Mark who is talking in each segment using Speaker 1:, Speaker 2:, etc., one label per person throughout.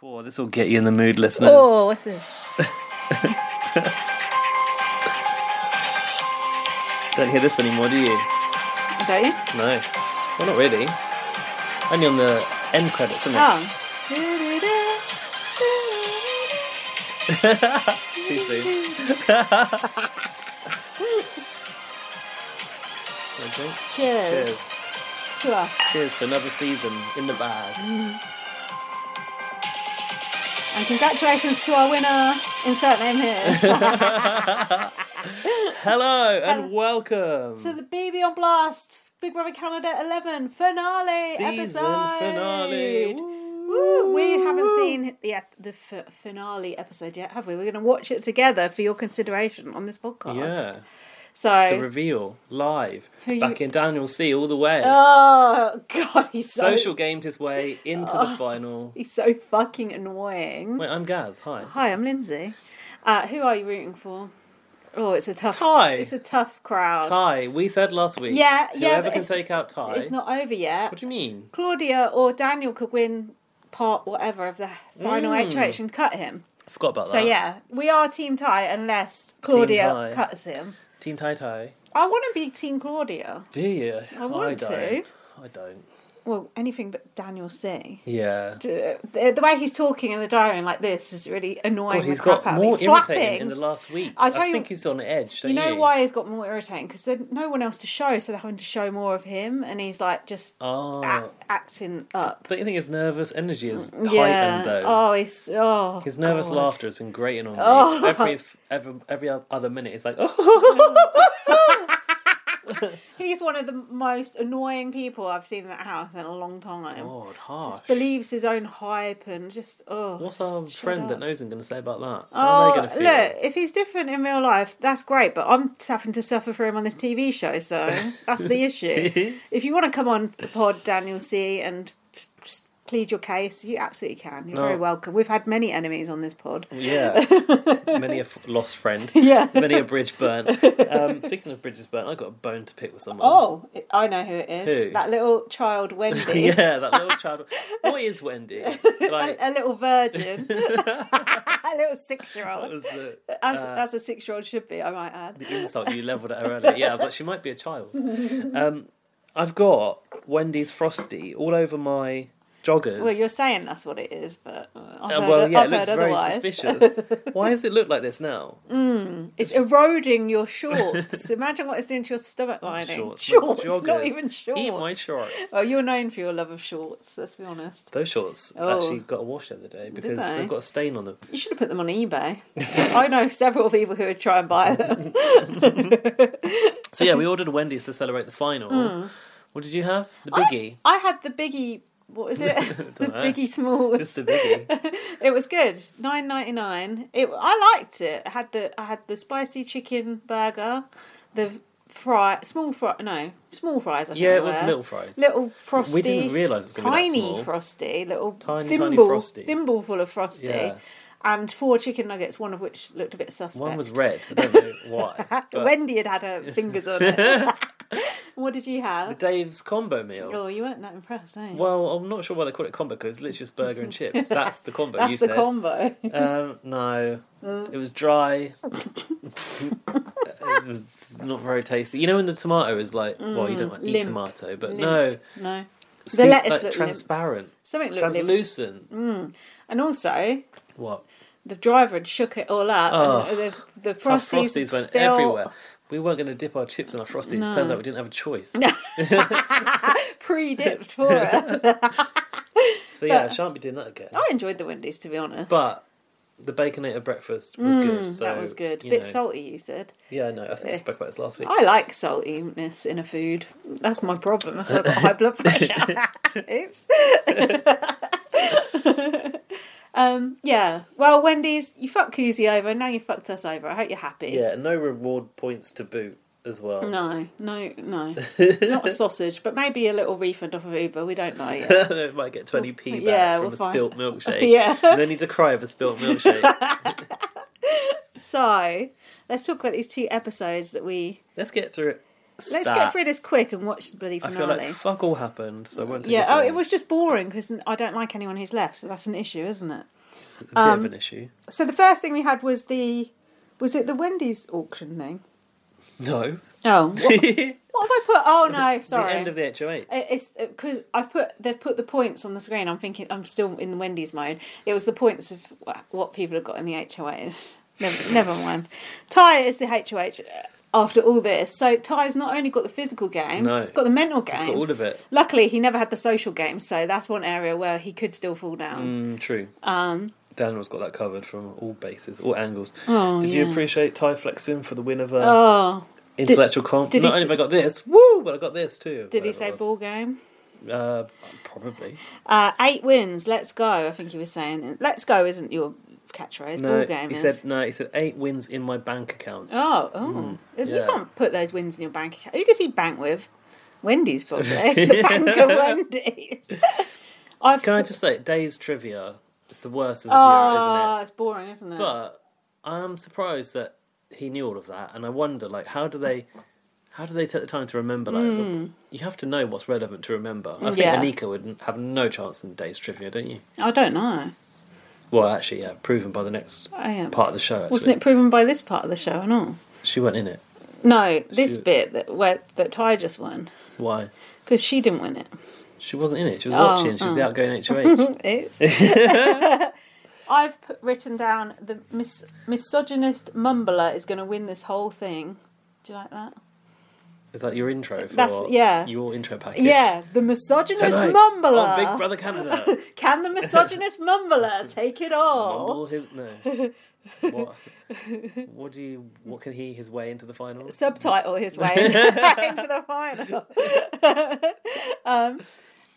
Speaker 1: Four. Oh, This will get you in the mood, listeners.
Speaker 2: Oh, what's this?
Speaker 1: Don't hear this anymore, do you?
Speaker 2: Don't you?
Speaker 1: No. Well, not really. Only on the end credits, isn't it?
Speaker 2: Oh.
Speaker 1: Too soon. Okay.
Speaker 2: Cheers.
Speaker 1: Cheers.
Speaker 2: To us.
Speaker 1: Cheers for another season in the bag.
Speaker 2: And congratulations to our winner. Insert name here.
Speaker 1: Hello and
Speaker 2: Hel-
Speaker 1: welcome
Speaker 2: to the BB on Blast Big Brother Canada 11 finale
Speaker 1: season
Speaker 2: episode.
Speaker 1: finale.
Speaker 2: Woo, we haven't
Speaker 1: Woo.
Speaker 2: seen the, ep- the f- finale episode yet, have we? We're going to watch it together for your consideration on this podcast.
Speaker 1: Yeah, the
Speaker 2: So,
Speaker 1: reveal live
Speaker 2: Who
Speaker 1: back
Speaker 2: you-
Speaker 1: in Daniel C all the way.
Speaker 2: oh god, he's so Oh.
Speaker 1: Social gamed his way into the final.
Speaker 2: he's so fucking annoying.
Speaker 1: Wait, I'm Gaz. Hi.
Speaker 2: Hi, I'm Lindsay. Uh, who are you rooting for? Oh, it's a tough.
Speaker 1: Ty.
Speaker 2: It's a tough crowd.
Speaker 1: Ty. We said last week.
Speaker 2: Uh, Yeah, yeah,
Speaker 1: Whoever
Speaker 2: but
Speaker 1: can
Speaker 2: it's-
Speaker 1: take out Ty.
Speaker 2: It's not over yet.
Speaker 1: What do you mean?
Speaker 2: Claudia or Daniel could win part whatever of the final
Speaker 1: Mm.
Speaker 2: HOH and cut him.
Speaker 1: I forgot about
Speaker 2: So
Speaker 1: that.
Speaker 2: yeah, we are Team Ty unless Claudia
Speaker 1: Ty.
Speaker 2: cuts him.
Speaker 1: Team Ty Ty.
Speaker 2: I want to be Team Claudia.
Speaker 1: Do you?
Speaker 2: I want
Speaker 1: I
Speaker 2: to.
Speaker 1: don't. I don't.
Speaker 2: Well, anything but Daniel C.
Speaker 1: Yeah.
Speaker 2: The the way he's talking in the diary like this is really annoying.
Speaker 1: God, he's
Speaker 2: the
Speaker 1: got
Speaker 2: crap out of me.
Speaker 1: more
Speaker 2: Flapping.
Speaker 1: irritating in the last week.
Speaker 2: I
Speaker 1: I,
Speaker 2: tell you-
Speaker 1: think he's on edge. Don't
Speaker 2: You
Speaker 1: you
Speaker 2: know why he's got more irritating? Because there's no one else to show, so they're having to show more of him, and he's like just
Speaker 1: Oh,
Speaker 2: act, acting up.
Speaker 1: don't you think his nervous energy is
Speaker 2: Mm, yeah.
Speaker 1: heightened though?
Speaker 2: Oh, he's oh.
Speaker 1: His nervous
Speaker 2: God.
Speaker 1: laughter has been grating on me.
Speaker 2: Oh.
Speaker 1: Every every every other minute, it's like,
Speaker 2: He's one of the most annoying people I've seen in that house in a long time.
Speaker 1: God, harsh.
Speaker 2: Believes his own hype and just oh.
Speaker 1: What's
Speaker 2: just
Speaker 1: our
Speaker 2: shut
Speaker 1: friend that
Speaker 2: up.
Speaker 1: knows him going to say about that?
Speaker 2: Oh,
Speaker 1: How are they
Speaker 2: look!
Speaker 1: going to feel?
Speaker 2: If he's different in real life, that's great. But I'm having to suffer for him on this TV show, so that's the issue. if you want to come on the pod, Daniel C, and plead your case, you absolutely can. You're
Speaker 1: No.
Speaker 2: very welcome. We've had many enemies on this pod.
Speaker 1: Yeah, many a f- lost friend,
Speaker 2: Yeah.
Speaker 1: many a bridge burnt. Um, speaking of bridges burnt, I got a bone to pick with someone.
Speaker 2: Oh, I know who it is.
Speaker 1: Who?
Speaker 2: That little child Wendy.
Speaker 1: yeah, that little child. What is Wendy? Like,
Speaker 2: a, a little virgin, a little
Speaker 1: that
Speaker 2: six-year-old.
Speaker 1: was the,
Speaker 2: As,
Speaker 1: uh,
Speaker 2: as a six-year-old should be, I might add.
Speaker 1: the insult you levelled at her earlier. Yeah, I was like, she might be a child. Um, I've got Wendy's Frosty all over my joggers.
Speaker 2: Well, you're saying that's what it is, but uh, I've
Speaker 1: Uh,
Speaker 2: heard,
Speaker 1: well, yeah,
Speaker 2: I've
Speaker 1: it looks
Speaker 2: heard
Speaker 1: very
Speaker 2: otherwise. Mm.
Speaker 1: suspicious. Why does it look like this now?
Speaker 2: It's eroding your shorts. Imagine what it's doing to your stomach lining. Shorts,
Speaker 1: Shorts, not
Speaker 2: not,
Speaker 1: joggers.
Speaker 2: even shorts.
Speaker 1: Eat my shorts.
Speaker 2: Oh, you're known for your love of shorts. Let's be honest.
Speaker 1: Those shorts
Speaker 2: Oh.
Speaker 1: actually got a wash the other day because
Speaker 2: they?
Speaker 1: they've got a stain on them.
Speaker 2: You should have put them on eBay. I know several people who would try and buy them.
Speaker 1: So yeah, we ordered Wendy's to celebrate the final.
Speaker 2: Hmm.
Speaker 1: What did you have? The biggie.
Speaker 2: I had the biggie. What is it? the
Speaker 1: know.
Speaker 2: biggie small.
Speaker 1: Just the biggie.
Speaker 2: It was good. Nine ninety nine. It. I liked it. I had the. I had the spicy chicken burger, the fry, small fry. No, small fries. I think
Speaker 1: Yeah,
Speaker 2: they
Speaker 1: it was
Speaker 2: were.
Speaker 1: little fries.
Speaker 2: Little frosty.
Speaker 1: We didn't realise it was going to be that
Speaker 2: tiny
Speaker 1: small.
Speaker 2: frosty. Little
Speaker 1: Tiny, tiny
Speaker 2: thimble,
Speaker 1: frosty.
Speaker 2: thimble full of frosty.
Speaker 1: Yeah.
Speaker 2: And four chicken nuggets, one of which looked a bit suspect.
Speaker 1: One was red. I don't know why. but-
Speaker 2: Wendy had had her fingers on it. what did you have?
Speaker 1: Dave's combo meal.
Speaker 2: Oh, you weren't that impressed, eh?
Speaker 1: Well, I'm not sure why they call it combo because it's literally just burger and chips. That's the combo
Speaker 2: That's
Speaker 1: you
Speaker 2: the
Speaker 1: said.
Speaker 2: combo. Mm.
Speaker 1: um, no, it was dry. it was not very tasty. You know when the tomato is like, well, you don't like eat
Speaker 2: Mm, limp.
Speaker 1: tomato, but
Speaker 2: Limp.
Speaker 1: no,
Speaker 2: no,
Speaker 1: the
Speaker 2: lettuce looked limp.
Speaker 1: transparent,
Speaker 2: something looked limp.
Speaker 1: translucent.
Speaker 2: And also,
Speaker 1: What?
Speaker 2: the driver had shook it all up.
Speaker 1: Oh.
Speaker 2: and the, the
Speaker 1: Our
Speaker 2: frosties,
Speaker 1: frosties went
Speaker 2: spilt.
Speaker 1: everywhere. We weren't going to dip our chips in our frosties. Turns out we didn't have a choice.
Speaker 2: Pre-dipped for it.
Speaker 1: So yeah, I shan't be doing that again.
Speaker 2: I enjoyed the Wendy's to be honest. Mm,
Speaker 1: But the baconator breakfast was good. So
Speaker 2: that was good.
Speaker 1: you
Speaker 2: Bit
Speaker 1: know.
Speaker 2: salty, you said.
Speaker 1: Yeah, I know. I think I spoke about this last week.
Speaker 2: I like saltiness in a food. That's my problem. That's why I've got high blood pressure. Oops. um, yeah. Well, Wendy's, you fucked Koozie over. Now you fucked us over. I hope you're happy.
Speaker 1: Yeah, and no reward points to boot as well.
Speaker 2: No, no, no. Not a sausage, but maybe a little refund off of Uber. We don't know yet.
Speaker 1: they might get 20p back
Speaker 2: Yeah,
Speaker 1: from
Speaker 2: we'll
Speaker 1: a
Speaker 2: find-
Speaker 1: spilt milkshake.
Speaker 2: Yeah.
Speaker 1: And they need to cry over spilt milkshake.
Speaker 2: So let's talk about these two episodes that we
Speaker 1: Let's get through it
Speaker 2: Let's
Speaker 1: stat.
Speaker 2: get through this quick and watch the bloody
Speaker 1: I
Speaker 2: finale.
Speaker 1: feel like fuck all happened, so I won't. Take
Speaker 2: yeah,
Speaker 1: us
Speaker 2: oh,
Speaker 1: in.
Speaker 2: it was just boring because I don't like anyone who's left, so that's an issue, isn't it?
Speaker 1: It's a bit
Speaker 2: um,
Speaker 1: of an issue.
Speaker 2: So the first thing we had was the was it the Wendy's auction thing?
Speaker 1: No,
Speaker 2: Oh, what,
Speaker 1: the
Speaker 2: what have I put? Oh no, sorry.
Speaker 1: end of the HOH.
Speaker 2: It- It's because I've put they've put the points on the screen. I'm thinking I'm still in the Wendy's mode. It was the points of wha- what people have got in the HOA. Never, never mind. Ty is the HOH uh, after all this. So Ty's not only got the physical game,
Speaker 1: No.
Speaker 2: he's got the mental game.
Speaker 1: It's got all of it.
Speaker 2: Luckily, he never had the social game, so that's one area where he could still fall down.
Speaker 1: Mm, true.
Speaker 2: Um,
Speaker 1: Daniel's got that covered from all bases, all angles.
Speaker 2: Oh,
Speaker 1: did you
Speaker 2: yeah.
Speaker 1: appreciate Ty flexing for the win of uh,
Speaker 2: oh,
Speaker 1: intellectual comp?
Speaker 2: did he
Speaker 1: Not only
Speaker 2: s-
Speaker 1: have I got this, woo, Oh, but I got this too.
Speaker 2: did he
Speaker 1: whatever
Speaker 2: say
Speaker 1: it was.
Speaker 2: ball game?
Speaker 1: Uh, probably.
Speaker 2: Uh, eight wins. Let's go. I think he was saying, "Let's go" isn't your catchphrase.
Speaker 1: No,
Speaker 2: ball game
Speaker 1: he
Speaker 2: is.
Speaker 1: said no. He said eight wins in my bank account. Hmm,
Speaker 2: Oh, oh. you
Speaker 1: yeah.
Speaker 2: can't put those wins in your bank account. Who does he bank with? Wendy's, probably. the banker Wendy's. I've
Speaker 1: Can I
Speaker 2: put-
Speaker 1: just say, day's trivia is the worst as a viewer,
Speaker 2: Oh,
Speaker 1: isn't it?
Speaker 2: it's boring, isn't it?
Speaker 1: But I'm surprised that he knew all of that, and I wonder, like, how do they, how do they take the time to remember? Like, the- you have to know what's relevant to remember. I think
Speaker 2: Hmm. Yeah.
Speaker 1: Anika would have no chance in day's trivia, don't you?
Speaker 2: I don't know.
Speaker 1: Well, actually, yeah, proven by the next
Speaker 2: I am.
Speaker 1: part of the show. Actually,
Speaker 2: Wasn't it proven by this part of the show and all?
Speaker 1: She went in it.
Speaker 2: No, this
Speaker 1: She-
Speaker 2: bit that where, that Ty just won
Speaker 1: Why?
Speaker 2: because she didn't win it.
Speaker 1: She wasn't in it. She was
Speaker 2: Oh,
Speaker 1: watching. She's the
Speaker 2: oh.
Speaker 1: outgoing HOH.
Speaker 2: Oops. I've put, written down the mis- misogynist mumbler is going to win this whole thing. Do you like that?
Speaker 1: Is that your intro for
Speaker 2: That's- yeah.
Speaker 1: your intro package?
Speaker 2: Yeah, the misogynist
Speaker 1: Tonight
Speaker 2: mumbler.
Speaker 1: on Big Brother Canada.
Speaker 2: Can the misogynist mumbler take it all?
Speaker 1: Mumble his no. What? What do you? What can he his way into the finals?
Speaker 2: Subtitle his way into the final. um,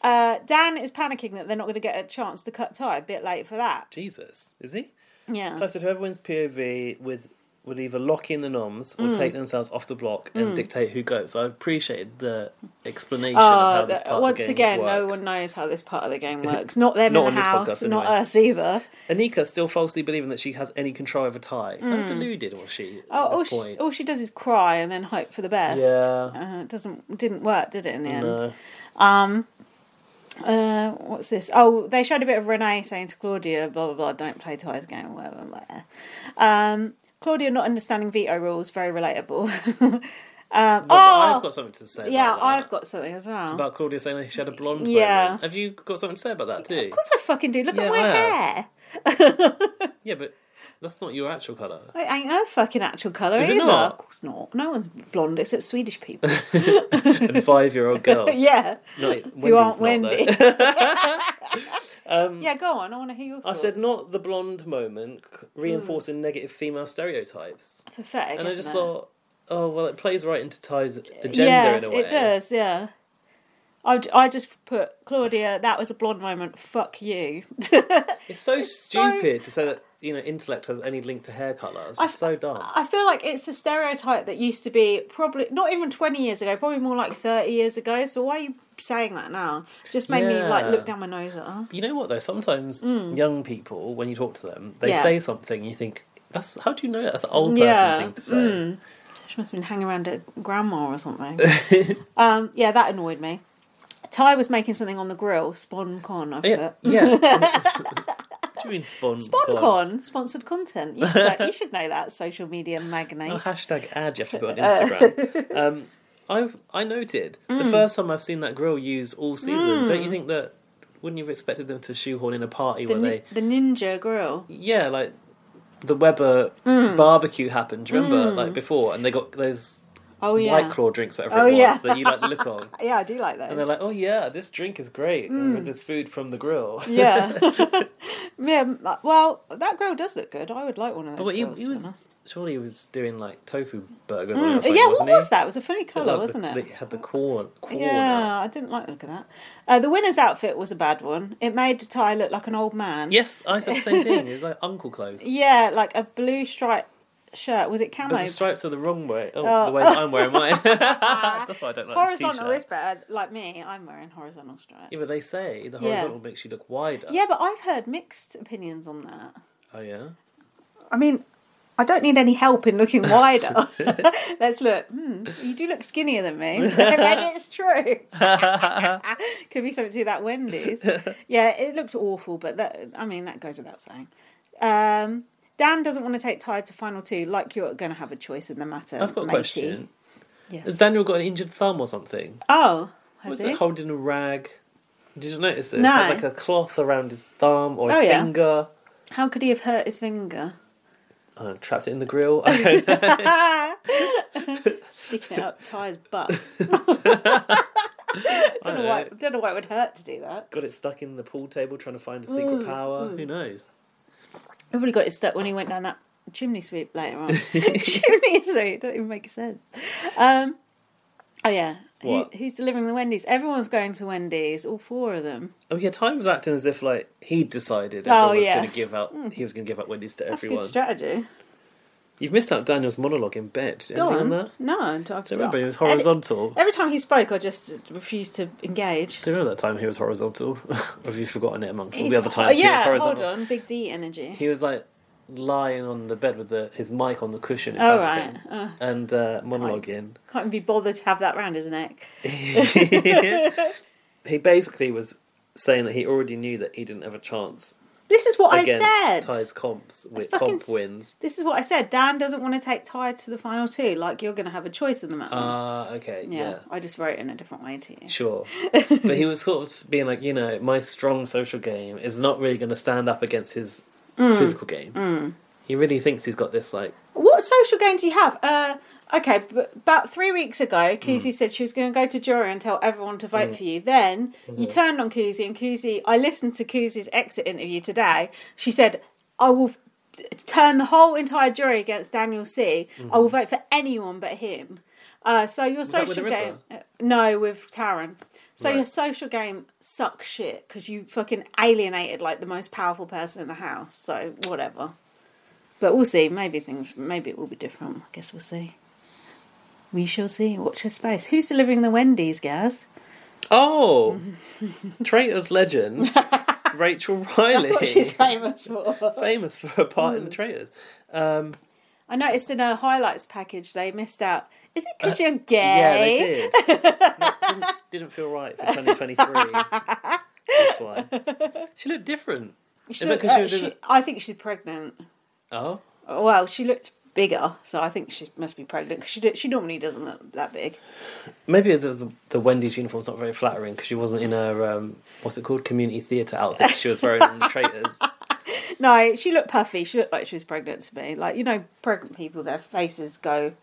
Speaker 2: uh, Dan is panicking that they're not going to get a chance to cut tie. A bit late for that.
Speaker 1: Jesus, is he? So I
Speaker 2: Yeah.
Speaker 1: said whoever wins POV with will either lock in the noms
Speaker 2: Mm.
Speaker 1: or take themselves off the block and dictate who goes. I appreciated the explanation of how
Speaker 2: Oh,
Speaker 1: this
Speaker 2: the-
Speaker 1: part
Speaker 2: once
Speaker 1: of the game
Speaker 2: again,
Speaker 1: works.
Speaker 2: no one knows how this part of the game works. Not them
Speaker 1: Not
Speaker 2: in
Speaker 1: on
Speaker 2: the
Speaker 1: this
Speaker 2: house,
Speaker 1: podcast,
Speaker 2: not
Speaker 1: anyway.
Speaker 2: us either.
Speaker 1: Anika still falsely believing that she has any control over Ty. How deluded was
Speaker 2: Hmm.
Speaker 1: she
Speaker 2: Oh,
Speaker 1: at
Speaker 2: all
Speaker 1: this
Speaker 2: she,
Speaker 1: point?
Speaker 2: all she does is cry and then hope for the best.
Speaker 1: Yeah.
Speaker 2: uh, it doesn't didn't work, did it? In the end, Um,
Speaker 1: no.
Speaker 2: Uh, what's this? Oh, they showed a bit of Renee saying to Claudia, blah blah blah, don't play Ty's game, whatever, whatever. Um, Claudia not understanding veto rules, very relatable. um,
Speaker 1: Well,
Speaker 2: oh,
Speaker 1: I've got something to say.
Speaker 2: yeah,
Speaker 1: about that.
Speaker 2: I've got something as well.
Speaker 1: about Claudia saying she had a blonde.
Speaker 2: Yeah.
Speaker 1: moment. Have you got something to say about that too?
Speaker 2: Of course, I fucking do. Look
Speaker 1: Yeah,
Speaker 2: at my
Speaker 1: I have.
Speaker 2: hair.
Speaker 1: Yeah, but that's not your actual colour.
Speaker 2: It ain't no fucking actual colour
Speaker 1: Is it
Speaker 2: either.
Speaker 1: not?
Speaker 2: Of course not. No one's blonde except Swedish people.
Speaker 1: and five-year-old girls.
Speaker 2: yeah,
Speaker 1: No, Wendy's
Speaker 2: you aren't
Speaker 1: not, though.
Speaker 2: Wendy. yeah, go on. I want to hear your.
Speaker 1: I
Speaker 2: Thoughts.
Speaker 1: said not the blonde moment, c- reinforcing
Speaker 2: Hmm.
Speaker 1: negative female stereotypes,
Speaker 2: pathetic.
Speaker 1: and I
Speaker 2: isn't
Speaker 1: just
Speaker 2: it?
Speaker 1: thought, oh well, it plays right into Ty's agenda
Speaker 2: yeah,
Speaker 1: in a way.
Speaker 2: It does, yeah. I, I just put Claudia. That was a blonde moment. Fuck you.
Speaker 1: It's so
Speaker 2: so-
Speaker 1: stupid to say that you know intellect has any link to hair colour. It's just so dumb.
Speaker 2: I feel like it's a stereotype that used to be probably not even twenty years ago, probably more like thirty years ago. So why are you saying that now? Just made me like
Speaker 1: Yeah.
Speaker 2: look down my nose at her.
Speaker 1: you know what though? Sometimes young people, when you talk to them, they
Speaker 2: Mm. Yeah.
Speaker 1: say something you think that's how do you know that? that's an old person
Speaker 2: Yeah, Mm. hmm.
Speaker 1: thing to say.
Speaker 2: She must have been hanging around at grandma or something. um, yeah, that annoyed me. Ty was making something on the grill, Spawn Con. I
Speaker 1: Yeah.
Speaker 2: put.
Speaker 1: yeah. what do you mean spawn?
Speaker 2: SponCon, sponsored content. You should, you should know that social media magnate.
Speaker 1: Oh, hashtag ad you have to put on
Speaker 2: Uh.
Speaker 1: Instagram. um, I I noted
Speaker 2: Mm.
Speaker 1: the first time I've seen that grill used all season. Don't you think that? Wouldn't you have expected them to shoehorn in a party
Speaker 2: the,
Speaker 1: where
Speaker 2: nin- the
Speaker 1: they?
Speaker 2: ninja grill.
Speaker 1: Yeah, like the Weber
Speaker 2: Mm.
Speaker 1: barbecue happened. Remember, like before, and they got those
Speaker 2: Oh yeah.
Speaker 1: White Claw drinks, whatever
Speaker 2: Oh,
Speaker 1: it was,
Speaker 2: yeah.
Speaker 1: that you like the look on.
Speaker 2: Yeah, I do like those.
Speaker 1: And they're like, oh yeah, this drink is great and with this food from the grill.
Speaker 2: Mm. yeah, yeah. uh, Well, that grill does look good. I would like one of those.
Speaker 1: but what, he,
Speaker 2: grills,
Speaker 1: he
Speaker 2: to be
Speaker 1: was
Speaker 2: honest.
Speaker 1: surely he was doing like tofu burgers.
Speaker 2: Mm,
Speaker 1: Or something,
Speaker 2: yeah, what
Speaker 1: wasn't
Speaker 2: was
Speaker 1: he?
Speaker 2: that? It was a funny colour,
Speaker 1: Like,
Speaker 2: wasn't
Speaker 1: the,
Speaker 2: it?
Speaker 1: They had the corn. corn out.
Speaker 2: yeah, I didn't like the look of that. Uh, the winner's outfit was a bad one. It made Ty look like an old man.
Speaker 1: Yes, I said the same thing. It's like uncle clothes.
Speaker 2: Yeah, like a blue striped shirt. Was it
Speaker 1: But
Speaker 2: camo?
Speaker 1: the stripes are the wrong way. Oh,
Speaker 2: Oh.
Speaker 1: the way that I'm wearing mine. That's why I don't like
Speaker 2: horizontal
Speaker 1: this
Speaker 2: is
Speaker 1: t-shirt.
Speaker 2: better. Like me, I'm wearing horizontal stripes.
Speaker 1: Yeah, but they say the
Speaker 2: Yeah.
Speaker 1: horizontal makes you look wider.
Speaker 2: Yeah, but I've heard mixed opinions on that.
Speaker 1: Oh yeah.
Speaker 2: I mean, I don't need any help in looking wider. Let's look. Hmm, you do look skinnier than me. Maybe it's true. Could be something to do that Wendy's. Yeah, it looks awful, but that I mean that goes without saying. Um, Dan doesn't want to take Ty to final two, like you're going to have a choice in the matter.
Speaker 1: I've got a
Speaker 2: matey.
Speaker 1: question. Has
Speaker 2: Yes.
Speaker 1: Daniel got an injured thumb or something?
Speaker 2: Oh, has
Speaker 1: Was
Speaker 2: he?
Speaker 1: it holding a rag? Did you notice this?
Speaker 2: No.
Speaker 1: Had like a cloth around his thumb or his
Speaker 2: Oh, yeah.
Speaker 1: finger.
Speaker 2: How could he have hurt his finger?
Speaker 1: Oh, trapped it in the grill. I don't know.
Speaker 2: Sticking it up Ty's butt.
Speaker 1: I
Speaker 2: don't, know why, don't know why it would hurt to do that. Mm,
Speaker 1: Got it stuck in the pool table trying to find a secret power. Who knows?
Speaker 2: Everybody got it stuck when he went down that chimney sweep later on. chimney sweep don't even make sense. Um, oh yeah, Who,
Speaker 1: What?
Speaker 2: who's delivering the Wendy's? Everyone's going to Wendy's. All four of them.
Speaker 1: Oh yeah, Time was acting as if like he decided
Speaker 2: Oh,
Speaker 1: everyone was
Speaker 2: yeah. Mm.
Speaker 1: going to give out. He was going to give out Wendy's to
Speaker 2: That's
Speaker 1: everyone.
Speaker 2: good strategy.
Speaker 1: You've missed out Daniel's monologue in bed. Do you
Speaker 2: Go on.
Speaker 1: remember that?
Speaker 2: No, I don't
Speaker 1: Do you remember he was horizontal?
Speaker 2: Every time he spoke, I just refused to engage.
Speaker 1: Do you remember that time he was horizontal? or have you forgotten it amongst all
Speaker 2: He's-
Speaker 1: the other times he was
Speaker 2: yeah,
Speaker 1: horizontal?
Speaker 2: hold on, big D energy.
Speaker 1: He was like lying on the bed with the, his mic on the cushion in
Speaker 2: Oh,
Speaker 1: front of
Speaker 2: right.
Speaker 1: him
Speaker 2: Oh,
Speaker 1: and uh, monologuing.
Speaker 2: can't even be bothered to have that round his neck.
Speaker 1: He basically was saying that he already knew that he didn't have a chance
Speaker 2: This is what
Speaker 1: against
Speaker 2: I said.
Speaker 1: Ty's comps with
Speaker 2: fucking
Speaker 1: comp
Speaker 2: s-
Speaker 1: wins.
Speaker 2: This is what I said. Dan doesn't want to take Ty to the final two. Like you're going to have a choice in the matter.
Speaker 1: Ah, okay,
Speaker 2: Uh-uh. yeah,
Speaker 1: yeah.
Speaker 2: I just wrote in a different way to you.
Speaker 1: Sure. but he was sort of being like, you know, my strong social game is not really going to stand up against his
Speaker 2: Mm.
Speaker 1: physical game. He really thinks he's got this, like,
Speaker 2: What social game do you have? Uh, okay, b- about three weeks ago,
Speaker 1: Mm.
Speaker 2: Kuzi said she was going to go to jury and tell everyone to vote for you. Then
Speaker 1: Mm-hmm.
Speaker 2: you turned on Kuzi, and Kuzi, I listened to Kuzi's exit interview today. She said, I will t- turn the whole entire jury against Daniel C. I will vote for anyone but him. Uh, so your
Speaker 1: Mm-hmm. that with
Speaker 2: social
Speaker 1: Arissa?
Speaker 2: game. Uh, No, with Taryn. So
Speaker 1: Right.
Speaker 2: your social game sucks shit because you fucking alienated like the most powerful person in the house. So whatever. But we'll see. Maybe things. Maybe it will be different. I guess we'll see. We shall see. Watch this space. Who's delivering the Wendy's, Gaz?
Speaker 1: oh, Traitor's Legend, Rachel Riley.
Speaker 2: That's what she's famous for.
Speaker 1: famous for her part
Speaker 2: Hmm.
Speaker 1: in The Traitors. Um,
Speaker 2: I noticed in her highlights package they missed out. Is it because you're gay?
Speaker 1: Uh, Yeah, they did. That didn't, didn't feel right for 2023. That's why. She looked different.
Speaker 2: She
Speaker 1: Is that
Speaker 2: looked-
Speaker 1: 'cause she
Speaker 2: uh,
Speaker 1: was in
Speaker 2: she-
Speaker 1: it?
Speaker 2: I think she's pregnant.
Speaker 1: Oh,
Speaker 2: Well, she looked bigger, so I think she must be pregnant 'cause she do- she normally doesn't look that big.
Speaker 1: maybe the, the, the Wendy's uniform's not very flattering because she wasn't in her um, what's it called community theatre outfit she was wearing in the Traitors.
Speaker 2: No, she looked puffy. She looked like she was pregnant to me. Like you know, pregnant people, their faces go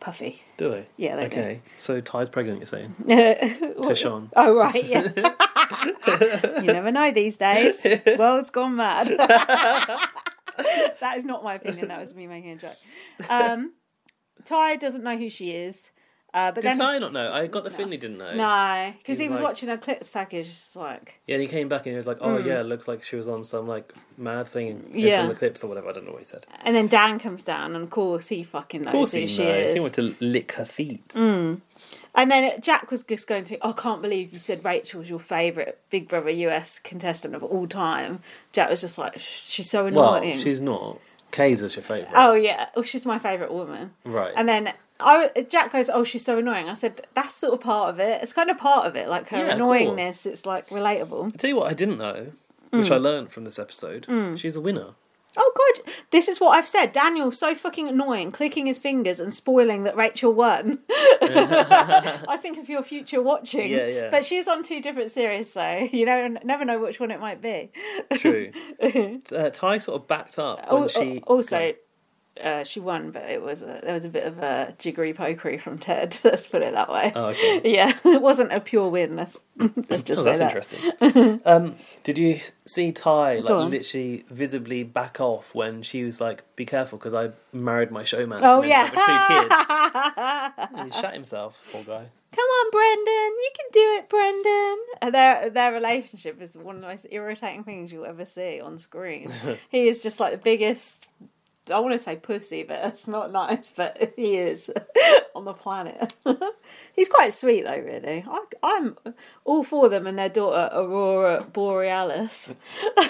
Speaker 2: puffy.
Speaker 1: Do they?
Speaker 2: Yeah, they do.
Speaker 1: okay. So Ty's pregnant. You're saying to Sean?
Speaker 2: Oh right, yeah. you never know these days. World's gone mad. that is not my opinion. That was me making a joke. Um, Ty doesn't know who she is, uh, but
Speaker 1: Did
Speaker 2: then
Speaker 1: Ty not know? I got the Finley didn't know.
Speaker 2: no, because
Speaker 1: He's
Speaker 2: he was
Speaker 1: like-
Speaker 2: watching her clips package. It's like
Speaker 1: Yeah, and he came back and he was like, "Oh yeah, it looks like she was on some like mad thing in
Speaker 2: Hmm. Yeah.
Speaker 1: from the clips or whatever." I don't know what he said.
Speaker 2: And then Dan comes down, and of course he fucking knows
Speaker 1: Of course
Speaker 2: who
Speaker 1: he
Speaker 2: she
Speaker 1: knows.
Speaker 2: is.
Speaker 1: He wanted to lick her feet.
Speaker 2: And then Jack was just going to me, I can't believe you said Rachel was your favourite Big Brother US contestant of all time. Jack was just like, "Sh- she's so
Speaker 1: Well,
Speaker 2: annoying.
Speaker 1: she's not. Kay's your favourite.
Speaker 2: oh, yeah. Oh, she's my favourite woman.
Speaker 1: Right.
Speaker 2: And then I, Jack goes, oh, she's so annoying. I said, that's sort of part of it. It's kind of part of it. Like her
Speaker 1: Yeah, of
Speaker 2: annoyingness, it's like relatable.
Speaker 1: I tell you what, I didn't know,
Speaker 2: Hmm.
Speaker 1: which I learned from this episode. She's a winner.
Speaker 2: Oh, God. This is what I've said. Daniel, so fucking annoying, clicking his fingers and spoiling that Rachel won. I think of your future watching.
Speaker 1: Yeah, yeah.
Speaker 2: But she's on two different series, so you know, never know which one it might be.
Speaker 1: True. uh, Ty sort of backed up when
Speaker 2: Al-
Speaker 1: she
Speaker 2: also, uh, she won, but it was a, there was a bit of a jiggery pokery from Ted. Let's put it that way.
Speaker 1: Oh, okay.
Speaker 2: Yeah, it wasn't a pure win. Let's, let's just
Speaker 1: Oh,
Speaker 2: say
Speaker 1: that's
Speaker 2: that.
Speaker 1: interesting. um, did you see Ty like
Speaker 2: on.
Speaker 1: literally visibly back off when she was like, "Be careful, because I married my showman."
Speaker 2: Oh,
Speaker 1: and ended up with two
Speaker 2: yeah.
Speaker 1: kids. he shot himself, poor guy.
Speaker 2: Come on, Brendan, you can do it, Brendan. And their their relationship is one of the most irritating things you'll ever see on screen. he is just like the biggest. I want to say pussy, but that's not nice. But he is on the planet. He's quite sweet though, really. I, I'm all for them and their daughter Aurora Borealis,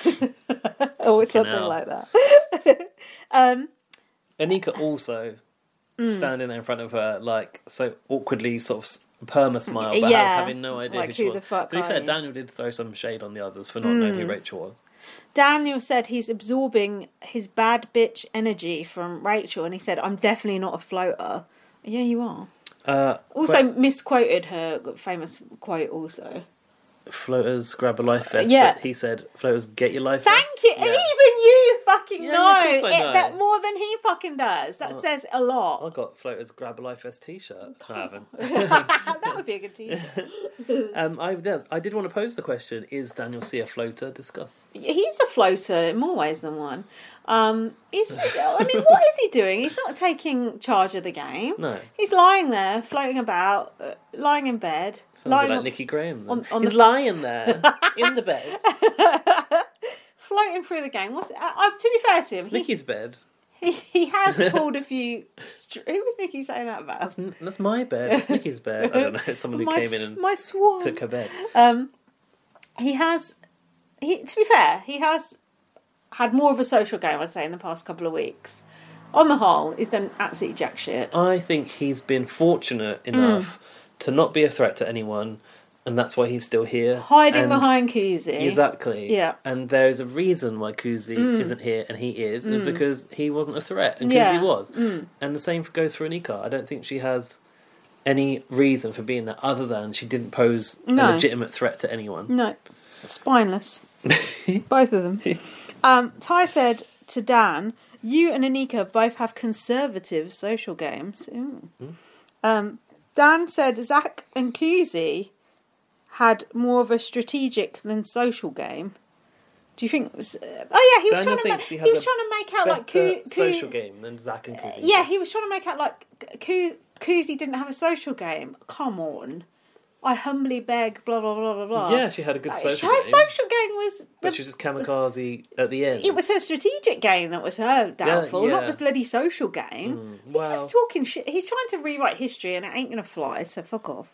Speaker 2: or something
Speaker 1: hell.
Speaker 2: like that. um,
Speaker 1: Anika also standing there in front of her, like so awkwardly, sort of perma smile, but
Speaker 2: Yeah.
Speaker 1: ha- having no idea
Speaker 2: Like,
Speaker 1: who she
Speaker 2: who
Speaker 1: was.
Speaker 2: the fuck
Speaker 1: to be
Speaker 2: are
Speaker 1: fair,
Speaker 2: you? Hmm.
Speaker 1: Daniel did throw some shade on the others for not knowing who Rachel was.
Speaker 2: Daniel said he's absorbing his bad bitch energy from Rachel, and he said, "I'm definitely not a floater." Yeah, you are.
Speaker 1: Uh,
Speaker 2: Also, misquoted her famous quote. Also,
Speaker 1: floaters grab a life vest.
Speaker 2: Yeah.
Speaker 1: but he said, "Floaters get your life
Speaker 2: thank
Speaker 1: vest."
Speaker 2: you.
Speaker 1: Yeah.
Speaker 2: Even you fucking
Speaker 1: Yeah,
Speaker 2: know,
Speaker 1: yeah, of course I
Speaker 2: it,
Speaker 1: know. Oh.
Speaker 2: that more than he fucking does. That says a
Speaker 1: I
Speaker 2: lot.
Speaker 1: got floaters grab a life vest T-shirt. I haven't.
Speaker 2: that would be a good teacher.
Speaker 1: Um, I yeah, I did want to pose the question: Is Daniel C a floater? Discuss.
Speaker 2: He's a floater in more ways than one. Um, he's, I mean, what is he doing? He's not taking charge of the game.
Speaker 1: No.
Speaker 2: He's lying there, floating about, uh, lying in bed,
Speaker 1: Sounds a bit
Speaker 2: lying
Speaker 1: like
Speaker 2: on-
Speaker 1: Nicky Graham. then.
Speaker 2: on- on
Speaker 1: He's
Speaker 2: the-
Speaker 1: lying there in the bed.
Speaker 2: floating through the game. What's I, I, to be fair to him, he,
Speaker 1: Nicky's bed.
Speaker 2: he, he has pulled a few. Str- who was Nicky saying that about?
Speaker 1: N- That's my bed. That's Nicky's bed. Uh, I don't know. It's Someone who
Speaker 2: My,
Speaker 1: came in
Speaker 2: s-
Speaker 1: and
Speaker 2: my swan.
Speaker 1: took her bed.
Speaker 2: Um, he has. He to be fair, he has had more of a social game. I'd say in the past couple of weeks. On the whole, he's done absolutely jack shit.
Speaker 1: I think he's been fortunate
Speaker 2: Hmm.
Speaker 1: enough to not be a threat to anyone, and that's why he's still here.
Speaker 2: Hiding
Speaker 1: And-
Speaker 2: behind Koozie.
Speaker 1: Exactly.
Speaker 2: Yeah. Hmm.
Speaker 1: And there is a reason why Kuzi isn't here and he is, is because he wasn't a threat and
Speaker 2: Yeah. Hmm.
Speaker 1: Kuzi was. And the same goes for Anika. I don't think she has any reason for being there other than she didn't pose a
Speaker 2: No. Hmm.
Speaker 1: legitimate threat to anyone.
Speaker 2: No, spineless. both of them. Um, Ty said to Dan, "You and Anika both have conservative social games." Ooh.
Speaker 3: Mm.
Speaker 2: Um, Dan said Zach and Kuzi had more of a strategic than social game. Do you think? s- Oh yeah, he was trying
Speaker 1: Daniel
Speaker 2: to
Speaker 1: thinks
Speaker 2: make,
Speaker 1: he
Speaker 2: he,
Speaker 1: has
Speaker 2: was
Speaker 1: a
Speaker 2: trying to make out
Speaker 1: Better
Speaker 2: like Ku, Ku-
Speaker 1: social game than Zach and Kuzi.
Speaker 2: yeah, he was trying to make out like Ku- Kuzi didn't have a social game. Come on. I humbly beg, blah blah blah blah blah.
Speaker 1: Yeah, she had a good
Speaker 2: Like,
Speaker 1: social
Speaker 2: her
Speaker 1: game.
Speaker 2: social game was the,
Speaker 1: But she was just kamikaze at the end.
Speaker 2: it was her strategic game that was her downfall,
Speaker 1: yeah. Hmm,
Speaker 2: not the bloody social game. He's
Speaker 1: well,
Speaker 2: just talking shit. He's trying to rewrite history, and it ain't gonna fly. So fuck off.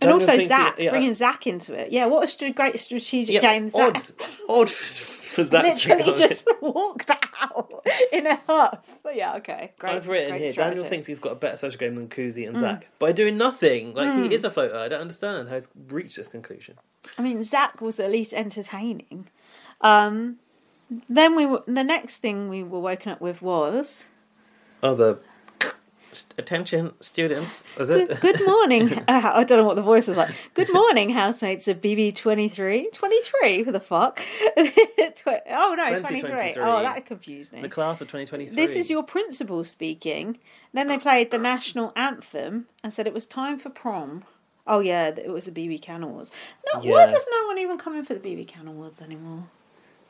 Speaker 2: And
Speaker 1: Daniel
Speaker 2: also
Speaker 1: thinks he-
Speaker 2: Zach,
Speaker 1: yeah.
Speaker 2: bringing Zach into it. Yeah, what a str great strategic
Speaker 1: yeah,
Speaker 2: game Zach
Speaker 1: odd, odd for Zach. to
Speaker 2: literally
Speaker 1: go in.
Speaker 2: just walked out in a huff. But yeah, okay, great.
Speaker 1: I've written
Speaker 2: great
Speaker 1: here. Daniel
Speaker 2: strategy. Mm.
Speaker 1: thinks he's got a better social game than Kuzi and Zach by doing nothing. Like he is a floater. I don't understand how he's reached this conclusion.
Speaker 2: I mean, Zach was at least entertaining. Um, then we were, the next thing we were woken up with was
Speaker 1: Other attention, students. Is it?
Speaker 2: Good, good morning. Uh, I don't know what the voice was like. Good morning, housemates of BB23. 23? Who the fuck? Tw- oh, no, 23.
Speaker 1: 2023.
Speaker 2: Oh, that confused
Speaker 1: the
Speaker 2: me.
Speaker 1: class of 2023.
Speaker 2: This is your principal speaking. Then they played the national anthem and said it was time for prom. Oh, yeah, th- it was the BB Can Awards. No,
Speaker 1: Yeah.
Speaker 2: Why does no one even come in for the BB Can Awards anymore?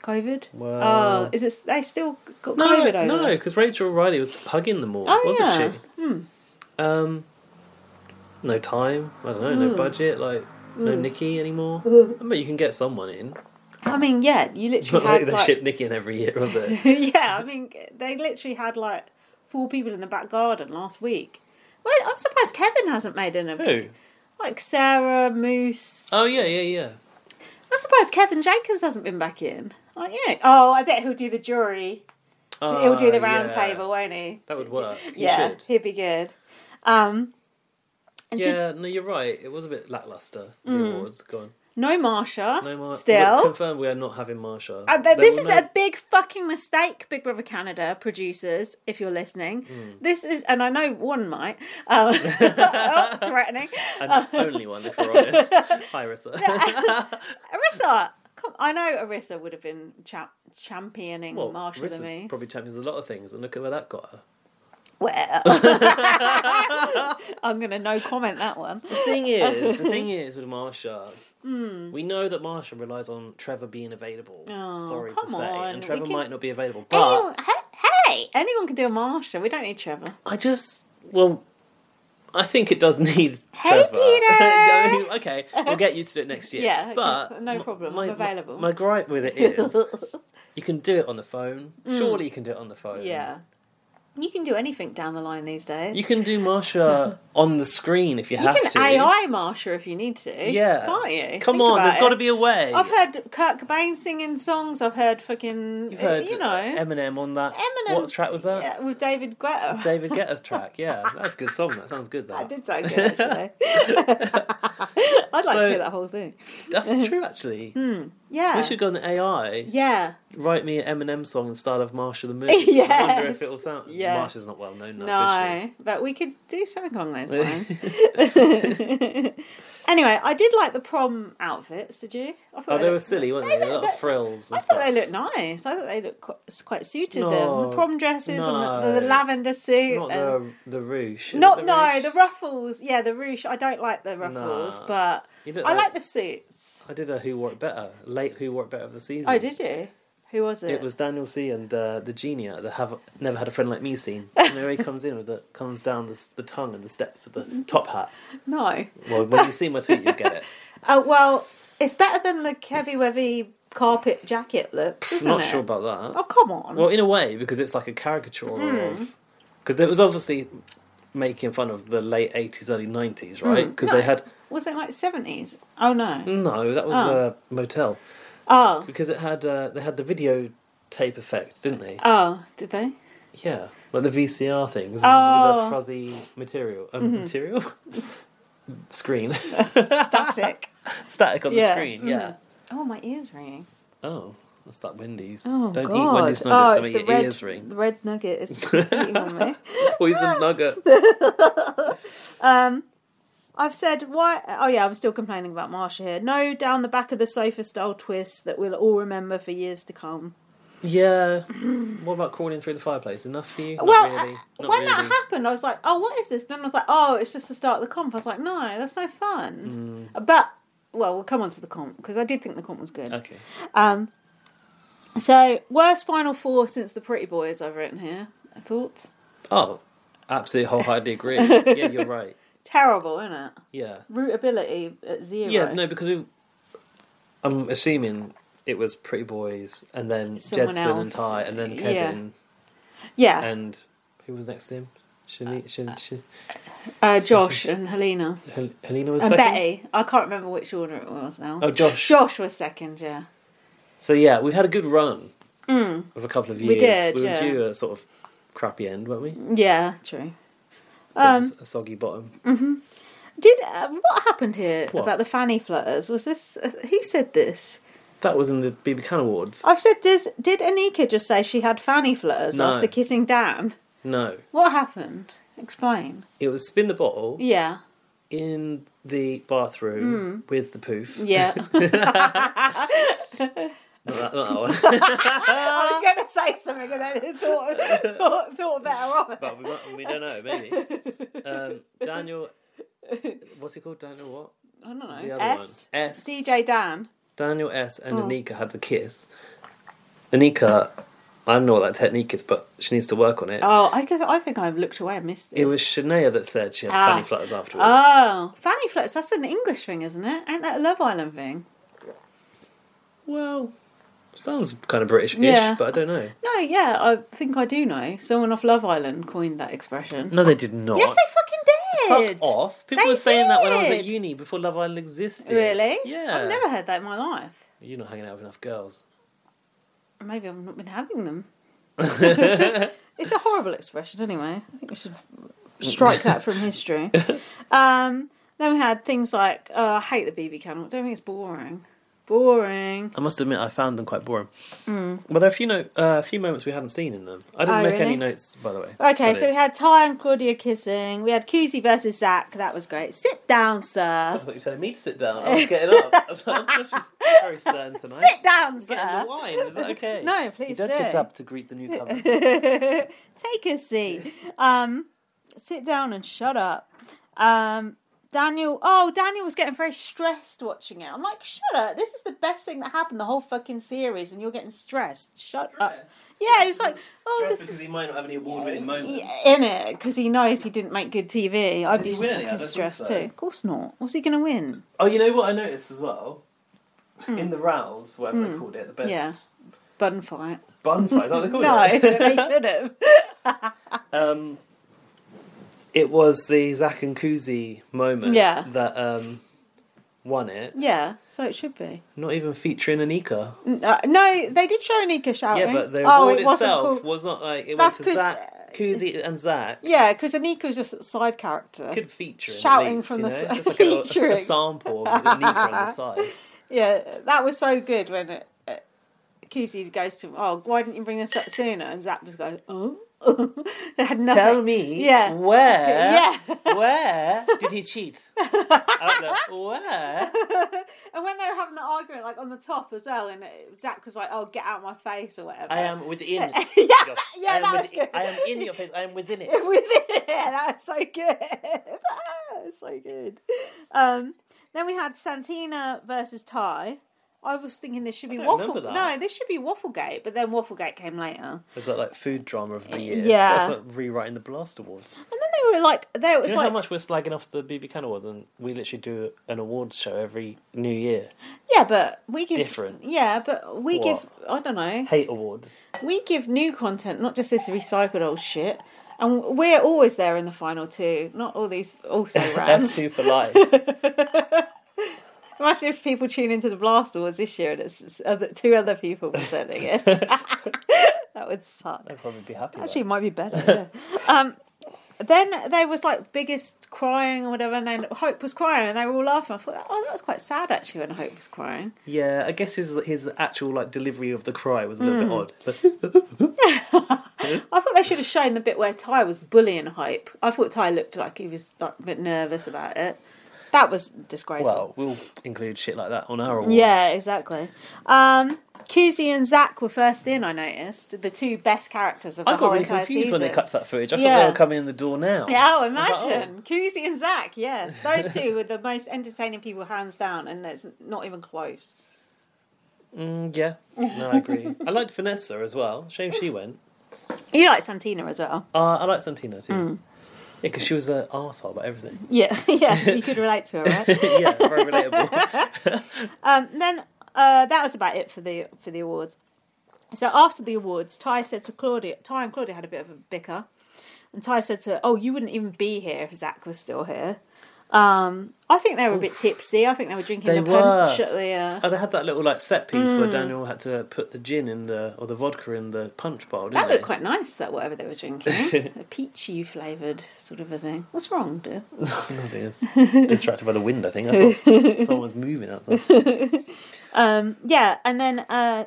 Speaker 2: COVID?
Speaker 1: Well-
Speaker 2: Oh, is it? They still got
Speaker 1: no,
Speaker 2: COVID over
Speaker 1: no,
Speaker 2: there?
Speaker 1: because Rachel O'Reilly was hugging them all,
Speaker 2: Oh,
Speaker 1: wasn't
Speaker 2: yeah.
Speaker 1: she? Um, no time. I don't know. No
Speaker 2: Mm.
Speaker 1: budget. Like no Nikki anymore. I bet you can get someone in.
Speaker 2: I mean, yeah, you
Speaker 1: It's not
Speaker 2: literally
Speaker 1: like
Speaker 2: had
Speaker 1: they
Speaker 2: like,
Speaker 1: ship Nikki in every year, was it?
Speaker 2: yeah, I mean, they literally had like four people in the back garden last week. Well, I'm surprised Kevin hasn't made an appearance.
Speaker 1: Who?
Speaker 2: Like Sarah, Moose.
Speaker 1: Oh yeah, yeah, yeah.
Speaker 2: I'm surprised Kevin Jacobs hasn't been back in. Aren't you? Oh, I bet he'll do the jury. he'll do
Speaker 1: Ah,
Speaker 2: the round
Speaker 1: yeah.
Speaker 2: table, won't he?
Speaker 1: That would work. He
Speaker 2: yeah,
Speaker 1: should.
Speaker 2: he'd be good. Um, and did-
Speaker 1: Yeah, no, you're right. It was a bit lackluster. The awards. Go on.
Speaker 2: no Marsha.
Speaker 1: No Mar-
Speaker 2: Still.
Speaker 1: Well, confirm we are not having Marsha.
Speaker 2: Uh, th-
Speaker 1: There
Speaker 2: this
Speaker 1: will
Speaker 2: is
Speaker 1: no-
Speaker 2: a big fucking mistake, Big Brother Canada producers, if you're listening.
Speaker 1: Hmm.
Speaker 2: This is, and I know one might, um, oh, threatening.
Speaker 1: and the only one, if we're honest. Hi, Rissa.
Speaker 2: Arissa, come, I know Arissa would have been cha- championing
Speaker 1: well,
Speaker 2: Marsha
Speaker 1: Rissa
Speaker 2: the Moose.
Speaker 1: probably champions a lot of things, and look at where that got her.
Speaker 2: well, I'm going to no comment that one.
Speaker 1: The thing is, the thing is with Marsha, we know that Marsha relies on Trevor being available.
Speaker 2: Hmm. Oh,
Speaker 1: sorry to
Speaker 2: come
Speaker 1: say,
Speaker 2: on,
Speaker 1: and
Speaker 2: we
Speaker 1: Trevor
Speaker 2: can-
Speaker 1: might not be available, but
Speaker 2: Anyone, hey, hey, anyone can do a Marsha. We don't need Trevor.
Speaker 1: I just well, I think it does need.
Speaker 2: Hey,
Speaker 1: Trevor.
Speaker 2: Peter!
Speaker 1: I mean, okay, we'll get you to do it next year.
Speaker 2: Yeah,
Speaker 1: but
Speaker 2: no
Speaker 1: my-
Speaker 2: problem,
Speaker 1: My,
Speaker 2: I'm available.
Speaker 1: My, my gripe with it is you can do it on the phone. Surely you can do it on the phone.
Speaker 2: Mm. yeah. You can do anything down the line these days.
Speaker 1: You can do Marsha on the screen if you,
Speaker 2: You
Speaker 1: have
Speaker 2: can
Speaker 1: to.
Speaker 2: AI Marsha if you need to.
Speaker 1: yeah,
Speaker 2: Can't you?
Speaker 1: Come
Speaker 2: Think
Speaker 1: on,
Speaker 2: about
Speaker 1: there's
Speaker 2: it.
Speaker 1: got to be a way.
Speaker 2: I've heard Kurt Cobain singing songs. I've heard fucking.
Speaker 1: You've heard
Speaker 2: you know.
Speaker 1: Eminem on that.
Speaker 2: Eminem.
Speaker 1: What track was that?
Speaker 2: Yeah, with David Guetta.
Speaker 1: David Guetta's track. Yeah, that's a good song. That sounds good.
Speaker 2: That
Speaker 1: That,
Speaker 2: did sound good, actually. I'd like
Speaker 1: So-
Speaker 2: to hear that whole thing.
Speaker 1: That's true, actually.
Speaker 2: Yeah.
Speaker 1: We should go on the AI.
Speaker 2: Yeah.
Speaker 1: Write me an Eminem song in style of Marsha the Moon. I wonder if
Speaker 2: Yes.
Speaker 1: it'll sound.
Speaker 2: Yeah.
Speaker 1: Marsha's not well known now.
Speaker 2: No, but we could do something along those
Speaker 1: is
Speaker 2: lines.
Speaker 1: she?
Speaker 2: anyway, I did like the prom outfits. Did you? I thought
Speaker 1: oh, they were
Speaker 2: looked-
Speaker 1: silly, weren't they? A lot of frills
Speaker 2: I thought
Speaker 1: and stuff.
Speaker 2: they looked nice. I thought they looked quite, quite suited them.
Speaker 1: No.
Speaker 2: The prom dresses and the, the,
Speaker 1: No.
Speaker 2: lavender suit.
Speaker 1: Not
Speaker 2: and
Speaker 1: the the ruche. Is it
Speaker 2: not
Speaker 1: the
Speaker 2: no
Speaker 1: ruche?
Speaker 2: the ruffles. Yeah, the ruche. I don't like the ruffles,
Speaker 1: Nah.
Speaker 2: but
Speaker 1: You look
Speaker 2: I
Speaker 1: like-
Speaker 2: like the suits.
Speaker 1: I did a Who Wore It Better late Who Wore It Better of the season.
Speaker 2: Oh, did you? Who was it?
Speaker 1: It was Daniel C and uh, the genie at the have never had a friend like me scene. And there he comes in with the comes down the, the tongue and the steps of the top hat.
Speaker 2: no.
Speaker 1: Well, when you see my tweet, you'll get it.
Speaker 2: Oh well, it's better than the Kevy Wevy carpet jacket look, isn't
Speaker 1: Not
Speaker 2: it?
Speaker 1: sure about that.
Speaker 2: Oh come on. Hmm.
Speaker 1: Well, in a way, because it's like a caricature of. Because it was obviously making fun of the late 80s, early 90s, right? Because they had.
Speaker 2: was it like seventies? Hmm. Oh no.
Speaker 1: No, that was
Speaker 2: Oh.
Speaker 1: a motel.
Speaker 2: Oh
Speaker 1: Because it had uh, they had the video tape effect, didn't they?
Speaker 2: oh, did they?
Speaker 1: Yeah, like the VCR things
Speaker 2: Oh. Mm-hmm.
Speaker 1: with a fuzzy material, um, material screen,
Speaker 2: Static.
Speaker 1: static on
Speaker 2: Yeah.
Speaker 1: the screen. Yeah.
Speaker 2: oh my ears ringing.
Speaker 1: Oh, that's that Wendy's.
Speaker 2: Oh
Speaker 1: Don't
Speaker 2: god.
Speaker 1: eat Wendy's
Speaker 2: oh,
Speaker 1: nuggets.
Speaker 2: it's
Speaker 1: I
Speaker 2: the
Speaker 1: mean, your
Speaker 2: red,
Speaker 1: ears ring.
Speaker 2: the red nugget is eating on me.
Speaker 1: Poison nugget.
Speaker 2: Um, I've said why. Oh yeah, I'm still complaining about Marsha here. No, down the back of the sofa style twist that we'll all remember for years to come.
Speaker 1: Yeah. what about crawling through the fireplace? Enough for you? Not
Speaker 2: well,
Speaker 1: really.
Speaker 2: uh, when
Speaker 1: Not really.
Speaker 2: that happened, I was like, "Oh, what is this?" Then I was like, "Oh, it's just to start the comp." I was like, "No, that's no
Speaker 1: Mm.
Speaker 2: fun." But well, we'll come on to the comp because I did think the comp was good.
Speaker 1: Okay.
Speaker 2: Um, so worst final four since the Pretty Boys I've written here. Thoughts?
Speaker 1: Oh, absolutely wholeheartedly agree. yeah, you're right.
Speaker 2: Terrible, isn't it?
Speaker 1: Yeah.
Speaker 2: Rootability at zero.
Speaker 1: Yeah, no, because we I'm assuming it was Pretty Boys and then
Speaker 2: Someone
Speaker 1: Jedson and
Speaker 2: else.
Speaker 1: Ty and then
Speaker 2: Yeah.
Speaker 1: Kevin
Speaker 2: Yeah,
Speaker 1: and who was next to him? Shani, Shani,
Speaker 2: uh, Josh and Helena
Speaker 1: Hel- Helena was
Speaker 2: and
Speaker 1: second.
Speaker 2: uh, Betty. I can't remember which order it was now.
Speaker 1: Oh, Josh.
Speaker 2: Josh was second. Yeah. Mm.
Speaker 1: So yeah, we've had a good run of a couple of years.
Speaker 2: did,
Speaker 1: we were
Speaker 2: yeah.
Speaker 1: due a sort of crappy end, weren't we?
Speaker 2: Yeah. True. mm-hmm.
Speaker 1: Um, a soggy bottom.
Speaker 2: Did uh, what happened here
Speaker 1: What?
Speaker 2: about the fanny flutters? Was this uh, who said this?
Speaker 1: That was in the BB Can Awards.
Speaker 2: I've said this. Did Anika just say she had fanny flutters
Speaker 1: No.
Speaker 2: after kissing Dan?
Speaker 1: No,
Speaker 2: What happened? Explain.
Speaker 1: it was spin the bottle
Speaker 2: Yeah, Hmm.
Speaker 1: in the bathroom with the poof.
Speaker 2: yeah.
Speaker 1: Not that, not that one.
Speaker 2: I was going to say something and then it thought thought, thought better of it.
Speaker 1: but we, might, we don't know. Maybe um, Daniel. What's he called? Daniel what?
Speaker 2: I don't know.
Speaker 1: The other
Speaker 2: S
Speaker 1: one. S.
Speaker 2: DJ Dan.
Speaker 1: Daniel S.
Speaker 2: Oh.
Speaker 1: and Anika had the kiss. Anika, I don't know what that technique is, but she needs to work on it.
Speaker 2: Oh, I give, I think I've looked away and missed this.
Speaker 1: It was Shania that said she had
Speaker 2: Ah.
Speaker 1: fanny flutters afterwards.
Speaker 2: Oh, fanny flutters. That's an English thing, isn't it? Ain't that a Love Island thing?
Speaker 1: Well, sounds kind of British-ish,
Speaker 2: Yeah.
Speaker 1: but I don't know.
Speaker 2: No, yeah, I think I do know. Someone off Love Island coined that expression.
Speaker 1: No, they did not.
Speaker 2: Yes, they fucking did.
Speaker 1: Fuck off! People
Speaker 2: They
Speaker 1: were saying that when I was at
Speaker 2: did.
Speaker 1: uni before Love Island existed.
Speaker 2: Really?
Speaker 1: Yeah.
Speaker 2: I've never heard that in my life.
Speaker 1: You're not hanging out with enough girls.
Speaker 2: Maybe I've not been having them. it's a horrible expression, anyway. I think we should strike that from history. Um, then we had things like oh, I hate the BB can. I don't think it's boring. Boring.
Speaker 1: I must admit, I found them quite boring. Well, there are a few no- uh, a few moments we hadn't seen in them. I didn't
Speaker 2: Oh,
Speaker 1: make
Speaker 2: really?
Speaker 1: any notes, by the way.
Speaker 2: Okay,
Speaker 1: for
Speaker 2: so we
Speaker 1: this.
Speaker 2: had Ty and Claudia kissing. We had Kuzi versus Zach. That was great. Sit down,
Speaker 1: I
Speaker 2: sir.
Speaker 1: thought you were telling me to sit down. I was getting up. I was like, "This is very stern tonight.
Speaker 2: Sit down,
Speaker 1: Getting
Speaker 2: sir.
Speaker 1: the wine. Is that okay?
Speaker 2: No,
Speaker 1: He
Speaker 2: please
Speaker 1: did
Speaker 2: do.
Speaker 1: get up to greet the newcomer.
Speaker 2: Take a seat. Um, sit down and shut up. Um, Daniel, oh, Daniel was getting very stressed watching it. I'm like, shut up. This is the best thing that happened the whole fucking series, and you're getting stressed. Shut up. Yeah, he was like, oh, this is
Speaker 1: might not have any award-winning moments.
Speaker 2: in it because he knows he didn't make good TV. I'd be
Speaker 1: he win any? I
Speaker 2: fucking
Speaker 1: don't think
Speaker 2: stressed
Speaker 1: so.
Speaker 2: too. Of course not. What's he going to win?
Speaker 1: Oh, you know what I noticed as well?
Speaker 2: Hmm.
Speaker 1: In the rows, whatever they called it, the best Oh,
Speaker 2: Yeah, bun Hmm. fight.
Speaker 1: bun fight, is that what they called
Speaker 2: No,
Speaker 1: it?
Speaker 2: they should have.
Speaker 1: um, it was the Zach and Kuzi moment
Speaker 2: Yeah.
Speaker 1: that um, won it.
Speaker 2: Yeah, so it should be.
Speaker 1: Not even featuring Anika.
Speaker 2: No, no, they did show Nika shouting.
Speaker 1: Yeah, but the
Speaker 2: oh,
Speaker 1: award
Speaker 2: it wasn't
Speaker 1: itself
Speaker 2: called.
Speaker 1: was not like it
Speaker 2: That's
Speaker 1: was
Speaker 2: 'cause-
Speaker 1: Zach, Kuzi, and Zach.
Speaker 2: Yeah, because Anika was just a side character.
Speaker 1: Could feature at
Speaker 2: Shouting
Speaker 1: least,
Speaker 2: from the
Speaker 1: you know?
Speaker 2: s-
Speaker 1: just like a- a- a,
Speaker 2: featuring.
Speaker 1: sample of Anika on the side.
Speaker 2: Yeah, that was so good when it, uh, Kuzi goes to, oh, why didn't you bring this up sooner? And Zach just goes, oh. they had nothing.
Speaker 1: Tell me
Speaker 2: Yeah.
Speaker 1: where
Speaker 2: Yeah.
Speaker 1: where did he cheat? I was like, where?
Speaker 2: And when they were having the argument, like on the top as well, and it- Zach was like, oh, get out of my face or whatever.
Speaker 1: I am within.
Speaker 2: yeah,
Speaker 1: your-
Speaker 2: yeah,
Speaker 1: I am
Speaker 2: that was
Speaker 1: within-
Speaker 2: good.
Speaker 1: I am in your face. I am within it.
Speaker 2: Within it. That's so good. That's so good. Um, then we had Santina versus Ty. I was thinking this should be
Speaker 1: don't
Speaker 2: waffle.
Speaker 1: remember that.
Speaker 2: No, this should be Wafflegate, but then Wafflegate came later,
Speaker 1: Was that like food drama of the year?
Speaker 2: Yeah.
Speaker 1: That's like rewriting the Blast Awards.
Speaker 2: and then they were like, there
Speaker 1: Do
Speaker 2: was
Speaker 1: you know
Speaker 2: like,
Speaker 1: how much we're slagging off the BB Can Awards and we literally do an awards show every New Year?
Speaker 2: yeah, but we give
Speaker 1: Different.
Speaker 2: Yeah, but we
Speaker 1: What?
Speaker 2: give. I don't know.
Speaker 1: Hate awards.
Speaker 2: We give new content, not just this recycled old shit. And we're always there in the final two, not all these also rounds.
Speaker 1: F2 for life.
Speaker 2: Imagine if people tune into the Blast Awards this year and it's, it's other, two other people presenting it. that would suck.
Speaker 1: I'd probably be happy.
Speaker 2: Actually,
Speaker 1: Actually,
Speaker 2: it might be better. yeah. um, then there was like biggest crying or whatever, and then Hope was crying, and they were all laughing. I thought, oh, that was quite sad actually when Hope was crying.
Speaker 1: yeah, I guess his his actual like delivery of the cry was a little
Speaker 2: Mm.
Speaker 1: bit odd. So,
Speaker 2: I thought they should have shown the bit where Ty was bullying Hope. I thought Ty looked like he was like, a bit nervous about it. That was disgraceful.
Speaker 1: well, we'll include shit like that on our awards.
Speaker 2: Yeah, exactly. Um, Kuzi and Zach were first in. I noticed the two best characters of the
Speaker 1: I got
Speaker 2: whole
Speaker 1: really
Speaker 2: entire
Speaker 1: confused
Speaker 2: season.
Speaker 1: when they cut to that footage. I thought
Speaker 2: Yeah.
Speaker 1: they were coming in the door now.
Speaker 2: Yeah, oh,
Speaker 1: I was like, oh.
Speaker 2: imagine Kuzi and Zach. Yes, those two were the most entertaining people, hands down, and it's not even close.
Speaker 1: Mm, yeah, no, I agree. I liked Vanessa as well. Shame she went.
Speaker 2: You like Santina as well.
Speaker 1: Uh, I liked Santina too.
Speaker 2: Hmm.
Speaker 1: Yeah, because she was an arsehole about everything.
Speaker 2: Yeah, yeah, you could relate to her, right?
Speaker 1: yeah, very relatable.
Speaker 2: Um, then uh, that was about it for the for the awards. So after the awards, Ty said to Claudia, Ty and Claudia had a bit of a bicker, and Ty said to her, "Oh, you wouldn't even be here if Zach was still here." Um, I think they were a bit tipsy. I think they were drinking
Speaker 1: They
Speaker 2: the
Speaker 1: were.
Speaker 2: punch at the. Uh... Hmm.
Speaker 1: And they had that little like set piece where Daniel had to put the gin in the or the vodka in the punch bowl. Didn't
Speaker 2: That
Speaker 1: they?
Speaker 2: looked quite nice. That whatever they were drinking, a peachy flavored sort of a thing. What's wrong, dear?
Speaker 1: Nothing is Oh, distracted by the wind. I think I thought someone was moving outside.
Speaker 2: Um, yeah, and then uh,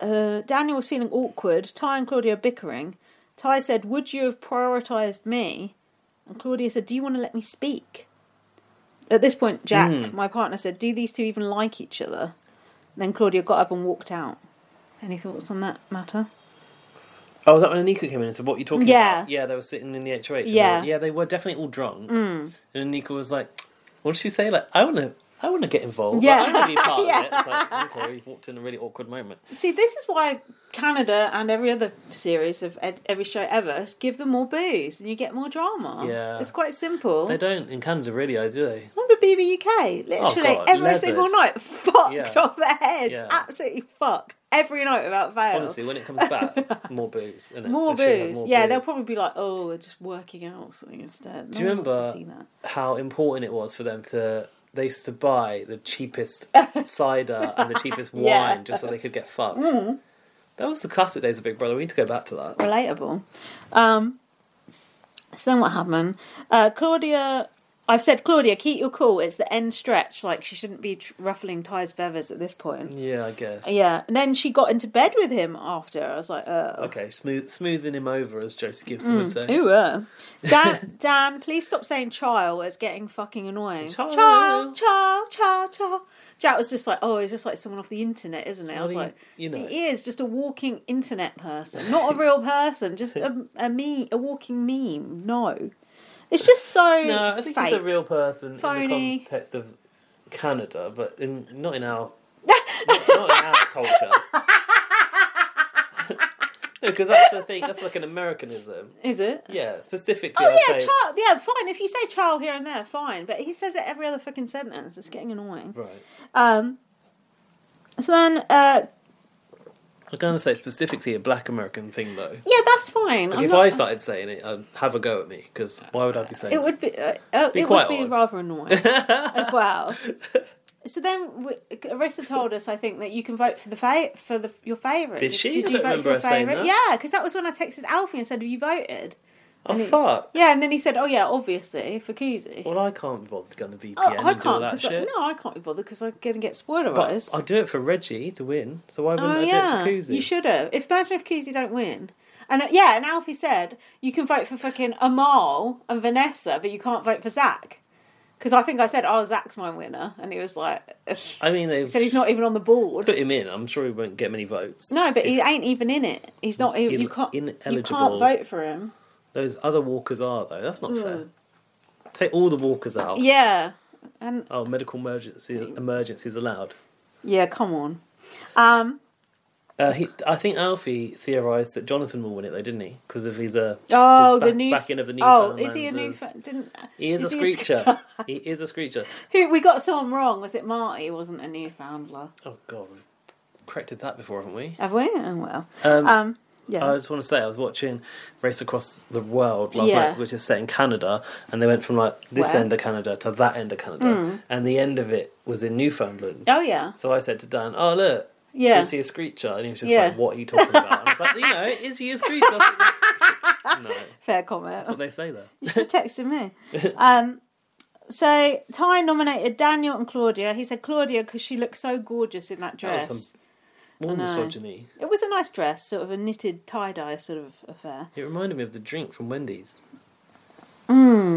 Speaker 2: uh, Daniel was feeling awkward. Ty and Claudia bickering. Ty said, "Would you have prioritised me?" And Claudia said, "Do you want to let me speak?" At this point, Jack, my partner, said, "Do these two even like each other?" And then Claudia got up and walked out. Any thoughts on that matter?
Speaker 1: Oh, was that when Anika came in and said, "What are you talking
Speaker 2: Yeah.
Speaker 1: about?" Yeah, they were sitting in the HOH. and they
Speaker 2: Yeah.
Speaker 1: were- yeah, they were definitely all drunk.
Speaker 2: Hmm.
Speaker 1: And Anika was like, "What did she say? Like, I want to." I want to get involved. Like,
Speaker 2: Yeah.
Speaker 1: I want to be part of
Speaker 2: Yeah.
Speaker 1: it. It's like, okay, you've walked in a really awkward moment.
Speaker 2: See, this is why Canada and every other series of ed- every show ever give them more booze and you get more drama.
Speaker 1: Yeah.
Speaker 2: it's quite simple.
Speaker 1: They don't in Canada really, do they?
Speaker 2: Remember BB UK? Literally
Speaker 1: Oh, God,
Speaker 2: every
Speaker 1: leathered.
Speaker 2: single night, fucked
Speaker 1: Yeah.
Speaker 2: off their heads,
Speaker 1: Yeah.
Speaker 2: absolutely fucked every night without fail.
Speaker 1: Honestly, when it comes back, more booze. Innit?
Speaker 2: Oh. more
Speaker 1: They should have
Speaker 2: booze.
Speaker 1: more
Speaker 2: yeah,
Speaker 1: booze.
Speaker 2: they'll probably be like, "Oh, we're just working out or something instead." Mm.
Speaker 1: Do you
Speaker 2: No one wants to
Speaker 1: remember-
Speaker 2: see that.
Speaker 1: how important it was for them to they used to buy the cheapest cider and the cheapest wine
Speaker 2: Yeah. Mm.
Speaker 1: just so they could get fucked. That was the classic days of Big Brother. We need to go back to that.
Speaker 2: relatable. Um, so then what happened? Uh, Claudia, I've said, Claudia, keep your cool. It's the end stretch. Like, she shouldn't be tr- ruffling Ty's feathers at this point.
Speaker 1: Yeah, I guess.
Speaker 2: Yeah. And then she got into bed with him after. I was like, oh.
Speaker 1: Okay, smooth, smoothing him over, as Josie Gibson would say.
Speaker 2: Ooh, uh. Dan, Dan, please stop saying child. It's getting fucking annoying.
Speaker 1: Child.
Speaker 2: child, child, child, child. Jack was just like, oh, he's just like someone off the internet, isn't it? I
Speaker 1: Well,
Speaker 2: was
Speaker 1: you-
Speaker 2: like,
Speaker 1: you know.
Speaker 2: he is just a walking internet person, not a real person, just a, a me, a walking meme. No, it's just so
Speaker 1: No, I think
Speaker 2: fake.
Speaker 1: he's a real person
Speaker 2: Phony.
Speaker 1: in the context of Canada, but in, not in our not, not in our culture. Because that's the thing. That's like an Americanism.
Speaker 2: Is it?
Speaker 1: Yeah, specifically.
Speaker 2: Oh
Speaker 1: I'd
Speaker 2: yeah,
Speaker 1: say-
Speaker 2: child. Yeah, fine. If you say child here and there, fine. But he says it every other fucking sentence. Um, It's getting annoying.
Speaker 1: Right.
Speaker 2: Um, so then uh,
Speaker 1: I'm going to say specifically a black American thing, though.
Speaker 2: Yeah, that's fine.
Speaker 1: Like
Speaker 2: I'm
Speaker 1: if
Speaker 2: not-
Speaker 1: I started saying it, I'd have a go at me, because why would I be saying
Speaker 2: it would be uh, uh,
Speaker 1: Be
Speaker 2: it
Speaker 1: quite
Speaker 2: would be
Speaker 1: odd.
Speaker 2: rather annoying as well. So then, w- Arissa told us, I think, that you can vote for the fa- for the, your favourite.
Speaker 1: Did she?
Speaker 2: Did
Speaker 1: I
Speaker 2: you
Speaker 1: don't
Speaker 2: vote for
Speaker 1: remember
Speaker 2: your
Speaker 1: her saying
Speaker 2: favourite?
Speaker 1: that.
Speaker 2: Yeah, because that was when I texted Alfie and said, "Have you voted?"
Speaker 1: Oh,
Speaker 2: And he-
Speaker 1: fuck.
Speaker 2: Yeah, and then he said, "Oh yeah, obviously for Kuzi."
Speaker 1: Well, I can't be bothered going to VPN
Speaker 2: oh, I
Speaker 1: and do all
Speaker 2: can't.
Speaker 1: that
Speaker 2: 'cause I-
Speaker 1: shit.
Speaker 2: no, I can't be bothered because I'm going to get
Speaker 1: but
Speaker 2: spoilerised.
Speaker 1: I do it for Reggie to win, so why wouldn't
Speaker 2: Oh
Speaker 1: I
Speaker 2: yeah,
Speaker 1: do it for Koozie?
Speaker 2: you should have. If imagine if Kuzi don't win. And uh, yeah, and Alfie said you can vote for fucking Amal and Vanessa, but you can't vote for Zach because I think I said, "Oh, Zach's my winner," and he was like, "Ugh."
Speaker 1: I mean, they
Speaker 2: he said he's not even on the board.
Speaker 1: put him in. I'm sure he won't get many votes.
Speaker 2: No, but
Speaker 1: If
Speaker 2: he ain't even in it. He's not. He,
Speaker 1: Ill-
Speaker 2: you can't. You
Speaker 1: ineligible.
Speaker 2: can't vote for him.
Speaker 1: those other walkers are though. That's not fair. Take all the walkers out.
Speaker 2: Mm. Yeah, and
Speaker 1: Oh, medical emergency emergencies allowed.
Speaker 2: yeah, come on. Um.
Speaker 1: Uh, he, I think Alfie theorised that Jonathan will win it though, didn't he? Because of his uh,
Speaker 2: Oh,
Speaker 1: his back,
Speaker 2: the new
Speaker 1: backing of the new.
Speaker 2: Oh, is he a new?
Speaker 1: Foundlanders.
Speaker 2: Didn't
Speaker 1: He is, a
Speaker 2: he
Speaker 1: screecher. he is a screecher.
Speaker 2: Who we got someone wrong? Was it Marty? He Wasn't a Newfoundler?
Speaker 1: Oh God, we've corrected that before, haven't we?
Speaker 2: Have we? Oh well.
Speaker 1: Um,
Speaker 2: Um. Yeah.
Speaker 1: I just want to say I was watching Race Across the World last
Speaker 2: Yeah.
Speaker 1: night, which is set in Canada, and they went from like this
Speaker 2: Wow.
Speaker 1: end of Canada to that end of Canada, and the end of it was in Newfoundland.
Speaker 2: Hmm. oh yeah.
Speaker 1: So I said to Dan, "Oh look,
Speaker 2: Yeah.
Speaker 1: is he a screecher?" And he was just
Speaker 2: Yeah.
Speaker 1: like, "What are you talking about?" I was like, "You know, is he a screecher?" I was like, no,
Speaker 2: Fair comment.
Speaker 1: what they say there.
Speaker 2: You texted me. Um, so Ty nominated Daniel and Claudia. He said Claudia because she looked so gorgeous in that
Speaker 1: was
Speaker 2: dress.
Speaker 1: some- More
Speaker 2: know.
Speaker 1: misogyny.
Speaker 2: It was a nice dress, sort of a knitted tie dye sort of affair.
Speaker 1: It reminded me of the drink from Wendy's.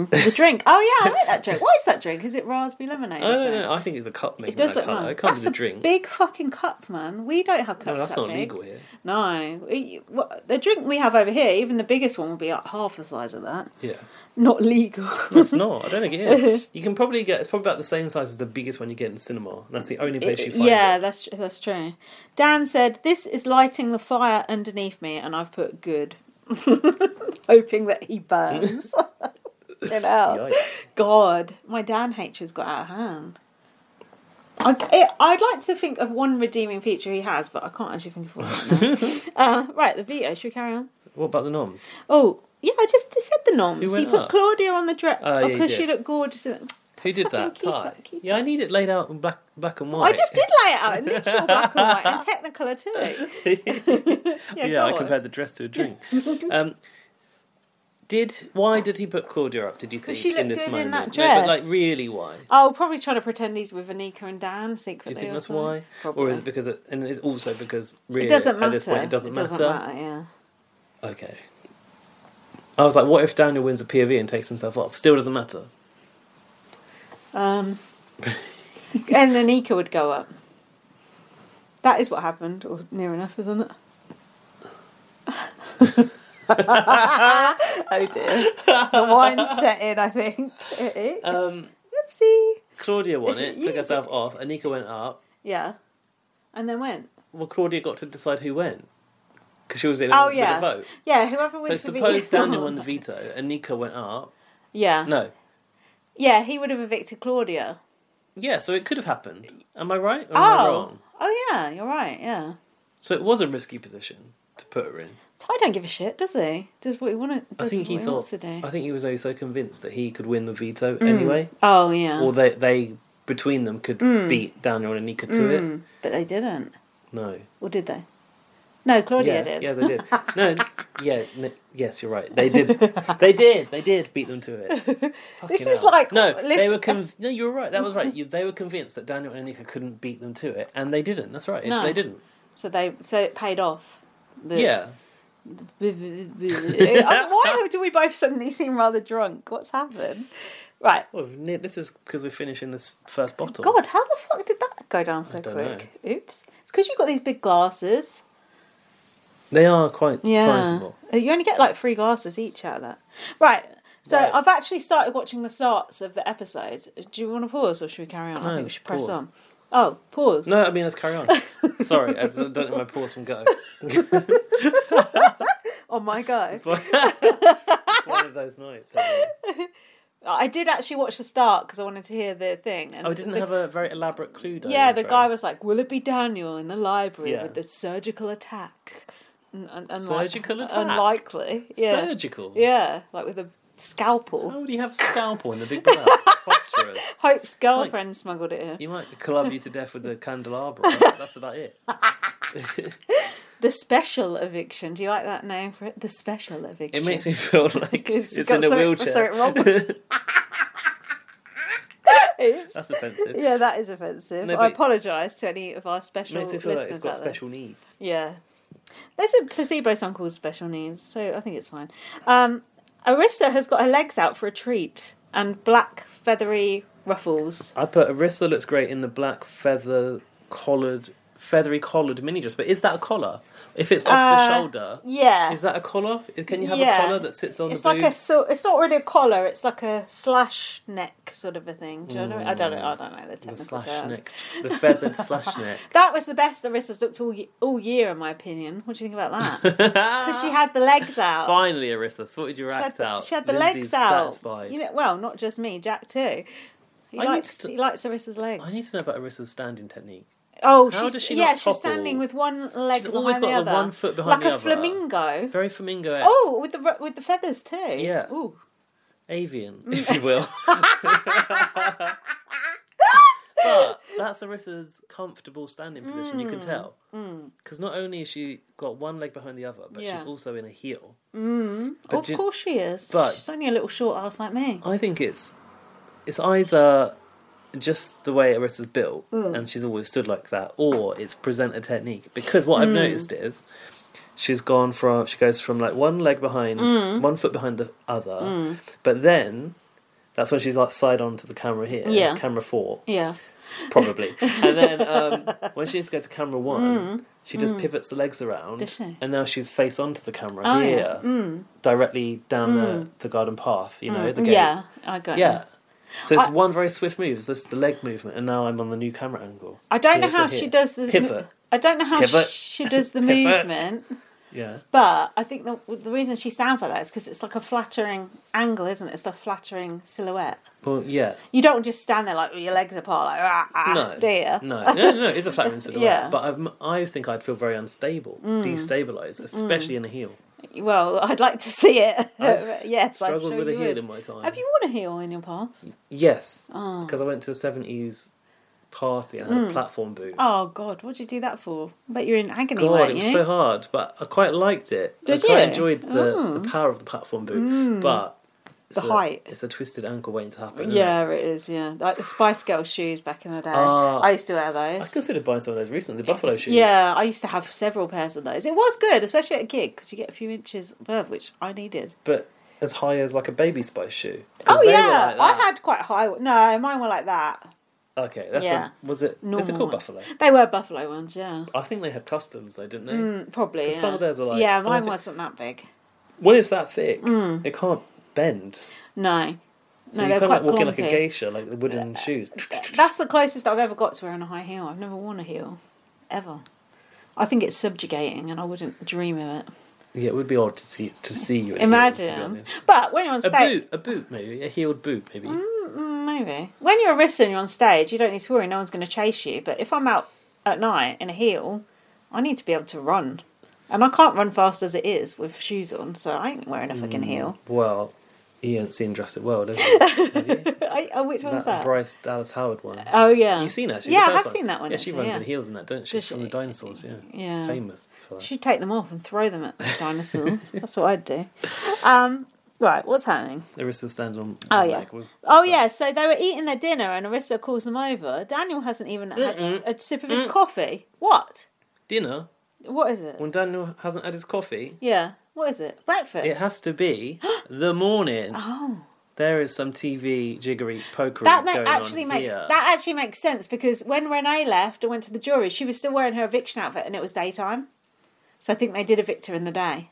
Speaker 2: The drink. Oh yeah, I like that drink. What is that drink? Is it raspberry lemonade?
Speaker 1: I
Speaker 2: or
Speaker 1: don't
Speaker 2: something?
Speaker 1: know. Oh, I think it's the cup making
Speaker 2: It does
Speaker 1: that
Speaker 2: look
Speaker 1: colour.
Speaker 2: nice.
Speaker 1: It can't
Speaker 2: That's
Speaker 1: be
Speaker 2: a
Speaker 1: the drink.
Speaker 2: big fucking cup, man. We don't have cups.
Speaker 1: no, that's
Speaker 2: that
Speaker 1: not
Speaker 2: big.
Speaker 1: legal here.
Speaker 2: No, It- what- the drink we have over here, even the biggest one, will be like half the size of that.
Speaker 1: Yeah.
Speaker 2: Not legal.
Speaker 1: No, it's not. I don't think it is. You can probably get. It's probably about the same size as the biggest one you get in cinema. And that's the only place you find
Speaker 2: yeah,
Speaker 1: it.
Speaker 2: that's tr- that's true. Dan said, "This is lighting the fire underneath me," and I've put good, hoping that he burns. you know,
Speaker 1: Yikes.
Speaker 2: God, my Dan hatred's got out of hand. I, it, I'd like to think of one redeeming feature he has, but I can't actually think of one. Right, now. uh, right, the veto. Should we carry on?
Speaker 1: What about the noms?
Speaker 2: Oh, yeah, I just said the noms.
Speaker 1: Who
Speaker 2: He
Speaker 1: went
Speaker 2: put
Speaker 1: up?
Speaker 2: Claudia on the dress
Speaker 1: Oh, yeah, he
Speaker 2: because she
Speaker 1: did.
Speaker 2: looked gorgeous. in it.
Speaker 1: Who did
Speaker 2: Fucking
Speaker 1: that?
Speaker 2: keep
Speaker 1: Ty.
Speaker 2: it, keep
Speaker 1: yeah, I need it laid out in black, black and
Speaker 2: I
Speaker 1: white.
Speaker 2: just did lay it out in literal black and white and Technicolor too.
Speaker 1: yeah,
Speaker 2: go
Speaker 1: I
Speaker 2: on.
Speaker 1: compared the dress to a drink. um, did why did he put Claudia up? Did you think
Speaker 2: she looked
Speaker 1: in this
Speaker 2: good
Speaker 1: moment?
Speaker 2: in that
Speaker 1: No,
Speaker 2: dress.
Speaker 1: but like really, why?
Speaker 2: Oh, probably trying to pretend he's with Anika and Dan
Speaker 1: Do
Speaker 2: secretly.
Speaker 1: you think
Speaker 2: or
Speaker 1: that's
Speaker 2: something.
Speaker 1: why,
Speaker 2: Probably.
Speaker 1: or is it because? It, and it's also because really
Speaker 2: it doesn't matter.
Speaker 1: at this point it doesn't,
Speaker 2: yeah.
Speaker 1: Okay. I was like, what if Daniel wins a POV and takes himself off? Still doesn't matter.
Speaker 2: Um, and Anika would go up. That is what happened, or near enough, isn't it? oh dear. The wine's set in, I think. It is.
Speaker 1: Um,
Speaker 2: Oopsie.
Speaker 1: Claudia won it, took
Speaker 2: Yeah.
Speaker 1: herself off. Anika went up.
Speaker 2: Yeah. And then went.
Speaker 1: Well, Claudia got to decide who went because she was in
Speaker 2: Oh,
Speaker 1: with
Speaker 2: yeah.
Speaker 1: a vote.
Speaker 2: Yeah, whoever
Speaker 1: So
Speaker 2: wins the
Speaker 1: suppose
Speaker 2: veto-
Speaker 1: Daniel won the veto and Nika went up.
Speaker 2: Yeah.
Speaker 1: No.
Speaker 2: Yeah, he would have evicted Claudia.
Speaker 1: Yeah, so it could have happened. Am I right or am I
Speaker 2: Oh.
Speaker 1: wrong?
Speaker 2: Oh yeah, you're right, yeah.
Speaker 1: So it was a risky position to put her in.
Speaker 2: Ty don't give a shit, does he? Does what he want to?
Speaker 1: I
Speaker 2: Does
Speaker 1: think
Speaker 2: what he,
Speaker 1: he
Speaker 2: wants
Speaker 1: thought.
Speaker 2: to do?
Speaker 1: I think he was only so convinced that he could win the veto anyway,
Speaker 2: Oh yeah, Hmm.
Speaker 1: or they they between them could beat Daniel and Nika to it.
Speaker 2: but they didn't.
Speaker 1: No.
Speaker 2: Or did they? No, Claudia
Speaker 1: yeah,
Speaker 2: did.
Speaker 1: yeah, they did. No, yeah, n yes, you're right. They did. They did. They did beat them to it. Fucking
Speaker 2: This is
Speaker 1: hell.
Speaker 2: like-
Speaker 1: no. They
Speaker 2: listen-
Speaker 1: were conv- no. You were right. That was right. You, they were convinced that Daniel and Anika couldn't beat them to it, and they didn't. That's right.
Speaker 2: No.
Speaker 1: They didn't.
Speaker 2: So they so it paid off. The-
Speaker 1: Yeah.
Speaker 2: I- Why do we both suddenly seem rather drunk? What's happened? Right.
Speaker 1: Well, we've ne- this is because we're finishing this first bottle.
Speaker 2: God, how the fuck did that go down so
Speaker 1: don't
Speaker 2: quick? Oops. It's because you've got these big glasses.
Speaker 1: They are quite
Speaker 2: Yeah.
Speaker 1: sizable.
Speaker 2: Uh, You only get like three glasses each out of that. Right. So
Speaker 1: Right.
Speaker 2: I've actually started watching the starts of the episodes. Do you want to pause or should we carry on? I
Speaker 1: No,
Speaker 2: think we
Speaker 1: let's
Speaker 2: should press
Speaker 1: pause.
Speaker 2: on. Oh, pause.
Speaker 1: No, I mean let's carry on. Sorry, I don't know where my pause from go.
Speaker 2: Oh my god.
Speaker 1: One of those nights. isn't it?
Speaker 2: I did actually watch the start because I wanted to hear the thing. And
Speaker 1: Oh, it didn't
Speaker 2: the,
Speaker 1: have a very elaborate clue.
Speaker 2: yeah, the guy was like, "Will it be Daniel in the library
Speaker 1: Yeah.
Speaker 2: with the surgical attack?" And, and, and like-
Speaker 1: Surgical attack?
Speaker 2: Unlikely. Yeah.
Speaker 1: surgical.
Speaker 2: Yeah, like with a scalpel.
Speaker 1: How would he have a scalpel in the big blouse? Preposterous.
Speaker 2: Hope's girlfriend smuggled it in.
Speaker 1: He might club you to death with a candelabra. That's about it.
Speaker 2: The special eviction. Do you like that name for it? The special eviction.
Speaker 1: It makes me feel like
Speaker 2: It's
Speaker 1: it's,
Speaker 2: got
Speaker 1: in a
Speaker 2: something-
Speaker 1: wheelchair.
Speaker 2: something wrong with Oops.
Speaker 1: That's offensive.
Speaker 2: Yeah, that is offensive.
Speaker 1: No,
Speaker 2: I
Speaker 1: but-
Speaker 2: apologise to any of our
Speaker 1: It
Speaker 2: special
Speaker 1: makes me feel like
Speaker 2: listeners
Speaker 1: it's got
Speaker 2: out there.
Speaker 1: special needs.
Speaker 2: Yeah. There's a placebo song called Special Needs, so I think it's fine. Um, Arissa has got her legs out for a treat and black feathery ruffles.
Speaker 1: I put Arissa looks great in the black feather collared, feathery collared mini dress. But is that a collar? If it's off
Speaker 2: Uh,
Speaker 1: the shoulder,
Speaker 2: Yeah.
Speaker 1: is that a collar? Can you have
Speaker 2: Yeah.
Speaker 1: a collar that sits on
Speaker 2: It's
Speaker 1: the
Speaker 2: like a
Speaker 1: boob?
Speaker 2: so. It's not really a collar. It's like a slash neck sort of a thing. Do you know? what I mean? I don't know. I don't know the
Speaker 1: Mm, the
Speaker 2: technical
Speaker 1: slash
Speaker 2: terms.
Speaker 1: neck, the feathered slash neck.
Speaker 2: That was the best Arissa's looked all ye- all year, in my opinion. What do you think about that? Because she had the legs out.
Speaker 1: Finally, Arissa, sorted your
Speaker 2: She had
Speaker 1: act
Speaker 2: the,
Speaker 1: out.
Speaker 2: she had the
Speaker 1: Lindsay's
Speaker 2: legs out.
Speaker 1: Satisfied.
Speaker 2: You know, well, not just me, Jack too. He
Speaker 1: I need
Speaker 2: likes
Speaker 1: to-
Speaker 2: he likes Arissa's legs.
Speaker 1: I need to know about Arissa's standing technique.
Speaker 2: oh,
Speaker 1: how
Speaker 2: she's,
Speaker 1: does she
Speaker 2: yeah,
Speaker 1: not
Speaker 2: she's
Speaker 1: topple?
Speaker 2: standing with one leg
Speaker 1: She's
Speaker 2: behind
Speaker 1: always
Speaker 2: the
Speaker 1: got
Speaker 2: other,
Speaker 1: the one foot behind
Speaker 2: like
Speaker 1: the
Speaker 2: a
Speaker 1: other.
Speaker 2: flamingo.
Speaker 1: Very flamingo.
Speaker 2: Oh, with the ru- with the feathers too.
Speaker 1: Yeah.
Speaker 2: Ooh.
Speaker 1: avian, if you will. but that's Arissa's comfortable standing position, you can
Speaker 2: Hmm.
Speaker 1: tell.
Speaker 2: Mm.
Speaker 1: Because not only has she got one leg behind the other, but
Speaker 2: Yeah.
Speaker 1: she's also in a heel. But
Speaker 2: Mm. Of
Speaker 1: do you-
Speaker 2: course she is.
Speaker 1: but-
Speaker 2: she's only a little short ass like me.
Speaker 1: I think it's it's either just the way Arissa's built
Speaker 2: Hmm.
Speaker 1: and she's always stood like that, or it's presenter technique. Because what I've
Speaker 2: Hmm.
Speaker 1: noticed is she's gone from she goes from like one leg behind
Speaker 2: Hmm.
Speaker 1: one foot behind the other,
Speaker 2: Mm.
Speaker 1: but then that's when she's like side on to the camera here,
Speaker 2: Yeah.
Speaker 1: camera four
Speaker 2: Yeah.
Speaker 1: probably. and then um, when she needs to go to camera one, she just pivots the legs around,
Speaker 2: Hmm. Does she?
Speaker 1: and now she's face onto the camera
Speaker 2: Oh, yeah.
Speaker 1: here, directly down the, the garden path. You know the gate.
Speaker 2: Hmm. Mm. Yeah, I got you.
Speaker 1: Yeah. So it's
Speaker 2: I-
Speaker 1: one very swift move. It's just the leg movement, and now I'm on the new camera angle.
Speaker 2: I don't know
Speaker 1: Here to
Speaker 2: how she
Speaker 1: here.
Speaker 2: does the
Speaker 1: pivot.
Speaker 2: I don't know how
Speaker 1: Pivot.
Speaker 2: she does the
Speaker 1: Pivot.
Speaker 2: movement,
Speaker 1: Yeah,
Speaker 2: but I think the, the reason she stands like that is because it's like a flattering angle, isn't it? It's the flattering silhouette.
Speaker 1: well, yeah,
Speaker 2: You don't just stand there like with your legs apart, like ah, ah,
Speaker 1: no,
Speaker 2: do you?
Speaker 1: no, no, no, it's a flattering silhouette.
Speaker 2: Yeah. Hmm.
Speaker 1: But I'm, I think I'd feel very unstable, destabilized, especially in a heel.
Speaker 2: Well, I'd like to see it.
Speaker 1: I've
Speaker 2: yes, I'm
Speaker 1: Struggled
Speaker 2: sure
Speaker 1: with a
Speaker 2: you
Speaker 1: heel
Speaker 2: would.
Speaker 1: in my time.
Speaker 2: Have you worn a heel in your past?
Speaker 1: Yes,
Speaker 2: Ah.
Speaker 1: because I went to a seventies party and I had a platform boot.
Speaker 2: Hmm. Oh God, what'd you do that for? I bet you're in agony,
Speaker 1: God, it
Speaker 2: weren't you?
Speaker 1: was so hard, but I quite liked it.
Speaker 2: Did
Speaker 1: I quite
Speaker 2: you? Oh. Mm.
Speaker 1: enjoyed the, the power of the platform boot, but it's
Speaker 2: The
Speaker 1: a,
Speaker 2: height.
Speaker 1: It's a twisted ankle waiting to happen. isn't it?
Speaker 2: yeah, it is. Yeah, like the Spice Girl shoes back in the day.
Speaker 1: Ah.
Speaker 2: I used to wear those.
Speaker 1: I considered buying some of those recently. The buffalo shoes.
Speaker 2: Yeah, I used to have several pairs of those. It was good, especially at a gig, because you get a few inches above, which I needed.
Speaker 1: but as high as like a baby spice shoe. 'Cause
Speaker 2: Oh
Speaker 1: they were
Speaker 2: yeah,
Speaker 1: like
Speaker 2: I
Speaker 1: that.
Speaker 2: had quite high. No, mine were like that.
Speaker 1: Okay, that's
Speaker 2: Yeah.
Speaker 1: a, was it? Is it
Speaker 2: Normal
Speaker 1: called
Speaker 2: one.
Speaker 1: buffalo?
Speaker 2: They were buffalo ones, yeah.
Speaker 1: I think they had customs, though, didn't they?
Speaker 2: Mm, Probably.
Speaker 1: 'Cause
Speaker 2: Yeah.
Speaker 1: some of theirs were like-
Speaker 2: Yeah,
Speaker 1: and I
Speaker 2: mine
Speaker 1: think-
Speaker 2: wasn't that big.
Speaker 1: When it's that thick, it can't bend.
Speaker 2: No.
Speaker 1: So
Speaker 2: no, they're
Speaker 1: you kind of
Speaker 2: quite Uh,
Speaker 1: like walking like a
Speaker 2: clumpy.
Speaker 1: geisha, like the wooden shoes.
Speaker 2: That's the closest I've ever got to wearing a high heel. I've never worn a heel, ever. I think it's subjugating, and I wouldn't dream of it.
Speaker 1: Yeah, it would be odd to see to see you. In
Speaker 2: Imagine.
Speaker 1: heels, to be honest.
Speaker 2: but when you're on
Speaker 1: a
Speaker 2: stage,
Speaker 1: boot, a boot, maybe a heeled boot, maybe.
Speaker 2: Mm, Maybe. When you're a wrestler and you're on stage, you don't need to worry, no one's going to chase you. But if I'm out at night in a heel, I need to be able to run. And I can't run fast as it is with shoes on, so I ain't wearing a fucking
Speaker 1: Hmm.
Speaker 2: heel.
Speaker 1: Mm. Well, you ain't seen Jurassic World, have you? Have you?
Speaker 2: I, oh, which one's
Speaker 1: that,
Speaker 2: that?
Speaker 1: Bryce Dallas Howard one.
Speaker 2: Oh, yeah.
Speaker 1: You've seen that? she's
Speaker 2: Yeah,
Speaker 1: the
Speaker 2: I
Speaker 1: first
Speaker 2: have seen that one.
Speaker 1: Yeah, she
Speaker 2: actually,
Speaker 1: runs
Speaker 2: yeah.
Speaker 1: in heels in that, doesn't she?
Speaker 2: Does
Speaker 1: From
Speaker 2: she?
Speaker 1: the dinosaurs, yeah.
Speaker 2: Yeah.
Speaker 1: Famous for that.
Speaker 2: She'd take them off and throw them at the dinosaurs. That's what I'd do. Um, right, what's happening?
Speaker 1: Larissa stands on.
Speaker 2: Oh,
Speaker 1: one
Speaker 2: yeah.
Speaker 1: leg with-
Speaker 2: Oh, yeah, so they were eating their dinner and Arissa calls them over. Daniel hasn't even had a sip of
Speaker 1: Mm.
Speaker 2: his coffee. What?
Speaker 1: Dinner
Speaker 2: What is it?
Speaker 1: when Daniel hasn't had his coffee.
Speaker 2: Yeah. What is it? Breakfast.
Speaker 1: It has to be the morning.
Speaker 2: Oh,
Speaker 1: There is some TV jiggery pokery
Speaker 2: that ma-
Speaker 1: going
Speaker 2: actually
Speaker 1: on
Speaker 2: makes
Speaker 1: here.
Speaker 2: that actually makes sense because when Renee left and went to the jury, she was still wearing her eviction outfit, and it was daytime. So I think they did evict her in the day.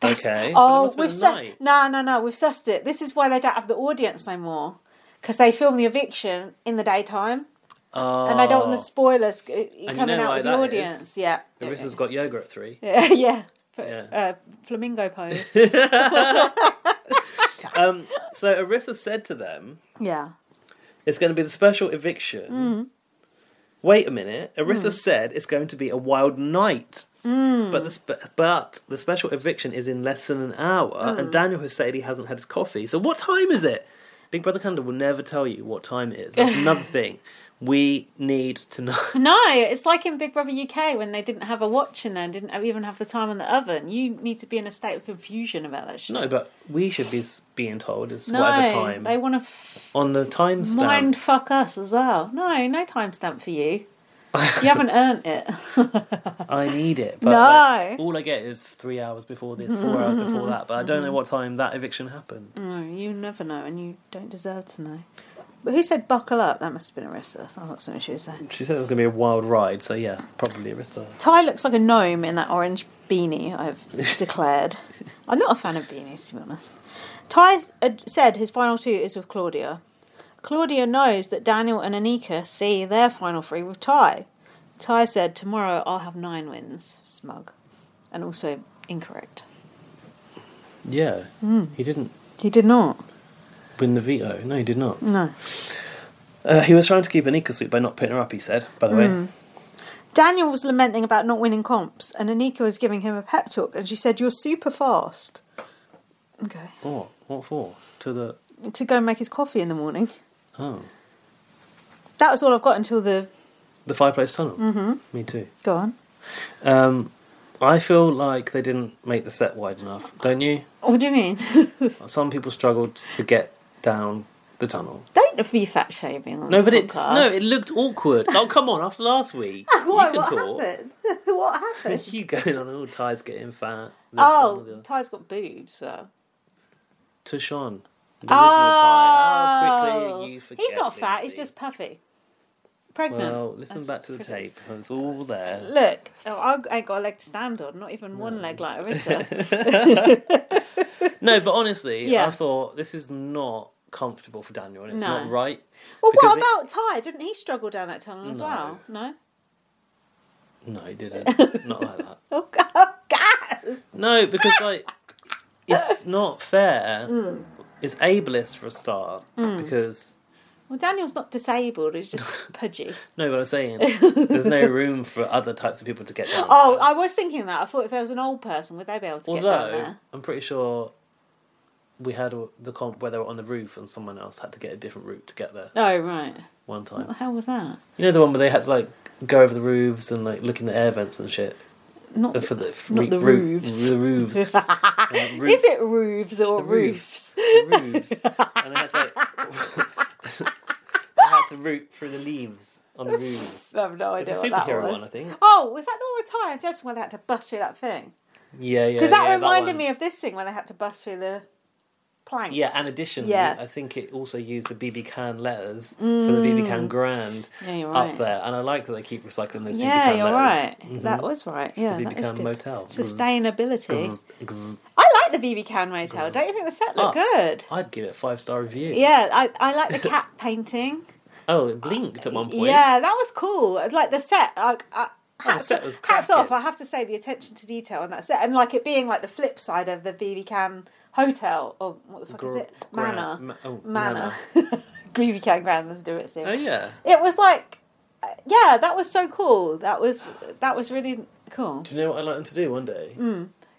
Speaker 2: That's-
Speaker 1: Okay, but it
Speaker 2: Oh,
Speaker 1: must've been
Speaker 2: we've
Speaker 1: at
Speaker 2: su-
Speaker 1: night.
Speaker 2: no, no, no. We've sussed it. This is why they don't have the audience no more because they film the eviction in the daytime,
Speaker 1: Oh.
Speaker 2: and they don't want the spoilers uh, coming
Speaker 1: know
Speaker 2: out
Speaker 1: why
Speaker 2: with the
Speaker 1: that is?
Speaker 2: audience. Yeah.
Speaker 1: Larissa's got yoga at three.
Speaker 2: uh, yeah, yeah. Put,
Speaker 1: Yeah.
Speaker 2: Uh, flamingo pose.
Speaker 1: Um, so Arissa said to them,
Speaker 4: Yeah.
Speaker 1: "It's going to be the special eviction."
Speaker 2: Mm.
Speaker 1: Wait a minute, Arissa said it's going to be a wild night.
Speaker 2: Mm.
Speaker 1: But the spe- but the special eviction is in less than an hour,
Speaker 2: Oh.
Speaker 1: and Daniel has said he hasn't had his coffee. So what time is it? Big Brother Canada will never tell you what time it is. That's another thing we need to know.
Speaker 2: No, it's like in Big Brother UK when they didn't have a watch in there and didn't even have the time in the oven. You need to be in a state of confusion about that shit.
Speaker 1: No, but we should be s- being told it's
Speaker 2: No,
Speaker 1: whatever time
Speaker 2: they want to f-
Speaker 1: on the timestamp.
Speaker 2: mind fuck us as well. No, no timestamp for you. You haven't earned it.
Speaker 1: I need it. But
Speaker 2: No.
Speaker 1: like, all I get is three hours before this, four hours before that. But I don't know what time that eviction happened.
Speaker 2: No, you never know, and you don't deserve to know. But who said buckle up? That must have been Arissa. I've got something she was saying.
Speaker 1: She said it was going to be a wild ride, so yeah, probably Arissa.
Speaker 2: Ty looks like a gnome in that orange beanie, I've declared. I'm not a fan of beanies, to be honest. Ty uh, said his final two is with Claudia. Claudia knows that Daniel and Anika see their final three with Ty. Ty said, Tomorrow I'll have nine wins. Smug. And also incorrect.
Speaker 1: Yeah, he didn't
Speaker 2: Hmm. He did not.
Speaker 1: win the veto. No, he did not.
Speaker 2: No.
Speaker 1: Uh, he was trying to keep Anika sweet by not putting her up, he said, by the
Speaker 2: Hmm.
Speaker 1: way.
Speaker 2: Daniel was lamenting about not winning comps, and Anika was giving him a pep talk, and she said, You're super fast. Okay.
Speaker 1: Oh, what for? To the.
Speaker 2: To go and make his coffee in the morning.
Speaker 1: Oh.
Speaker 2: That was all I've got until the.
Speaker 1: The fireplace tunnel.
Speaker 2: Hmm.
Speaker 1: Mm-hmm. Me too.
Speaker 2: Go on.
Speaker 1: Um, I feel like they didn't make the set wide enough, don't you?
Speaker 2: What do you mean?
Speaker 1: Some people struggled to get down the tunnel.
Speaker 2: Don't be fat shaming on
Speaker 1: No,
Speaker 2: this
Speaker 1: but it's
Speaker 2: podcast.
Speaker 1: no. It looked awkward. Oh come on! After last week,
Speaker 2: Why?
Speaker 1: you
Speaker 2: What
Speaker 1: can talk.
Speaker 2: happened? what happened?
Speaker 1: You going on all ties getting fat? this, that, and the
Speaker 2: Oh,
Speaker 1: other.
Speaker 2: Ty's got boobs. So.
Speaker 1: to Sean. The original Ty. How quickly you forget.
Speaker 2: Oh. he's not fat.
Speaker 1: Lindsay.
Speaker 2: He's just puffy, pregnant.
Speaker 1: Well, listen
Speaker 2: That's
Speaker 1: back to the
Speaker 2: pretty-
Speaker 1: tape. It's all there.
Speaker 2: Look, oh, I ain't got a leg to stand on. Not even one leg like Arissa.
Speaker 1: No, but honestly,
Speaker 2: Yeah.
Speaker 1: I thought this is not comfortable for Daniel, and it's
Speaker 2: No.
Speaker 1: not right.
Speaker 2: well,
Speaker 1: Because
Speaker 2: what
Speaker 1: it-
Speaker 2: about Ty? Didn't he struggle down that tunnel as
Speaker 1: No.
Speaker 2: well? No.
Speaker 1: No, he didn't. not like that.
Speaker 2: Oh God! Oh, God.
Speaker 1: No, because like it's not fair.
Speaker 2: Mm. Hmm.
Speaker 1: It's ableist for a start because
Speaker 2: Well, Daniel's not disabled. He's just pudgy.
Speaker 1: No, but I'm saying there's no room for other types of people to get down.
Speaker 2: Oh, I was thinking that. I thought if there was an old person, would they be able to get down
Speaker 1: although
Speaker 2: there?
Speaker 1: I'm pretty sure we had the comp where they were on the roof and someone else had to get a different route to get there
Speaker 2: Oh right.
Speaker 1: one
Speaker 2: What the
Speaker 1: time.
Speaker 2: hell was that?
Speaker 1: You know the one where they had to like go over the roofs and like look in the air vents and shit.
Speaker 2: Not
Speaker 1: And For the for
Speaker 2: Not the
Speaker 1: roo-
Speaker 2: roofs.
Speaker 1: the roofs, and the roof-
Speaker 2: Is it roofs or
Speaker 1: The
Speaker 2: roofs?
Speaker 1: roofs. the roofs, and they had to like they had to root through the leaves on the roofs.
Speaker 2: I have no
Speaker 1: It's
Speaker 2: idea
Speaker 1: a
Speaker 2: what that
Speaker 1: superhero
Speaker 2: was.
Speaker 1: one, I think.
Speaker 2: Oh, was that the one where Ty and Jess went out to bust through that thing?
Speaker 1: Yeah, yeah.
Speaker 2: Because
Speaker 1: yeah,
Speaker 2: that reminded
Speaker 1: one.
Speaker 2: me of this thing when I had to bust through the planks.
Speaker 1: Yeah, and additionally,
Speaker 2: Yeah.
Speaker 1: I think it also used the BB Can letters for the BB Can Grand
Speaker 2: Yeah, Mm. you're right.
Speaker 1: up there, and I like that they keep recycling those BB
Speaker 2: Yeah,
Speaker 1: Can
Speaker 2: you're
Speaker 1: letters. Mm-hmm.
Speaker 2: right. That was right. Yeah,
Speaker 1: The BB
Speaker 2: that is
Speaker 1: Can
Speaker 2: good.
Speaker 1: Motel. Mm. Mm-hmm.
Speaker 2: Sustainability.
Speaker 1: Gzz, gzz.
Speaker 2: I like the BB Can Motel. Don't you think the set looked
Speaker 1: Ah.
Speaker 2: good?
Speaker 1: I'd give it a five star review.
Speaker 2: Yeah, I, I like the cat painting.
Speaker 1: Oh, it blinked at one point.
Speaker 2: Yeah, that was cool. Like the set, like I,
Speaker 1: Oh, the
Speaker 2: hats,
Speaker 1: set was
Speaker 2: hats
Speaker 1: cracking.
Speaker 2: off. I have to say the attention to detail on that set, and like it being like the flip side of the BB Can Hotel or what the fuck
Speaker 1: Gr-
Speaker 2: is it?
Speaker 1: grand-
Speaker 2: Manor,
Speaker 1: ma- oh,
Speaker 2: Manor,
Speaker 1: manor.
Speaker 2: BB Can Grand. Let's do it. Soon.
Speaker 1: Oh yeah.
Speaker 2: It was like, uh, yeah, that was so cool. That was that was really cool. Mm.
Speaker 1: Do you know what I'd like them to do one day?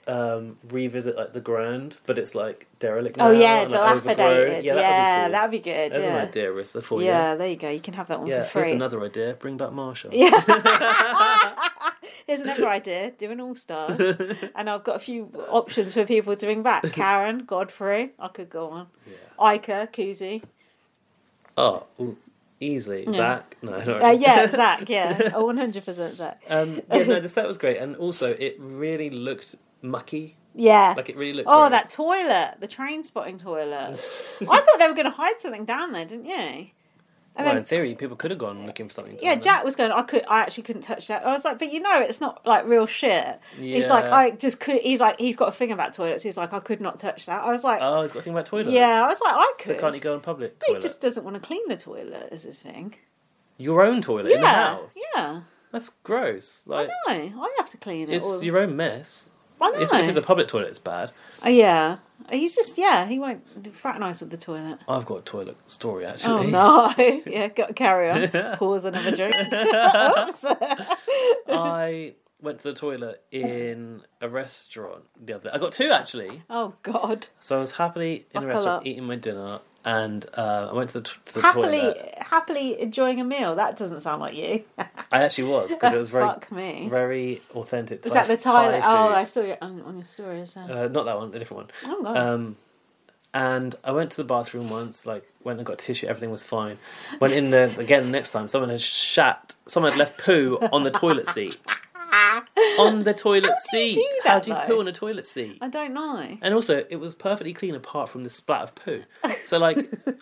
Speaker 1: Um, revisit like the Grand, but it's like derelict.
Speaker 2: Oh
Speaker 1: now
Speaker 2: yeah,
Speaker 1: and, like, overgrown.
Speaker 2: dilapidated. Yeah,
Speaker 1: Yeah,
Speaker 2: that'd be good.
Speaker 1: There's
Speaker 2: yeah.
Speaker 1: an idea, Rissa, for
Speaker 2: Yeah, there you go. You can have that one
Speaker 1: you. Yeah,
Speaker 2: for free.
Speaker 1: here's another idea. Bring back Marshall.
Speaker 2: Here's another idea: do an all star, and I've got a few options for people to bring back. Karen, Godfrey, I could go on. Ica, Koozie.
Speaker 1: Oh, ooh, easily. Zach? No, I don't
Speaker 2: Uh, yeah, Zach. Yeah, one hundred percent Zach.
Speaker 1: Um, yeah, no, the set was great, and also it really looked mucky.
Speaker 2: Yeah.
Speaker 1: Like it really looked.
Speaker 2: oh,
Speaker 1: gross.
Speaker 2: that toilet, the train spotting toilet. I thought they were going to hide something down there, didn't you? And
Speaker 1: well,
Speaker 2: then
Speaker 1: in theory, people could have gone looking for something.
Speaker 2: Yeah,
Speaker 1: down there.
Speaker 2: Jack was going. I could. I actually couldn't touch that. I was like, but you know, it's not like real shit. He's like,
Speaker 1: Yeah.
Speaker 2: I just could. He's like, he's got a thing about toilets. He's like, I could not touch that. I was like,
Speaker 1: Oh, he's got a thing about toilets.
Speaker 2: yeah. I was like, I
Speaker 1: So
Speaker 2: could.
Speaker 1: can't you go on public
Speaker 2: he
Speaker 1: toilet?
Speaker 2: just doesn't want to clean the toilet. Is his thing?
Speaker 1: Your own toilet in the
Speaker 2: yeah,
Speaker 1: house.
Speaker 2: yeah.
Speaker 1: That's gross. Like
Speaker 2: No, I have to clean it.
Speaker 1: it's
Speaker 2: all.
Speaker 1: your own mess.
Speaker 2: I
Speaker 1: It's, if it's
Speaker 2: know.
Speaker 1: a public toilet, it's bad.
Speaker 2: Oh, yeah. He's just, yeah, he won't fraternise at the toilet.
Speaker 1: I've got a toilet story
Speaker 2: Oh,
Speaker 1: actually.
Speaker 2: no. yeah, got carry on. Pause and have a drink.
Speaker 1: I went to the toilet in a restaurant the other. I got two actually.
Speaker 2: oh, God.
Speaker 1: So I was happily in a
Speaker 2: Buckle
Speaker 1: restaurant
Speaker 2: up.
Speaker 1: eating my dinner, and uh, I went to the, t- to the
Speaker 2: Happily,
Speaker 1: toilet.
Speaker 2: happily enjoying a meal. That doesn't sound like you.
Speaker 1: I actually was because it was very,
Speaker 2: Fuck me.
Speaker 1: very authentic.
Speaker 2: Was
Speaker 1: Thai-
Speaker 2: that the Thai? Oh, I
Speaker 1: food.
Speaker 2: saw it on, on your story. So.
Speaker 1: Uh, not that one, a different one.
Speaker 2: oh, God.
Speaker 1: Um, and I went to the bathroom once, like went and got tissue, everything was fine. Went in there again the next time. Someone had shat. Someone had left poo on the toilet seat. on the toilet
Speaker 2: do you
Speaker 1: seat.
Speaker 2: do that,
Speaker 1: How do you poo
Speaker 2: though?
Speaker 1: on a toilet seat?
Speaker 2: I don't know.
Speaker 1: And also, it was perfectly clean apart from the splat of poo. So, like,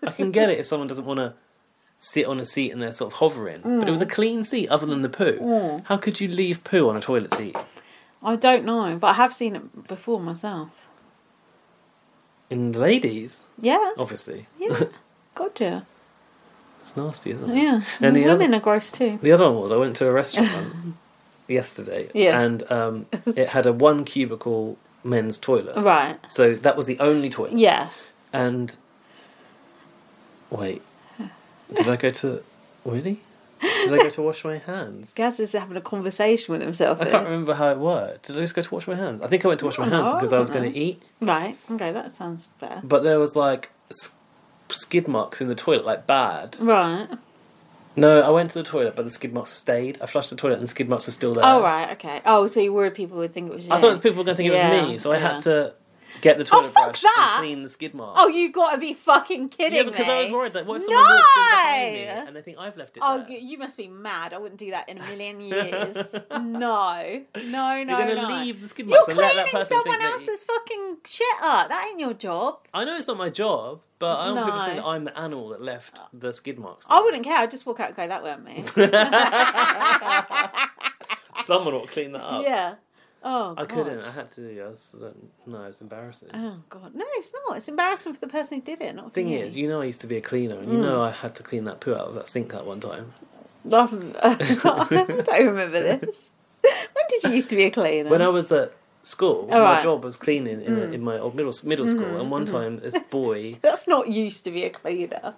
Speaker 1: I can get it if someone doesn't want to sit on a seat and they're sort of hovering. But it
Speaker 2: Mm.
Speaker 1: was a clean seat other than the poo. How could you leave poo on a toilet seat?
Speaker 2: I don't know, but I have seen it before myself.
Speaker 1: In ladies,
Speaker 2: Yeah,
Speaker 1: obviously.
Speaker 2: yeah, gotcha.
Speaker 1: It's nasty, isn't it?
Speaker 2: Yeah,
Speaker 1: And the other-
Speaker 2: women are gross too.
Speaker 1: The other one was I went to a restaurant yesterday,
Speaker 2: Yeah.
Speaker 1: and um, it had a one cubicle men's toilet.
Speaker 2: Right?
Speaker 1: So that was the only toilet.
Speaker 2: Yeah.
Speaker 1: And wait, did I go to really? Did I go to wash my hands?
Speaker 2: Gaz is having a conversation with himself.
Speaker 1: I
Speaker 2: here.
Speaker 1: can't remember how it worked. Did I just go to wash my hands? I think I went to wash my
Speaker 2: Oh,
Speaker 1: hands
Speaker 2: that
Speaker 1: because I was
Speaker 2: wasn't
Speaker 1: going
Speaker 2: nice.
Speaker 1: to eat,
Speaker 2: Right. Okay, that sounds fair.
Speaker 1: but there was like s- skid marks in the toilet, like bad.
Speaker 2: Right.
Speaker 1: No, I went to the toilet, but the skid marks stayed. I flushed the toilet, and the skid marks were still there.
Speaker 2: Oh right. Okay. Oh, so you worried people would think it was you?
Speaker 1: uh, I thought people were going to think it
Speaker 2: Yeah,
Speaker 1: was me, so I
Speaker 2: yeah. Oh,
Speaker 1: had to get the toilet
Speaker 2: fuck
Speaker 1: brush
Speaker 2: that.
Speaker 1: and clean the skid mark.
Speaker 2: Oh, you gotta be fucking kidding
Speaker 1: yeah, because
Speaker 2: me.
Speaker 1: I was worried that what if someone walks in behind me
Speaker 2: No.
Speaker 1: and they think I've left it
Speaker 2: Oh,
Speaker 1: there?
Speaker 2: you you must be mad! I wouldn't do that in a million years. no, no, no,
Speaker 1: You're going to
Speaker 2: no.
Speaker 1: leave the skid
Speaker 2: You're
Speaker 1: marks and let that
Speaker 2: cleaning
Speaker 1: person think
Speaker 2: someone
Speaker 1: that you...
Speaker 2: else's fucking shit up. That ain't your job.
Speaker 1: I know it's not my job, but I don't want people to think
Speaker 2: No.
Speaker 1: that I'm the animal that left the skid marks.
Speaker 2: I wouldn't care. I'd just walk out and go, that weren't me.
Speaker 1: Someone ought to clean that up.
Speaker 2: yeah. Oh, God.
Speaker 1: I couldn't. I had to. I was, no, it's embarrassing.
Speaker 2: Oh, God. No, it's not. It's embarrassing for the person who did it, not for
Speaker 1: Thing
Speaker 2: you.
Speaker 1: is, you know I used to be a cleaner,
Speaker 2: Hmm.
Speaker 1: and you know I had to clean that poo out of that sink that one time.
Speaker 2: I don't remember this. When did you used to be a cleaner?
Speaker 1: When I was at school,
Speaker 2: All
Speaker 1: my
Speaker 2: right.
Speaker 1: job was cleaning in,
Speaker 2: Mm.
Speaker 1: in my old middle middle school, and one
Speaker 2: Mm-hmm.
Speaker 1: time this boy.
Speaker 2: That's not used to be a cleaner.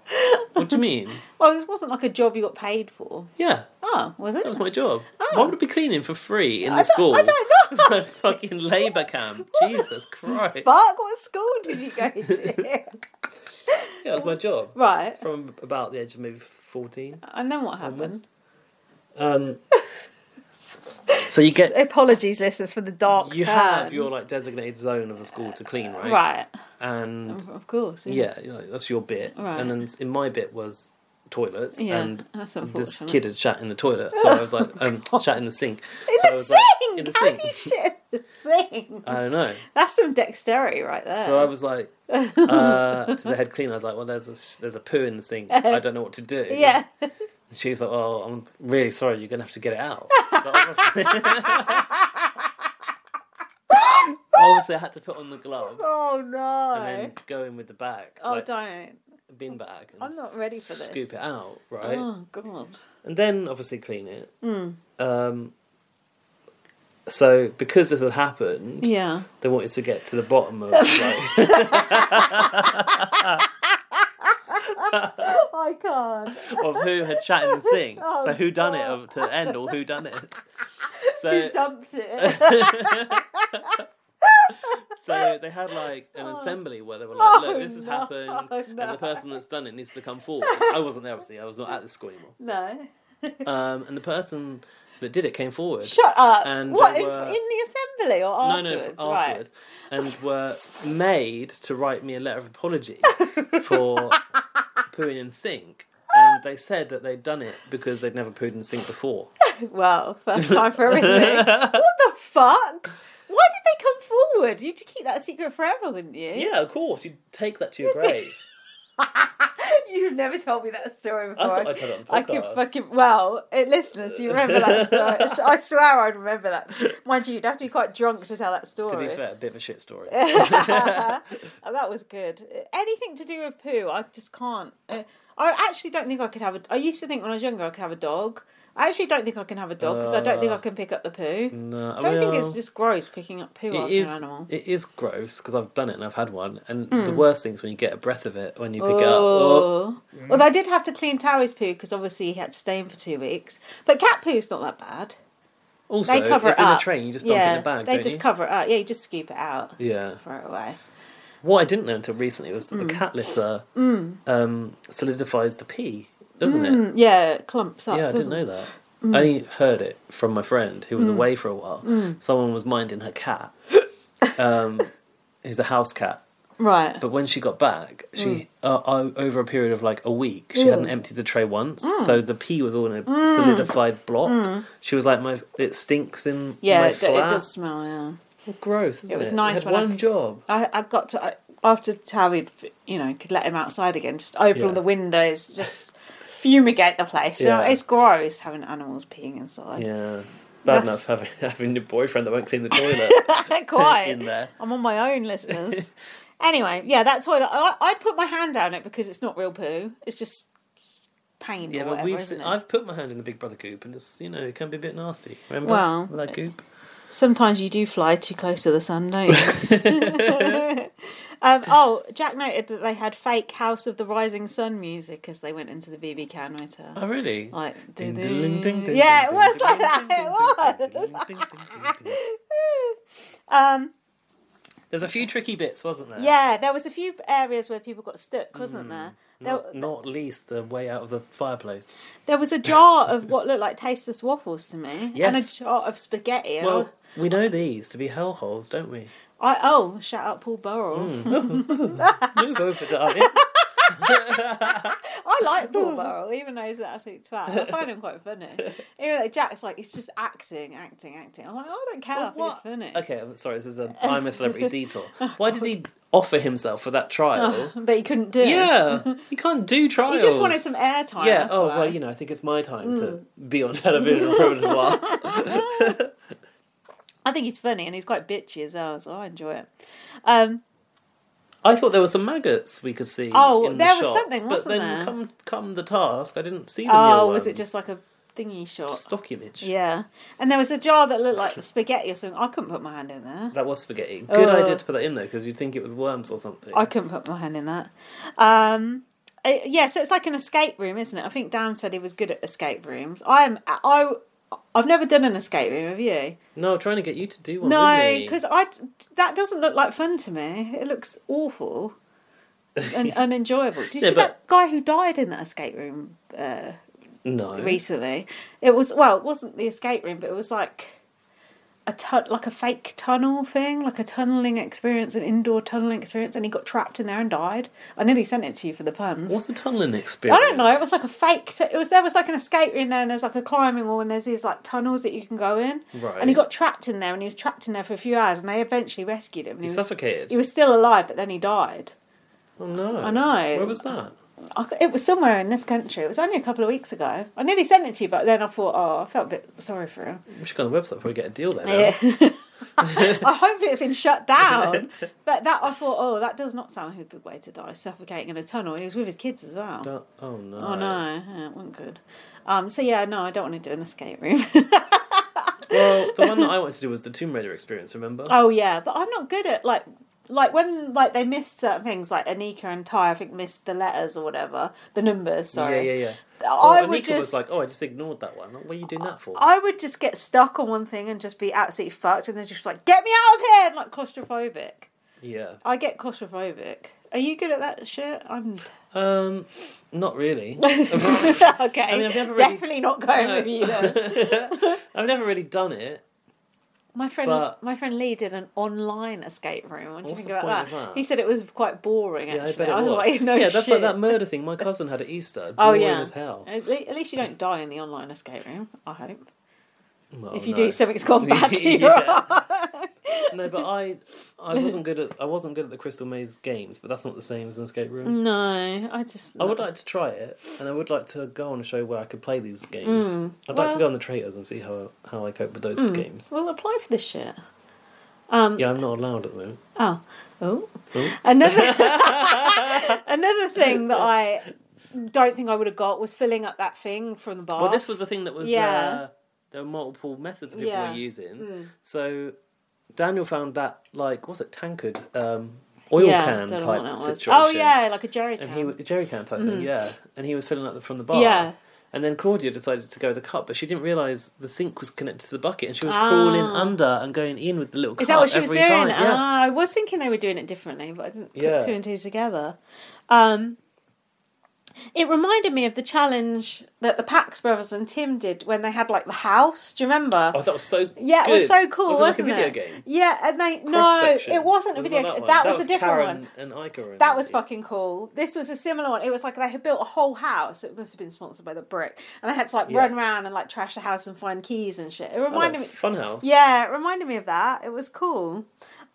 Speaker 1: what do you mean?
Speaker 2: well, this wasn't like a job you got paid for.
Speaker 1: Yeah,
Speaker 2: Oh, was it? Oh.
Speaker 1: that was my job. Why would I be cleaning for free in
Speaker 2: I
Speaker 1: the
Speaker 2: don't-
Speaker 1: school?
Speaker 2: I don't know.
Speaker 1: A fucking labour camp. Jesus Christ.
Speaker 2: Fuck, what school did you go to?
Speaker 1: Yeah, that was my job.
Speaker 2: right.
Speaker 1: From about the age of maybe 14.
Speaker 2: And then what happened?
Speaker 1: Um, so you get.
Speaker 2: Apologies, listeners, for the dark
Speaker 1: You
Speaker 2: turn.
Speaker 1: have your like designated zone of the school to clean, right?
Speaker 2: Right.
Speaker 1: And
Speaker 2: Of course.
Speaker 1: yeah, you know, that's your bit.
Speaker 2: Right.
Speaker 1: And then in my bit was toilets,
Speaker 2: Yeah,
Speaker 1: and
Speaker 2: that's
Speaker 1: this
Speaker 2: unfortunate. Oh,
Speaker 1: kid had shat in the toilet, so I was like, um, shat in the sink.
Speaker 2: In
Speaker 1: so I
Speaker 2: the
Speaker 1: was like,
Speaker 2: sink!
Speaker 1: in the
Speaker 2: How
Speaker 1: sink.
Speaker 2: do you shit in the sink?
Speaker 1: I don't know.
Speaker 2: That's some dexterity right there.
Speaker 1: So I was like, uh, to the head cleaner, I was like, well, there's a, there's a poo in the sink. I don't know what to do.
Speaker 2: Uh, Yeah.
Speaker 1: And she was like, oh, I'm really sorry. You're going to have to get it out. So obviously, obviously, I had to put on the glove
Speaker 2: oh no.
Speaker 1: and then go in with the bag,
Speaker 2: oh,
Speaker 1: like,
Speaker 2: don't.
Speaker 1: bin bag. And
Speaker 2: I'm not ready for
Speaker 1: s-
Speaker 2: this.
Speaker 1: Scoop it out, right?
Speaker 2: Oh god.
Speaker 1: And then obviously clean it. Um, so because this had happened,
Speaker 2: Yeah.
Speaker 1: they wanted to get to the bottom of like,
Speaker 2: I can't.
Speaker 1: of who had shat in the sink.
Speaker 2: Oh,
Speaker 1: so who done it
Speaker 2: God.
Speaker 1: of- to end all who done it.
Speaker 2: Who
Speaker 1: So
Speaker 2: dumped it?
Speaker 1: so they had like an assembly where they were
Speaker 2: Oh,
Speaker 1: like, "Look, this has
Speaker 2: no,
Speaker 1: happened, and
Speaker 2: no.
Speaker 1: the person that's done it needs to come forward." I wasn't there, obviously. I was not at the school anymore.
Speaker 2: no.
Speaker 1: Um, and the person that did it came forward.
Speaker 2: Shut up.
Speaker 1: And
Speaker 2: what
Speaker 1: they
Speaker 2: in,
Speaker 1: were-
Speaker 2: in the assembly or
Speaker 1: no,
Speaker 2: afterwards?
Speaker 1: no, afterwards,
Speaker 2: Right.
Speaker 1: and were made to write me a letter of apology for pooing in sync. And they said that they'd done it because they'd never pooed in sync before.
Speaker 2: Well, first time for everything. what the fuck? Why did they come forward? You'd keep that secret forever, wouldn't you?
Speaker 1: Yeah, of course. You'd take that to your grave.
Speaker 2: You've never told me that story before.
Speaker 1: thought I told it on the
Speaker 2: I could
Speaker 1: podcast.
Speaker 2: fucking well, eh, listeners, do you remember that story? I swear I'd remember that. Mind you, you'd have to be quite drunk to tell that
Speaker 1: to
Speaker 2: story.
Speaker 1: be fair, a bit of a shit story.
Speaker 2: Oh, that was good. Anything to do Uh, with poo, I just can't. eh, I actually don't think I could have a. I used to think when I was younger I could have a dog, I actually don't think I can have a dog because I don't
Speaker 1: Uh,
Speaker 2: think I can pick up the poo.
Speaker 1: No,
Speaker 2: I don't think it's just gross picking up poo
Speaker 1: it
Speaker 2: after
Speaker 1: is.
Speaker 2: an animal.
Speaker 1: It is gross because I've done it and I've had one. And
Speaker 2: Hmm.
Speaker 1: the worst thing is when you get a breath of it when you pick it up. Oh,
Speaker 2: Oh. Although I did have to clean Towie's poo because obviously he had to stay in for two weeks. But cat poo's not that bad.
Speaker 1: also,
Speaker 2: They cover
Speaker 1: it's
Speaker 2: it
Speaker 1: in
Speaker 2: up.
Speaker 1: a train. You just dump
Speaker 2: yeah,
Speaker 1: it in a bag.
Speaker 2: they
Speaker 1: don't
Speaker 2: just
Speaker 1: you?
Speaker 2: cover it up. Yeah, you just scoop it out.
Speaker 1: Yeah.
Speaker 2: throw it away.
Speaker 1: What I didn't know until recently was that
Speaker 2: Hmm.
Speaker 1: the cat litter um, solidifies the pee, doesn't it?
Speaker 2: Mm, yeah, it clumps up.
Speaker 1: Yeah, I didn't
Speaker 2: doesn't Hmm. it? Mm.
Speaker 1: know that. I only heard it from my friend who was away for a while.
Speaker 2: Hmm.
Speaker 1: Someone was minding her cat, um, who's a house cat.
Speaker 2: Right.
Speaker 1: But when she got back, she
Speaker 2: Hmm.
Speaker 1: uh, o- over a period of like a week, she hadn't emptied the tray once,
Speaker 2: Hmm.
Speaker 1: so the pee was all in a solidified block. She was like, "My it stinks in
Speaker 2: yeah,
Speaker 1: my
Speaker 2: it, do-
Speaker 1: flat."
Speaker 2: it does smell. Yeah.
Speaker 1: Gross. Isn't it
Speaker 2: was nice
Speaker 1: Had
Speaker 2: when I
Speaker 1: one
Speaker 2: c-
Speaker 1: job.
Speaker 2: I, I got to I, after Tavid, you know, could let him outside again. Just open all
Speaker 1: Yeah.
Speaker 2: the windows, just fumigate the place. You know,
Speaker 1: Yeah.
Speaker 2: it's gross having animals peeing inside.
Speaker 1: Yeah, bad
Speaker 2: That's-
Speaker 1: enough having having a boyfriend that won't clean the toilet
Speaker 2: Quite.
Speaker 1: in there.
Speaker 2: I'm on my own, listeners. anyway, yeah, that toilet. I, I'd put my hand down it because it's not real poo. It's just paint
Speaker 1: Yeah,
Speaker 2: or whatever.
Speaker 1: but we've
Speaker 2: isn't
Speaker 1: seen,
Speaker 2: it?
Speaker 1: I've put my hand in the Big Brother goop, and it's you know it can be a bit nasty. Remember
Speaker 2: Well,
Speaker 1: that goop?
Speaker 2: Sometimes you do fly too close to the sun, don't you? um, oh, Jack noted that they had fake House of the Rising Sun music as they went into the BB can motor.
Speaker 1: Oh really?
Speaker 2: Like,
Speaker 1: Ding,
Speaker 2: doo-doo.
Speaker 1: ding, ding, ding,
Speaker 2: yeah, it
Speaker 1: ding,
Speaker 2: was
Speaker 1: ding,
Speaker 2: like
Speaker 1: ding,
Speaker 2: that.
Speaker 1: ding,
Speaker 2: It was.
Speaker 1: ding, ding, ding, ding, ding, ding.
Speaker 2: Um,
Speaker 1: There's a few tricky bits, wasn't there?
Speaker 2: yeah, there was a few areas where people got stuck, wasn't
Speaker 1: Hmm.
Speaker 2: there? There,
Speaker 1: Not, not least the way out of the fireplace.
Speaker 2: there was a jar of what looked like tasteless waffles to me, and a
Speaker 1: Yes.
Speaker 2: jar of spaghetti. and
Speaker 1: Well, we know these to be hellholes, don't we? Hmm.
Speaker 2: I, I- oh, shout out Paul Burrell.
Speaker 1: Move over, darling.
Speaker 2: I like
Speaker 1: Hmm.
Speaker 2: Paul Burrell, even though he's an absolute twat. I find him quite funny. Even though Jack's like, it's just acting, acting, acting. I'm like, oh, I don't care if it's
Speaker 1: What?
Speaker 2: funny.
Speaker 1: Okay, I'm sorry. This is a I'm a celebrity detour. Why did he offer himself for that trial?
Speaker 2: But he couldn't do.
Speaker 1: yeah, you can't do trials.
Speaker 2: He just wanted some airtime.
Speaker 1: Yeah.
Speaker 2: that's
Speaker 1: Oh
Speaker 2: why. Mm.
Speaker 1: well, you know, I think it's my time to be on television for a little while.
Speaker 2: I think he's funny and he's quite bitchy as well, so I enjoy it. Um,
Speaker 1: I thought there were some maggots we could see.
Speaker 2: Oh,
Speaker 1: in
Speaker 2: there
Speaker 1: the
Speaker 2: was
Speaker 1: shots,
Speaker 2: something,
Speaker 1: but
Speaker 2: wasn't
Speaker 1: then
Speaker 2: there?
Speaker 1: come come the task, I didn't see them.
Speaker 2: oh,
Speaker 1: real
Speaker 2: was it
Speaker 1: ones.
Speaker 2: just like a thingy shot?
Speaker 1: stock image?
Speaker 2: Yeah. And there was a jar that looked like spaghetti or something. I couldn't put my hand in there.
Speaker 1: That was spaghetti. Good
Speaker 2: Oh.
Speaker 1: idea to put that in there because you'd think it was worms or something.
Speaker 2: I couldn't put my hand in that. Um, I- yeah, so it's like an escape room, isn't it? I think Dan said he was good at escape rooms. I am. I. I've never done an escape room. Have you?
Speaker 1: No, I'm trying to get you to do one.
Speaker 2: No,
Speaker 1: wouldn't we?
Speaker 2: because I that doesn't look like fun to me. It looks awful and unenjoyable. Did you
Speaker 1: Yeah,
Speaker 2: see
Speaker 1: but-
Speaker 2: that guy who died in that escape room uh,
Speaker 1: no.
Speaker 2: recently? It was well, it wasn't the escape room, but it was like a tun- like a fake tunnel thing, like a tunneling experience, an indoor tunneling experience, and he got trapped in there and died. I nearly sent it to you for the puns.
Speaker 1: What's the tunneling
Speaker 2: I
Speaker 1: experience?
Speaker 2: don't know. It was like a fake. It was there was like an escape room there, and there's like a climbing wall, and there's these like tunnels that you can go in.
Speaker 1: Right.
Speaker 2: And he got trapped in there, and he was trapped in there for a few hours, and they eventually rescued him. And he, was,
Speaker 1: suffocated.
Speaker 2: He was still alive, but then he died.
Speaker 1: Oh no. I
Speaker 2: know.
Speaker 1: Where was that?
Speaker 2: I, c- it was somewhere in this country. It was only a couple of weeks ago. I nearly sent it to you, but then I thought, oh, I felt a bit sorry for him.
Speaker 1: We should go on the website before we get a deal there. now.
Speaker 2: Yeah. I hope it's been shut down. But that I thought, oh, that does not sound like a good way to die, suffocating in a tunnel. He was with his kids as well.
Speaker 1: That- oh no.
Speaker 2: Oh no, yeah, it wasn't good. Um, so yeah, no, I don't want to do an escape room.
Speaker 1: Well, the one that I wanted to do was the Tomb Raider experience. Remember?
Speaker 2: oh yeah, but I'm not good at like like when like they missed certain things, like Anika and Ty, I think missed the letters or whatever, the numbers.
Speaker 1: yeah,
Speaker 2: Sorry,
Speaker 1: yeah, yeah.
Speaker 2: I
Speaker 1: Well,
Speaker 2: would
Speaker 1: Anika
Speaker 2: just
Speaker 1: was like, "Oh, I just ignored that one. What are you doing that for?"
Speaker 2: I would just get stuck on one thing and just be absolutely fucked, and then just like get me out of here, and, like claustrophobic.
Speaker 1: yeah.
Speaker 2: I get claustrophobic. Are you good at that shit? I'm
Speaker 1: Um, not really.
Speaker 2: okay.
Speaker 1: mean, I've never really-
Speaker 2: Definitely not going
Speaker 1: No.
Speaker 2: with you. Though.
Speaker 1: I've never really done it.
Speaker 2: My friend,
Speaker 1: But-
Speaker 2: my friend Lee did an online escape room. What do you
Speaker 1: What's
Speaker 2: think
Speaker 1: the
Speaker 2: about
Speaker 1: point
Speaker 2: that?
Speaker 1: of that?
Speaker 2: He said it was quite boring.
Speaker 1: Yeah,
Speaker 2: Actually,
Speaker 1: I bet it
Speaker 2: I
Speaker 1: was.
Speaker 2: was like, no
Speaker 1: yeah, that's
Speaker 2: shit.
Speaker 1: like that murder thing my cousin had at Easter.
Speaker 2: Oh
Speaker 1: Boring
Speaker 2: yeah,
Speaker 1: as hell.
Speaker 2: At le- at least you don't die in the online escape room. I hope.
Speaker 1: Well,
Speaker 2: if you
Speaker 1: no.
Speaker 2: do, something's gone badly
Speaker 1: Yeah.
Speaker 2: wrong.
Speaker 1: no, but I, I wasn't good at I wasn't good at the Crystal Maze games, but that's not the same as an escape room.
Speaker 2: No, I just.
Speaker 1: I would like to try it, and I would like to go on a show where I could play these games. I'd like
Speaker 2: Mm. well-
Speaker 1: to go on the Traitors and see how how I cope with those
Speaker 2: Hmm.
Speaker 1: games.
Speaker 2: Well, apply for this shit. Um,
Speaker 1: Yeah, I'm not allowed at the moment.
Speaker 2: Oh, oh.
Speaker 1: Oh.
Speaker 2: Another another thing that I don't think I would have got was filling up that thing from the bar.
Speaker 1: Well, this was the thing that was.
Speaker 2: Yeah.
Speaker 1: Uh, there were multiple methods people
Speaker 2: Yeah. Hmm.
Speaker 1: were using. So Daniel found that like what's it tankard um, oil
Speaker 2: Yeah,
Speaker 1: can
Speaker 2: don't know
Speaker 1: type
Speaker 2: what that was.
Speaker 1: situation.
Speaker 2: Oh yeah, like a jerry can. Mm-hmm.
Speaker 1: And he was jerry can type thing, yeah. And he was filling up from the bar.
Speaker 2: Yeah.
Speaker 1: And then Claudia decided to go with the cup, but she didn't realise the sink was connected to the bucket, and she was
Speaker 2: Ah.
Speaker 1: crawling under and going in with the little cup
Speaker 2: Is that what she was
Speaker 1: uh, every
Speaker 2: doing?
Speaker 1: time. Yeah.
Speaker 2: Ah, I was thinking they were doing it differently, but I didn't put
Speaker 1: Yeah.
Speaker 2: two and two together. Um, it reminded me of the challenge that the Pax brothers and Tim did when they had like the house. Do you remember?
Speaker 1: Oh, that was so.
Speaker 2: Ah. yeah, it was
Speaker 1: good.
Speaker 2: so cool,
Speaker 1: Was it
Speaker 2: wasn't
Speaker 1: like a video
Speaker 2: it?
Speaker 1: game?
Speaker 2: Yeah, and they no,
Speaker 1: Cross-section.
Speaker 2: it wasn't a video.
Speaker 1: that
Speaker 2: game.
Speaker 1: one?
Speaker 2: That, was, a different
Speaker 1: Karen
Speaker 2: one.
Speaker 1: And Iker and
Speaker 2: That was
Speaker 1: yeah.
Speaker 2: fucking cool. This was a similar one. It was like they had built a whole house. It must have been sponsored by the brick, and they had to like
Speaker 1: Yeah.
Speaker 2: run around and like trash the house and find keys and shit. It
Speaker 1: Oh, like
Speaker 2: reminded me.
Speaker 1: Funhouse.
Speaker 2: Yeah, it reminded me of that. It was cool.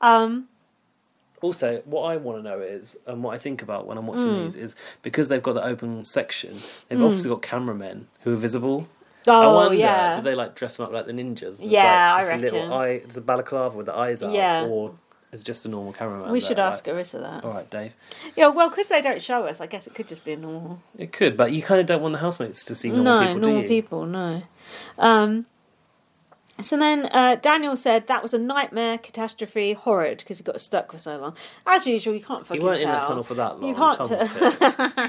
Speaker 2: Um,
Speaker 1: Also, what I want to know is, and what I think about when I'm watching
Speaker 2: Hmm.
Speaker 1: these is because they've got the open section, they've obviously got cameramen who are visible. I
Speaker 2: oh
Speaker 1: wonder,
Speaker 2: yeah,
Speaker 1: do they like dress them up like the ninjas? It's
Speaker 2: Yeah,
Speaker 1: like,
Speaker 2: I
Speaker 1: just A
Speaker 2: reckon.
Speaker 1: little eye, it's a balaclava with the eyes out,
Speaker 2: Yeah.
Speaker 1: or is it just a normal cameraman?
Speaker 2: we
Speaker 1: there?
Speaker 2: should ask
Speaker 1: Like, Oh.
Speaker 2: Arissa that.
Speaker 1: All right, Dave.
Speaker 2: Yeah, well, because they don't show us, I guess it could just be a normal,
Speaker 1: It could, but you kind of don't want the housemates to see normal
Speaker 2: no
Speaker 1: people,
Speaker 2: normal
Speaker 1: do you?
Speaker 2: people. No. Um, so then uh, Daniel said that was a nightmare, catastrophe, horrid because he got stuck for so long. As usual, you can't fucking
Speaker 1: You weren't in that
Speaker 2: tell.
Speaker 1: tunnel for that long.
Speaker 2: You can't.
Speaker 1: come on, Phil,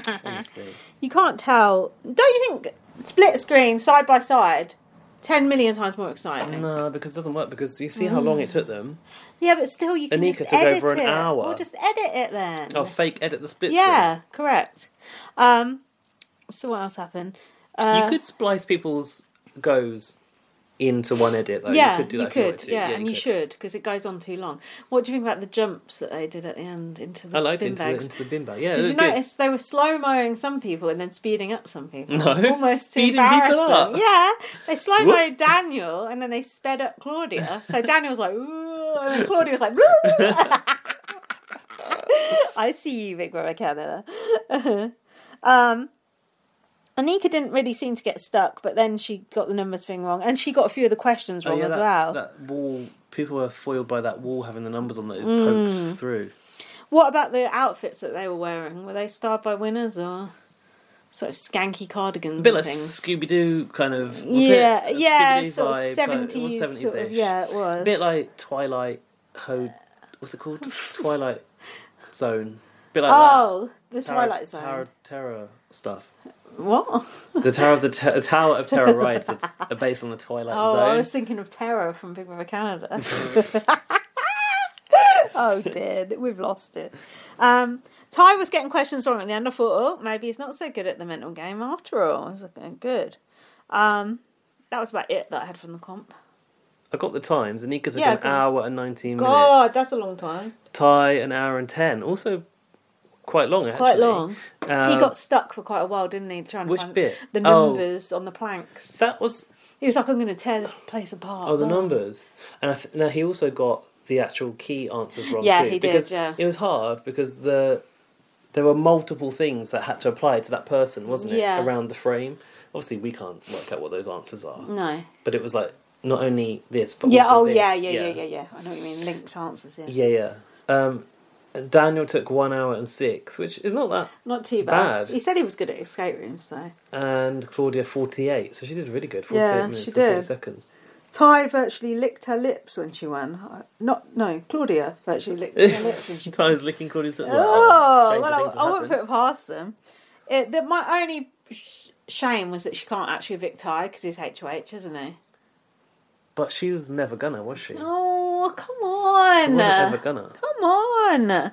Speaker 2: T-
Speaker 1: honestly.
Speaker 2: you can't tell. Don't you think split screen side by side, ten million times more exciting? Mm.
Speaker 1: No, because it doesn't work. Because you see how long it took them.
Speaker 2: Yeah, but still, you can just
Speaker 1: Anika took
Speaker 2: edit
Speaker 1: over an
Speaker 2: it.
Speaker 1: hour.
Speaker 2: Well, just edit it then.
Speaker 1: Oh, fake edit the split
Speaker 2: yeah, correct. Um, so what else happened?
Speaker 1: screen.
Speaker 2: Uh,
Speaker 1: you could splice people's goes into one edit though.
Speaker 2: yeah,
Speaker 1: you could do that. if wanted to.
Speaker 2: yeah, and you
Speaker 1: could.
Speaker 2: should because it goes on too long. What do you think about the jumps that they did at the end into the
Speaker 1: I liked
Speaker 2: bin
Speaker 1: into the,
Speaker 2: bags?
Speaker 1: into the bin bag. Yeah,
Speaker 2: Did
Speaker 1: it
Speaker 2: you
Speaker 1: looked good.
Speaker 2: notice they were slow mowing some people and then speeding up some people?
Speaker 1: No.
Speaker 2: almost to
Speaker 1: Speeding
Speaker 2: embarrass
Speaker 1: people
Speaker 2: them.
Speaker 1: up?
Speaker 2: Yeah, they slow mowed Daniel and then they sped up Claudia. So Daniel was like, "Ooh," and Claudia was like, "I see you, Big Brother Canada." um, Anika didn't really seem to get stuck, but then she got the numbers thing wrong, and she got a few of the questions
Speaker 1: Oh,
Speaker 2: wrong
Speaker 1: yeah,
Speaker 2: as
Speaker 1: that,
Speaker 2: well.
Speaker 1: that wall. People were foiled by that wall having the numbers on that it
Speaker 2: Mm.
Speaker 1: poked through.
Speaker 2: What about the outfits that they were wearing? Were they starred by winners or sort of skanky cardigans?
Speaker 1: A bit
Speaker 2: and
Speaker 1: like
Speaker 2: things?
Speaker 1: Scooby Doo kind of. Was
Speaker 2: yeah,
Speaker 1: it? A
Speaker 2: yeah,
Speaker 1: Scooby-Doo
Speaker 2: sort of
Speaker 1: vibe, like- it was
Speaker 2: seventies,
Speaker 1: 70s-ish.
Speaker 2: sort of, yeah, it was.
Speaker 1: A bit like Twilight. Ho, what's it called? Twilight Zone. bit like that.
Speaker 2: oh, the
Speaker 1: Tower-
Speaker 2: Twilight Zone.
Speaker 1: Tower of Terror stuff.
Speaker 2: What?
Speaker 1: The Tower of the Ter- Tower of Terror rides are are based on the Twilight
Speaker 2: Oh,
Speaker 1: Zone.
Speaker 2: I was thinking of Terror from Big Brother Canada. oh dear, we've lost it. Um, Ty was getting questions wrong at the end. I thought, oh, maybe he's not so good at the mental game after all. I was looking good. Um, that was about it that I had from the comp.
Speaker 1: I got the times. Anika took
Speaker 2: Yeah,
Speaker 1: an
Speaker 2: go on.
Speaker 1: hour and 19
Speaker 2: God,
Speaker 1: minutes.
Speaker 2: that's a long time.
Speaker 1: Ty, an hour and 10. Also, quite long, actually.
Speaker 2: Quite long.
Speaker 1: Um,
Speaker 2: he got stuck for quite a while, didn't he? Trying
Speaker 1: which
Speaker 2: to find
Speaker 1: bit?
Speaker 2: the
Speaker 1: Oh.
Speaker 2: numbers on the planks.
Speaker 1: That was.
Speaker 2: He was like, "I'm going to tear this place apart."
Speaker 1: Oh, the numbers. And I th- now he also got the actual key answers wrong,
Speaker 2: Yeah,
Speaker 1: too.
Speaker 2: he did,
Speaker 1: because
Speaker 2: yeah.
Speaker 1: It was hard because the. There were multiple things that had to apply to that person, wasn't it?
Speaker 2: Yeah.
Speaker 1: Around the frame. Obviously, we can't work out what those answers are.
Speaker 2: No.
Speaker 1: But it was like not only this, but
Speaker 2: Yeah.
Speaker 1: also
Speaker 2: Oh,
Speaker 1: this.
Speaker 2: yeah, yeah, yeah, yeah, yeah. I know what you mean. Linked answers. Yeah.
Speaker 1: Yeah, yeah. Um, Daniel took one hour and six, which is not that,
Speaker 2: Not too bad.
Speaker 1: Bad.
Speaker 2: He said he was good at escape rooms, so.
Speaker 1: and Claudia forty-eight. So she did really good, forty-eight
Speaker 2: Yeah,
Speaker 1: minutes
Speaker 2: she
Speaker 1: and forty
Speaker 2: did.
Speaker 1: seconds.
Speaker 2: Ty virtually licked her lips when she won. I- Not no, Claudia virtually licked her lips when she.
Speaker 1: I was licking Claudia's. Well,
Speaker 2: Oh,
Speaker 1: stranger
Speaker 2: well,
Speaker 1: things
Speaker 2: I,
Speaker 1: have
Speaker 2: I wouldn't put
Speaker 1: happened.
Speaker 2: it past them. It, the, my only sh- shame was that she can't actually evict Ty because he's HOH, isn't he?
Speaker 1: But she was never gonna, was she?
Speaker 2: Oh, come
Speaker 1: she
Speaker 2: on!
Speaker 1: wasn't ever gonna.
Speaker 2: Come on.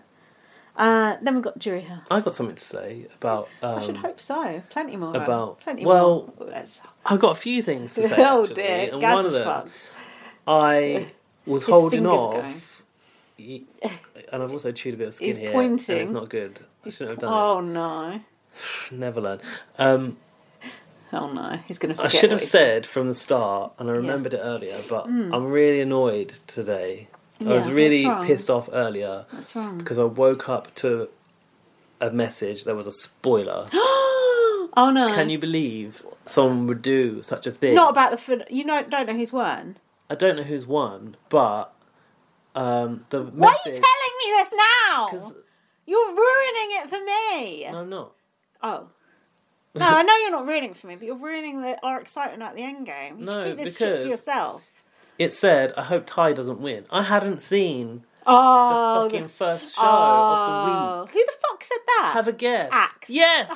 Speaker 2: Uh, then we got jury house.
Speaker 1: I got something to say about. Um,
Speaker 2: I should hope so. Plenty more.
Speaker 1: about-
Speaker 2: plenty
Speaker 1: well-
Speaker 2: more. Let's-
Speaker 1: I got a few things to say.
Speaker 2: oh
Speaker 1: actually,
Speaker 2: dear,
Speaker 1: and
Speaker 2: Gaz
Speaker 1: one of
Speaker 2: is
Speaker 1: them,
Speaker 2: fucked.
Speaker 1: I was
Speaker 2: His
Speaker 1: holding
Speaker 2: finger's
Speaker 1: off. y- And I've also chewed a bit of skin
Speaker 2: He's
Speaker 1: here, and it's
Speaker 2: pointing.
Speaker 1: not good. I shouldn't have done
Speaker 2: Oh no!
Speaker 1: it. Never learn. Um,
Speaker 2: Oh no! He's going to.
Speaker 1: I
Speaker 2: Forget
Speaker 1: should
Speaker 2: what
Speaker 1: have
Speaker 2: he- Hmm.
Speaker 1: said from the start, and I remembered it earlier, but I'm really annoyed today. I was
Speaker 2: Yeah,
Speaker 1: really
Speaker 2: what's wrong?
Speaker 1: pissed off earlier
Speaker 2: What's wrong?
Speaker 1: because I woke up to a message that was a spoiler.
Speaker 2: oh no!
Speaker 1: Can you believe someone would do such a thing?
Speaker 2: Not about the. fin- You know, don't know who's won.
Speaker 1: I don't know who's won, but um, the
Speaker 2: Why are you
Speaker 1: message.
Speaker 2: telling me this now? You're ruining it for me.
Speaker 1: No, I'm not.
Speaker 2: Oh, No, I know you're not ruining it for me, but you're ruining the, our excitement at the end game. You
Speaker 1: No,
Speaker 2: should keep this shit
Speaker 1: because-
Speaker 2: to yourself.
Speaker 1: It said, "I hope Ty doesn't win." I hadn't seen the
Speaker 2: Oh,
Speaker 1: fucking first show of the
Speaker 2: oh.
Speaker 1: week.
Speaker 2: Who the fuck said that?
Speaker 1: Have a guess.
Speaker 2: Axe.
Speaker 1: Yes.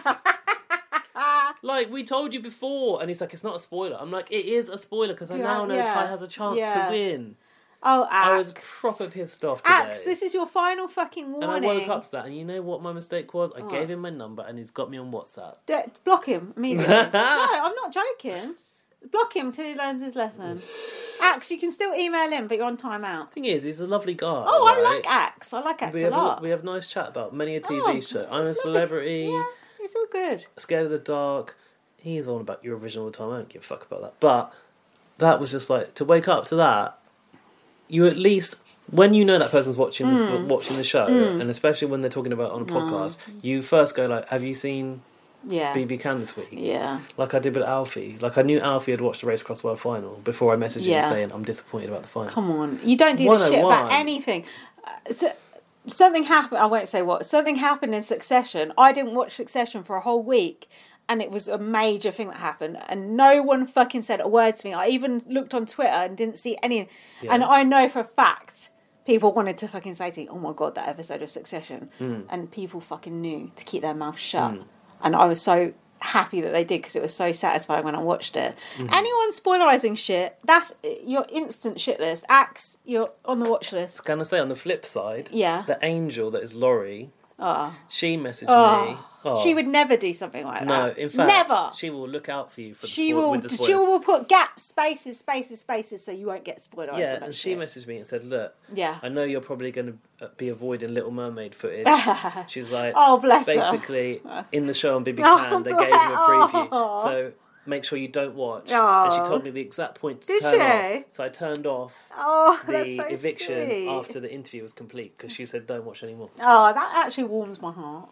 Speaker 1: like we told you before, and he's like, "It's not a spoiler." I'm like, "It is a spoiler because I
Speaker 2: Yeah,
Speaker 1: now know
Speaker 2: yeah.
Speaker 1: Ty has a chance
Speaker 2: Yeah.
Speaker 1: to win."
Speaker 2: oh, axe.
Speaker 1: I was proper pissed off today.
Speaker 2: axe. This is your final fucking
Speaker 1: and I
Speaker 2: warning.
Speaker 1: woke up to that, and you know what my mistake was? I gave him my number, and he's got me on WhatsApp.
Speaker 2: D- block him immediately. no, I'm not joking. Block him till he learns his lesson. Axe, you can still email him, but you're on timeout.
Speaker 1: Thing is, he's a lovely guy.
Speaker 2: Oh, I
Speaker 1: right?
Speaker 2: like Axe. I like Axe
Speaker 1: We
Speaker 2: a
Speaker 1: have
Speaker 2: lot.
Speaker 1: we have nice chat about many a TV
Speaker 2: Oh,
Speaker 1: show. I'm a
Speaker 2: it's lovely.
Speaker 1: celebrity.
Speaker 2: Yeah, it's all good.
Speaker 1: Scared of the dark. He's all about Eurovision all the time. I don't give a fuck about that. But that was just like to wake up to that. You at least when you know that person's watching this,
Speaker 2: Hmm.
Speaker 1: watching the show, and especially when they're talking about it on a podcast, you first go like, "Have you seen
Speaker 2: Yeah.
Speaker 1: BB Can this week?"
Speaker 2: Yeah.
Speaker 1: Like I did with Alfie. Like I knew Alfie had watched the Racecross World Final before I messaged him
Speaker 2: Yeah.
Speaker 1: saying I'm disappointed about the final.
Speaker 2: Come on, you don't do this shit about
Speaker 1: 101.
Speaker 2: anything. Uh, so, something happened. I won't say what. Something happened in Succession. I didn't watch Succession for a whole week, and it was a major thing that happened, and no one fucking said a word to me. I even looked on Twitter and didn't see any. And
Speaker 1: Yeah.
Speaker 2: I know for a fact people wanted to fucking say to me, "Oh my god, that episode of Succession," and people fucking knew to keep their mouth
Speaker 1: Hmm.
Speaker 2: shut.
Speaker 1: Mm-hmm.
Speaker 2: And I was so happy that they did because it was so satisfying when I watched it.
Speaker 1: Mm-hmm.
Speaker 2: Anyone spoilerizing shit, that's your instant shit list. Axe, you're on the watch list.
Speaker 1: Can I say on the flip side?
Speaker 2: Yeah.
Speaker 1: The angel that is Laurie. She messaged me. Oh,
Speaker 2: Ah. She would never do something like
Speaker 1: No,
Speaker 2: that.
Speaker 1: in fact,
Speaker 2: never. She,
Speaker 1: She will look out for you for the spoil-
Speaker 2: will.
Speaker 1: with the
Speaker 2: She
Speaker 1: spoilers.
Speaker 2: will put gaps, spaces, spaces, spaces, so you won't get spoilerized.
Speaker 1: yeah,
Speaker 2: with that
Speaker 1: and she
Speaker 2: shit.
Speaker 1: messaged me and said, "Look,
Speaker 2: Yeah.
Speaker 1: I know you're probably going to be avoiding Little Mermaid footage." She's like,
Speaker 2: Oh, bless her.
Speaker 1: Basically, in the show on BB
Speaker 2: Oh,
Speaker 1: Can, they
Speaker 2: bless-
Speaker 1: gave him a preview,
Speaker 2: Aw.
Speaker 1: so make sure you don't watch. And she
Speaker 2: Aw.
Speaker 1: told me the exact point to
Speaker 2: Did
Speaker 1: turn
Speaker 2: she?
Speaker 1: off, so I turned off
Speaker 2: Oh,
Speaker 1: the
Speaker 2: that's so
Speaker 1: eviction
Speaker 2: sweet.
Speaker 1: after the interview was complete because she said, "Don't watch anymore."
Speaker 2: Oh, that actually warms my heart.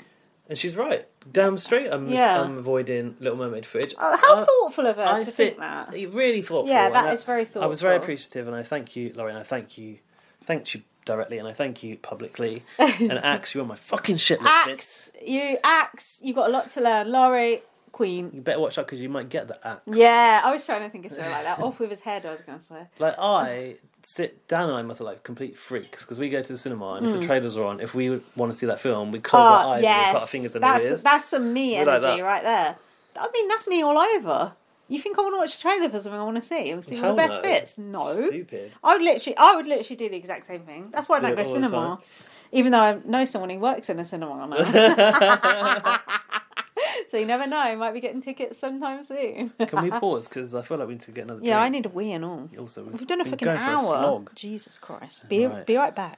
Speaker 1: And she's right, damn straight. I'm,
Speaker 2: Yeah.
Speaker 1: I'm avoiding Little Mermaid footage.
Speaker 2: Oh, how
Speaker 1: Uh,
Speaker 2: thoughtful of her
Speaker 1: I
Speaker 2: to
Speaker 1: sit-
Speaker 2: think that.
Speaker 1: it Really thoughtful.
Speaker 2: Yeah, that
Speaker 1: and I-
Speaker 2: is very
Speaker 1: I was very
Speaker 2: thoughtful.
Speaker 1: appreciative, and I thank you, Laurie, and I thank you, thanked you directly, and I thank you publicly. and Axe, you're on my fucking shit list, bitch.
Speaker 2: Axe, you axe, you got a lot to learn. Laurie, Queen.
Speaker 1: You better watch out because you might get the axe.
Speaker 2: Yeah, I was trying to think of something like that. Off with his head, I was going to say.
Speaker 1: Like I sit Dan and I must are like complete freaks because we go to the cinema and if
Speaker 2: Hmm.
Speaker 1: the trailers are on, if we want to see that film, we close
Speaker 2: Oh,
Speaker 1: our eyes and we put our fingers in our
Speaker 2: that's
Speaker 1: ears.
Speaker 2: that's some me
Speaker 1: We like
Speaker 2: energy
Speaker 1: that.
Speaker 2: right there. I mean, that's me all over. You think I want to watch a trailer for something I want to see? and see all
Speaker 1: Hell
Speaker 2: the best
Speaker 1: no.
Speaker 2: bits? No.
Speaker 1: Stupid.
Speaker 2: I would literally, I would literally do the exact same thing. That's why I
Speaker 1: Do
Speaker 2: don't
Speaker 1: it
Speaker 2: go
Speaker 1: all the
Speaker 2: cinema,
Speaker 1: time.
Speaker 2: even though I know someone who works in a cinema now. so you never know. I might be getting tickets sometime soon.
Speaker 1: Can we pause because I feel like we need to get another.
Speaker 2: yeah, I
Speaker 1: drink.
Speaker 2: need a wee and all.
Speaker 1: Also,
Speaker 2: We've done a
Speaker 1: been
Speaker 2: fucking
Speaker 1: going for
Speaker 2: hour.
Speaker 1: slog.
Speaker 2: Jesus Christ. Be
Speaker 1: Right.
Speaker 2: be right back.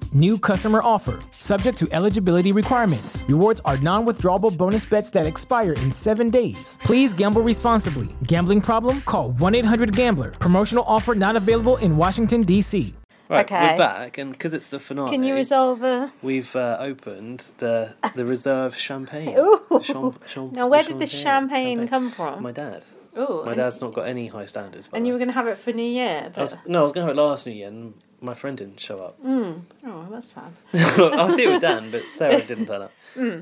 Speaker 4: New customer offer, subject to eligibility requirements. Rewards are non withdrawable bonus bets that expire in seven days. Please gamble responsibly. Gambling problem? Call 1 800 Gambler. Promotional offer not available in Washington, D.C.
Speaker 1: Right,
Speaker 2: Okay.
Speaker 1: we're back, and because it's the finale,
Speaker 2: Can you resolve a?
Speaker 1: We've uh, opened the the reserve champagne.
Speaker 2: Ooh.
Speaker 1: Cham- cham-
Speaker 2: Now, where did the champagne come from?
Speaker 1: My dad.
Speaker 2: Oh,
Speaker 1: My dad's not got any high standards. by
Speaker 2: and
Speaker 1: the
Speaker 2: you were
Speaker 1: way.
Speaker 2: going to have it for New Year,
Speaker 1: I
Speaker 2: but
Speaker 1: was, no, I was going to have it last New Year, and my friend didn't show up.
Speaker 2: oh, that's sad. Mm,
Speaker 1: I was here with Dan, but Sarah didn't turn up.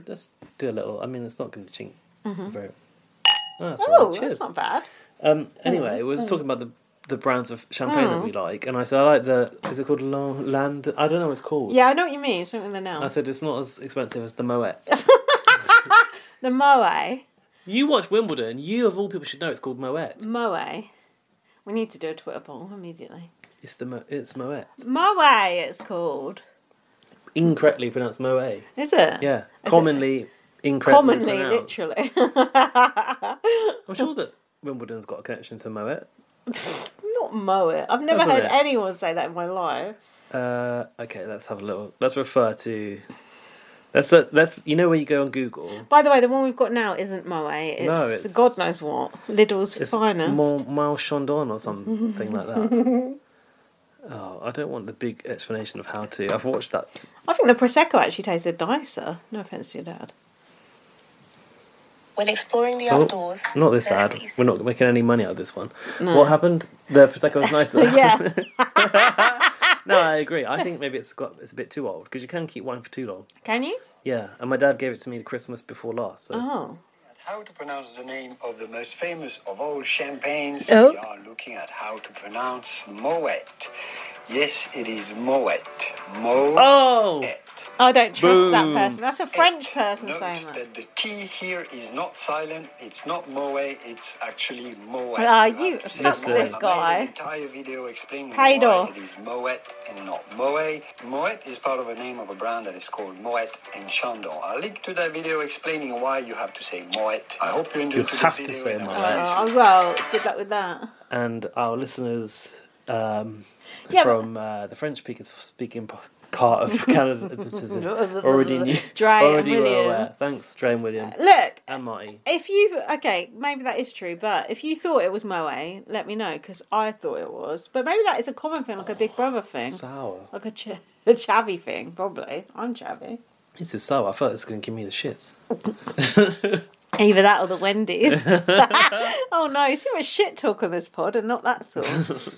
Speaker 1: Just do a little. I mean, it's not going to chink very. Oh, that's all
Speaker 2: Oh,
Speaker 1: right. Cheers.
Speaker 2: Mm. mm-hmm. that's not Mm, bad.
Speaker 1: Um, anyway, we was talking about the the brands of champagne
Speaker 2: Mm.
Speaker 1: that we like, and I said I like the. Is it called Lan- Land? I don't know what it's called.
Speaker 2: Yeah, I know what you mean. Something in the
Speaker 1: I
Speaker 2: now.
Speaker 1: said it's not as expensive as the Moet.
Speaker 2: The moe,
Speaker 1: You watch Wimbledon. You of all people should know it's called Moet.
Speaker 2: moe. We need to do a Twitter poll immediately.
Speaker 1: It's the Mo- it's Moet.
Speaker 2: Moe, it's called.
Speaker 1: Incorrectly pronounced Moe.
Speaker 2: Is it?
Speaker 1: Yeah,
Speaker 2: Is
Speaker 1: commonly incredibly
Speaker 2: Commonly,
Speaker 1: pronounced.
Speaker 2: literally.
Speaker 1: I'm sure that Wimbledon's got a connection to Moet.
Speaker 2: Not mow it. I've never
Speaker 1: Doesn't
Speaker 2: heard
Speaker 1: it?
Speaker 2: anyone say that in my life.
Speaker 1: Uh, okay, let's have a little. Let's refer to. Let's let, let's. You know where you go on Google.
Speaker 2: By the way, the one we've got now isn't moe. It's,
Speaker 1: No, it's-
Speaker 2: God knows what. Lidl's
Speaker 1: It's
Speaker 2: finest.
Speaker 1: Mal Mal Chandon or something like that. Oh, I don't want the big explanation of how to. I've watched that.
Speaker 2: I think the prosecco actually tasted nicer. No offense to your dad.
Speaker 5: When exploring the
Speaker 1: Oh,
Speaker 5: outdoors,
Speaker 1: Not this
Speaker 5: there
Speaker 1: ad.
Speaker 5: is-
Speaker 1: We're not making any money out of this one. What happened? The prosecco was nicer.
Speaker 2: Yeah,
Speaker 1: no, I agree. I think maybe it's got it's a bit too old because you can keep wine for too long.
Speaker 2: can you?
Speaker 1: Yeah, and my dad gave it to me Christmas before last. So.
Speaker 2: Oh,
Speaker 6: How to pronounce the name of the most famous of all champagnes?
Speaker 2: Oh.
Speaker 6: We are looking at how to pronounce Moet. Yes, it is Moet. Moet.
Speaker 1: Oh!
Speaker 2: I don't trust that
Speaker 1: Boom.
Speaker 2: person. That's a French person
Speaker 6: Note
Speaker 2: saying that.
Speaker 6: that the T here is not silent. It's not Moet. It's actually Moet.
Speaker 2: Ah,
Speaker 6: have
Speaker 2: you-
Speaker 6: to say
Speaker 1: fuck
Speaker 6: Moet. I
Speaker 1: this
Speaker 6: made
Speaker 2: guy.
Speaker 6: an entire video explaining
Speaker 2: Paid
Speaker 6: why
Speaker 2: off.
Speaker 6: it is Moet and not Moet. Moet is part of a name of a brand that is called Moet and Chandon. I'll link to that video explaining why you have to say Moet. I hope you enjoyed
Speaker 1: You
Speaker 6: this
Speaker 1: have to
Speaker 6: video.
Speaker 1: say
Speaker 6: and I will
Speaker 1: Moet.
Speaker 6: see you
Speaker 2: Oh well, good luck with that.
Speaker 1: And our listeners um,
Speaker 2: Yeah, but-
Speaker 1: from uh, the French speakers speaking p- part of Canada already knew.
Speaker 2: Dre and
Speaker 1: already were
Speaker 2: William. Uh,
Speaker 1: aware. Thanks, Dre and William.
Speaker 2: Look,
Speaker 1: And Marty.
Speaker 2: if you okay, maybe that is true, but if you thought it was moe, let me know because I thought it was. But maybe that is a common thing, like a Big Brother thing,
Speaker 1: Sour.
Speaker 2: like a ch- a chavvy thing, probably. I'm chavvy.
Speaker 1: This is sour. I felt it's going to give me the shits.
Speaker 2: Either that or the Wendy's. oh no, too much shit talk on this pod and not that sort.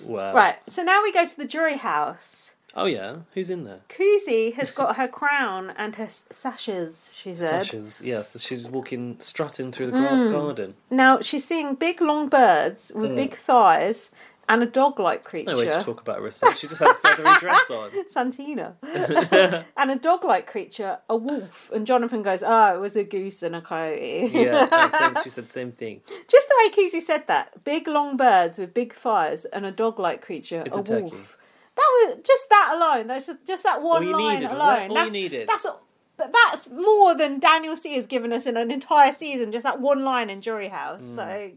Speaker 1: Wow.
Speaker 2: right, so now we go to the jury house.
Speaker 1: Oh, yeah. Who's in there?
Speaker 2: Kuzi has got her crown and her s- sashes, she said.
Speaker 1: Sasha's. Yeah, so she's walking, strutting through the
Speaker 2: Hmm.
Speaker 1: gar- garden.
Speaker 2: Now she's seeing big long birds with big thighs and a dog like creature.
Speaker 1: Hmm. No way to talk about herself. She just had a feathery dress on.
Speaker 2: Santina. and a dog like creature, a wolf. And Jonathan goes, Oh, it was a goose and a coyote.
Speaker 1: Yeah, no, same, she said same thing.
Speaker 2: Just the way Kuzi said that. Big long birds with big thighs and a dog like creature,
Speaker 1: It's
Speaker 2: a,
Speaker 1: a turkey.
Speaker 2: wolf. That was just that alone. That's just, just that one
Speaker 1: you
Speaker 2: line
Speaker 1: needed, was that all
Speaker 2: alone.
Speaker 1: you
Speaker 2: that's,
Speaker 1: needed?
Speaker 2: That's all- th- that's more than Daniel C has given us in an entire season. Just that one line in Jury House.
Speaker 1: Mm.
Speaker 2: So,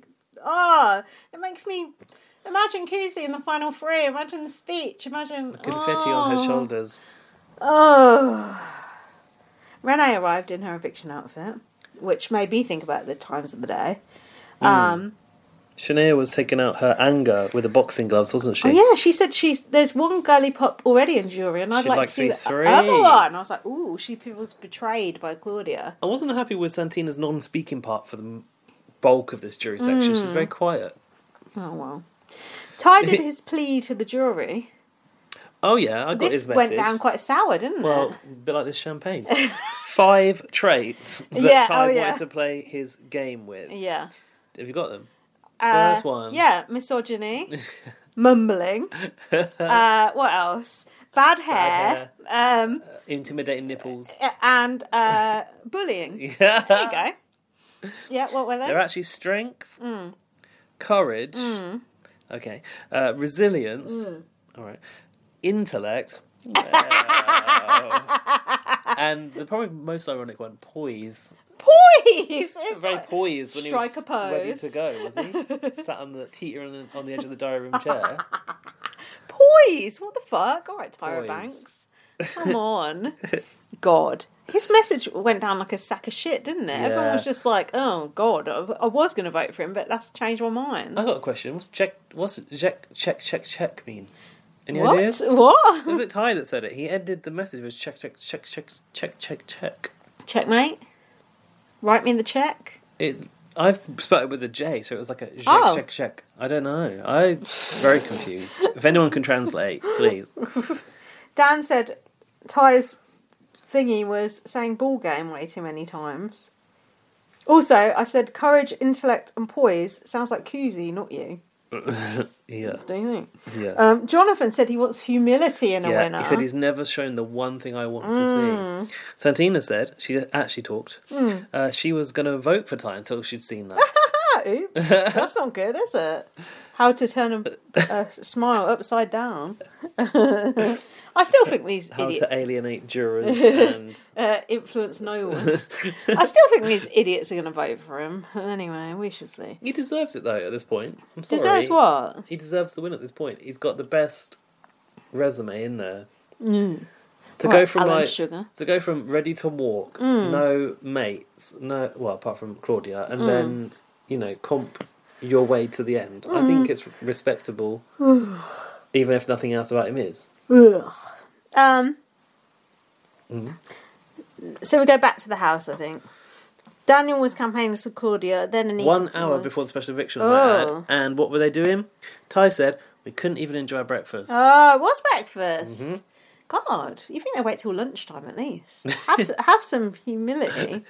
Speaker 2: ah, it makes me imagine Kuzi in the final three. Imagine the speech. Imagine
Speaker 1: Confetti on her
Speaker 2: oh.
Speaker 1: shoulders.
Speaker 2: Oh. Renee arrived in her eviction outfit, which made me think about the times of the day.
Speaker 1: Mm.
Speaker 2: Um,
Speaker 1: Shania was taking out her anger with the boxing gloves, wasn't she?
Speaker 2: Oh yeah, she said she's there's one girly pop already in jury, and I'd
Speaker 1: She'd
Speaker 2: like,
Speaker 1: like
Speaker 2: to see
Speaker 1: to
Speaker 2: the
Speaker 1: see three.
Speaker 2: other one. I was like, ooh, she feels betrayed by Claudia.
Speaker 1: I wasn't happy with Santina's non-speaking part for the m- bulk of this jury section. She's very quiet.
Speaker 2: Hmm. Oh well. Ty did his plea to the jury.
Speaker 1: Oh yeah, I got
Speaker 2: This
Speaker 1: his message.
Speaker 2: went down quite sour, didn't
Speaker 1: well, a bit like this champagne. Five traits that
Speaker 2: Yeah,
Speaker 1: Ty
Speaker 2: oh, yeah.
Speaker 1: wanted to play his game with.
Speaker 2: it? Yeah.
Speaker 1: Have you got them?
Speaker 2: Uh,
Speaker 1: First one.
Speaker 2: Yeah, misogyny, mumbling. Uh, what else? Bad hair, Um,
Speaker 1: Intimidating nipples.
Speaker 2: and uh, bullying. There you go. Yeah, what were they? Mm,
Speaker 1: They're actually strength, courage, okay, uh, resilience,
Speaker 2: Mm.
Speaker 1: all right, intellect, Wow. and the probably most ironic one, poise.
Speaker 2: Poise. It's
Speaker 1: Very poised when he was
Speaker 2: Strike a
Speaker 1: ready to
Speaker 2: pose.
Speaker 1: go, was he? Sat on the teetering on the- on the edge of the diary room chair.
Speaker 2: poise. What the fuck? All right, Tyra
Speaker 1: Poise.
Speaker 2: Banks. Come on. God. His message went down like a sack of shit, didn't it? Everyone
Speaker 1: Yeah.
Speaker 2: was just like, oh, God, I, I was going to vote for him, but that's changed my mind.
Speaker 1: I got a question. What's check? What's check? Check? Check? Check mean? Any
Speaker 2: what?
Speaker 1: ideas?
Speaker 2: What?
Speaker 1: Was it Ty that said it? He ended the message with check, check, check, check, check, check, check.
Speaker 2: Checkmate? Write me the check?
Speaker 1: It. I've spelled it with a J, so it was like a check,
Speaker 2: Oh.
Speaker 1: check, check. I don't know. I'm very confused. if anyone can translate, please.
Speaker 2: Dan said Ty's thingy was saying ball game way too many times. Also, I've said courage, intellect, and poise. Sounds like Koozie, not you.
Speaker 1: Yeah,
Speaker 2: Do you think?
Speaker 1: yeah.
Speaker 2: Um, Jonathan said he wants humility in a
Speaker 1: yeah,
Speaker 2: winner.
Speaker 1: he said he's never shown the one thing I want
Speaker 2: Mm.
Speaker 1: to see.
Speaker 2: Hmm.
Speaker 1: Santina said she actually talked. Uh, she was going to vote for Ty until she'd seen that.
Speaker 2: Ah, oops, that's not good, is it? How to turn a, a smile upside down. I still think these
Speaker 1: How
Speaker 2: idiots
Speaker 1: to alienate jurors and
Speaker 2: uh, influence no one. I still think these idiots are going to vote for him. Anyway, we should see.
Speaker 1: he deserves it though. At this point, I'm sorry.
Speaker 2: Deserves what?
Speaker 1: He deserves the win at this point. He's got the best resume in there. To go
Speaker 2: Right,
Speaker 1: from
Speaker 2: Mm. Alan
Speaker 1: like
Speaker 2: Sugar. Mm.
Speaker 1: to go from ready to walk, no mates, no well apart from Claudia, and then you know comp your way to the end. I
Speaker 2: Mm.
Speaker 1: think it's respectable, even if nothing else about him is.
Speaker 2: Ugh. Um.
Speaker 1: Mm-hmm.
Speaker 2: So we go back to the house, I think. Daniel was campaigning for Claudia, then Anita.
Speaker 1: One hour
Speaker 2: was-
Speaker 1: before the special eviction, I might
Speaker 2: Oh.
Speaker 1: add. And what were they doing? Ty said we couldn't even enjoy our breakfast. Mm-hmm.
Speaker 2: Oh, what's breakfast? God, you think they wait till lunchtime at least? Have, have some humility.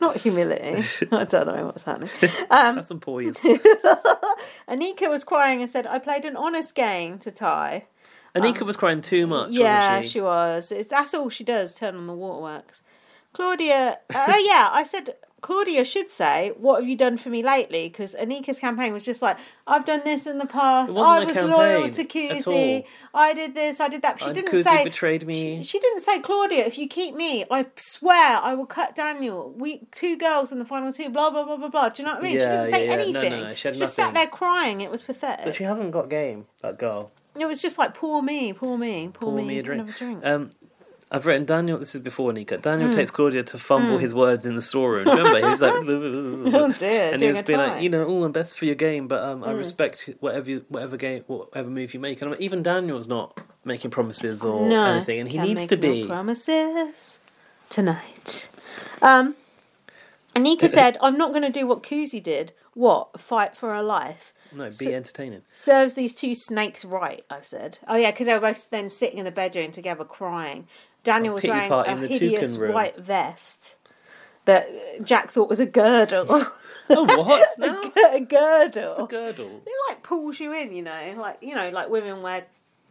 Speaker 2: Not humility. I don't know what's happening. Um,
Speaker 1: Have some poise.
Speaker 2: Anika was crying and said, I played an honest game to Ty.
Speaker 1: Anika was crying too much,
Speaker 2: yeah,
Speaker 1: wasn't she?
Speaker 2: was. It's, that's all she does, turn on the waterworks. Claudia, oh yeah, I said, Claudia should say, What have you done for me lately? Because Anika's campaign was just like, I've done this in the past.
Speaker 1: It
Speaker 2: I
Speaker 1: wasn't
Speaker 2: was
Speaker 1: a
Speaker 2: loyal to
Speaker 1: campaign at
Speaker 2: Kuzi.
Speaker 1: all.
Speaker 2: I did this, I did that. But she
Speaker 1: And
Speaker 2: didn't
Speaker 1: Kuzi
Speaker 2: say,
Speaker 1: betrayed me.
Speaker 2: She, she didn't say, Claudia, if you keep me, I swear I will cut Daniel. We Two girls in the final two, blah, blah, blah, blah, blah. Do you know what I mean? she
Speaker 1: Yeah,
Speaker 2: didn't say
Speaker 1: yeah, yeah. No,
Speaker 2: anything.
Speaker 1: no, no, she had
Speaker 2: just sat
Speaker 1: nothing.
Speaker 2: there crying. It was pathetic.
Speaker 1: But she hasn't got game, that girl.
Speaker 2: It was just like, poor me, poor me, poor,
Speaker 1: Pour
Speaker 2: me,
Speaker 1: me a
Speaker 2: I'll
Speaker 1: drink.
Speaker 2: have a drink.
Speaker 1: Um, I've written Daniel. This is before Anika.
Speaker 2: Mm.
Speaker 1: Daniel takes Claudia to fumble his words in the storeroom. Remember, he was like,
Speaker 2: Oh dear,
Speaker 1: and he
Speaker 2: doing
Speaker 1: was
Speaker 2: a
Speaker 1: being
Speaker 2: tie.
Speaker 1: like, you know, all the best for your game, but um,
Speaker 2: Mm.
Speaker 1: I respect whatever you, whatever game, whatever move you make. And I'm like, even Daniel's not making promises or anything, and he
Speaker 2: can't
Speaker 1: needs
Speaker 2: make
Speaker 1: to
Speaker 2: no
Speaker 1: be.
Speaker 2: promises tonight. Um, Anika said, "I'm not going to do what Kuzi did. What fight for her life
Speaker 1: no, be entertaining.
Speaker 2: serves these two snakes right?" I've said. Oh yeah, because they were both then sitting in the bedroom together crying. Daniel was
Speaker 1: pity
Speaker 2: wearing
Speaker 1: party
Speaker 2: a
Speaker 1: in the
Speaker 2: hideous
Speaker 1: toucan room.
Speaker 2: white vest that Jack thought was a girdle.
Speaker 1: oh what? No,
Speaker 2: a girdle.
Speaker 1: girdle.
Speaker 2: It like pulls you in, you know, like you know, like women wear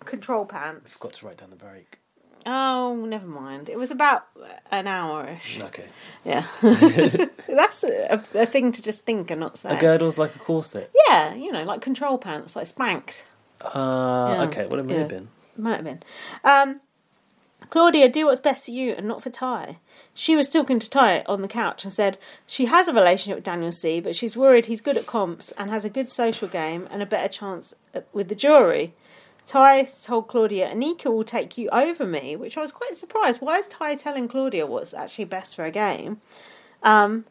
Speaker 2: control pants.
Speaker 1: Got to write down the break.
Speaker 2: Oh, never mind. It was about an hour-ish.
Speaker 1: Okay.
Speaker 2: Yeah, that's a, a thing to just think and not say.
Speaker 1: A girdle's like a corset.
Speaker 2: Yeah, you know, like control pants, like Spanx.
Speaker 1: Uh,
Speaker 2: Yeah.
Speaker 1: Okay, well it may
Speaker 2: Yeah.
Speaker 1: have been.
Speaker 2: Might have been. Um, Claudia, do what's best for you and not for Ty. She was talking to Ty on the couch and said she has a relationship with Daniel C, but she's worried he's good at comps and has a good social game and a better chance at- with the jury. Ty told Claudia, Anika will take you over me, which I was quite surprised. Why is Ty telling Claudia what's actually best for a game? Um,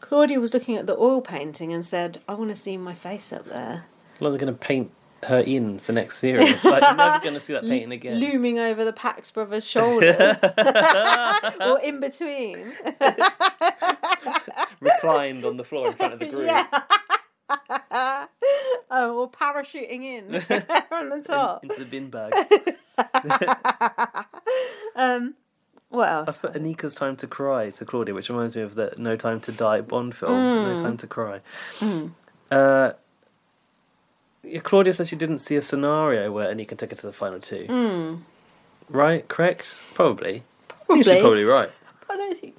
Speaker 2: Claudia was looking at the oil painting and said, I want to see my face up there.
Speaker 1: Well, they're going to paint her in for next series. Like, you're never going to see that painting again.
Speaker 2: looming over the Pax brothers' shoulder, or in between.
Speaker 1: Reclined on the floor in front of the group.
Speaker 2: Yeah. Oh, or parachuting in from the top.
Speaker 1: Into the bin bag.
Speaker 2: Um, What else?
Speaker 1: I've put Anika's Time to Cry to Claudia, which reminds me of the No Time to Die Bond film, No
Speaker 2: Mm.
Speaker 1: Time to Cry. Uh, yeah, Claudia said she didn't see a scenario where Anika took her to the final two.
Speaker 2: hmm,
Speaker 1: Right? Correct? Probably. I think she's probably right.
Speaker 2: I don't think.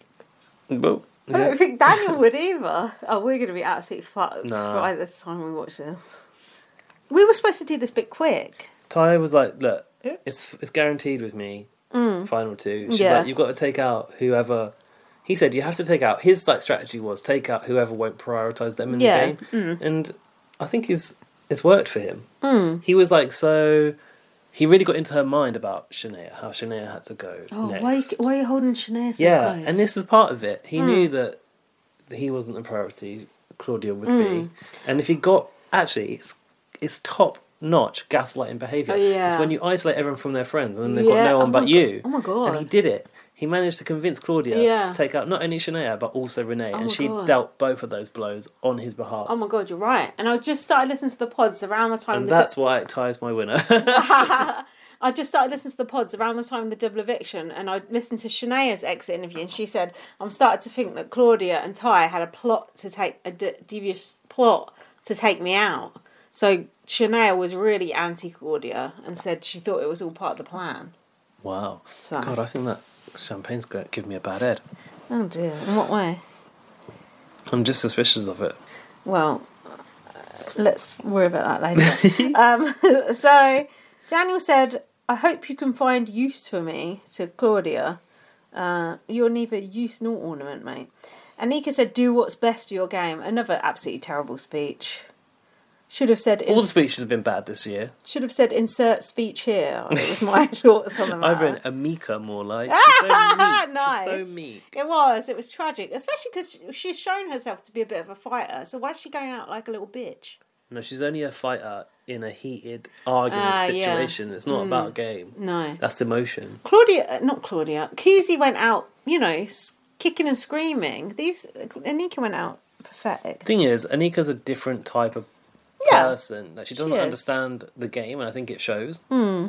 Speaker 1: Well,
Speaker 2: I
Speaker 1: yeah.
Speaker 2: don't think Daniel would either. Oh, we're going to be absolutely fucked
Speaker 1: Nah.
Speaker 2: by the time we watch this. We were supposed to do this bit quick.
Speaker 1: Ty was like, "Look,
Speaker 2: Oops.
Speaker 1: it's it's guaranteed with me. Final two. She's
Speaker 2: Mm. Yeah.
Speaker 1: like, you've got to take out whoever." He said, "You have to take out." His like strategy was take out whoever won't prioritize them in
Speaker 2: Yeah. Mm.
Speaker 1: the game, and I think he's it's worked for him.
Speaker 2: Mm.
Speaker 1: He was like so. He really got into her mind about Shania, how Shania had to go
Speaker 2: Oh,
Speaker 1: next.
Speaker 2: why, why are you holding Shania so
Speaker 1: yeah,
Speaker 2: close?
Speaker 1: and this was part of it. He
Speaker 2: Hmm.
Speaker 1: knew that he wasn't the priority. Claudia would
Speaker 2: Hmm.
Speaker 1: be, and if he got actually, it's it's top notch gaslighting behavior.
Speaker 2: Oh, yeah.
Speaker 1: It's when you isolate everyone from their friends and then they've
Speaker 2: Yeah,
Speaker 1: got no one
Speaker 2: oh
Speaker 1: but
Speaker 2: my go-
Speaker 1: you.
Speaker 2: oh my God.
Speaker 1: And he did it. He managed to convince Claudia
Speaker 2: Yeah. Oh
Speaker 1: to take out not only Shania but also Renee,
Speaker 2: my
Speaker 1: and she
Speaker 2: God.
Speaker 1: dealt both of those blows on his behalf.
Speaker 2: Oh my god, you're right. And I just started listening to the pods around the time
Speaker 1: and
Speaker 2: the
Speaker 1: that's why it ties my winner.
Speaker 2: I just started listening to the pods around the time of the double eviction, and I listened to Shania's exit interview, and she said, "I'm starting to think that Claudia and Ty had a plot to take a de- devious plot to take me out." So Shania was really anti Claudia and said she thought it was all part of the plan.
Speaker 1: wow.
Speaker 2: So-
Speaker 1: God, I think that champagne's going to give me a bad head.
Speaker 2: Oh dear! In what way?
Speaker 1: I'm just suspicious of it.
Speaker 2: Well, uh, let's worry about that later. um, so Daniel said, "I hope you can find use for me." To Claudia, uh, "You're neither use nor ornament, mate." Anika said, "Do what's best for your game." Another absolutely terrible speech. Should have said
Speaker 1: All the speeches have been bad this year.
Speaker 2: should have said insert speech here. It was my thoughts on the matter.
Speaker 1: I've written Amika more like. She's so meek.
Speaker 2: nice.
Speaker 1: She's so meek.
Speaker 2: It was. It was tragic, especially because she's shown herself to be a bit of a fighter. So why is she going out like a little bitch?
Speaker 1: No, she's only a fighter in a heated argument
Speaker 2: Ah, yeah. Mm.
Speaker 1: situation. It's not about game.
Speaker 2: No,
Speaker 1: That's emotion.
Speaker 2: Claudia, uh, not Claudia. Koozie went out, you know, s- kicking and screaming. These Anika went out pathetic.
Speaker 1: Thing is, Anika's a different type of
Speaker 2: Yeah.
Speaker 1: person. Like she doesn't
Speaker 2: She is.
Speaker 1: understand the game, and I think it shows.
Speaker 2: Hmm.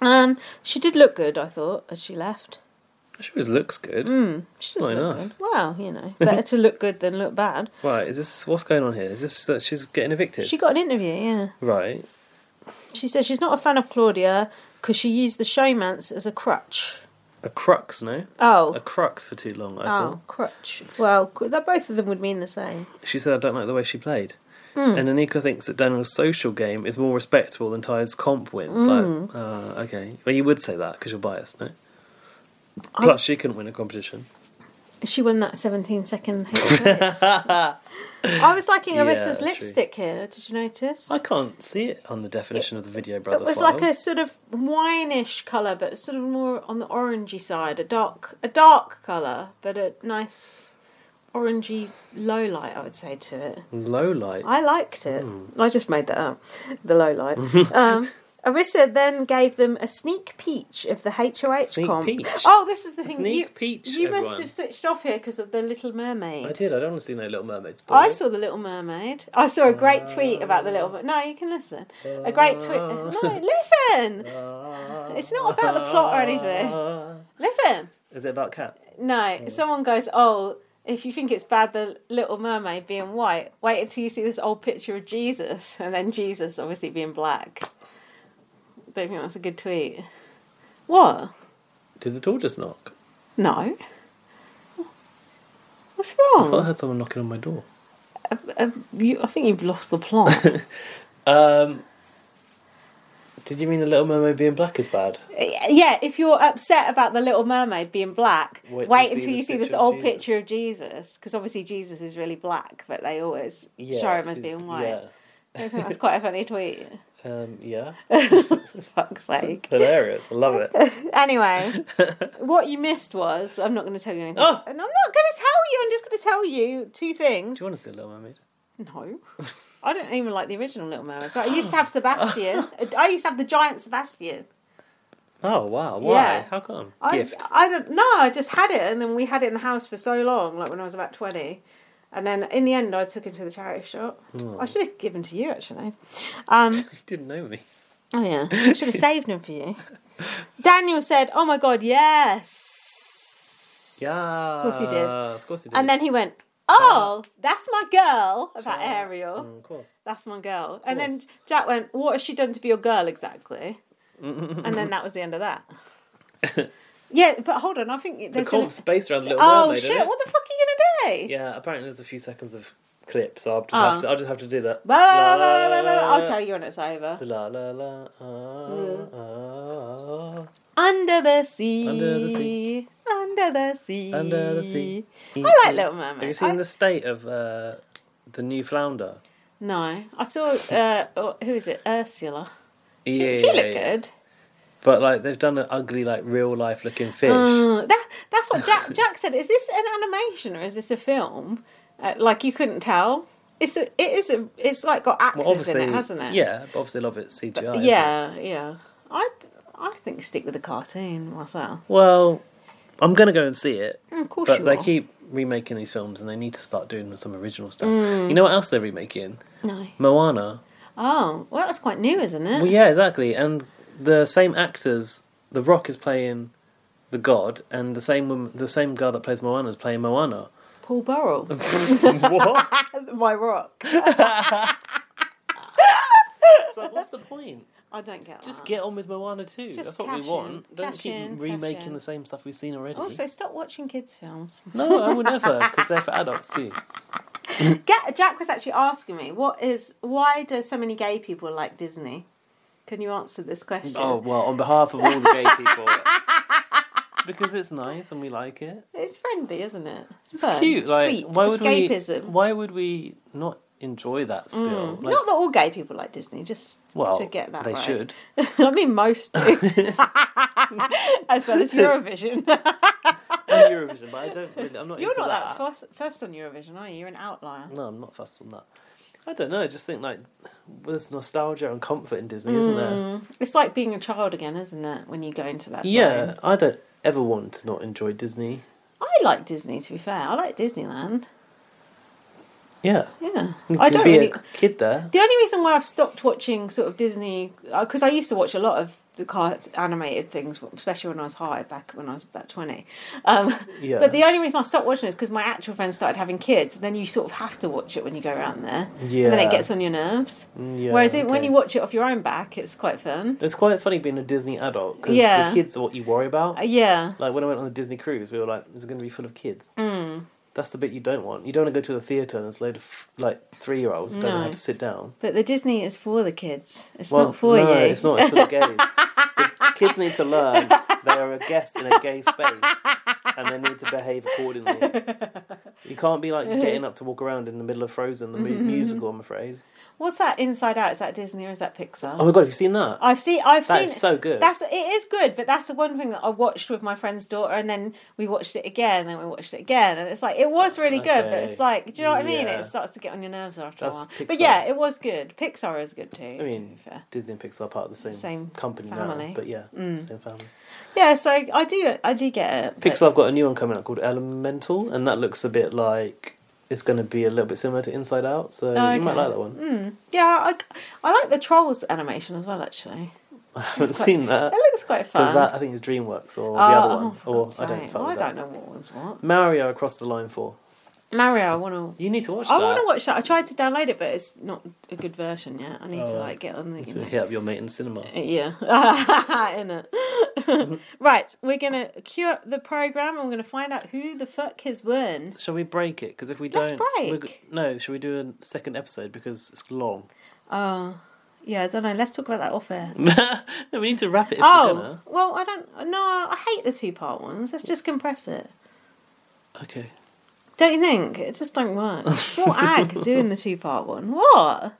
Speaker 2: Um, she did look good, I thought, as she left. Hmm.
Speaker 1: She always looks good.
Speaker 2: Mm. She just
Speaker 1: Not
Speaker 2: looked
Speaker 1: enough.
Speaker 2: good. Well, you know, better to look good than look bad.
Speaker 1: Right? Is this what's going on here? Is this that she's getting evicted?
Speaker 2: She got an interview, yeah.
Speaker 1: Right.
Speaker 2: She says she's not a fan of Claudia because she used the showmance as a crutch.
Speaker 1: A crux, no?
Speaker 2: Oh,
Speaker 1: A crux for too long, I
Speaker 2: oh, crutch. Well, cr- that both of them would mean the same. Hmm.
Speaker 1: thought. She said, I don't like the way she played. And Anika thinks that Daniel's social game is more respectable than Ty's comp wins.
Speaker 2: Hmm.
Speaker 1: Like, uh, okay. Well, you would say that because you're biased, no? Plus, she couldn't win a competition.
Speaker 2: She won that 17 second. I was liking
Speaker 1: Yeah,
Speaker 2: Arissa's
Speaker 1: true.
Speaker 2: lipstick here. Did you notice?
Speaker 1: I can't see it on the definition of the video,
Speaker 2: It
Speaker 1: brother.
Speaker 2: was
Speaker 1: file.
Speaker 2: like a sort of wineish colour, but sort of more on the orangey side. A dark, a dark colour, but a nice orangey low light. I would say to it.
Speaker 1: low light. Hmm.
Speaker 2: I liked it. I just made that up. The low light. um, Arissa then gave them a sneak peach of the HOH
Speaker 1: Sneak
Speaker 2: comp.
Speaker 1: peach.
Speaker 2: Oh, this is the thing.
Speaker 1: Sneak
Speaker 2: you,
Speaker 1: peach,
Speaker 2: You must
Speaker 1: everyone.
Speaker 2: have switched off here because of the Little Mermaid.
Speaker 1: I did. I don't want to see no Little Mermaids.
Speaker 2: I
Speaker 1: boy.
Speaker 2: saw the Little Mermaid. I saw a great tweet about the Little. Mer- No, you can listen. A great tweet. No, listen. It's not about the plot or anything. Listen.
Speaker 1: Is it about cats?
Speaker 2: No, someone goes, oh. If you think it's bad, the Little Mermaid being white, wait until you see this old picture of Jesus, and then Jesus obviously being black. Don't think that's a good tweet. What?
Speaker 1: Did the door just knock?
Speaker 2: No. What's
Speaker 1: I thought I
Speaker 2: wrong?
Speaker 1: heard someone knocking on my door.
Speaker 2: You, I think you've lost the plot.
Speaker 1: Um, did you mean the Little Mermaid being black is bad?
Speaker 2: Yeah, if you're upset about the Little Mermaid being black,
Speaker 1: Wait
Speaker 2: wait,
Speaker 1: till you see
Speaker 2: until
Speaker 1: this
Speaker 2: you see this
Speaker 1: picture of
Speaker 2: old
Speaker 1: Jesus.
Speaker 2: picture of Jesus, because obviously Jesus is really black, but they always show him as being white. I think That's quite a funny tweet.
Speaker 1: Yeah. Um, yeah.
Speaker 2: Fuck's sake.
Speaker 1: Hilarious. I love it.
Speaker 2: Anyway, what you missed was I'm not going to tell you anything,
Speaker 1: Oh!
Speaker 2: and I'm not going to tell you. I'm just going to tell you two things.
Speaker 1: Do you want to see Little Mermaid?
Speaker 2: No. I don't even like the original Little Mermaid, but I used to have Sebastian. I used to have the giant Sebastian.
Speaker 1: Oh wow! Why?
Speaker 2: Yeah.
Speaker 1: How come?
Speaker 2: I,
Speaker 1: Gift.
Speaker 2: I don't know. I just had it, and then we had it in the house for so long, like when I was about twenty. And then in the end, I took him to the charity shop.
Speaker 1: Oh.
Speaker 2: I should have given to you actually. Um,
Speaker 1: You didn't know me.
Speaker 2: oh yeah, I should have saved him for you. Daniel said, "Oh my god, yes."
Speaker 1: Yeah.
Speaker 2: Of course he did.
Speaker 1: Of course he did.
Speaker 2: And then he went, "Oh, that's my girl." About Ariel.
Speaker 1: Mm, of course.
Speaker 2: That's my girl. And then
Speaker 1: course.
Speaker 2: Jack went, What has she done to be your girl exactly? and then that was the end of that. yeah, but hold on, I think
Speaker 1: The
Speaker 2: there's gonna...
Speaker 1: comp's based around Little
Speaker 2: Oh
Speaker 1: Mermaid. isn't
Speaker 2: shit,
Speaker 1: it?
Speaker 2: what the fuck are you gonna do?
Speaker 1: Yeah. Apparently, there's a few seconds of clip, so I'll just
Speaker 2: Oh.
Speaker 1: have to. I'll just have to do that.
Speaker 2: Blah, blah, blah, blah, blah.
Speaker 1: La,
Speaker 2: I'll tell you when it's over.
Speaker 1: La la la. Ah, ah,
Speaker 2: Under the sea.
Speaker 1: Under the sea.
Speaker 2: Under the sea.
Speaker 1: Under the sea.
Speaker 2: I like Little Mermaid.
Speaker 1: Have you seen
Speaker 2: I-
Speaker 1: the state of uh, the new flounder?
Speaker 2: No. I saw, uh, oh, who is it? Ursula. She, she looked good.
Speaker 1: But like they've done an ugly, like real life looking fish.
Speaker 2: Oh, that, that's what Jack, Jack said. Is this an animation or is this a film? Uh, like you couldn't tell. It's a, it is a, it's like got actors
Speaker 1: well, obviously,
Speaker 2: in it, hasn't it?
Speaker 1: yeah, but obviously a lot of it's CGI. isn't it?
Speaker 2: yeah, yeah. I, I think stick with the cartoon myself.
Speaker 1: Well, I'm gonna go and see it,
Speaker 2: Mm, Of course
Speaker 1: but
Speaker 2: you
Speaker 1: they
Speaker 2: are.
Speaker 1: keep remaking these films, and they need to start doing some original stuff.
Speaker 2: Mm.
Speaker 1: You know what else they're remaking?
Speaker 2: No.
Speaker 1: Moana.
Speaker 2: Oh, well, that's quite new, isn't it?
Speaker 1: Well, yeah, exactly. And the same actors, The Rock is playing the god, and the same woman, the same girl that plays Moana is playing Moana.
Speaker 2: Paul Burrell,
Speaker 1: what?
Speaker 2: my rock.
Speaker 1: So what's the point?
Speaker 2: I don't get
Speaker 1: Just
Speaker 2: that.
Speaker 1: get on with Moana too.
Speaker 2: Just
Speaker 1: That's what we
Speaker 2: cash
Speaker 1: want.
Speaker 2: in,
Speaker 1: Don't
Speaker 2: cash
Speaker 1: keep
Speaker 2: in, cash
Speaker 1: remaking
Speaker 2: in.
Speaker 1: the same stuff we've seen already.
Speaker 2: Also, stop watching kids' films.
Speaker 1: no, I will never, because they're for adults too.
Speaker 2: Get, Jack was actually asking me, what is why do so many gay people like Disney? Can you answer this question?
Speaker 1: Oh well, on behalf of all the gay people, because it's nice and we like it.
Speaker 2: It's friendly, isn't it? It's
Speaker 1: Cute, like
Speaker 2: sweet,
Speaker 1: why would
Speaker 2: escapism. Mm.
Speaker 1: we? Why would we not enjoy that still? Like,
Speaker 2: Not that all gay people like Disney, just
Speaker 1: well,
Speaker 2: to get that
Speaker 1: they
Speaker 2: right.
Speaker 1: should.
Speaker 2: I mean, most do. as well as Eurovision.
Speaker 1: On Eurovision, but I don't. Really, I'm not.
Speaker 2: You're
Speaker 1: into
Speaker 2: not
Speaker 1: that.
Speaker 2: that first, first on Eurovision, are you? You're an outlier.
Speaker 1: No, I'm not fussed on that. I don't know. I just think like there's nostalgia and comfort in Disney, isn't
Speaker 2: Mm.
Speaker 1: there?
Speaker 2: It's like being a child again, isn't it? When you go into that.
Speaker 1: Yeah,
Speaker 2: zone.
Speaker 1: I don't ever want to not enjoy Disney.
Speaker 2: I like Disney. To be fair, I like Disneyland.
Speaker 1: Yeah,
Speaker 2: Yeah,
Speaker 1: You
Speaker 2: I
Speaker 1: can
Speaker 2: don't
Speaker 1: be
Speaker 2: really.
Speaker 1: a kid there.
Speaker 2: The only reason why I've stopped watching sort of Disney because I used to watch a lot of the car animated things, especially when I was high back when I was about twenty. Um,
Speaker 1: Yeah.
Speaker 2: But the only reason I stopped watching it is because my actual friends started having kids, and then you sort of have to watch it when you go around there. And then
Speaker 1: Yeah.
Speaker 2: it gets on your nerves.
Speaker 1: Mm, Yeah,
Speaker 2: Whereas it, when
Speaker 1: okay.
Speaker 2: you watch it off your own back, it's quite fun.
Speaker 1: It's quite funny being a Disney adult because
Speaker 2: Yeah.
Speaker 1: the kids are what you worry about.
Speaker 2: Uh, yeah.
Speaker 1: Like when I went on the Disney cruise, we were like, "Is it going to be full of kids?" Mm. That's the bit you don't want. You don't want to go to the theater and there's a load of like three year olds don't know
Speaker 2: No.
Speaker 1: how to sit down.
Speaker 2: But the Disney is for the kids. It's not for
Speaker 1: no,
Speaker 2: you.
Speaker 1: it's not. It's for the gays. the kids need to learn they are a guest in a gay space and they need to behave accordingly. You can't be like getting up to walk around in the middle of Frozen, the mu-
Speaker 2: Mm-hmm.
Speaker 1: musical. I'm afraid.
Speaker 2: What's that Inside Out? Is that Disney or is that Pixar?
Speaker 1: Oh my god, have you seen that?
Speaker 2: I've seen. I've
Speaker 1: That
Speaker 2: seen.
Speaker 1: is so good.
Speaker 2: That's it is good, but that's the one thing that I watched with my friend's daughter, and then we watched it again, and we watched it again, and it's like it was really good, but
Speaker 1: Okay.
Speaker 2: it's like, do you know what I mean?
Speaker 1: Yeah.
Speaker 2: It starts to get on your nerves after
Speaker 1: That's
Speaker 2: a while. But
Speaker 1: Pixar.
Speaker 2: yeah, it was good. Pixar is good too.
Speaker 1: I mean,
Speaker 2: fair.
Speaker 1: Disney and Pixar are part of the same,
Speaker 2: Same
Speaker 1: company
Speaker 2: family.
Speaker 1: now, but yeah, same family.
Speaker 2: yeah. So I do. I do get it. but-
Speaker 1: Pixar have got a new one coming out called Elemental, and that looks a bit like it's going to be a little bit similar to Inside Out, so
Speaker 2: Oh,
Speaker 1: you might
Speaker 2: okay.
Speaker 1: like that one.
Speaker 2: Yeah, I, I like the trolls animation as well. Actually,
Speaker 1: I haven't seen that.
Speaker 2: it looks quite fun.
Speaker 1: Because that I think is DreamWorks or
Speaker 2: Oh,
Speaker 1: the other one,
Speaker 2: oh, for
Speaker 1: or
Speaker 2: God's
Speaker 1: I don't.
Speaker 2: sake.
Speaker 1: fuck
Speaker 2: I
Speaker 1: with
Speaker 2: don't
Speaker 1: that.
Speaker 2: know what one's what.
Speaker 1: Mario across the line four.
Speaker 2: Mario, I want to.
Speaker 1: You need to watch
Speaker 2: I
Speaker 1: that.
Speaker 2: want to watch that. I tried to download it, but it's not a good version yet. I need to
Speaker 1: Oh,
Speaker 2: like get on the. You
Speaker 1: to
Speaker 2: know.
Speaker 1: hit up your mate in cinema.
Speaker 2: Yeah, in it. right, we're gonna cue up the program, and we're gonna find out who the fuck has won.
Speaker 1: Shall we break it? Because if we
Speaker 2: Let's
Speaker 1: don't,
Speaker 2: break.
Speaker 1: we're g- no. Shall we do a second episode because it's long?
Speaker 2: Oh, yeah, I don't know. Let's talk about that off air.
Speaker 1: we need to wrap it if we're
Speaker 2: Oh,
Speaker 1: gonna.
Speaker 2: well, I don't. No, I hate the two part ones. Let's just compress it.
Speaker 1: Okay.
Speaker 2: Don't you think? It just don't work. It's more ag doing the two part one. What?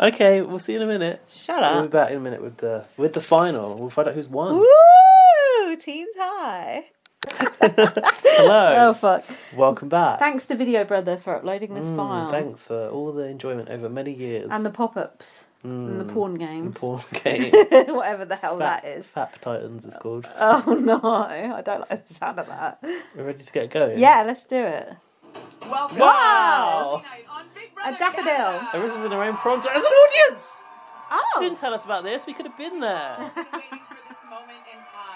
Speaker 1: Okay. We'll see you in a minute.
Speaker 2: Shut
Speaker 1: We'll be
Speaker 2: up.
Speaker 1: back in a minute with the with the final. We'll find out who's won.
Speaker 2: Woo! Team tie.
Speaker 1: Hello.
Speaker 2: Oh fuck!
Speaker 1: Welcome back. Mm,
Speaker 2: Thanks to Video Brother for uploading this file.
Speaker 1: Thanks for all the enjoyment over many years.
Speaker 2: And the pop ups and the porn games.
Speaker 1: Mm, porn game.
Speaker 2: Whatever the hell
Speaker 1: Fat-
Speaker 2: that is.
Speaker 1: Fap Titans is called.
Speaker 2: Oh no, I don't like the sound of that.
Speaker 1: We're ready to get going.
Speaker 2: Yeah, let's do it.
Speaker 5: Welcome
Speaker 1: Wow.
Speaker 5: on Big Brother
Speaker 2: A daffodil.
Speaker 5: Canada.
Speaker 1: Arista's in her own prompt as an audience. She
Speaker 2: Oh,
Speaker 1: didn't tell us about this. We could have been there.
Speaker 5: We've been waiting for this moment in time.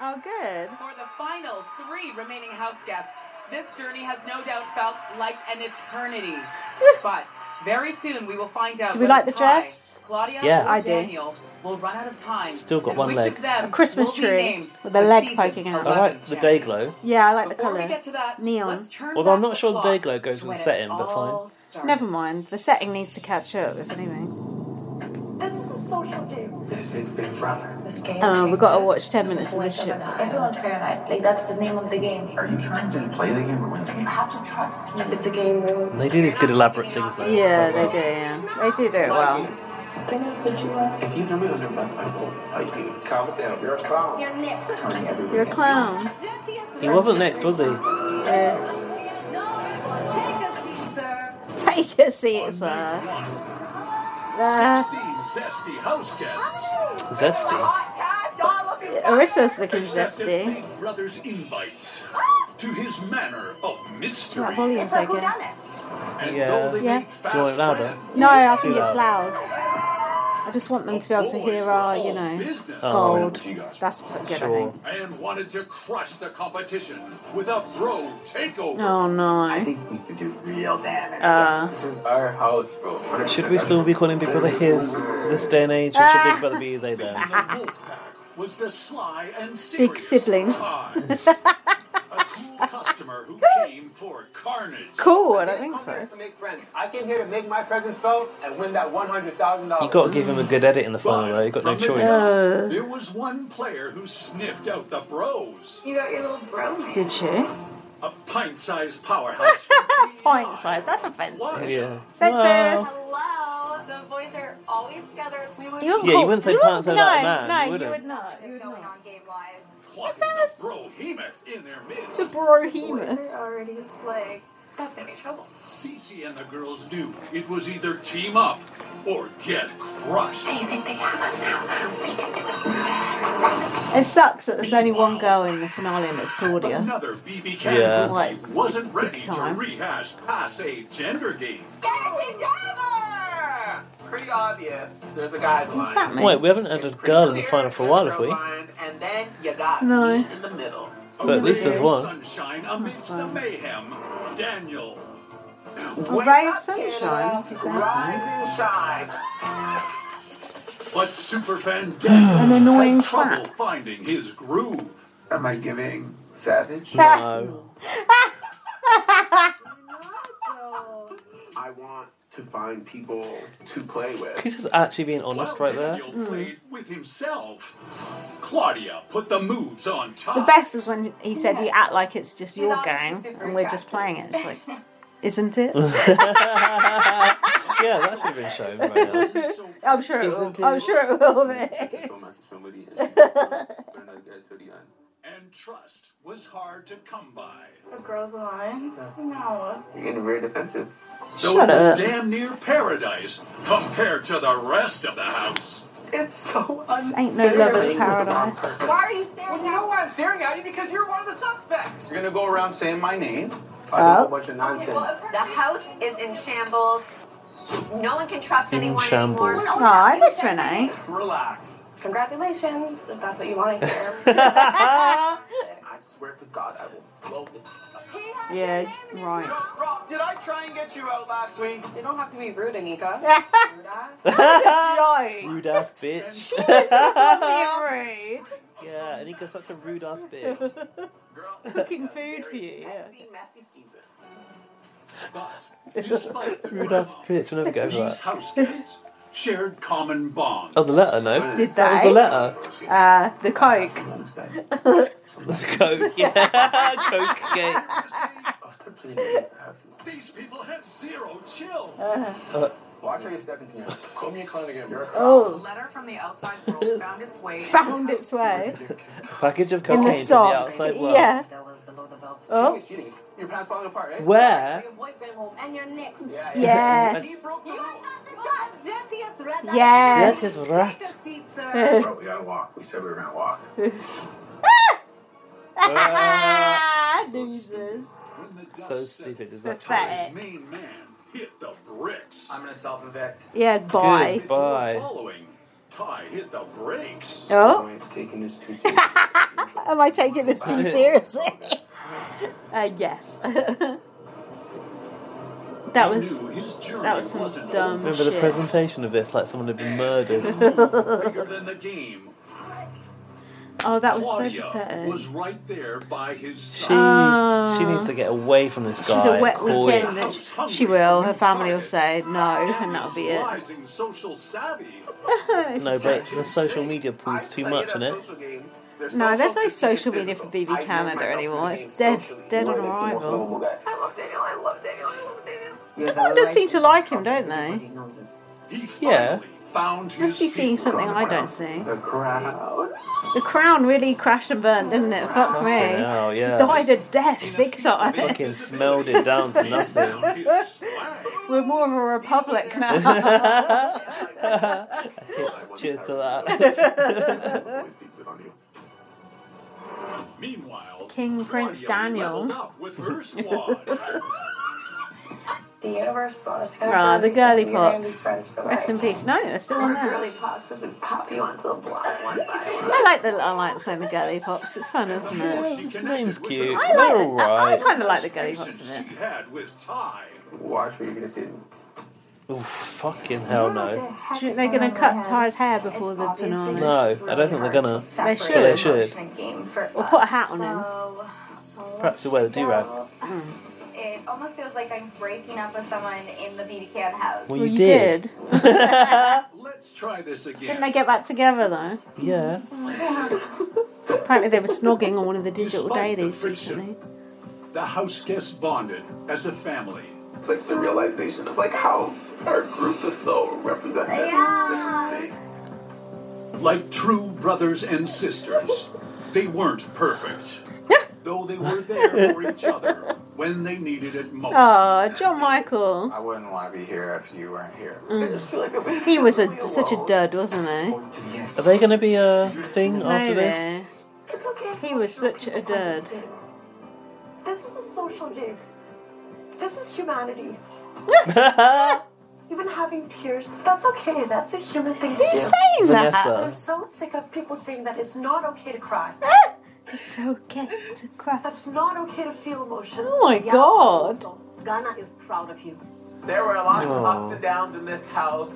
Speaker 2: oh, good.
Speaker 5: For the final three remaining house guests, this journey has no doubt felt like an eternity. but very soon we will find out.
Speaker 2: Do we
Speaker 5: whether
Speaker 2: like the
Speaker 5: Ty,
Speaker 2: dress?
Speaker 5: Claudia
Speaker 1: Yeah.
Speaker 5: or
Speaker 1: I
Speaker 2: do.
Speaker 5: Daniel will run out of time.
Speaker 1: Still got
Speaker 5: and
Speaker 1: one
Speaker 5: which
Speaker 1: leg.
Speaker 5: Of them
Speaker 2: A Christmas
Speaker 5: will be
Speaker 2: tree
Speaker 5: named
Speaker 2: with a
Speaker 5: the
Speaker 2: leg
Speaker 5: season
Speaker 2: poking out.
Speaker 1: I
Speaker 5: 11
Speaker 1: like the day
Speaker 5: champion.
Speaker 1: glow.
Speaker 2: Yeah, I like the
Speaker 5: Before we
Speaker 2: colour.
Speaker 5: get to that,
Speaker 2: Neon.
Speaker 5: let's turn
Speaker 1: Although I'm
Speaker 5: back
Speaker 1: not sure the
Speaker 5: clock
Speaker 1: day glow goes
Speaker 5: to
Speaker 1: with the
Speaker 5: when it
Speaker 1: setting, but fine.
Speaker 5: all started.
Speaker 2: Never mind, the setting needs to catch up, if anything.
Speaker 7: This is a social game.
Speaker 6: This is Big Brother.
Speaker 8: This game
Speaker 2: Oh, we've got to
Speaker 8: changes
Speaker 2: watch 10
Speaker 8: the
Speaker 2: minutes of this
Speaker 8: voice
Speaker 2: shit.
Speaker 8: an eye. Everyone's fair night. Like, that's the name of the game.
Speaker 6: Are you trying to play the game or win the
Speaker 7: You
Speaker 6: game?
Speaker 7: have to trust me.
Speaker 8: It's a game rules.
Speaker 1: They do these good elaborate things though.
Speaker 2: Yeah, they do, yeah. They do do it well.
Speaker 7: Can I put you up?
Speaker 6: If you threw me under the bus, I will bite you. Calm down. You're a clown. You're next.
Speaker 2: You're a clown.
Speaker 1: He wasn't next, was he?
Speaker 2: Yeah. Take a seat, sir. There.
Speaker 3: Zesty house guests
Speaker 1: Zesty.
Speaker 2: Arissa's looking
Speaker 3: accepted
Speaker 2: zesty.
Speaker 3: Big Brother's invite to his manor of mystery.
Speaker 2: That volume's okay.
Speaker 3: And
Speaker 1: Yeah.
Speaker 3: though they
Speaker 2: Yeah.
Speaker 3: made
Speaker 1: Do you want it
Speaker 3: fast
Speaker 1: louder?
Speaker 3: friends,
Speaker 2: No, I think
Speaker 1: loud.
Speaker 2: it's loud. I just want them to be able to
Speaker 3: boys
Speaker 2: hear
Speaker 3: were
Speaker 2: our,
Speaker 3: all
Speaker 2: you know,
Speaker 3: business
Speaker 1: Oh.
Speaker 2: gold. That's good, I
Speaker 1: Sure.
Speaker 2: think.
Speaker 3: And wanted to crush the competition with a bro takeover.
Speaker 2: Oh
Speaker 6: I
Speaker 2: no.
Speaker 6: think we could do real damage.
Speaker 2: Uh.
Speaker 6: this is our
Speaker 9: Oh,
Speaker 6: house, bro.
Speaker 1: Should we still be calling Big Brother his this day and age, or should Big Brother be they
Speaker 3: And
Speaker 1: them?
Speaker 3: the Wolfpack was the sly and serious
Speaker 2: sibling.
Speaker 3: Ty. a cool customer customer who came for carnage.
Speaker 10: Cool, I don't think
Speaker 9: I'm here
Speaker 10: so.
Speaker 9: to make friends. I came here to make my presence felt and win that one hundred thousand
Speaker 1: You
Speaker 9: dollars.
Speaker 1: got to give him a good edit in the
Speaker 3: But
Speaker 1: final though. You got no
Speaker 3: from the
Speaker 1: choice.
Speaker 3: crowd,
Speaker 10: Uh.
Speaker 3: there was one player who sniffed out the bros.
Speaker 11: You got your little bromance.
Speaker 10: Did she?
Speaker 3: A pint-sized powerhouse.
Speaker 10: Point size, that's offensive.
Speaker 1: Yeah.
Speaker 10: Sexist.
Speaker 12: Hello, the boys are always together. We would
Speaker 10: You
Speaker 12: be
Speaker 1: Yeah, you wouldn't say pants
Speaker 10: no,
Speaker 1: out like that,
Speaker 10: No,
Speaker 1: you
Speaker 10: you,
Speaker 1: wouldn't.
Speaker 10: would
Speaker 12: not.
Speaker 10: not. You
Speaker 12: It's
Speaker 10: would
Speaker 12: going
Speaker 10: not.
Speaker 12: on game wise.
Speaker 3: Plucking the brohemoth in their
Speaker 10: The
Speaker 3: midst.
Speaker 10: brohemoth.
Speaker 12: They're already like that's gonna be trouble.
Speaker 3: Cece and the girls knew it was either team up or get crushed.
Speaker 11: You think they have us now? We can do it.
Speaker 2: It sucks that there's only one girl in the finale and it's Claudia.
Speaker 3: Another BB
Speaker 1: Yeah.
Speaker 3: Can
Speaker 10: Like,
Speaker 3: who wasn't ready to
Speaker 2: time.
Speaker 3: rehash passe gender game.
Speaker 9: Get together! Pretty obvious. There's a guideline.
Speaker 2: What's that mean?
Speaker 1: Wait, we haven't had a
Speaker 9: It's pretty
Speaker 1: girl in the
Speaker 9: clear,
Speaker 1: final for a while,
Speaker 9: there's
Speaker 1: have we?
Speaker 9: no lines, And then you got
Speaker 2: No.
Speaker 9: me in the middle.
Speaker 1: So at least there's
Speaker 3: Ray of
Speaker 1: one.
Speaker 3: Sunshine amidst the
Speaker 2: fine.
Speaker 3: mayhem. Daniel.
Speaker 2: A ray of sunshine. Is that it?
Speaker 9: Rise and shine.
Speaker 3: But superfan Daniel
Speaker 2: An annoying
Speaker 3: had trouble
Speaker 2: twat.
Speaker 3: finding his groove.
Speaker 9: Am I giving savage?
Speaker 1: No.
Speaker 9: I want to find people to play with.
Speaker 1: He's just actually being honest
Speaker 3: While
Speaker 1: right there.
Speaker 3: Daniel played with himself. Claudia put the moves on top.
Speaker 2: The best is when he said, "You act like it's just your game, and we're just playing it." It's like, isn't it?
Speaker 1: Yeah, that should have been shown right now.
Speaker 3: So
Speaker 2: I'm sure it will.
Speaker 1: Isn't
Speaker 2: I'm
Speaker 1: it?
Speaker 2: sure it will
Speaker 9: I
Speaker 2: be.
Speaker 9: can show myself somebody and she can turn that guy's hoodie on.
Speaker 3: and trust was hard to come by.
Speaker 11: The girls' alliance? No.
Speaker 9: You're getting very defensive.
Speaker 3: Though it was
Speaker 2: up.
Speaker 3: damn near paradise compared to the rest of the house.
Speaker 9: It's so unfair.
Speaker 2: Ain't no lover's paradise.
Speaker 12: Why are you
Speaker 9: Well,
Speaker 12: staring
Speaker 9: you
Speaker 12: at
Speaker 9: know
Speaker 12: me?
Speaker 9: why I'm staring at you because you're one of the suspects. You're gonna go around saying my name. I
Speaker 2: Oh.
Speaker 9: know a whole bunch of nonsense.
Speaker 12: Well, the house is in shambles. No one can trust
Speaker 1: In
Speaker 12: anyone
Speaker 1: shambles.
Speaker 12: anymore.
Speaker 2: No, I miss Renee.
Speaker 9: Relax.
Speaker 11: Congratulations, if that's what you want to hear.
Speaker 9: I swear to God, I will blow this. up.
Speaker 2: Yeah, right.
Speaker 9: Rob, did I try and get you out last week?
Speaker 11: you don't have to be rude, Anika.
Speaker 2: Joy.
Speaker 1: Rude ass bitch.
Speaker 11: Oh.
Speaker 2: Fucking rude.
Speaker 1: Yeah, and he goes such a rude ass bitch.
Speaker 2: Cooking food for you. Yeah.
Speaker 9: messy season.
Speaker 3: But despite the
Speaker 1: Rude ass
Speaker 3: drama,
Speaker 1: bitch. We'll never get over
Speaker 3: these
Speaker 1: that.
Speaker 3: house guests shared common bonds.
Speaker 1: Oh, the letter, no.
Speaker 2: Did
Speaker 1: That was the
Speaker 2: they?
Speaker 1: letter.
Speaker 2: Uh, the coke.
Speaker 1: Coke, yeah. Coke gate.
Speaker 9: Oh,
Speaker 3: These people had zero chill.
Speaker 2: Uh-huh.
Speaker 1: Uh,
Speaker 9: Watch how you step into me. Call me a clown again. You're a clown.
Speaker 5: A
Speaker 2: Oh,
Speaker 5: letter from the outside world found its way.
Speaker 2: found its way
Speaker 1: Package of
Speaker 2: in
Speaker 1: cocaine
Speaker 2: the
Speaker 1: from the
Speaker 2: sock.
Speaker 1: outside world.
Speaker 2: Yeah.
Speaker 12: That was below the belt.
Speaker 2: Oh,
Speaker 9: Cheating. Your pants falling apart, right?
Speaker 1: Where?
Speaker 12: Your boyfriend home and your next.
Speaker 2: yes.
Speaker 3: He broke the
Speaker 12: You are
Speaker 3: rule.
Speaker 12: not the judge. Dirtiest rat. I
Speaker 2: Yes.
Speaker 1: That is rat.
Speaker 12: have seen, sir.
Speaker 9: Bro, we gotta walk. We said we were gonna walk.
Speaker 2: Ah, losers.
Speaker 3: When the dust
Speaker 1: So
Speaker 3: settled,
Speaker 1: stupid is that
Speaker 2: Pathetic.
Speaker 1: choice?
Speaker 3: his main man hit the bricks.
Speaker 9: I'm gonna self-evict.
Speaker 2: Yeah, bye.
Speaker 3: Before
Speaker 1: Bye.
Speaker 3: Following, Ty hit the brakes.
Speaker 2: Oh,
Speaker 9: I'm taking this too seriously.
Speaker 2: am I taking this too seriously? uh, yes. that
Speaker 3: He
Speaker 2: was
Speaker 3: knew his journey
Speaker 2: that was some
Speaker 3: wasn't
Speaker 2: dumb
Speaker 1: Remember
Speaker 2: Oh, shit.
Speaker 1: the presentation of this, like someone had been murdered.
Speaker 3: over bigger than the game.
Speaker 2: oh, that was so
Speaker 3: Claudia
Speaker 2: pathetic.
Speaker 3: was right there by his
Speaker 1: She
Speaker 3: side.
Speaker 2: Ah.
Speaker 1: she needs to get away from this guy.
Speaker 2: She's a wet
Speaker 1: Call
Speaker 2: weekend.
Speaker 1: it.
Speaker 2: and She will. Her family will say no, Oh, and that'll be it.
Speaker 3: Rising social savvy.
Speaker 1: No, but the social media pulls too much in it.
Speaker 2: No, there's no social media for BB Canada anymore. It's dead, dead on arrival.
Speaker 11: I love Daniel. I love Daniel. I love Daniel.
Speaker 2: Everyone does seem to like him, don't they?
Speaker 3: He
Speaker 1: Yeah.
Speaker 3: finally found his
Speaker 2: Must be seeing
Speaker 3: people.
Speaker 2: something I don't see.
Speaker 9: The crowd.
Speaker 2: The crown really crashed and burnt, didn't it? Fuck me.
Speaker 1: Oh yeah.
Speaker 2: Died a death, big time.
Speaker 1: Fucking smelled it down to nothing.
Speaker 3: Found his swag.
Speaker 2: We're more of a republic now.
Speaker 1: Cheers to that.
Speaker 3: Meanwhile,
Speaker 2: King Prince
Speaker 3: Claudia
Speaker 2: Daniel.
Speaker 3: leveled up with her squad.
Speaker 11: The universe brought us together.
Speaker 2: Aw, the girly
Speaker 11: We're gonna be
Speaker 2: pops.
Speaker 11: friends for
Speaker 2: Rest in
Speaker 11: life.
Speaker 2: peace. No, they're still on there.
Speaker 11: Girly pops does pop you onto the block one by one.
Speaker 2: I like the I like saying the girly pops. It's fun, isn't it?
Speaker 3: She connected
Speaker 1: Name's
Speaker 3: with
Speaker 1: cute.
Speaker 3: the
Speaker 2: I like
Speaker 1: They're
Speaker 2: the, I, I
Speaker 1: alright.
Speaker 2: kind of like the girly pops
Speaker 3: conversations
Speaker 2: a bit.
Speaker 3: She had with Ty.
Speaker 9: Watch what you're gonna see.
Speaker 1: Oof, fucking hell no.
Speaker 2: Do you think they're going to cut Ty's hair before the finale?
Speaker 1: No, I don't think they're gonna.
Speaker 2: They
Speaker 1: But they
Speaker 2: should.
Speaker 1: should.
Speaker 11: Game for
Speaker 2: Or
Speaker 11: us.
Speaker 2: put a hat on him.
Speaker 11: So,
Speaker 1: Perhaps they wear the do rag.
Speaker 13: It almost feels like I'm breaking up with someone in the BD can house.
Speaker 1: Well, you Well, you did.
Speaker 3: Let's try this again.
Speaker 2: Didn't they get back together though?
Speaker 1: Yeah.
Speaker 2: Apparently they were snogging on one of the digital
Speaker 3: Despite the
Speaker 2: dailies
Speaker 3: friction,
Speaker 2: recently.
Speaker 3: The house guests bonded as a family.
Speaker 5: It's like the realization of like how our group is so representative
Speaker 13: Yeah.
Speaker 5: of different
Speaker 3: Like true brothers and sisters, they weren't perfect, though they were there for each other when they needed it most.
Speaker 2: Oh, John Michael.
Speaker 14: I wouldn't want to be here if you weren't here.
Speaker 2: Mm. He was a, such a dud, wasn't he?
Speaker 1: Are they going to be a thing after this?
Speaker 2: Maybe. He was such a dud.
Speaker 12: This is a social gig. This is humanity. Even having tears, that's okay. That's a human thing to do.
Speaker 2: Who's saying that? Vanessa.
Speaker 12: I'm so sick of people saying that it's not okay to cry.
Speaker 2: It's okay to cry.
Speaker 12: That's not okay to feel emotions.
Speaker 2: Oh my
Speaker 12: Yeah.
Speaker 2: god.
Speaker 12: Ghana is proud of you.
Speaker 9: There were a lot of
Speaker 1: No.
Speaker 9: ups and downs in this house,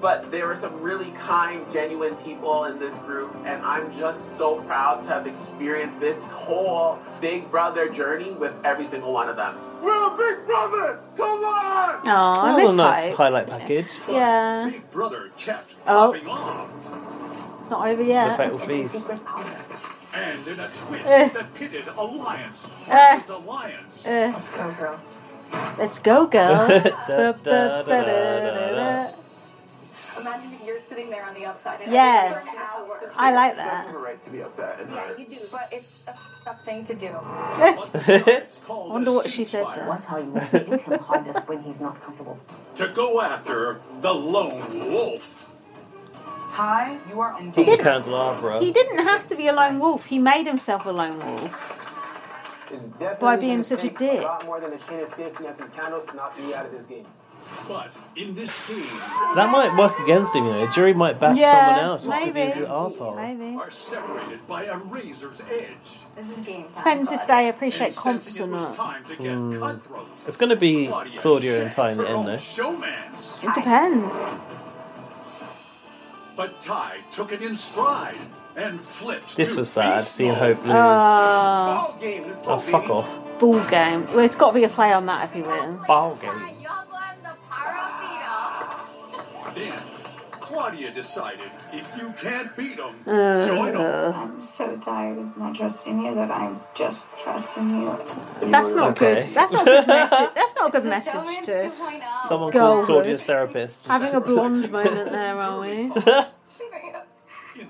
Speaker 9: but there were some really kind, genuine people in this group, and I'm just so proud to have experienced this whole Big Brother journey with every single one of them. We're a Big Brother! Come on!
Speaker 2: Oh, I
Speaker 1: That was
Speaker 2: miss
Speaker 1: a nice
Speaker 2: Hope.
Speaker 1: highlight package.
Speaker 2: Yeah.
Speaker 3: Brother kept
Speaker 2: Oh.
Speaker 3: popping off,
Speaker 2: It's not over yet. Uh,
Speaker 1: The fatal feast.
Speaker 3: and in a twist
Speaker 2: Eh.
Speaker 3: that pitted Alliance
Speaker 2: Eh.
Speaker 3: versus Alliance.
Speaker 2: Uh,
Speaker 12: Let's go, girls.
Speaker 2: let's go, girls.
Speaker 1: Da, da, da, da, da.
Speaker 13: Imagine if you're sitting there on the outside. And
Speaker 2: Yes.
Speaker 13: everyone's out.
Speaker 2: I like that.
Speaker 5: have a right to be upset and
Speaker 13: Yeah, you do, but it's a fucked up thing to do.
Speaker 2: I wonder what she said there.
Speaker 12: Watch how you want to hit him hard us when he's not comfortable.
Speaker 3: To go after the lone wolf.
Speaker 15: Ty, you are in
Speaker 1: The
Speaker 15: danger.
Speaker 1: candelabra.
Speaker 2: He didn't have to be a lone wolf. He made himself a lone wolf.
Speaker 9: It's definitely
Speaker 2: By being
Speaker 9: gonna
Speaker 2: such a
Speaker 9: take
Speaker 2: dick.
Speaker 9: A lot more than a chain of safety and some candles to knock me out of this game.
Speaker 3: But in this scene,
Speaker 1: That might work against him, you know. A jury might back someone else just because he's an asshole.
Speaker 2: Uh, Maybe.
Speaker 3: are separated by a razor's edge.
Speaker 13: This is game time.
Speaker 2: Depends if they appreciate
Speaker 3: sensing
Speaker 2: comps or
Speaker 3: it was
Speaker 2: not.
Speaker 3: time to get cutthroat.
Speaker 1: It's going to be
Speaker 3: Claudia
Speaker 1: Claudia
Speaker 3: Shea,
Speaker 1: and Ty in the
Speaker 3: her
Speaker 1: end,
Speaker 3: own
Speaker 1: though.
Speaker 3: Showman's.
Speaker 2: It depends.
Speaker 3: But Ty took it in stride and flipped.
Speaker 1: This
Speaker 3: to
Speaker 1: was sad,
Speaker 3: beast
Speaker 1: seeing
Speaker 3: mode.
Speaker 1: Hope lose.
Speaker 2: Uh,
Speaker 3: Ball game, this
Speaker 1: oh,
Speaker 3: whole
Speaker 1: fuck
Speaker 3: baby.
Speaker 1: off.
Speaker 2: ball game. Well, it's got to be a play on that if he wins.
Speaker 1: Ball game.
Speaker 13: You won the Parafina.
Speaker 3: Then Claudia decided if you can't beat him, join him.
Speaker 2: Uh,
Speaker 13: I'm so tired of not trusting you that I'm just trusting you.
Speaker 2: that's not
Speaker 1: Okay.
Speaker 2: good. That's not a good message. That's not a good message
Speaker 13: Gentlemen
Speaker 2: to.
Speaker 13: 2.0.
Speaker 1: Someone
Speaker 2: Go
Speaker 1: called Claudia's
Speaker 2: Hope.
Speaker 1: therapist.
Speaker 2: Having a blonde moment there, are we?
Speaker 3: In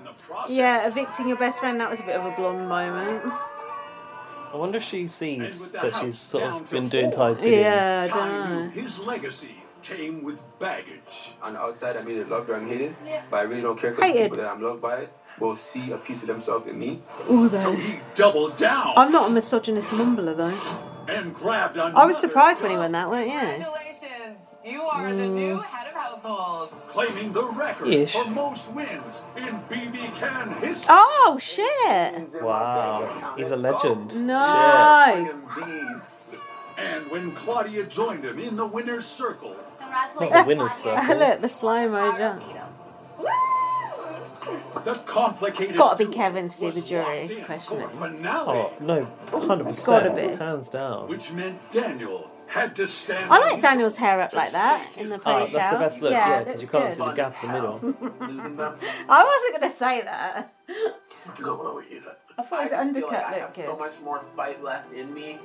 Speaker 3: the process,
Speaker 2: Yeah, evicting your best friend, that was a bit of a blonde moment.
Speaker 1: I wonder if she sees
Speaker 3: with the
Speaker 1: that
Speaker 3: house
Speaker 1: she's sort
Speaker 3: down
Speaker 1: of
Speaker 3: to
Speaker 1: been doing
Speaker 3: four.
Speaker 1: Ty's bidding.
Speaker 2: Yeah, I
Speaker 3: Ty knew
Speaker 2: don't know.
Speaker 3: his legacy came with baggage.
Speaker 9: On the outside, I'm either loved or I'm hated, but I really don't care because
Speaker 2: Hated.
Speaker 9: people that I'm loved by will see a piece of themselves in me.
Speaker 2: Ooh, Oh.
Speaker 3: So
Speaker 2: though.
Speaker 3: he doubled down
Speaker 2: I'm not a misogynist mumbler, though.
Speaker 3: and grabbed on.
Speaker 2: I was surprised when he went that, Mm. weren't you?
Speaker 15: Congratulations. You are the new head of household.
Speaker 3: claiming the record
Speaker 1: Ish.
Speaker 3: for most wins in BB Can history.
Speaker 2: Oh, shit!
Speaker 1: Wow, he's a legend.
Speaker 2: No!
Speaker 3: And when Claudia joined him in the winner's circle,
Speaker 1: Not the winner's circle.
Speaker 2: Look, the slow mo jump.
Speaker 3: the complicated.
Speaker 2: It's gotta be
Speaker 3: duo
Speaker 2: Kevin to do
Speaker 3: was
Speaker 2: the jury
Speaker 3: locked in for
Speaker 2: questioning.
Speaker 3: a Finale,
Speaker 1: Oh, no, 100%.
Speaker 2: Gotta be.
Speaker 1: Hands down.
Speaker 3: which meant Daniel had to stand.
Speaker 2: I like Daniel's hair up like that in the
Speaker 1: Ah,
Speaker 2: ponytail.
Speaker 1: that's the best look, yeah, because you can't
Speaker 2: that's
Speaker 1: see the
Speaker 2: good.
Speaker 1: gap in the middle.
Speaker 9: Losing them.
Speaker 2: I wasn't going to say that. I thought it
Speaker 9: I
Speaker 2: was
Speaker 9: just feel
Speaker 2: undercut
Speaker 9: like I
Speaker 2: look
Speaker 9: have
Speaker 2: good.
Speaker 9: so much more fight left in me.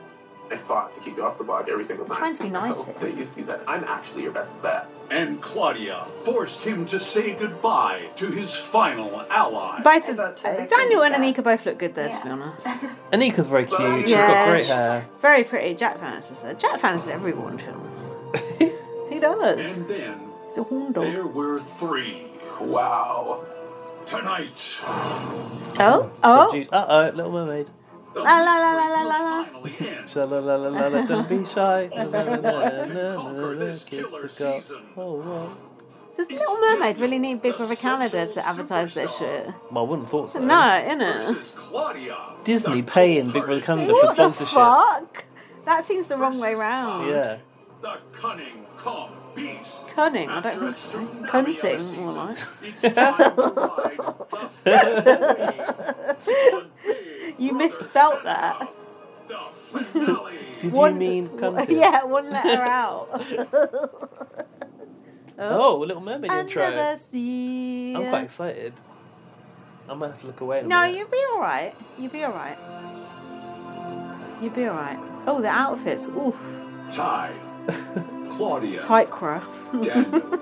Speaker 5: I fought to keep you off the block every single time.
Speaker 2: trying to be
Speaker 5: I
Speaker 2: nice eh?
Speaker 5: hope
Speaker 2: here.
Speaker 5: that you see that I'm actually your best bet.
Speaker 3: And Claudia forced him to say goodbye to his final ally.
Speaker 2: Both of
Speaker 12: thought Trevor
Speaker 2: Daniel
Speaker 12: could
Speaker 2: and
Speaker 12: do that.
Speaker 2: Anika both look good there,
Speaker 13: Yeah.
Speaker 2: to be honest.
Speaker 1: Anika's very cute. She's
Speaker 2: Yeah.
Speaker 1: got great hair.
Speaker 2: Very pretty. Jack fancies her. Jack fancies everyone, children. he does.
Speaker 3: and then
Speaker 2: He's a horn dog.
Speaker 3: there were three.
Speaker 5: Wow.
Speaker 3: Tonight,
Speaker 2: Oh, oh.
Speaker 1: Subdued. Uh oh, Little Mermaid.
Speaker 3: the
Speaker 2: La, la, la,
Speaker 3: mystery
Speaker 2: la,
Speaker 3: will
Speaker 2: la, la.
Speaker 3: finally end.
Speaker 1: Sha-la-la-la-la-la, don't be shy.
Speaker 3: Conquer this killer
Speaker 1: Kiss the
Speaker 3: season.
Speaker 1: girl. Oh, wow.
Speaker 2: Does Little Mermaid really need Big Brother Canada to advertise their shit?
Speaker 1: Well, I wouldn't thought so.
Speaker 2: No, innit?
Speaker 3: versus Claudia.
Speaker 1: Disney
Speaker 3: the
Speaker 1: paying Big Brother
Speaker 3: cold-hearted,
Speaker 1: Canada for
Speaker 2: What the
Speaker 1: sponsorship.
Speaker 2: fuck? That seems the wrong way round.
Speaker 1: Yeah.
Speaker 3: The cunning, calm beast.
Speaker 2: Cunning, I don't
Speaker 3: After a
Speaker 2: think-
Speaker 3: tsunami
Speaker 2: cunting,
Speaker 3: of a season,
Speaker 2: more like.
Speaker 3: It's time to ride the
Speaker 2: You misspelt that.
Speaker 3: The finale.
Speaker 1: Did
Speaker 2: One-
Speaker 1: you mean come?
Speaker 2: Yeah, one letter out.
Speaker 1: Oh, Little Mermaid
Speaker 2: Under
Speaker 1: intro.
Speaker 2: the sea.
Speaker 1: I'm quite excited. I might have to look away. In a
Speaker 2: No,
Speaker 1: minute.
Speaker 2: you'll be all right. You'll be all right. You'll be all right. Oh, the outfits. Oof.
Speaker 3: Ty, Claudia,
Speaker 2: Tight cra.
Speaker 3: Daniel.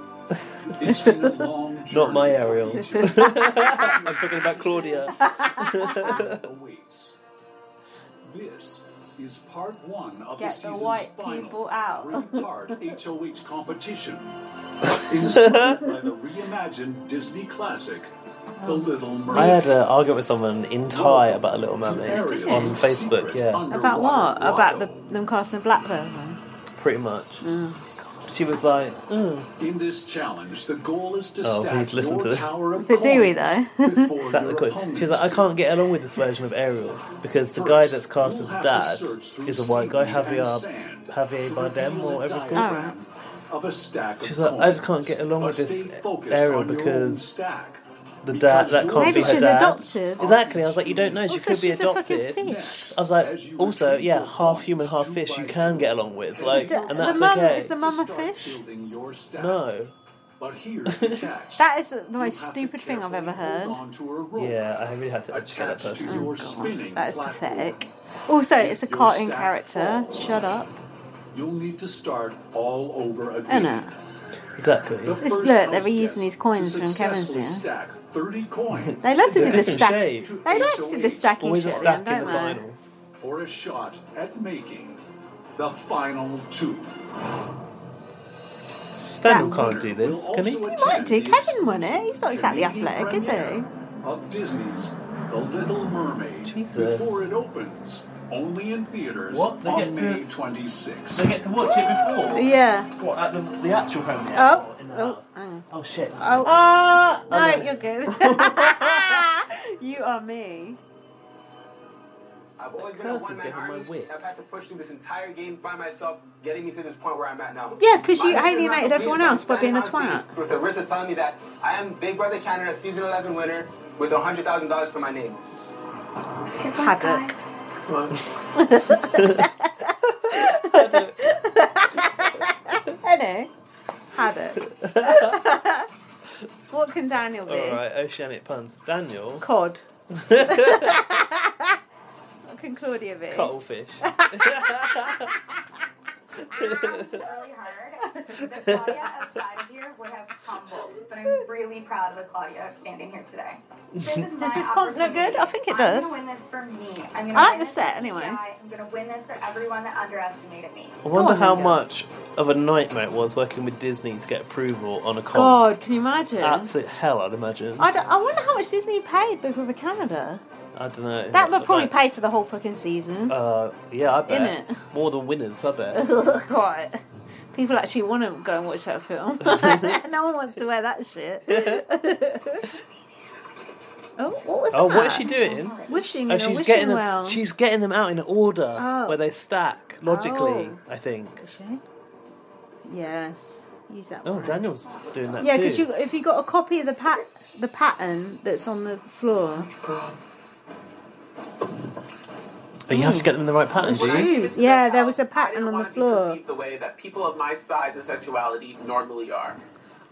Speaker 3: It's been a long
Speaker 1: Not my Ariel. I'm talking about Claudia.
Speaker 3: awaits. This is part one of
Speaker 2: Get the
Speaker 3: the season's
Speaker 2: white
Speaker 3: final
Speaker 2: people out.
Speaker 3: three-part HOH competition, inspired by the reimagined Disney classic,
Speaker 2: Oh.
Speaker 3: The Little Mermaid.
Speaker 1: I had an argument with someone in Thai about a Little
Speaker 3: Welcome to
Speaker 1: Mermaid
Speaker 3: Ariel's
Speaker 1: on Facebook. Yeah,
Speaker 2: About what? About the, them casting black person.
Speaker 1: pretty much.
Speaker 2: Mm.
Speaker 1: She was like,
Speaker 3: In this challenge, the goal is to
Speaker 1: Oh,
Speaker 3: stack
Speaker 1: please listen
Speaker 3: your
Speaker 1: to this.
Speaker 3: tower of
Speaker 2: So do we
Speaker 3: coins
Speaker 2: though?
Speaker 3: before
Speaker 1: Is that the
Speaker 3: your
Speaker 1: question? She's like, I can't get along with this version of Ariel because the guy that's cast as dad is a white guy, Javier Javier Bardem or whatever it's called.
Speaker 3: diagram
Speaker 2: Oh.
Speaker 3: of a stack
Speaker 1: She's
Speaker 3: of
Speaker 1: like, I just
Speaker 3: coins.
Speaker 1: can't get along with
Speaker 3: But
Speaker 1: this
Speaker 3: stay focused
Speaker 1: Ariel
Speaker 3: on your own
Speaker 1: because
Speaker 3: stack.
Speaker 1: the dad that can't
Speaker 2: Maybe
Speaker 1: be her
Speaker 2: she's
Speaker 1: dad.
Speaker 2: adopted.
Speaker 1: Exactly. I was like, you don't know. She
Speaker 2: Also,
Speaker 1: could be
Speaker 2: she's a fucking
Speaker 1: adopted.
Speaker 2: fish.
Speaker 1: I was like, also, yeah, half human, half fish. You can get along with, like,
Speaker 2: The-
Speaker 1: and that's
Speaker 2: the mum,
Speaker 1: okay.
Speaker 2: Is the mum a fish?
Speaker 3: Building your stack.
Speaker 1: No.
Speaker 3: But here's the catch.
Speaker 2: That is the most stupid thing I've ever heard.
Speaker 1: Yeah, I really had to educate that person.
Speaker 3: your
Speaker 2: Oh,
Speaker 3: spinning
Speaker 2: That is
Speaker 3: platform.
Speaker 2: pathetic. Also, it's a
Speaker 3: Your
Speaker 2: cartoon
Speaker 3: stack
Speaker 2: character.
Speaker 3: falls.
Speaker 2: Shut up.
Speaker 3: You'll need to start all over again.
Speaker 2: Innit?
Speaker 1: Exactly.
Speaker 3: The
Speaker 2: It's look,
Speaker 3: first
Speaker 2: they're
Speaker 3: house
Speaker 2: reusing these coins
Speaker 3: to
Speaker 2: from Kevin's
Speaker 3: successfully
Speaker 2: here.
Speaker 3: stack 30 coins.
Speaker 2: They love to do the
Speaker 1: Different
Speaker 2: stack.
Speaker 1: shape.
Speaker 2: They like to do the stacking
Speaker 1: Always a
Speaker 2: shit,
Speaker 1: stack
Speaker 2: then,
Speaker 1: in the
Speaker 2: don't they?
Speaker 1: final.
Speaker 3: For a shot at making the final two.
Speaker 1: Stanley can't do this, can he?
Speaker 2: He might do. Kevin won it. He's not exactly athletic, is he?
Speaker 3: Of Disney's The Little Mermaid
Speaker 1: Jesus.
Speaker 3: before it opens. Only in theaters
Speaker 1: What? They
Speaker 3: on
Speaker 1: get to-
Speaker 3: May 26th.
Speaker 1: They get to watch it before.
Speaker 2: Yeah.
Speaker 1: What at the, the actual premiere?
Speaker 2: Oh, oh, hang on.
Speaker 1: Oh shit.
Speaker 2: Oh,
Speaker 1: Oh,
Speaker 2: no,
Speaker 1: no.
Speaker 2: you're good. you are me.
Speaker 9: I've always
Speaker 1: That
Speaker 9: been a
Speaker 1: curse is
Speaker 9: one man
Speaker 1: getting my
Speaker 9: army.
Speaker 1: wit.
Speaker 9: I've had to push through this entire game by myself, getting me to this point where I'm at now.
Speaker 2: Yeah, 'cause you
Speaker 9: My mission
Speaker 2: alienated
Speaker 9: now is
Speaker 2: everyone else by being a
Speaker 9: standing on feet With the risk of telling me that I am Big Brother Canada season 11 winner with $100,000 for my name.
Speaker 2: Paddock. Hello. Paddock. what can Daniel be?
Speaker 1: All right, oceanic puns. Daniel.
Speaker 2: Cod. What can Claudia be?
Speaker 1: Cuttlefish.
Speaker 13: really hard. The Claudia outside of here would have humbled, but I'm really proud of the Claudia standing here today. This is my
Speaker 2: Does this font look good? I think it
Speaker 13: I'm
Speaker 2: does.
Speaker 13: gonna win this for me. I'm gonna
Speaker 2: I like
Speaker 13: win
Speaker 2: the
Speaker 13: this
Speaker 2: set,
Speaker 13: for
Speaker 2: anyway.
Speaker 13: EI. I'm gonna win this for everyone that underestimated me.
Speaker 1: I wonder
Speaker 2: on,
Speaker 1: how
Speaker 2: then,
Speaker 1: much of a nightmare it was working with Disney to get approval on a con.
Speaker 2: God, can you imagine?
Speaker 1: Absolute hell, I'd imagine.
Speaker 2: I, don't- I wonder how much Disney paid Big Brother Canada.
Speaker 1: I don't know.
Speaker 2: That would probably pay for the whole fucking season.
Speaker 1: Uh, yeah, I bet.
Speaker 2: Innit?
Speaker 1: More than winners, I bet.
Speaker 2: God. People actually want to go and watch that film. no one wants to wear that shit. oh, what was
Speaker 1: Oh,
Speaker 2: that?
Speaker 1: what is she doing?
Speaker 2: Wishing
Speaker 1: Oh,
Speaker 2: in a
Speaker 1: she's
Speaker 2: wishing
Speaker 1: getting them.
Speaker 2: well.
Speaker 1: She's getting them out in order
Speaker 2: Oh.
Speaker 1: where they stack logically.
Speaker 2: Oh.
Speaker 1: I think.
Speaker 2: Is she? Yes. Use that
Speaker 1: Oh,
Speaker 2: one.
Speaker 1: Daniel's doing that
Speaker 2: Yeah,
Speaker 1: too.
Speaker 2: because you, if you got a copy of the pat, the pattern that's on the floor.
Speaker 1: But you have to get them in the right pattern, do you?
Speaker 2: Shoes. Yeah, there was a pattern on the
Speaker 9: want to be
Speaker 2: floor.
Speaker 9: perceived the way that people of my size and sexuality normally are.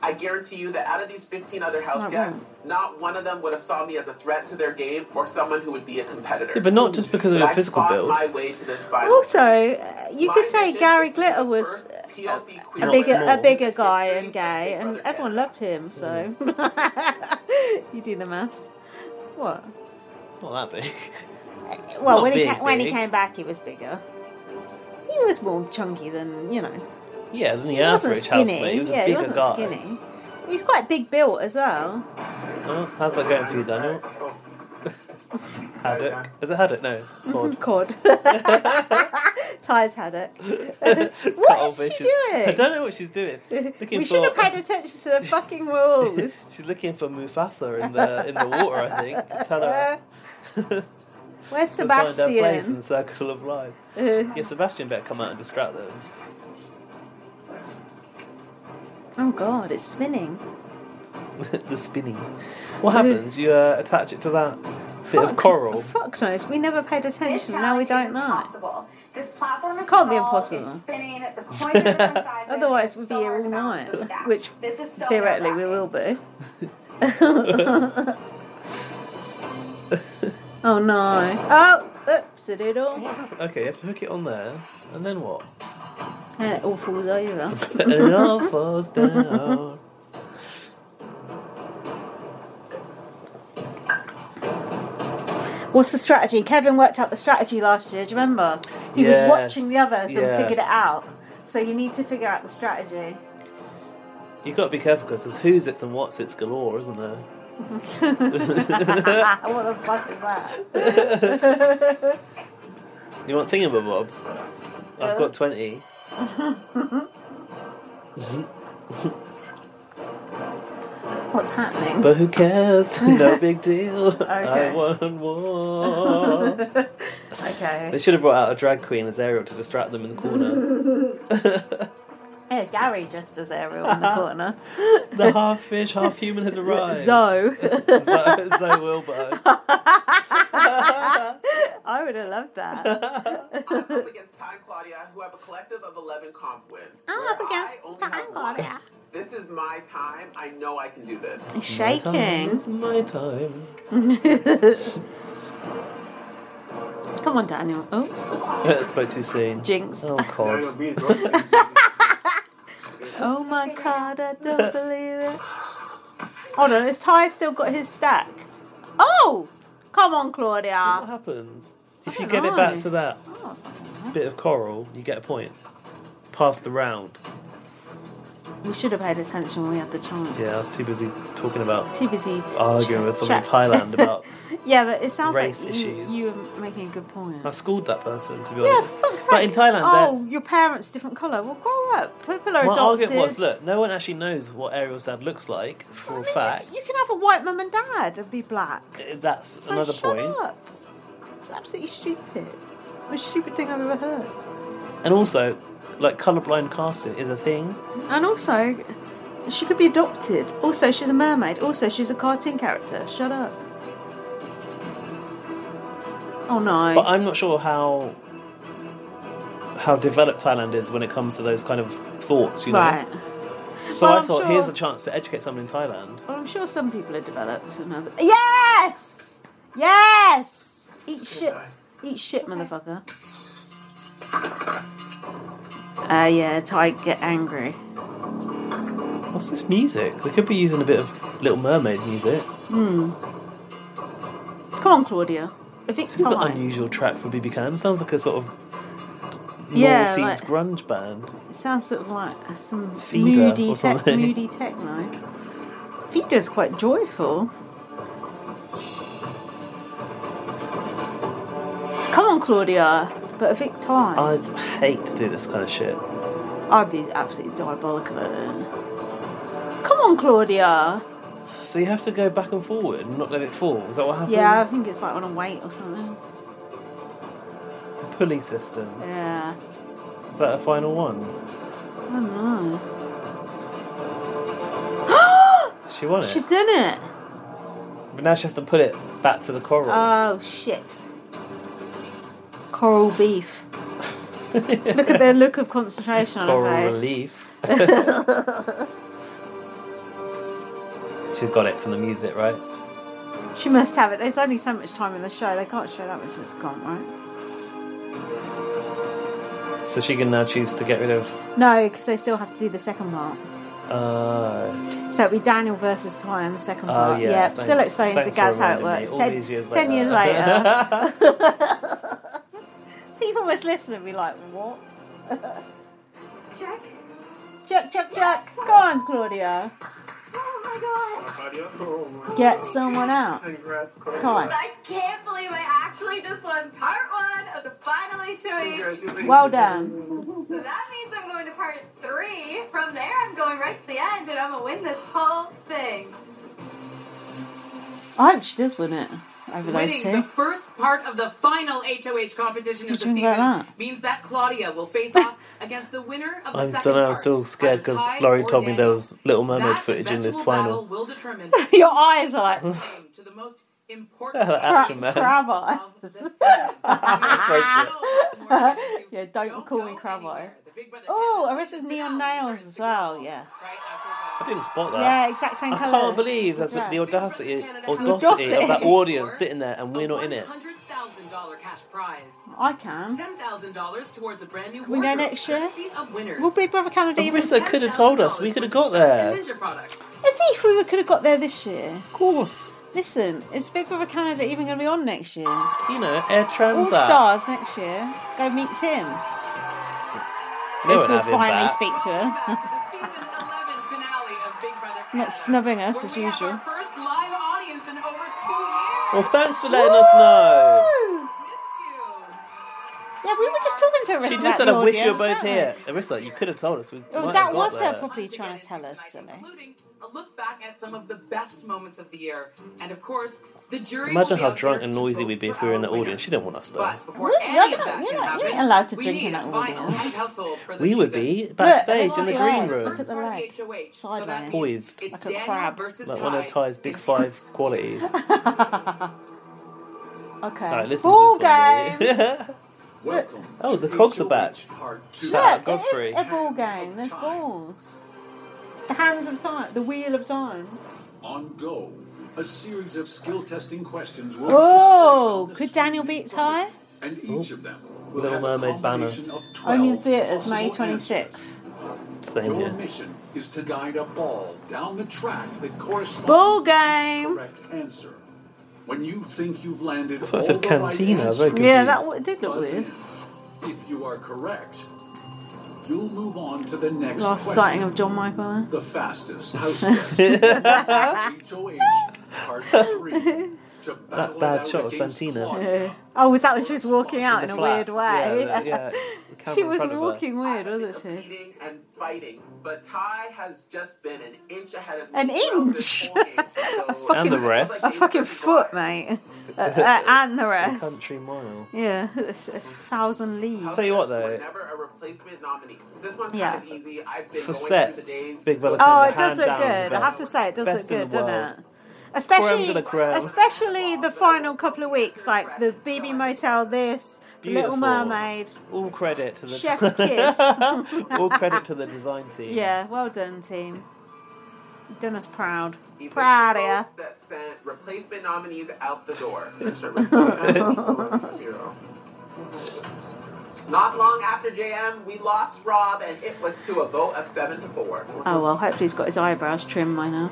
Speaker 9: I guarantee you that out of these 15 other house
Speaker 2: Not
Speaker 9: guests, not one of them would have saw me as a threat to their game or someone who would be a competitor.
Speaker 1: Yeah, but not just because of
Speaker 9: But
Speaker 1: your
Speaker 9: I
Speaker 1: physical
Speaker 9: fought
Speaker 1: build.
Speaker 9: My way to this final.
Speaker 2: Also, uh, you could say Gary Glitter was
Speaker 9: PLC
Speaker 2: a
Speaker 9: queer
Speaker 2: bigger, a
Speaker 9: small.
Speaker 2: bigger guy and gay, and everyone loved him. So you do the maths. What?
Speaker 1: Not that big.
Speaker 2: Well,
Speaker 1: Not
Speaker 2: when he
Speaker 1: big,
Speaker 2: ca- when he
Speaker 1: big.
Speaker 2: came back, he was bigger. He was more chunky than you know.
Speaker 1: Yeah, than the
Speaker 2: He wasn't
Speaker 1: average
Speaker 2: skinny.
Speaker 1: housemate. He was
Speaker 2: yeah,
Speaker 1: a
Speaker 2: he
Speaker 1: bigger
Speaker 2: wasn't
Speaker 1: guy.
Speaker 2: skinny. He's quite big built as well.
Speaker 1: Oh, how's that going for you, Daniel? Haddock? Is it Haddock? No. Cod.
Speaker 2: Cod. Ty's had it. what is
Speaker 1: Cuttlefish
Speaker 2: she doing?
Speaker 1: I don't know what she's doing. Looking
Speaker 2: we
Speaker 1: for...
Speaker 2: should have paid attention to the fucking rules.
Speaker 1: She's looking for Mufasa in the in the water, I think, to tell her
Speaker 2: Where's
Speaker 1: to find her place in
Speaker 2: Sebastian?
Speaker 1: the circle of life.
Speaker 2: Uh,
Speaker 1: Yeah, Sebastian better come out and distract them.
Speaker 2: oh god, it's spinning.
Speaker 1: the spinning. What happens? You uh, attach it to that bit of coral.
Speaker 2: Fuck knows, we never paid attention, now we don't know.
Speaker 13: Possible. This
Speaker 12: platform is
Speaker 2: Can't be
Speaker 12: tall,
Speaker 2: impossible.
Speaker 12: It's spinning. The coins are different sizes.
Speaker 2: Otherwise, we'd
Speaker 12: it's
Speaker 2: be
Speaker 12: so
Speaker 2: here
Speaker 12: hard
Speaker 2: all
Speaker 12: to balance the
Speaker 2: night,
Speaker 12: stack.
Speaker 2: which
Speaker 12: this is so
Speaker 2: theoretically we will be. oh no! Oh, oops! It did all.
Speaker 1: Okay, you have to hook it on there, and then what?
Speaker 2: And it all falls over.
Speaker 1: and it all falls down.
Speaker 2: What's the strategy? Kevin worked out the strategy last year. Do you remember? He
Speaker 1: Yes,
Speaker 2: was watching the others
Speaker 1: yeah.
Speaker 2: and figured it out. So you need to figure out the strategy.
Speaker 1: You've got to be careful because there's who's it's and what's it's galore, isn't there?
Speaker 2: what the fuck is that?
Speaker 1: You want thingamabobs? I've
Speaker 2: Yeah.
Speaker 1: got 20.
Speaker 2: What's happening?
Speaker 1: But who cares? No big deal. I
Speaker 2: Okay.
Speaker 1: want more.
Speaker 2: okay.
Speaker 1: They should have brought out a drag queen as Ariel to distract them in the corner.
Speaker 2: yeah, Gary dressed as Ariel in the corner.
Speaker 1: the half fish, half human has arrived.
Speaker 2: Zoe.
Speaker 1: Zoe, Zoe Wilbur.
Speaker 2: I would have loved that.
Speaker 9: I'm up against Time Claudia, who have a collective of 11 comp wins.
Speaker 2: I'm up against Time Claudia.
Speaker 9: This is my time. I know I can do this.
Speaker 2: Shaking.
Speaker 1: It's my time.
Speaker 2: Come on, Daniel. Oh,
Speaker 1: That's by too soon.
Speaker 2: Jinxed.
Speaker 1: Oh, God.
Speaker 2: oh my god, I don't believe it. Hold on, has Ty still got his stack? Oh, come on,
Speaker 1: What
Speaker 2: Claudia.
Speaker 1: happens? If you
Speaker 2: don't
Speaker 1: get it back
Speaker 2: know.
Speaker 1: to that bit of coral, you get a point. Pass the round.
Speaker 2: We should have paid attention when we had the chance.
Speaker 1: Yeah, I was too busy talking about
Speaker 2: Too busy to
Speaker 1: arguing with someone in
Speaker 2: check.
Speaker 1: Thailand about.
Speaker 2: Yeah, but it sounds
Speaker 1: Race
Speaker 2: like
Speaker 1: issues.
Speaker 2: You, you were making a good point.
Speaker 1: I schooled that person to be
Speaker 2: Yeah,
Speaker 1: honest.
Speaker 2: fuck's
Speaker 1: but in
Speaker 2: sake.
Speaker 1: Thailand, they're-
Speaker 2: Oh, your parents different colour. Well, grow up. People are
Speaker 1: my
Speaker 2: adopted.
Speaker 1: argument was: look, no one actually knows what Ariel's dad looks like for a fact.
Speaker 2: You can have a white mum and dad and be black.
Speaker 1: That's
Speaker 2: So
Speaker 1: another
Speaker 2: shut
Speaker 1: point.
Speaker 2: up. It's absolutely stupid. Most stupid thing I've ever heard.
Speaker 1: And also, like colorblind casting is a thing.
Speaker 2: And also, she could be adopted. Also, she's a mermaid. Also, she's a cartoon character. Shut up. Oh no.
Speaker 1: But I'm not sure how how developed Thailand is when it comes to those kind of thoughts. You know.
Speaker 2: Right.
Speaker 1: So
Speaker 2: Well,
Speaker 1: I
Speaker 2: I'm
Speaker 1: thought
Speaker 2: sure-
Speaker 1: here's a chance to educate someone in Thailand.
Speaker 2: Well, I'm sure some people are developed. And other... Yes! Yes! Eat shit. Eat shit, motherfucker. Uh, yeah, Ty get angry.
Speaker 1: What's this music? They could be using a bit of Little Mermaid music.
Speaker 2: Hmm. Come on, Claudia. If it's
Speaker 1: This is an
Speaker 2: time.
Speaker 1: unusual track for BB Cam. Sounds like a sort of
Speaker 2: Yeah,
Speaker 1: Maltese
Speaker 2: like-
Speaker 1: grunge band.
Speaker 2: It sounds sort of like some
Speaker 1: Feeder
Speaker 2: moody,
Speaker 1: or
Speaker 2: tech
Speaker 1: something.
Speaker 2: moody techno. Feeder's quite joyful. Come on, Claudia, but a Vic time.
Speaker 1: I hate to do this kind of shit.
Speaker 2: I'd be absolutely diabolical at it. Come on, Claudia.
Speaker 1: So you have to go back and forward and not let it fall. Is that what happens?
Speaker 2: Yeah, I think it's like on a weight or something.
Speaker 1: The pulley system.
Speaker 2: Yeah.
Speaker 1: Is that the final ones?
Speaker 2: I don't know.
Speaker 1: She won it.
Speaker 2: She's done it.
Speaker 1: But now she has to put it back to the coral.
Speaker 2: Oh shit. Coral beef. look at their look of concentration on
Speaker 1: coral
Speaker 2: her face.
Speaker 1: relief. She's got it from the music, right?
Speaker 2: she must have it. There's only so much time in the show. They can't show that much that's gone, right?
Speaker 1: So she can now choose to get rid of.
Speaker 2: No, because they still have to do the second part.
Speaker 1: Uh,
Speaker 2: So it'll be Daniel versus Ty in the second
Speaker 1: Oh,
Speaker 2: part.
Speaker 1: yeah,
Speaker 2: yep, still
Speaker 1: thanks.
Speaker 2: explaining
Speaker 1: Thanks
Speaker 2: to Gaz
Speaker 1: for
Speaker 2: how it
Speaker 1: reminding me,
Speaker 2: works.
Speaker 1: all
Speaker 2: ten
Speaker 1: these years
Speaker 2: ten years
Speaker 1: later.
Speaker 2: later. People must listen and be like, what?
Speaker 13: Check.
Speaker 2: Chuck, chuck, chuck. Go on, Claudia.
Speaker 13: Oh my god.
Speaker 2: Get someone out.
Speaker 13: Congrats,
Speaker 2: Time.
Speaker 12: I can't believe I actually just won part one of the finally chewing.
Speaker 2: Well done.
Speaker 12: So that means I'm going to part three. From there, I'm going right to the end, and I'm gonna win this whole thing.
Speaker 2: I hope she does win it over those
Speaker 5: Winning
Speaker 2: two.
Speaker 5: the first part of the final HOH competition of
Speaker 2: What
Speaker 5: the
Speaker 2: do you
Speaker 5: season
Speaker 2: think about
Speaker 5: means that Claudia will face off against the winner of the
Speaker 1: I don't
Speaker 5: second
Speaker 1: know. I'm
Speaker 5: part.
Speaker 1: still scared because
Speaker 5: Ty
Speaker 1: Laurie
Speaker 5: or
Speaker 1: told me there
Speaker 5: Daniel.
Speaker 1: was Little Mermaid
Speaker 5: That
Speaker 1: footage in this
Speaker 5: eventual battle
Speaker 1: final.
Speaker 5: will determine
Speaker 2: Your eyes are like
Speaker 5: to the most important
Speaker 1: Action man.
Speaker 2: crab eyes.
Speaker 1: Appropriate.
Speaker 2: Yeah, don't, call me Cramo.
Speaker 5: Big Brother
Speaker 2: Oh, Arissa's neon nails as well. Yeah.
Speaker 1: I didn't spot that.
Speaker 2: Yeah, exact same
Speaker 1: I
Speaker 2: colour.
Speaker 1: can't believe that's
Speaker 2: That's
Speaker 1: the
Speaker 2: right.
Speaker 1: audacity, audacity,
Speaker 2: Audacity.
Speaker 1: of that audience sitting there and we're not in it.
Speaker 5: $100,000 cash prize.
Speaker 2: I can.
Speaker 5: $10,000 towards a brand new
Speaker 2: Can we go
Speaker 5: wardrobe,
Speaker 2: next year?
Speaker 5: courtesy of winners.
Speaker 2: Will Big Brother Canada even?
Speaker 1: Arissa could have told us. We could have got
Speaker 5: And
Speaker 1: there.
Speaker 5: Ninja products.
Speaker 2: Let's see if we could have got there this year. Of
Speaker 1: course.
Speaker 2: Listen, is Big Brother Canada even going to be on next year?
Speaker 1: You know, Air
Speaker 2: All
Speaker 1: Transat.
Speaker 2: stars next year. Go meet Tim.
Speaker 1: They
Speaker 2: if we'll
Speaker 1: won't have him
Speaker 2: finally
Speaker 1: back.
Speaker 2: speak to her. Not snubbing us as usual.
Speaker 5: First live audience in over two years.
Speaker 1: Well, thanks for letting us know.
Speaker 2: Yeah, we were just talking to Arissa
Speaker 1: She
Speaker 2: about
Speaker 1: just said,
Speaker 2: the
Speaker 1: "I wish you were
Speaker 2: audience,
Speaker 1: both
Speaker 2: weren't we?
Speaker 1: here." Arissa, you could have told us. We
Speaker 2: Oh,
Speaker 1: might have
Speaker 2: that
Speaker 1: got
Speaker 2: was her
Speaker 1: there.
Speaker 2: probably trying to tell us, silly.
Speaker 5: Including a look back at some of the best moments of the year. And of course, the jury. will
Speaker 1: Imagine
Speaker 5: be
Speaker 1: how
Speaker 5: out
Speaker 1: drunk
Speaker 5: there
Speaker 1: and
Speaker 5: to
Speaker 1: noisy
Speaker 5: vote
Speaker 1: we'd be
Speaker 5: for
Speaker 1: if we were in
Speaker 5: our
Speaker 1: the
Speaker 5: winner.
Speaker 1: audience. She didn't want us there.
Speaker 5: But before
Speaker 2: We're-
Speaker 5: any
Speaker 2: you're
Speaker 5: of that
Speaker 2: not-
Speaker 5: can
Speaker 2: you're not-
Speaker 5: happen,
Speaker 2: you ain't allowed to
Speaker 5: we
Speaker 2: drink
Speaker 5: need
Speaker 2: in
Speaker 5: a
Speaker 2: that
Speaker 5: final
Speaker 2: audience.
Speaker 5: live household for the
Speaker 1: We would be backstage in the green room.
Speaker 2: Look at the leg. Side leg.
Speaker 1: Poised.
Speaker 2: Like a crab.
Speaker 1: Like one of Ty's big five qualities.
Speaker 2: Okay.
Speaker 1: Alright, listen
Speaker 2: Ball
Speaker 1: to this one,
Speaker 2: game.
Speaker 3: Welcome.
Speaker 1: Oh, the cogs are back. Shout
Speaker 2: Look,
Speaker 1: out
Speaker 2: it
Speaker 1: Godfrey.
Speaker 2: is a ball game. There's balls. The hands of time. The wheel of time.
Speaker 3: On Go, a series of skill testing questions will be
Speaker 2: Oh, could Daniel beat Ty?
Speaker 3: and each of them will
Speaker 1: Oh, Little
Speaker 3: have a
Speaker 1: Mermaid banner.
Speaker 3: combination of 12
Speaker 2: Only in theatres, May
Speaker 3: possible
Speaker 2: 26th.
Speaker 3: answers.
Speaker 1: Same
Speaker 3: Your
Speaker 1: here.
Speaker 3: mission is to guide a ball down the track that corresponds
Speaker 2: Ball
Speaker 3: to
Speaker 2: game.
Speaker 3: the correct answer. When you think you've landed
Speaker 1: thought it
Speaker 3: all
Speaker 1: said
Speaker 3: the right
Speaker 1: cantina, very
Speaker 3: answers,
Speaker 2: Yeah, that w- it did look
Speaker 3: buzz
Speaker 2: weird.
Speaker 3: in. If you are correct, you'll move on to the next
Speaker 2: Last
Speaker 3: question.
Speaker 2: sighting of John Michael.
Speaker 3: The fastest house guest. HOH, part three. To
Speaker 1: That
Speaker 3: battle it
Speaker 1: bad
Speaker 3: out
Speaker 1: shot of
Speaker 3: against
Speaker 1: Santina.
Speaker 2: there. Oh, was that when she was walking out in,
Speaker 1: the
Speaker 2: a
Speaker 1: flat.
Speaker 2: weird way?
Speaker 1: Yeah, the- yeah, the camera
Speaker 2: she
Speaker 1: in
Speaker 2: was
Speaker 1: front of her.
Speaker 2: walking weird, wasn't she?
Speaker 9: competing and fighting, but Ty has just been an inch ahead of me.
Speaker 2: An
Speaker 9: throughout this
Speaker 2: inch.
Speaker 9: whole game. So
Speaker 2: A fucking,
Speaker 1: the rest.
Speaker 2: A fucking foot, mate. Uh, uh, and the
Speaker 1: The
Speaker 2: rest.
Speaker 1: country mile.
Speaker 2: Yeah, it's a thousand leaves.
Speaker 1: Tell you what though,
Speaker 9: Never a replacement nominee. This one's
Speaker 2: Yeah.
Speaker 9: kind of easy. I've been
Speaker 1: for
Speaker 9: going through the
Speaker 1: sets,
Speaker 9: days.
Speaker 1: Big Brother.
Speaker 2: Oh,
Speaker 1: Canada,
Speaker 2: it does
Speaker 1: hand
Speaker 2: look
Speaker 1: down,
Speaker 2: good. I
Speaker 1: best-
Speaker 2: have to say, it does
Speaker 1: best
Speaker 2: look good,
Speaker 1: in the world.
Speaker 2: doesn't it? Especially,
Speaker 1: de la creme.
Speaker 2: especially the final couple of weeks, like the BB Motel, this the Little
Speaker 1: Beautiful.
Speaker 2: Mermaid.
Speaker 1: All credit to the
Speaker 2: Chef's kiss.
Speaker 1: All credit to the design team.
Speaker 2: Yeah, well done, team. You've done us proud. Proud of ya.
Speaker 9: Votes that sent replacement nominees out the door. That's right, replacement nominees to zero. Not long after JM, we lost Rob, and it was to a vote of seven to four.
Speaker 2: Oh well, hopefully he's got his eyebrows trimmed by now.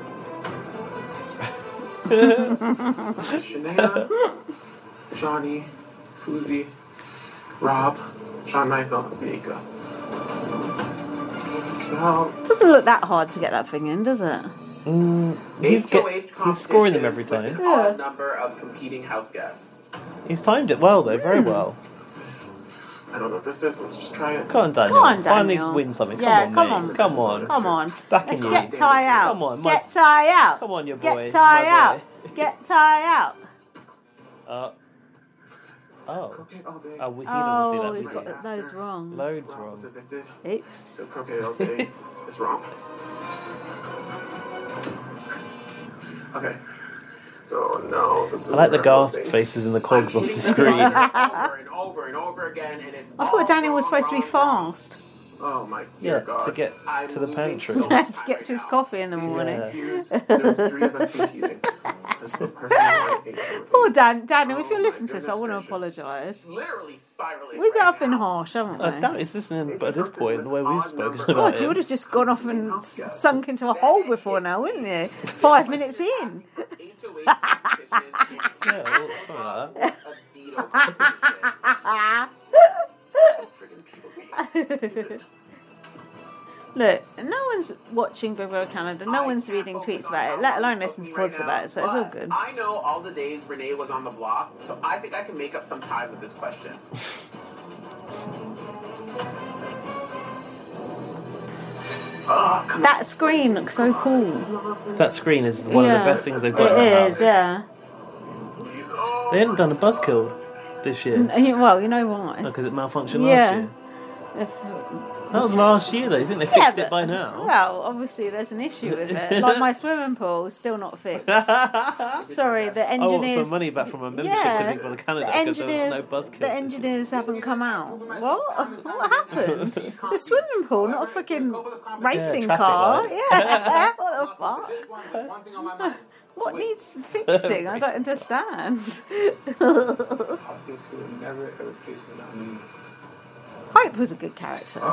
Speaker 9: Shania, Johnny, Kuzi, Rob, John Michael, Mika. Now,
Speaker 2: Doesn't look that hard to get that thing in, does it?
Speaker 1: Mm, he's, get, he's scoring them every
Speaker 9: An
Speaker 1: time.
Speaker 9: odd number of competing house guests.
Speaker 1: He's timed it well though,
Speaker 2: Hmm.
Speaker 1: very well.
Speaker 9: I don't know what this is. Let's just try it.
Speaker 1: Come on, Daniel.
Speaker 2: Come on, Daniel.
Speaker 1: Finally win something. Come
Speaker 2: Yeah,
Speaker 1: on,
Speaker 2: come
Speaker 1: mate.
Speaker 2: on.
Speaker 1: Come on.
Speaker 2: Come on.
Speaker 1: Back
Speaker 2: Let's
Speaker 1: in
Speaker 2: get
Speaker 1: you.
Speaker 2: Ty out.
Speaker 1: Come on, my-
Speaker 2: get Ty out.
Speaker 1: Come on, your boy.
Speaker 2: Get Ty
Speaker 1: my
Speaker 2: out.
Speaker 1: boy.
Speaker 2: Get Ty out.
Speaker 1: Uh, oh. Oh, we- he doesn't
Speaker 2: Oh,
Speaker 1: see
Speaker 2: he's
Speaker 1: that.
Speaker 2: got
Speaker 1: does
Speaker 2: the nose
Speaker 1: he?
Speaker 2: wrong.
Speaker 1: Loads wrong.
Speaker 2: Oops.
Speaker 9: So croquet all day is wrong. Okay. Oh no. This is
Speaker 1: I like the gasp
Speaker 9: embarrassing.
Speaker 1: faces and the cogs off the
Speaker 9: Over
Speaker 1: screen.
Speaker 9: and over and over again, and it's
Speaker 2: I thought Daniel was supposed to be fast
Speaker 9: oh my dear
Speaker 1: Yeah,
Speaker 9: God.
Speaker 1: to get
Speaker 9: I'm
Speaker 1: to the
Speaker 9: losing
Speaker 1: pantry.
Speaker 9: so much
Speaker 2: to get to his coffee in the morning.
Speaker 9: There's three of us competing. That's the person I hate. Oh,
Speaker 2: Poor Dan. Daniel, if you're listening to this, I want to apologise.
Speaker 9: Literally spiraling.
Speaker 2: We have been harsh, haven't we?
Speaker 1: I doubt it's listening but at this point, the way we've spoken about
Speaker 2: God, you would
Speaker 1: it.
Speaker 2: have just gone off and s- sunk into a hole before now, wouldn't you? Five minutes in.
Speaker 1: Yeah, well, something like that.
Speaker 2: Look, no one's watching Big Brother Canada, no one's reading tweets about it, let alone listening to pods about it, so it's all good.
Speaker 9: I know all the days Renee was on the block, so I think I can make up some time with this question.
Speaker 2: That screen looks so cool.
Speaker 1: That screen is one
Speaker 2: yeah.
Speaker 1: of the best things they've got in the
Speaker 2: It
Speaker 1: house.
Speaker 2: is, yeah.
Speaker 1: They hadn't done a buzzkill this year
Speaker 2: N- yeah, Well, you know why?
Speaker 1: because it malfunctioned
Speaker 2: Yeah.
Speaker 1: last year.
Speaker 2: If,
Speaker 1: That was last year, though. You think they fixed
Speaker 2: Yeah,
Speaker 1: it
Speaker 2: but-
Speaker 1: by now?
Speaker 2: Well, obviously there's an issue with it. like my swimming pool is still not fixed. Sorry, the
Speaker 1: I want
Speaker 2: engineers.
Speaker 1: some Oh, money back from my membership to Big Brother Canada
Speaker 2: the
Speaker 1: because there was no
Speaker 2: engineers,
Speaker 1: buzz
Speaker 2: the engineers haven't come out. What? What happened? It's a swimming pool, not a fucking racing
Speaker 1: traffic
Speaker 2: car.
Speaker 1: light.
Speaker 2: Yeah. what the fuck? What needs fixing? I don't understand.
Speaker 16: This will never replace without me.
Speaker 2: Hope was a good character.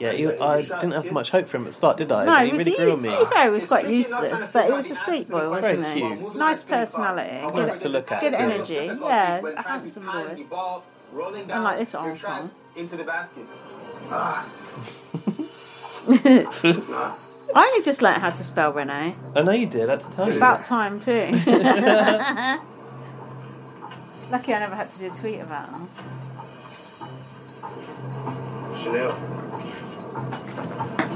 Speaker 1: Yeah, he, I didn't have much hope for him at the start, did I?
Speaker 2: No,
Speaker 1: But he
Speaker 2: it was,
Speaker 1: really grew on
Speaker 2: he,
Speaker 1: me.
Speaker 2: to be fair, he was quite useless, but he was a sweet boy, wasn't
Speaker 1: Very
Speaker 2: he?
Speaker 1: cute.
Speaker 2: Nice personality. Good,
Speaker 1: Nice to look at,
Speaker 2: Good
Speaker 1: yeah.
Speaker 2: energy. Yeah, a handsome boy. And like this arm song.
Speaker 9: into the basket. Ah.
Speaker 2: I only just learnt how to spell Renee.
Speaker 1: I know you did. I had to tell you.
Speaker 2: About time, too. Lucky I never had to do a tweet about them.
Speaker 16: Chanel.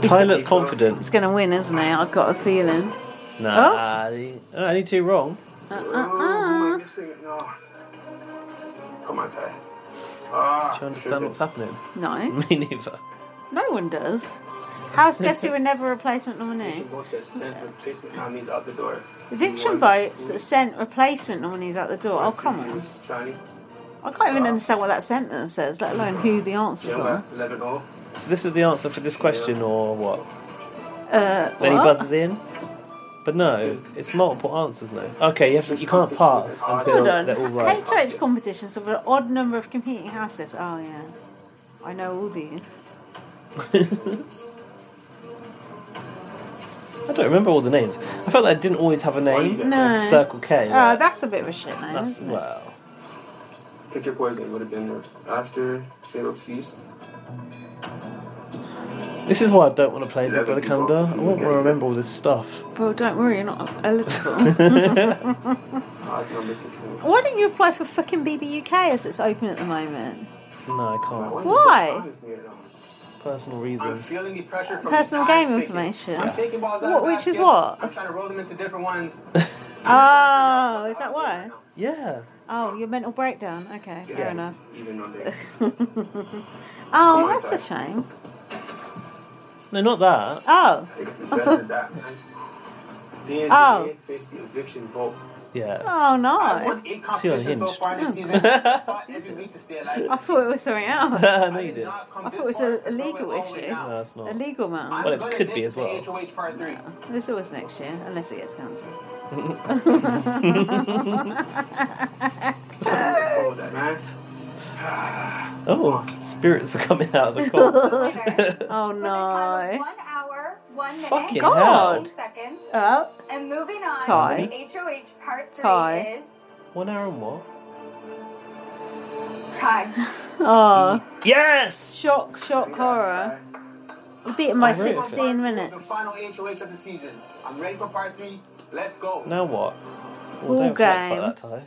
Speaker 1: Tyler's confident.
Speaker 2: He's going to win, isn't he? I've got a feeling.
Speaker 1: Nah, he- oh, only two wrong.
Speaker 16: Oh, am I missing it? No. Come on, Ty. Ah,
Speaker 1: Do you understand what's happening?
Speaker 2: No.
Speaker 1: Me neither.
Speaker 2: No one does. House guess who were never a replacement nominee?
Speaker 16: What's that center placement on these other door?
Speaker 2: Eviction votes that sent replacement nominees out the door. Oh, come on.
Speaker 16: Johnny.
Speaker 2: I can't
Speaker 16: Uh,
Speaker 2: even understand what that sentence says, let alone who the answers are.
Speaker 16: Eleven all.
Speaker 1: So this is the answer for this question, or what?
Speaker 2: Uh,
Speaker 1: Then he
Speaker 2: what?
Speaker 1: buzzes in. But no, it's multiple answers now. Okay, you have to. You can't pass until
Speaker 2: Hold on.
Speaker 1: they're all right.
Speaker 2: HH competitions have an odd number of competing house guests. Oh, yeah. I know all these.
Speaker 1: I don't remember all the names. I felt like I didn't always have a name.
Speaker 2: No.
Speaker 1: Circle K.
Speaker 2: Oh,
Speaker 1: like,
Speaker 2: that's a bit of a shit name,
Speaker 1: that's
Speaker 2: isn't it?
Speaker 1: well.
Speaker 16: Pick your poison would have been after Fatal Feast.
Speaker 1: This is why I don't want to play Big Brother Canada. I won't want to remember all this stuff.
Speaker 2: Well, don't worry, you're not eligible.
Speaker 16: Odd number control.
Speaker 2: Why don't you apply for fucking BB UK as it's open at the moment?
Speaker 1: No, I can't.
Speaker 2: Why?
Speaker 1: Personal reasons.
Speaker 9: Feeling the pressure from
Speaker 2: Personal
Speaker 9: the time
Speaker 2: game
Speaker 9: taken.
Speaker 2: information.
Speaker 9: I'm taking balls out of
Speaker 2: What- which is
Speaker 9: baskets.
Speaker 2: what?
Speaker 9: I'm trying to roll them into different ones.
Speaker 2: Oh, is that why?
Speaker 1: Yeah.
Speaker 2: Oh, your mental breakdown. Okay, fair enough.
Speaker 16: Even on there.
Speaker 2: Oh, that's a shame.
Speaker 1: No, not that.
Speaker 2: Oh.
Speaker 16: Better than that. The
Speaker 2: Oh.
Speaker 16: engineer faced the eviction vote.
Speaker 1: Yeah.
Speaker 2: Oh,
Speaker 9: I've
Speaker 2: no.
Speaker 9: won eight
Speaker 1: See you on
Speaker 9: competitions so
Speaker 1: Hinge.
Speaker 9: far this season. Fought every week to stay alive.
Speaker 2: I thought it was something else.
Speaker 1: no, you did.
Speaker 2: I thought it was a, a legal issue.
Speaker 1: No, that's not.
Speaker 2: A legal matter.
Speaker 1: Well, it could be as well.
Speaker 9: HOH part three.
Speaker 2: There's always next year, unless it gets cancelled.
Speaker 16: Oh, that man.
Speaker 1: Oh, spirits are coming out of the corpse.
Speaker 2: oh no.
Speaker 13: One hour, one minute,
Speaker 1: Fucking
Speaker 2: God.
Speaker 13: 15 seconds.
Speaker 2: Oh,
Speaker 13: And moving on
Speaker 2: Tie.
Speaker 13: to HOH part three
Speaker 2: Tie.
Speaker 13: is
Speaker 1: One hour and what?
Speaker 13: Kai.
Speaker 2: oh.
Speaker 1: Yes!
Speaker 2: Shock, shock, horror. We beat him by
Speaker 1: I'm ready for
Speaker 2: 16 minutes.
Speaker 9: The final HOH of the season. I'm ready for part three. Let's go.
Speaker 1: Now what?
Speaker 2: Ball
Speaker 1: Oh, don't flex
Speaker 2: game.
Speaker 1: like that, Ty.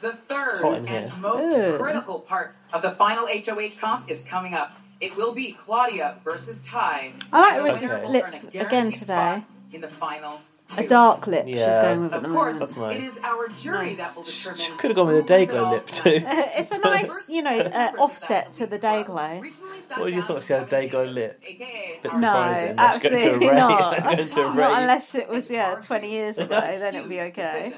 Speaker 5: The third
Speaker 1: hot in here.
Speaker 5: and most
Speaker 2: Ew.
Speaker 5: critical part of the final HOH comp is coming up. It will be Claudia versus Ty.
Speaker 2: I like
Speaker 5: The
Speaker 2: the
Speaker 5: winner
Speaker 1: Okay.
Speaker 5: will earn a
Speaker 2: lip again
Speaker 5: guaranteed
Speaker 2: today.
Speaker 5: spot In the final.
Speaker 2: A dark lip she's
Speaker 1: Yeah.
Speaker 2: going with at
Speaker 5: Of
Speaker 2: the
Speaker 5: course,
Speaker 2: moment.
Speaker 1: That's nice.
Speaker 5: it is our jury that will determine.
Speaker 1: Could have gone with a day glow lip too.
Speaker 2: it's a nice, you know, uh, offset to the day glow.
Speaker 1: What you thought she had a day glow lip? Bit
Speaker 2: No,
Speaker 1: surprising. Let's go to a
Speaker 2: absolutely
Speaker 1: rave.
Speaker 2: not.
Speaker 1: Let's go to a
Speaker 2: Not
Speaker 1: rave.
Speaker 2: unless it was, yeah, 20 years ago, then it'd be okay.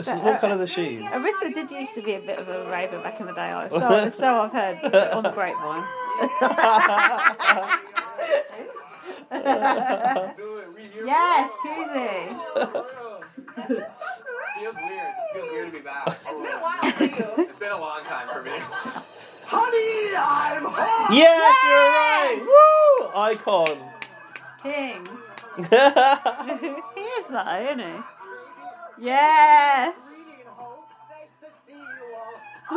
Speaker 1: So What colour are the shoes?
Speaker 2: Arissa did used to be a bit of a raver back in the day, I- so, so I've heard on the grapevine. yes, Koozie.
Speaker 9: Feels weird. Feels weird to be back.
Speaker 13: It's been a while for you.
Speaker 9: It's been a long time for me.
Speaker 16: Honey, I'm home.
Speaker 1: Yes, you're right! Woo! Icon.
Speaker 2: King. he is though, isn't he? Yes. Woo!
Speaker 16: I'm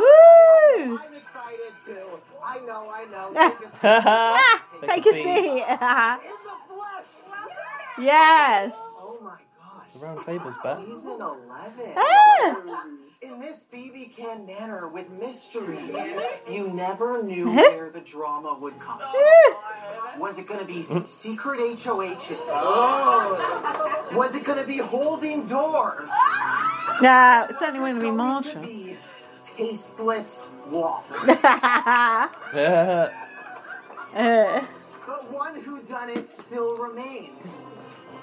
Speaker 16: excited too. I know, I know.
Speaker 2: Ah, Take a seat. yes.
Speaker 16: Oh my gosh.
Speaker 1: The round table's back.
Speaker 16: Season 11.
Speaker 2: Ah!
Speaker 16: In this BB Can manner with mysteries, you never knew
Speaker 2: Huh?
Speaker 16: where the drama would come from.
Speaker 2: Ah.
Speaker 16: Was it going to be secret HOHs? Oh. Was it going to be holding doors?
Speaker 2: no, it's certainly going to be
Speaker 16: Could
Speaker 2: Marshall.
Speaker 16: be tasteless waffles.
Speaker 1: Yeah.
Speaker 2: Uh,
Speaker 16: But one who done it still remains.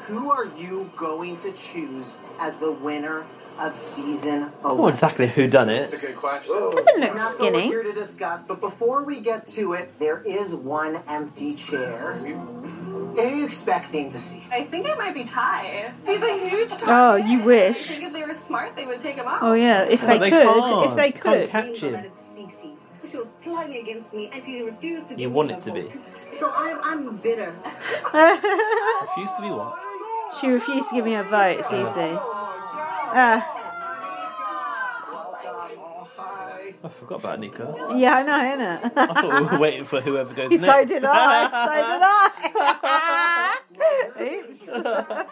Speaker 16: Who are you going to choose as the winner of season
Speaker 1: Well, exactly who done it?
Speaker 16: good question.
Speaker 2: Kevin looks
Speaker 16: not
Speaker 2: skinny.
Speaker 16: We're here to discuss, but before we get to it, there is one empty chair. Are you expecting to see?
Speaker 8: I think it might be Ty. He's a huge target.
Speaker 2: Oh, you wish.
Speaker 8: I think if they were smart, they would take him out.
Speaker 2: oh yeah, if they, could, if they could.
Speaker 12: Cece. She was plotting against me and she refused to
Speaker 1: You want it to be.
Speaker 12: So I'm, I'm bitter.
Speaker 1: Refuse to be what?
Speaker 2: she refused to give me a vote, Cece. Ah,
Speaker 1: I forgot about Nico.
Speaker 2: yeah, I know, innit?
Speaker 1: I thought we were waiting for whoever goes next.
Speaker 2: so did I. So did I.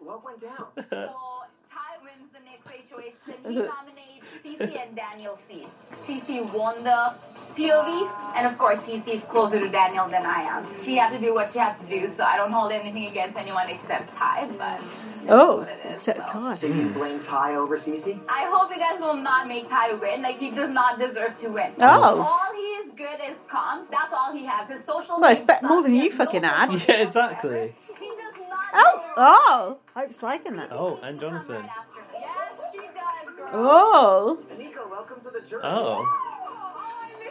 Speaker 16: What went down?
Speaker 8: Ty wins the next HOH, then he nominates Cece and Daniel C. Cece won the POV, and of course, Cece is closer to Daniel than I am. She had to do what she had to do, so I don't hold anything against anyone except Ty, but
Speaker 2: oh, except time.
Speaker 16: So you blame Ty over Cece?
Speaker 8: I hope you guys will not make Ty win. Like, he does not deserve to win.
Speaker 2: Oh.
Speaker 8: All he is good is comms. That's all he has. His social
Speaker 2: Well, it's
Speaker 8: media
Speaker 2: bet more
Speaker 8: sucks.
Speaker 2: than
Speaker 8: He
Speaker 2: you
Speaker 8: has no
Speaker 2: fucking had.
Speaker 1: Yeah, exactly.
Speaker 8: He does not
Speaker 2: Oh, Hope's liking that.
Speaker 1: Oh, and Jonathan.
Speaker 8: Yes, she does, girl.
Speaker 2: Oh.
Speaker 16: Nico, welcome to the jury.
Speaker 1: Oh.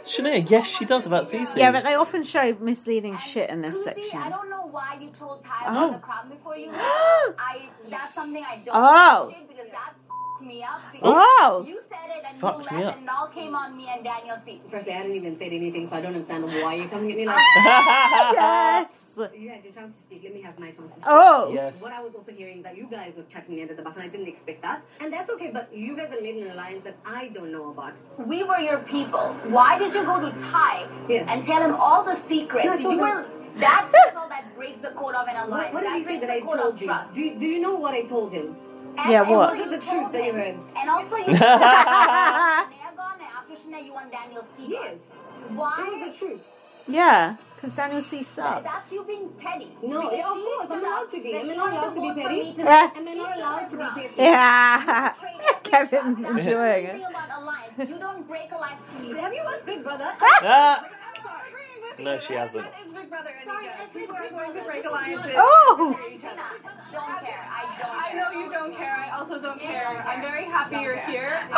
Speaker 1: Shania, yes, she does about Cece.
Speaker 2: Yeah, but they often show misleading shit in this
Speaker 8: See,
Speaker 2: section.
Speaker 8: I don't know why you told Ty
Speaker 2: Oh.
Speaker 8: about the prom before you left. I that's something I don't
Speaker 2: Oh.
Speaker 8: appreciate because that f***ed me up because
Speaker 2: Oh.
Speaker 8: you said it and
Speaker 1: Fucked
Speaker 8: you
Speaker 1: me
Speaker 8: left
Speaker 1: up.
Speaker 8: and it all came on me and Daniel C.
Speaker 12: Firstly, I didn't even say anything, so I don't understand why you're coming at me like that.
Speaker 2: Yes.
Speaker 12: You had your chance to speak. Let me have my chance to speak.
Speaker 2: Oh.
Speaker 1: Yes.
Speaker 12: What I was also hearing that you guys were chucking me under the bus, and I didn't expect that. And that's okay, but you guys have made an alliance that I don't know about.
Speaker 8: We were your people. Why did you go to Ty
Speaker 12: Yeah.
Speaker 8: and tell him all the secrets?
Speaker 12: No, I told
Speaker 8: you
Speaker 12: him-
Speaker 8: were that people that breaks the code of an alliance.
Speaker 12: What, what did
Speaker 8: that
Speaker 12: he say
Speaker 8: breaks
Speaker 12: that
Speaker 8: the
Speaker 12: I
Speaker 8: code
Speaker 12: told
Speaker 8: of
Speaker 12: you?
Speaker 8: trust.
Speaker 12: Do, do you know what I told him?
Speaker 8: And
Speaker 2: Yeah,
Speaker 8: also
Speaker 2: what?
Speaker 8: you
Speaker 12: The truth
Speaker 8: told
Speaker 12: that you
Speaker 8: him-
Speaker 12: learned.
Speaker 8: And also you Shania gone and after Shania you want Daniel C.
Speaker 12: Yes.
Speaker 8: Why?
Speaker 12: It was the truth.
Speaker 2: Yeah, because Daniel C
Speaker 8: That's
Speaker 2: sucks.
Speaker 8: you being petty.
Speaker 12: No,
Speaker 8: Because
Speaker 12: yeah, of
Speaker 8: she
Speaker 12: course, I'm
Speaker 8: stood
Speaker 12: allowed
Speaker 8: up
Speaker 12: to be.
Speaker 8: that
Speaker 12: Am I
Speaker 8: she
Speaker 12: not
Speaker 8: wanted
Speaker 12: allowed
Speaker 8: to
Speaker 12: to be
Speaker 8: vote for
Speaker 12: petty?
Speaker 8: me to-
Speaker 2: Yeah.
Speaker 12: Am I not allowed to be petty?
Speaker 2: Yeah.
Speaker 8: Trade
Speaker 2: Kevin
Speaker 8: That's
Speaker 2: enjoying
Speaker 8: the
Speaker 2: it.
Speaker 8: thing about alliance. You don't break a life to me.
Speaker 12: Have you watched Big Brother?
Speaker 1: Ah!
Speaker 12: I'm sorry. agreeing with
Speaker 1: No,
Speaker 12: you.
Speaker 1: she hasn't.
Speaker 12: That is Big Brother. and
Speaker 8: Sorry,
Speaker 12: Nico.
Speaker 8: it's
Speaker 12: We
Speaker 8: Big
Speaker 12: are going
Speaker 8: Brother.
Speaker 12: to break alliances.
Speaker 2: Oh.
Speaker 12: With each other.
Speaker 8: Don't care. I don't.
Speaker 12: I know you don't care. I also don't care. I'm very happy you're here.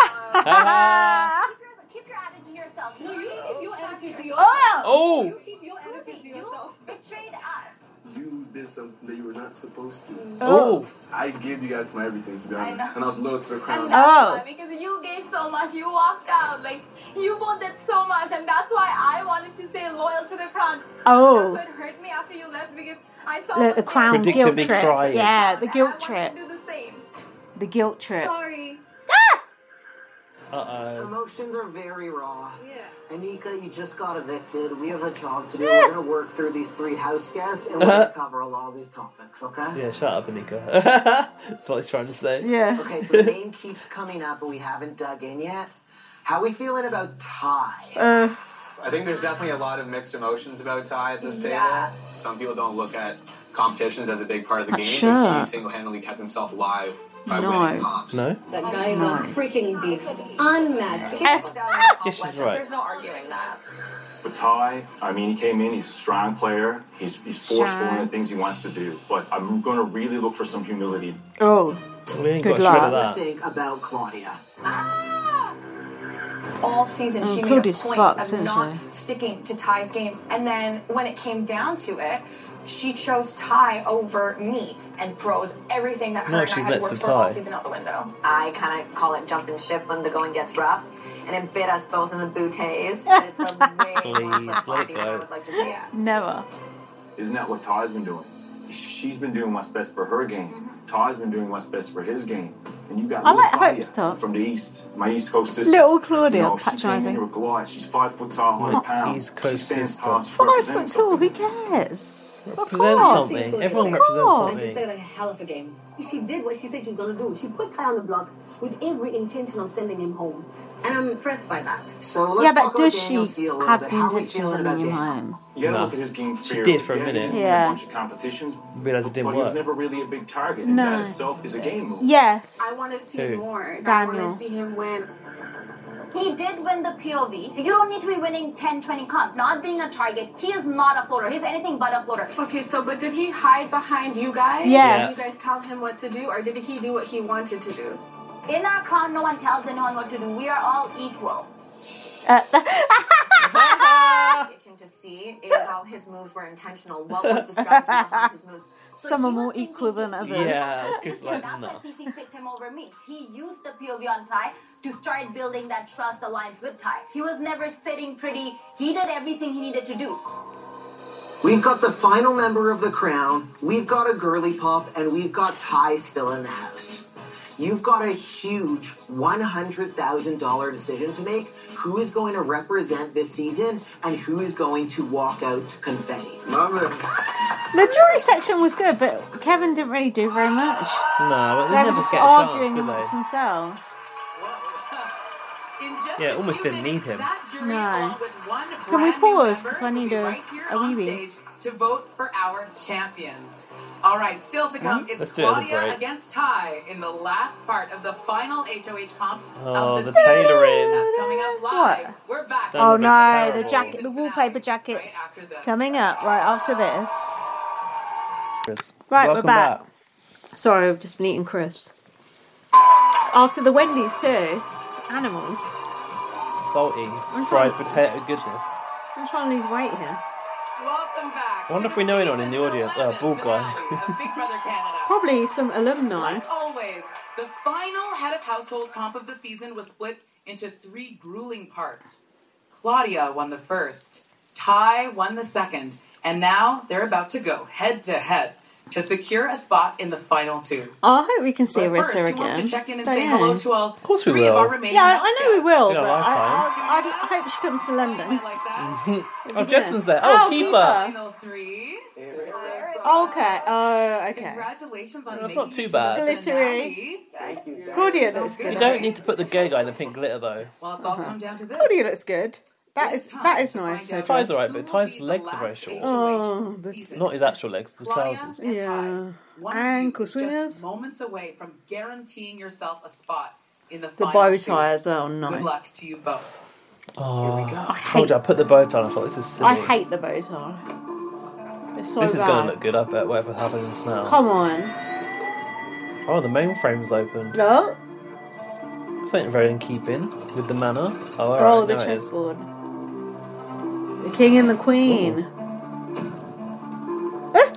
Speaker 1: Ah.
Speaker 8: Keep your, keep your attitude to yourself.
Speaker 12: No, you keep your attitude to yourself.
Speaker 2: oh.
Speaker 1: Oh!
Speaker 12: You keep your attitude to
Speaker 8: You
Speaker 12: yourself.
Speaker 8: betrayed us.
Speaker 9: You did something that you were not supposed to.
Speaker 1: Oh!
Speaker 9: I gave you guys my everything, to be
Speaker 8: I
Speaker 9: honest,
Speaker 8: know.
Speaker 9: and I was loyal to the
Speaker 8: And
Speaker 9: crown.
Speaker 8: that's
Speaker 2: Oh.
Speaker 8: why, because you gave so much, you walked out. Like, you both did so much, and that's why I wanted to stay loyal to the crown.
Speaker 2: Oh.
Speaker 8: That's what hurt me after you left because I saw
Speaker 2: The,
Speaker 8: what
Speaker 2: the
Speaker 8: they
Speaker 2: crown
Speaker 8: did.
Speaker 2: guilt
Speaker 1: Predictably
Speaker 2: trip.
Speaker 1: crying.
Speaker 2: Yeah, the
Speaker 8: And
Speaker 2: guilt
Speaker 8: I wanted
Speaker 2: trip.
Speaker 8: to do the same.
Speaker 2: The guilt trip.
Speaker 12: Sorry.
Speaker 1: Uh
Speaker 16: Emotions are very raw.
Speaker 12: Yeah.
Speaker 16: Anika, you just got evicted. We have a job to do. We're gonna work through these three house guests and we're gonna cover a lot of these topics, okay?
Speaker 1: oh. Yeah, shut up, Anika. That's what he's trying to say.
Speaker 2: Yeah.
Speaker 16: Okay, so the name keeps coming up, but we haven't dug in yet. How we feeling about Ty?
Speaker 2: Uh,
Speaker 9: I think there's definitely a lot of mixed emotions about Ty at this
Speaker 8: Yeah.
Speaker 9: table. Some people don't look at competitions as a big part of the
Speaker 2: Not
Speaker 9: game,
Speaker 2: sure.
Speaker 9: but he single-handedly kept himself alive by
Speaker 2: No.
Speaker 9: winning comps.
Speaker 1: No?
Speaker 12: That guy is a freaking beast. Unmatched.
Speaker 1: Yes, she's right.
Speaker 8: no arguing that.
Speaker 3: But Ty, I mean, he came in, he's a strong player, he's, he's forceful in
Speaker 2: Strong.
Speaker 3: the things he wants to do. But I'm going to really look for some humility.
Speaker 2: oh.
Speaker 1: We ain't
Speaker 2: Good
Speaker 1: got shred of
Speaker 16: What
Speaker 1: that.
Speaker 16: do you think about Claudia?
Speaker 8: Ah! All season,
Speaker 2: Mm,
Speaker 8: she made a
Speaker 2: Claudia's
Speaker 8: point
Speaker 2: fucked,
Speaker 8: of
Speaker 2: isn't
Speaker 8: not
Speaker 2: she?
Speaker 8: sticking to Ty's game. And then when it came down to it, she chose Ty over me and throws everything that her
Speaker 1: No,
Speaker 8: and I
Speaker 1: she's
Speaker 8: had
Speaker 1: next
Speaker 8: worked
Speaker 1: to
Speaker 8: for all
Speaker 1: Ty.
Speaker 8: season out the window.
Speaker 12: I kind of call it jumping ship when the going gets rough, and it bit us both in the booties. And it's a way
Speaker 1: Please, let it
Speaker 12: sloppy than I
Speaker 1: go.
Speaker 12: would like to see it.
Speaker 2: Never.
Speaker 3: Isn't that what Ty's been doing? She's been doing what's best for her game.
Speaker 8: Mm-hmm.
Speaker 3: Ty's been doing what's best for his game. And you got
Speaker 2: I
Speaker 3: little
Speaker 2: like
Speaker 3: Claudia
Speaker 2: Hope's top.
Speaker 3: from the East, my East Coast sister.
Speaker 2: Little Oh, Claudia,
Speaker 3: You know, she came in
Speaker 2: patronising.
Speaker 3: here with Goliath. She's five foot tall, 100 pounds.
Speaker 1: East Coast
Speaker 3: she stands
Speaker 1: sister.
Speaker 3: tall. She
Speaker 2: Five foot
Speaker 3: represents
Speaker 2: tall,
Speaker 3: something.
Speaker 2: who cares? Fuck
Speaker 1: Represent
Speaker 2: off.
Speaker 1: something. Everyone
Speaker 2: Of
Speaker 1: represents
Speaker 2: course.
Speaker 12: And she
Speaker 1: something.
Speaker 12: played a hell of a game. She did what she said she was gonna do. She put Ty on the block with every intention of sending him home, and I'm impressed by that.
Speaker 16: So let's
Speaker 2: Yeah,
Speaker 16: talk
Speaker 2: but
Speaker 16: about
Speaker 2: does
Speaker 16: Daniel
Speaker 2: she
Speaker 16: C a little
Speaker 2: have
Speaker 16: bit.
Speaker 2: the
Speaker 16: How we
Speaker 2: intention of
Speaker 16: feeling
Speaker 2: sending
Speaker 16: about
Speaker 2: him
Speaker 16: Daniel?
Speaker 2: home?
Speaker 3: You gotta
Speaker 1: No.
Speaker 3: look at his game
Speaker 1: She
Speaker 3: fairly.
Speaker 1: did for a
Speaker 3: he
Speaker 1: minute.
Speaker 3: won
Speaker 2: Yeah.
Speaker 3: A bunch of competitions.
Speaker 1: Realised it didn't
Speaker 3: but he was
Speaker 1: work.
Speaker 3: never really a big target.
Speaker 2: No.
Speaker 3: And that itself is a game move.
Speaker 2: Yes.
Speaker 12: I want to see
Speaker 1: Who?
Speaker 12: more. I
Speaker 2: Daniel.
Speaker 12: want to see him win.
Speaker 8: He did win the POV. You don't need to be winning 10, 20 comps. Not being a target. He is not a floater. He's anything but a floater.
Speaker 17: Okay, so but did he hide behind you guys?
Speaker 8: Yes.
Speaker 17: Did you guys tell him what to do, or did he do what he wanted to do?
Speaker 8: In our crown, no one tells anyone what to do. We are all equal.
Speaker 12: you can just see is all his moves were intentional. What was the strategy behind his moves?
Speaker 2: Some are more equal than others.
Speaker 1: Yeah, because
Speaker 8: And
Speaker 1: like
Speaker 8: that's why
Speaker 1: no.
Speaker 8: CC picked him over me. He used the POV on Ty to start building that trust alliance with Ty. He was never sitting pretty. He did everything he needed to do.
Speaker 16: We've got the final member of the crown, we've got a girly pop, and we've got Ty still in the house. You've got a huge $100,000 decision to make who is going to represent this season and who is going to walk out to confetti.
Speaker 2: The jury section was good, but Kevin didn't really do very much.
Speaker 1: No, but they
Speaker 2: they were
Speaker 1: never
Speaker 2: just
Speaker 1: get a chance,
Speaker 2: arguing
Speaker 1: did
Speaker 2: amongst
Speaker 1: they?
Speaker 2: themselves.
Speaker 5: In just
Speaker 1: Yeah,
Speaker 5: a
Speaker 1: almost
Speaker 5: few
Speaker 1: didn't
Speaker 5: minutes,
Speaker 1: need him.
Speaker 5: That jury,
Speaker 2: No.
Speaker 5: along with one
Speaker 2: Can we
Speaker 5: brand new
Speaker 2: pause?
Speaker 5: member,
Speaker 2: Because I need
Speaker 5: will be
Speaker 2: a,
Speaker 5: right here
Speaker 2: a wee
Speaker 5: on
Speaker 2: wee.
Speaker 5: stage to vote for our champion. All right, still to come,
Speaker 1: Hmm?
Speaker 5: it's
Speaker 1: Let's do another
Speaker 5: Claudia
Speaker 1: break.
Speaker 5: against Ty in the last part of the final HOH comp.
Speaker 1: Oh, the tailoring.
Speaker 5: That's coming up live.
Speaker 2: What?
Speaker 5: We're back.
Speaker 2: Oh
Speaker 1: would be
Speaker 2: no, the
Speaker 1: terrible.
Speaker 2: jacket, the wallpaper jackets coming up right after this.
Speaker 1: Chris.
Speaker 2: Right, we're
Speaker 1: Welcome
Speaker 2: back. Sorry, I've just been eating crisps. After the Wendy's too. Animals.
Speaker 1: Salty fried potato goodness.
Speaker 2: I'm trying to lose weight here.
Speaker 5: Welcome back.
Speaker 1: I wonder if we know anyone in the audience. Oh, bald guy.
Speaker 5: to Big Brother Canada.
Speaker 2: Probably some alumni.
Speaker 5: Like always, the final head of household comp of the season was split into three grueling parts. Claudia won the first, Ty won the second, and now they're about to go head to head to secure a spot in the final two.
Speaker 2: Oh, I hope we can see
Speaker 5: But
Speaker 2: Arissa
Speaker 5: first, you
Speaker 2: again.
Speaker 5: have to check in and
Speaker 2: Don't
Speaker 5: say hello
Speaker 2: know.
Speaker 5: to all
Speaker 1: Of course we
Speaker 5: three of
Speaker 1: will.
Speaker 5: our remaining
Speaker 2: Yeah, I, I know we will,
Speaker 1: Yeah,
Speaker 2: but I,
Speaker 1: lifetime.
Speaker 2: I, I hope she comes to London.
Speaker 1: oh, Jetson's there.
Speaker 2: Oh,
Speaker 1: Oh,
Speaker 2: Kiefer.
Speaker 1: Kiefer.
Speaker 5: final three.
Speaker 2: Okay. Oh, okay.
Speaker 5: Congratulations on
Speaker 1: That's
Speaker 5: making
Speaker 1: not too
Speaker 5: it to
Speaker 1: bad.
Speaker 5: the finale.
Speaker 2: Thank you. Claudia looks good.
Speaker 1: You don't need to put the gay guy in the pink glitter though.
Speaker 5: Well, it's all come down to this.
Speaker 2: Uh-huh. Claudia looks good. That is that is nice. her
Speaker 1: Ty's
Speaker 2: dress.
Speaker 1: alright, but Ty's legs are very short.
Speaker 2: Oh, the-
Speaker 1: Not his actual legs, the trousers.
Speaker 2: yeah.
Speaker 5: One
Speaker 2: Ankle
Speaker 5: of you is
Speaker 2: swingers.
Speaker 5: just moments away from guaranteeing yourself a spot in the,
Speaker 2: The
Speaker 5: final
Speaker 2: bow
Speaker 5: two.
Speaker 2: tie as well.
Speaker 5: Good
Speaker 2: Nice.
Speaker 5: luck to you both.
Speaker 1: Oh, I told you I put the bow tie on. I thought this is silly.
Speaker 2: I hate the bow tie. It's so
Speaker 1: this is
Speaker 2: bad.
Speaker 1: gonna look good. I bet whatever happens now.
Speaker 2: Come on.
Speaker 1: Oh, the mainframe's open.
Speaker 2: Look.
Speaker 1: Something very in keeping with the manor. Oh, alright,
Speaker 2: oh, the
Speaker 1: now it is.
Speaker 2: chessboard. The king and the queen.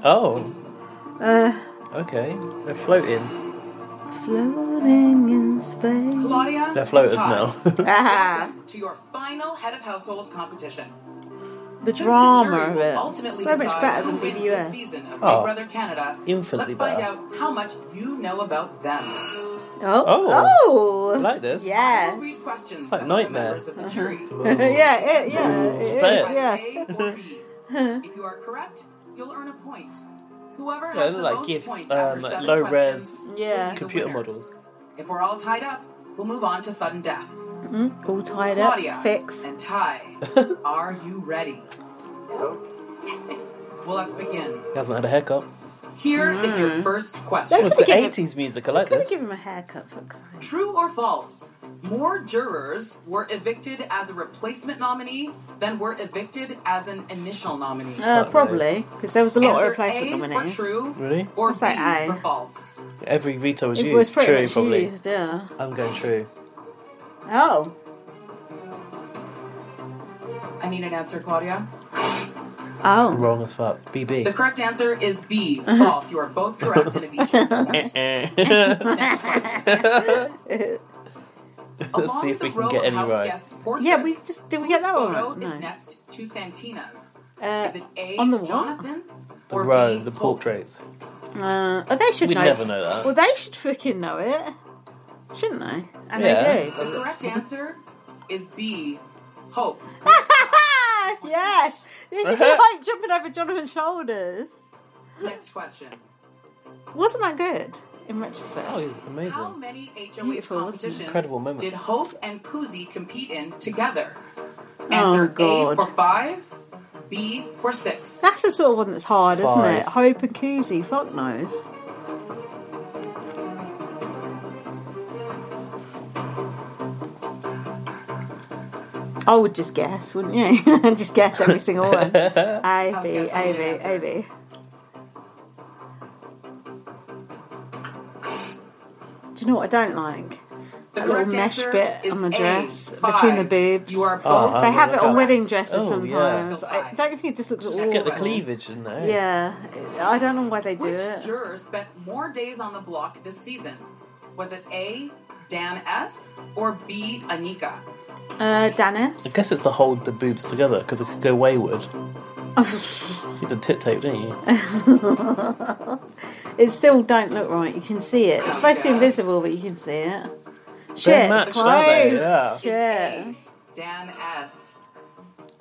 Speaker 1: Oh,
Speaker 2: Uh,
Speaker 1: okay. They're floating.
Speaker 2: floating in space.
Speaker 5: Claudia,
Speaker 1: They're floaters now.
Speaker 2: Ah,
Speaker 5: to your final head of household competition.
Speaker 2: the
Speaker 5: Since the
Speaker 2: drama
Speaker 5: jury
Speaker 2: of
Speaker 5: will
Speaker 2: it.
Speaker 5: ultimately
Speaker 2: So much
Speaker 5: decide
Speaker 2: better
Speaker 5: who
Speaker 2: than
Speaker 5: wins
Speaker 2: the
Speaker 5: this
Speaker 2: US.
Speaker 5: season of
Speaker 1: Oh,
Speaker 5: Big Brother Canada.
Speaker 1: infinitely
Speaker 5: Let's find
Speaker 1: better.
Speaker 5: out how much you know about them.
Speaker 2: Oh.
Speaker 1: Oh.
Speaker 2: Oh.
Speaker 1: You like this?
Speaker 2: Yes.
Speaker 5: Read questions.
Speaker 1: It's like Nightmare.
Speaker 2: yeah, it, yeah, it is.
Speaker 1: Play it.
Speaker 2: Yeah.
Speaker 5: If you are correct, you'll earn a point. Whoever
Speaker 1: Yeah,
Speaker 5: has
Speaker 1: they're
Speaker 5: the
Speaker 1: like
Speaker 5: most
Speaker 1: gifts,
Speaker 5: points
Speaker 1: um,
Speaker 5: after
Speaker 1: like
Speaker 5: seven
Speaker 1: low
Speaker 5: questions.
Speaker 1: res
Speaker 2: Yeah.
Speaker 1: computer models.
Speaker 5: If we're all tied up, we'll move on to sudden death.
Speaker 2: Mm, all tied
Speaker 5: Claudia
Speaker 2: up. Fix.
Speaker 5: and Ty, are you ready? well, let's begin.
Speaker 1: He hasn't had a haircut.
Speaker 5: Here is
Speaker 2: Hmm.
Speaker 5: your first
Speaker 1: Well,
Speaker 5: question.
Speaker 1: it's the 80s music. I like
Speaker 2: Could
Speaker 1: this.
Speaker 2: give him a haircut for Christ's sake.
Speaker 5: True or false? More jurors were evicted as a replacement nominee than were evicted as an initial nominee.
Speaker 2: Uh, probably, because there was a lot
Speaker 5: Answer
Speaker 2: of replacement
Speaker 5: A
Speaker 2: nominees.
Speaker 5: For true
Speaker 1: Really?
Speaker 5: or
Speaker 2: It's like
Speaker 5: B
Speaker 2: A.
Speaker 5: for false.
Speaker 1: Every veto was
Speaker 2: It
Speaker 1: used.
Speaker 2: was pretty
Speaker 1: true,
Speaker 2: much
Speaker 1: probably.
Speaker 2: used, yeah.
Speaker 1: I'm going true.
Speaker 2: Oh,
Speaker 5: I need an answer, Claudia.
Speaker 2: oh.
Speaker 1: Wrong as fuck.
Speaker 5: The
Speaker 1: BB.
Speaker 5: correct answer is B. False. You are both correct and have each earned a point. Next question.
Speaker 1: Let's
Speaker 5: Along
Speaker 1: see if
Speaker 5: the
Speaker 1: we can
Speaker 5: row
Speaker 1: get
Speaker 5: of
Speaker 1: any
Speaker 5: house
Speaker 1: right.
Speaker 5: guests' portraits,
Speaker 2: Yeah, we just did we get
Speaker 5: whose
Speaker 2: that one?
Speaker 5: photo
Speaker 2: right?
Speaker 5: is
Speaker 2: No.
Speaker 5: next to Santina's?
Speaker 2: Uh,
Speaker 5: Is it A.
Speaker 2: on the what?
Speaker 5: Jonathan
Speaker 1: The
Speaker 5: or
Speaker 1: row,
Speaker 5: B.
Speaker 1: the
Speaker 5: Hope?
Speaker 1: portraits.
Speaker 2: Uh, oh, they should
Speaker 1: We'd
Speaker 2: know.
Speaker 1: never know that.
Speaker 2: Well, they should freaking know it, shouldn't they? And
Speaker 1: Yeah.
Speaker 2: they do.
Speaker 5: The correct answer is B. Hope.
Speaker 2: yes, you should be like jumping over Jonathan's shoulders.
Speaker 5: Next question.
Speaker 2: Wasn't that good in retrospect?
Speaker 1: Oh, he's
Speaker 5: How
Speaker 1: amazing.
Speaker 5: many HOH
Speaker 2: Beautiful, wasn't it?
Speaker 5: competitions
Speaker 1: Incredible moment.
Speaker 5: did Hope and Kuzi compete in together?
Speaker 2: Oh,
Speaker 5: Answer A
Speaker 2: God.
Speaker 5: for five, B for six.
Speaker 2: That's the sort of one that's hard, is isn't it?
Speaker 1: Five.
Speaker 2: Hope and Koozie, fuck knows. I would just guess, wouldn't you? just guess every single one. A B A B A B. Do you know what I don't like? a
Speaker 5: The
Speaker 2: little
Speaker 5: correct
Speaker 2: mesh
Speaker 5: answer
Speaker 2: bit
Speaker 5: is
Speaker 2: on the
Speaker 5: A,
Speaker 2: dress
Speaker 5: five.
Speaker 2: between the boobs.
Speaker 5: You are Oh, both
Speaker 2: they have it on
Speaker 5: correct.
Speaker 2: wedding dresses
Speaker 1: Oh, yeah.
Speaker 2: sometimes.
Speaker 1: Still
Speaker 2: I don't you think it just looks
Speaker 1: Just
Speaker 2: awful?
Speaker 1: get the cleavage in there.
Speaker 2: Yeah, I don't know why they do
Speaker 5: Which
Speaker 2: it.
Speaker 5: juror spent more days on the block this season? Was it A, Dan S, or B, Anika?
Speaker 2: Uh, Dennis.
Speaker 1: I guess it's to hold the boobs together because it could go wayward. you did tit tape, didn't you?
Speaker 2: Uh, it still don't look right. You can see it. It's supposed to be invisible, but you can see it.
Speaker 1: They're
Speaker 2: Shit,
Speaker 1: matched,
Speaker 2: it's
Speaker 1: aren't they?
Speaker 2: close.
Speaker 1: Yeah.
Speaker 5: It's
Speaker 2: Shit.
Speaker 5: A, Dan S.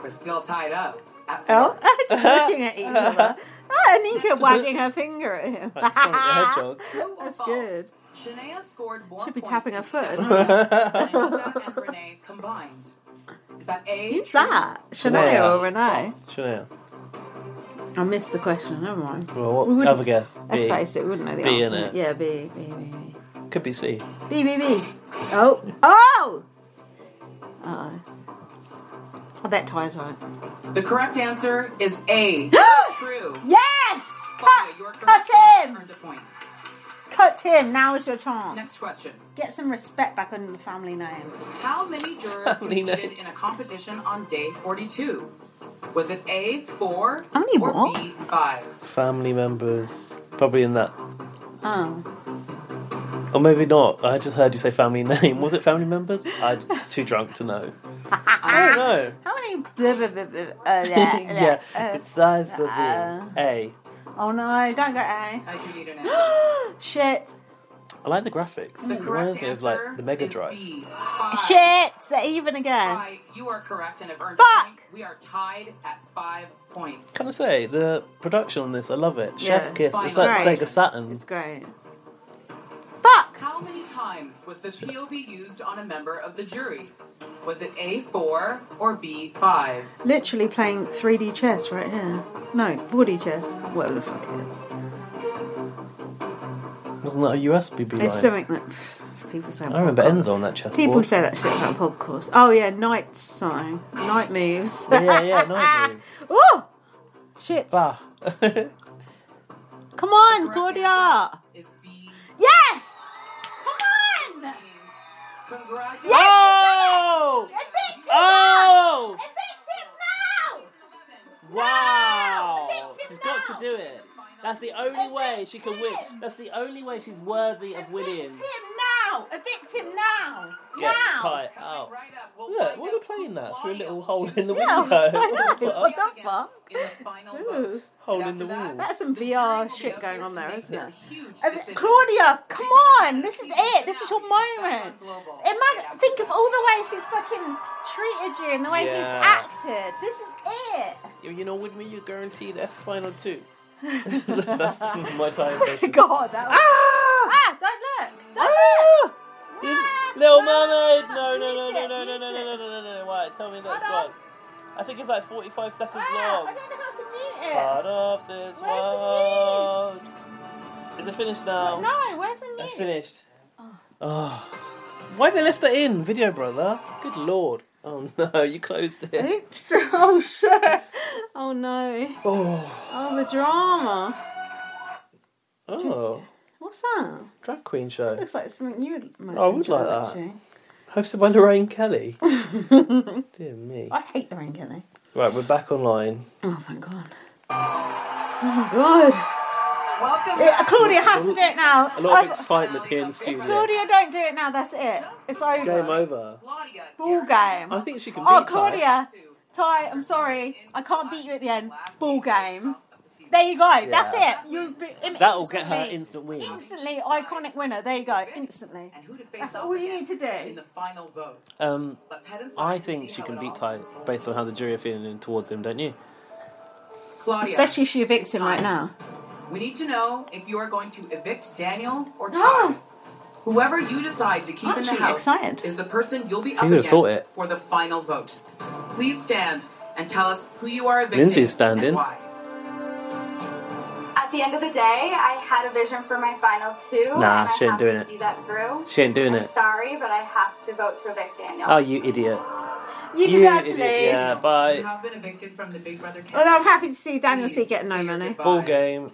Speaker 5: We're still tied up. At
Speaker 2: Oh,
Speaker 5: four.
Speaker 2: just looking at each other. Ah, Anika wagging her finger at him.
Speaker 1: hedgehog.
Speaker 5: True or
Speaker 2: That's
Speaker 5: false?
Speaker 2: good.
Speaker 5: Shania scored more
Speaker 2: Should be
Speaker 5: points
Speaker 2: tapping her
Speaker 5: in
Speaker 2: foot.
Speaker 5: seven than Anita and Renee combined. Is that A?
Speaker 2: Who's
Speaker 5: true?
Speaker 2: that?
Speaker 1: Yeah.
Speaker 2: Shania or Renee?
Speaker 1: Chanel.
Speaker 2: I missed the question. Never mind.
Speaker 1: Well, what-
Speaker 2: We wouldn't-
Speaker 1: have a guess.
Speaker 2: Let's
Speaker 1: B.
Speaker 2: face it, we wouldn't know the
Speaker 1: B,
Speaker 2: answer.
Speaker 1: innit?
Speaker 2: Yeah, B, B, B, B.
Speaker 1: Could be C.
Speaker 2: B, B, B. Oh, oh! Uh-oh. I bet Ty's right.
Speaker 5: The correct answer is A. True.
Speaker 2: Yes!
Speaker 5: Claudia, your correct
Speaker 2: cut him!
Speaker 5: answer earned a point.
Speaker 2: Cut him. Now is your chance.
Speaker 5: Next question.
Speaker 2: Get some respect back on the family name.
Speaker 5: How many jurors
Speaker 2: Family name.
Speaker 5: competed in a competition on day 42? Was it A, 4,
Speaker 1: How many
Speaker 5: or
Speaker 1: what?
Speaker 5: B, 5?
Speaker 1: Family members, probably in that,
Speaker 2: Oh.
Speaker 1: or maybe not. I just heard you say family name. Was it family members? I'm too drunk to know. I don't know.
Speaker 2: How many blah, blah, blah, blah, uh, yeah,
Speaker 1: yeah,
Speaker 2: uh,
Speaker 1: it's size of
Speaker 2: uh,
Speaker 1: A.
Speaker 2: Oh no, don't go A.
Speaker 5: I do need an
Speaker 2: Shit.
Speaker 1: I like the graphics.
Speaker 5: The
Speaker 1: it reminds
Speaker 5: correct
Speaker 1: me of like the Mega
Speaker 5: is
Speaker 1: Drive.
Speaker 5: B.
Speaker 2: Shit. They're even again.
Speaker 5: Ty, you are correct and have earned a point. We are tied at 5 points.
Speaker 1: Can I say the production on this? I love it. Chef's
Speaker 5: Yeah.
Speaker 1: kiss.
Speaker 5: Fine.
Speaker 1: It's like
Speaker 5: Great.
Speaker 1: Sega Saturn.
Speaker 2: It's great.
Speaker 5: How many times was the POV used on a member of the jury? Was it A4 or B5?
Speaker 2: Literally playing 3D chess right here. No, 4D chess. Whatever the fuck it is.
Speaker 1: Wasn't that a USB line?
Speaker 2: It's something that pff, people say.
Speaker 1: I remember Enzo on that chessboard.
Speaker 2: People say that shit about pop course. Oh yeah, night sign, night moves.
Speaker 1: yeah, yeah, night moves.
Speaker 2: Ooh, shit.
Speaker 1: Bah.
Speaker 2: Come on, Claudia. Yes. Come on.
Speaker 5: Congratulations.
Speaker 2: Yes.
Speaker 1: Oh!
Speaker 2: It beats him
Speaker 1: Oh!
Speaker 2: now. It beats him
Speaker 1: Wow! She's got to do it. That's the only way she can win. That's the only way she's worthy of winning.
Speaker 2: now. Evict him now. Evict him
Speaker 1: Get
Speaker 2: now. now.
Speaker 1: tight out. Look, what are we playing that through a little hole in the
Speaker 2: Yeah,
Speaker 1: window?
Speaker 2: What the fuck? Ooh.
Speaker 1: Hole in the wall.
Speaker 2: That's some VR shit going on there, isn't it? Uh, Claudia, come on! This is it. This is your moment. Imagine, think of all the ways he's fucking treated you and the way
Speaker 1: Yeah.
Speaker 2: he's acted. This is it. Oh
Speaker 1: You you know, with me, you're guaranteed F final two. That's my time. session.
Speaker 2: God, that was. Ah! Don't look! Don't look!
Speaker 1: Little Mermaid! No, no, no, no, no, no, no, no, no, no, no, no. Why? Tell me that's
Speaker 2: Hold
Speaker 1: one. I think it's like 45 seconds
Speaker 2: Ah, I
Speaker 1: long.
Speaker 2: don't know how to mute it.
Speaker 1: Part of
Speaker 2: Where's
Speaker 1: this world. Is it finished now?
Speaker 2: No, where's the mute?
Speaker 1: That's finished. Oh. Why they left that in, video brother? Good lord. Oh no, you closed it.
Speaker 2: Oops. Oh shit. Oh no.
Speaker 1: Oh.
Speaker 2: Oh, the drama.
Speaker 1: Oh.
Speaker 2: What's that?
Speaker 1: Drag queen show.
Speaker 2: Looks like something you might
Speaker 1: I would
Speaker 2: enjoy,
Speaker 1: like that.
Speaker 2: actually.
Speaker 1: Hosted by Lorraine Kelly. Dear me.
Speaker 2: I hate the rain, can't they?
Speaker 1: Right, we're back online.
Speaker 2: Oh, thank God. Oh, God.
Speaker 5: Welcome.
Speaker 2: Yeah, Claudia has to do it now.
Speaker 1: A lot of
Speaker 2: I've-
Speaker 1: excitement here in the studio.
Speaker 2: Claudia, don't do it now. That's it. It's over.
Speaker 1: Game over.
Speaker 2: Ball game.
Speaker 1: I think she can beat
Speaker 2: Oh,
Speaker 1: Ty.
Speaker 2: Claudia. Ty, I'm sorry. I can't beat you at the end. Ball game. There you go. That's
Speaker 1: Yeah.
Speaker 2: it. You
Speaker 1: That'll get her instant win.
Speaker 2: Instantly iconic winner. There you go. Instantly. That's all you need to do.
Speaker 5: The final vote.
Speaker 1: Um,
Speaker 5: Let's head inside
Speaker 1: I
Speaker 5: and
Speaker 1: think
Speaker 5: see
Speaker 1: she
Speaker 5: how
Speaker 1: can
Speaker 5: it
Speaker 1: beat
Speaker 5: all-
Speaker 1: Ty based on how the jury are feeling towards him, don't you?
Speaker 5: Claudia,
Speaker 2: Especially if she evicts him right now.
Speaker 5: we need to know if you are going to evict Daniel or Todd. Whoever you decide to keep
Speaker 2: I'm
Speaker 5: in the
Speaker 2: actually
Speaker 5: house
Speaker 2: excited.
Speaker 5: is the person you'll be
Speaker 1: Who
Speaker 5: up
Speaker 1: would've
Speaker 5: against
Speaker 1: thought it?
Speaker 5: for the final vote. Please stand and tell us who you are evicting.
Speaker 1: Lindsay's standing.
Speaker 13: At the end of the day, I had a vision for my final two.
Speaker 1: Nah,
Speaker 13: and I
Speaker 1: she ain't
Speaker 13: have
Speaker 1: doing
Speaker 13: to
Speaker 1: it.
Speaker 13: See that through.
Speaker 1: She ain't doing
Speaker 13: I'm
Speaker 1: it.
Speaker 13: Sorry, but I have to vote to evict Daniel.
Speaker 1: Oh, you idiot.
Speaker 2: You deserve to lose.
Speaker 1: Yeah,
Speaker 5: You
Speaker 1: bye.
Speaker 5: have been evicted from the Big Brother
Speaker 2: Although Oh, I'm happy to see Daniel C getting no money.
Speaker 1: Ball game.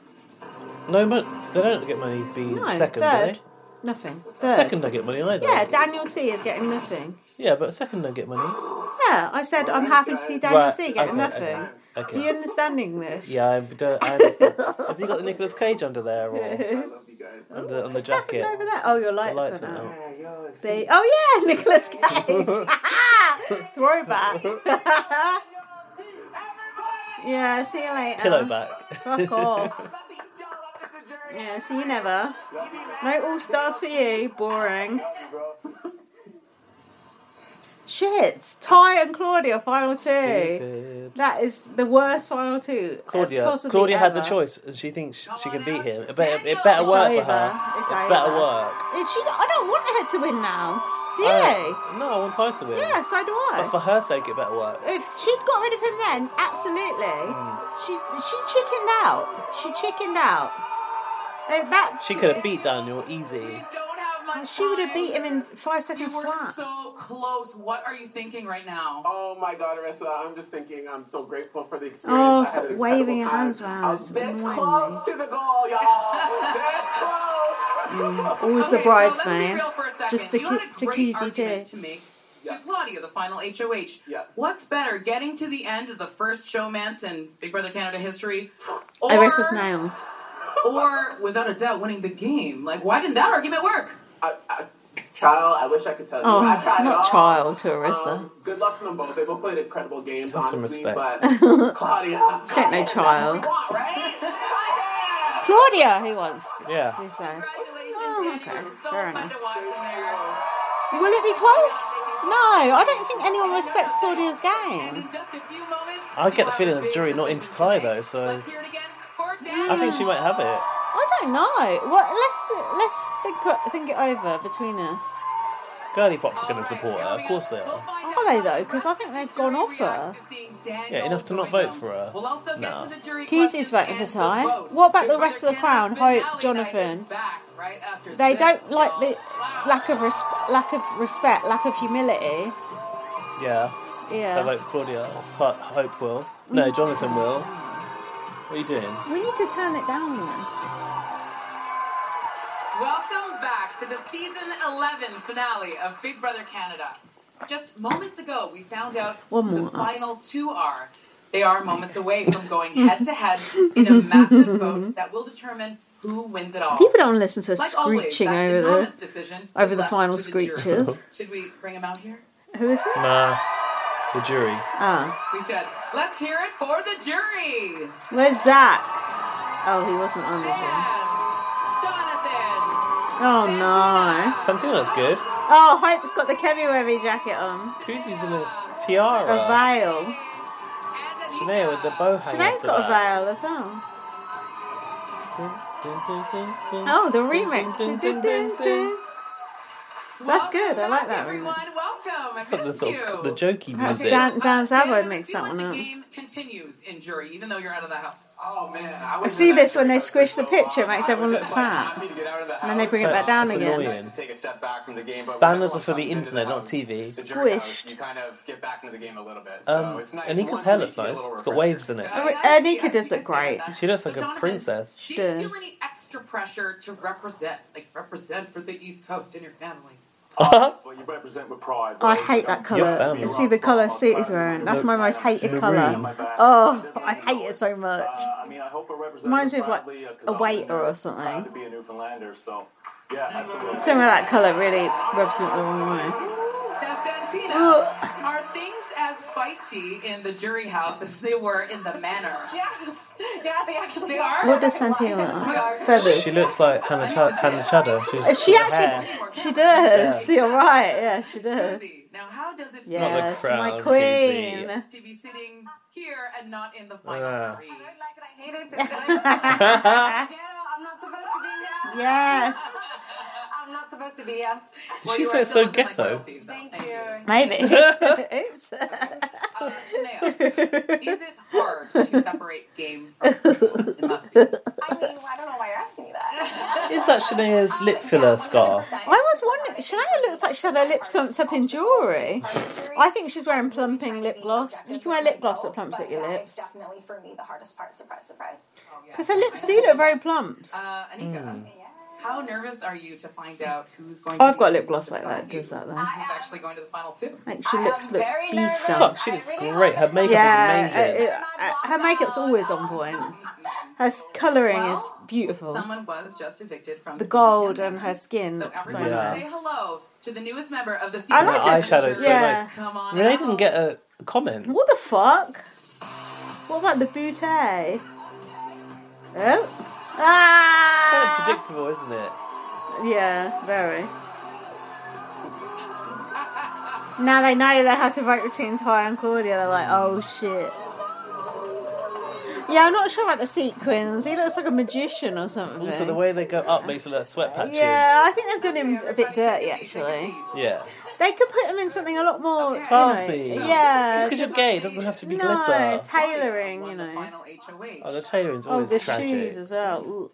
Speaker 1: No, but they don't get money being
Speaker 2: No,
Speaker 1: Oh, second,
Speaker 2: third.
Speaker 1: do
Speaker 2: Nothing.
Speaker 1: they?
Speaker 2: Third.
Speaker 1: Second don't get money either.
Speaker 2: Yeah, Daniel C is getting nothing.
Speaker 1: Yeah, but second don't get money.
Speaker 2: Yeah, I said I'm happy to see Daniel
Speaker 1: Right,
Speaker 2: C getting
Speaker 1: okay,
Speaker 2: nothing.
Speaker 1: okay, okay.
Speaker 2: Do you understand English?
Speaker 1: Yeah, I don't. I understand. Has he got the Nicolas Cage under there or on the, on the jacket?
Speaker 2: Over there. Oh, your lights,
Speaker 1: lights
Speaker 2: are
Speaker 1: went
Speaker 2: out. They- oh yeah, Nicholas Cage. Throwback. yeah. See you later.
Speaker 1: Pillow back.
Speaker 2: Fuck off. Yeah. See you never. No all stars for you. Boring. Shit. Ty and Claudia final two.
Speaker 1: Stupid.
Speaker 2: That is the worst final two. uh,
Speaker 1: Claudia,
Speaker 2: possibly
Speaker 1: Claudia had the
Speaker 2: ever.
Speaker 1: choice, and she thinks she, she can beat him. It better, it better work for her.
Speaker 2: It's
Speaker 1: It better
Speaker 2: over.
Speaker 1: work.
Speaker 2: Is she? I don't want her to win now. Do you?
Speaker 1: I- no, I want Ty to win.
Speaker 2: Yeah, so do
Speaker 1: But
Speaker 2: I.
Speaker 1: for her sake, it better work.
Speaker 2: If she'd got rid of him then, absolutely.
Speaker 1: Hmm.
Speaker 2: She she chickened out. She chickened out. Uh, that
Speaker 1: She could have beat Daniel easy.
Speaker 2: She would have beat him in five seconds
Speaker 5: You were
Speaker 2: flat.
Speaker 5: so close. What are you thinking right now?
Speaker 9: Oh my God, Arissa, I'm just thinking I'm so grateful for the experience.
Speaker 2: Oh,
Speaker 9: I had
Speaker 2: stop
Speaker 9: an
Speaker 2: waving your
Speaker 9: incredible time.
Speaker 2: hands around. It's
Speaker 9: That's
Speaker 2: annoying me.
Speaker 9: close to the goal, y'all. That's close.
Speaker 2: Mm, always the
Speaker 5: Okay, so let's be
Speaker 2: bridesmaid.
Speaker 5: real for a second.
Speaker 2: Just to
Speaker 5: You had a
Speaker 2: keep
Speaker 5: great
Speaker 2: to
Speaker 5: argument
Speaker 2: day.
Speaker 5: to make to Claudia, the final HOH. What's better, getting to the end as the first showmance in Big Brother Canada history, or,
Speaker 2: Arista's nails.
Speaker 5: or without a doubt winning the game? Like, why didn't that argument work?
Speaker 9: Child, I wish I could tell you.
Speaker 2: Oh,
Speaker 9: I tried it all. Um,
Speaker 2: not child to Arissa.
Speaker 9: Good luck to them both. They both played incredible games,
Speaker 2: Have some
Speaker 9: honestly.
Speaker 2: respect.
Speaker 9: But Claudia,
Speaker 2: she ain't no child. Claudia, who wants?
Speaker 1: Yeah.
Speaker 2: To say.
Speaker 5: Oh,
Speaker 2: okay, fair enough.
Speaker 5: Will
Speaker 2: it be close? No, I don't think anyone respects Claudia's game.
Speaker 1: I get the feeling the jury not into Ty though, so I think she might have it.
Speaker 2: I don't know. Well, let's let's think think it over between us.
Speaker 1: Girly Pops are going to support her, of course they are.
Speaker 2: Are they though? Because I think they've gone off her.
Speaker 1: Yeah, enough to not vote for her.
Speaker 5: also get
Speaker 1: Nah.
Speaker 5: to the jury
Speaker 2: Keys is voting for Ty. What about the rest of the crown? Hope, Jonathan. They don't like the lack of res- lack of respect, lack of humility.
Speaker 1: Yeah.
Speaker 2: Yeah. Mm.
Speaker 1: They vote for Claudia. Ho- Hope will. No, Jonathan will. What are you doing?
Speaker 2: We need to turn it down then.
Speaker 5: Welcome back to the season 11 finale of Big Brother Canada. Just moments ago, we found out
Speaker 2: One
Speaker 5: who the
Speaker 2: more.
Speaker 5: final two are. They are moments away from going head to head in a massive vote that will determine who wins it all.
Speaker 2: People don't listen to us
Speaker 5: Like always,
Speaker 2: screeching
Speaker 5: that
Speaker 2: over
Speaker 5: enormous
Speaker 2: the
Speaker 5: decision
Speaker 2: over
Speaker 5: is
Speaker 2: the
Speaker 5: left
Speaker 2: final
Speaker 5: to the jury.
Speaker 2: screeches.
Speaker 5: Should we bring him out here?
Speaker 2: Who is it?
Speaker 1: Nah. The jury.
Speaker 2: Ah,
Speaker 5: We should. Let's hear it for the jury.
Speaker 2: where's Zach? Oh, he wasn't on the team. Oh no.
Speaker 1: Santino's good.
Speaker 2: Oh, Hope's got the Kemi Webby jacket on.
Speaker 1: Koozie's in a
Speaker 2: A
Speaker 1: tiara.
Speaker 2: veil.
Speaker 1: Shania with the bow hanging.
Speaker 2: Shania's
Speaker 1: to
Speaker 2: got a
Speaker 1: that.
Speaker 2: veil as well. Oh, the remix. Dun, dun, dun, dun. That's good. I like that remix.
Speaker 5: Everyone, welcome. I
Speaker 1: It's like the,
Speaker 5: missed
Speaker 1: sort
Speaker 5: you.
Speaker 1: of, the jokey
Speaker 2: That's
Speaker 1: music.
Speaker 5: Uh,
Speaker 2: Dan, Dan Sabo
Speaker 5: I
Speaker 2: mixed that
Speaker 5: feel like
Speaker 2: one
Speaker 5: the
Speaker 2: up.
Speaker 5: game continues in jury, even though you're out of the house. Oh man,
Speaker 2: I see this when they squish the picture, it makes everyone look fat. And then they bring it back down
Speaker 1: That's
Speaker 2: again.
Speaker 1: annoying.
Speaker 18: Take a step back from the game, but
Speaker 1: Banners are for the internet, not TV.
Speaker 18: Squish. You kind of get back into the game a little bit. So
Speaker 1: Um,
Speaker 18: it's nice.
Speaker 1: Anika's
Speaker 18: Once
Speaker 1: hair
Speaker 18: you
Speaker 1: looks
Speaker 18: get a
Speaker 1: nice.
Speaker 18: little
Speaker 1: It's got waves in it.
Speaker 2: Anika Oh, does look great.
Speaker 1: She looks like a princess.
Speaker 5: Do you feel any extra pressure to represent, like represent for the East Coast in your family?
Speaker 3: Well, you represent with pride.
Speaker 2: I hate that colour.
Speaker 1: family.
Speaker 2: You see the colour suit he's wearing. That's my most hated colour. Oh, I hate it so much.
Speaker 3: Uh, I mean, I hope I represent
Speaker 2: Reminds me of like
Speaker 3: proudly, uh, 'cause
Speaker 2: a
Speaker 3: I'm
Speaker 2: waiter or
Speaker 3: proud to
Speaker 2: something.
Speaker 3: be a Newfoundlander, so yeah, absolutely.
Speaker 2: Some of that colour really rubs me the wrong way.
Speaker 5: Now, Santina,
Speaker 2: Ugh.
Speaker 5: are things as feisty in the jury house as they were in the manor? Yes. Yeah, they actually they are.
Speaker 2: What does Santina look like? Feathers.
Speaker 1: She looks like Hannah, Ch- Hannah Chadder. She's
Speaker 2: She
Speaker 1: got hair.
Speaker 2: actually, she does. You're right. Yeah, she does.
Speaker 5: Now, how does it
Speaker 1: Not the
Speaker 2: Yes, my
Speaker 1: crown,
Speaker 2: queen.
Speaker 1: Casey.
Speaker 5: to be sitting here and not in the final
Speaker 1: Ah.
Speaker 3: Uh.
Speaker 5: three?
Speaker 2: Yes.
Speaker 12: I'm not supposed to be here.
Speaker 1: Did she say it's so ghetto?
Speaker 12: Thank you.
Speaker 2: Maybe. Oops.
Speaker 5: Is it hard to separate game from
Speaker 12: I mean, I don't know why you're asking me that.
Speaker 1: Is that Shania's lip filler scarf?
Speaker 2: I was wondering. Shania looks like watched her lip plumps up in jewellery. I think she's wearing plumping lip gloss. You can wear lip gloss that plumps up your lips.
Speaker 13: Definitely for me, the hardest part. Surprise, surprise.
Speaker 2: Because her lips do look very plump.
Speaker 5: Uh,
Speaker 2: Mm.
Speaker 5: Anika,
Speaker 1: Hmm.
Speaker 5: how nervous are you to find out who's going to
Speaker 2: I've
Speaker 5: be
Speaker 2: got lip
Speaker 5: selected
Speaker 2: gloss
Speaker 5: to
Speaker 2: like that,
Speaker 5: succeed
Speaker 2: does that though.
Speaker 5: Who's actually going to the final two?
Speaker 2: Makes your lips look beast
Speaker 1: Fuck, she looks great. Her makeup
Speaker 2: Yeah,
Speaker 1: is amazing.
Speaker 2: uh, uh, uh, her makeup's always on point. Her s- colouring is beautiful.
Speaker 5: Someone was just evicted from
Speaker 2: The gold and her skin.
Speaker 5: So
Speaker 2: looks so
Speaker 5: everyone
Speaker 1: Yeah.
Speaker 5: say
Speaker 2: nice.
Speaker 5: hello to the newest member of the season.
Speaker 1: I like her eyeshadow so
Speaker 2: Yeah.
Speaker 1: nice. Renee didn't get a comment.
Speaker 2: What the fuck? What about the bouquet? Oh. Ah!
Speaker 1: Predictable, isn't it?
Speaker 2: Yeah, very. Now they know they have to vote between Ty and Claudia. They're like, oh shit. Yeah, I'm not sure about the sequins. He looks like a magician or something.
Speaker 1: Also, the way they go up makes it look like sweat patches.
Speaker 2: yeah, I think they've done him a bit dirty actually.
Speaker 1: Yeah.
Speaker 2: They could put him in something a lot more you know,
Speaker 1: Classy.
Speaker 2: yeah,
Speaker 1: Just because you're gay doesn't have to be
Speaker 2: no,
Speaker 1: glitter.
Speaker 2: tailoring, you know.
Speaker 1: Oh, the tailoring's
Speaker 2: Oh,
Speaker 1: always
Speaker 2: the
Speaker 1: tragic.
Speaker 2: shoes as well. Ooh.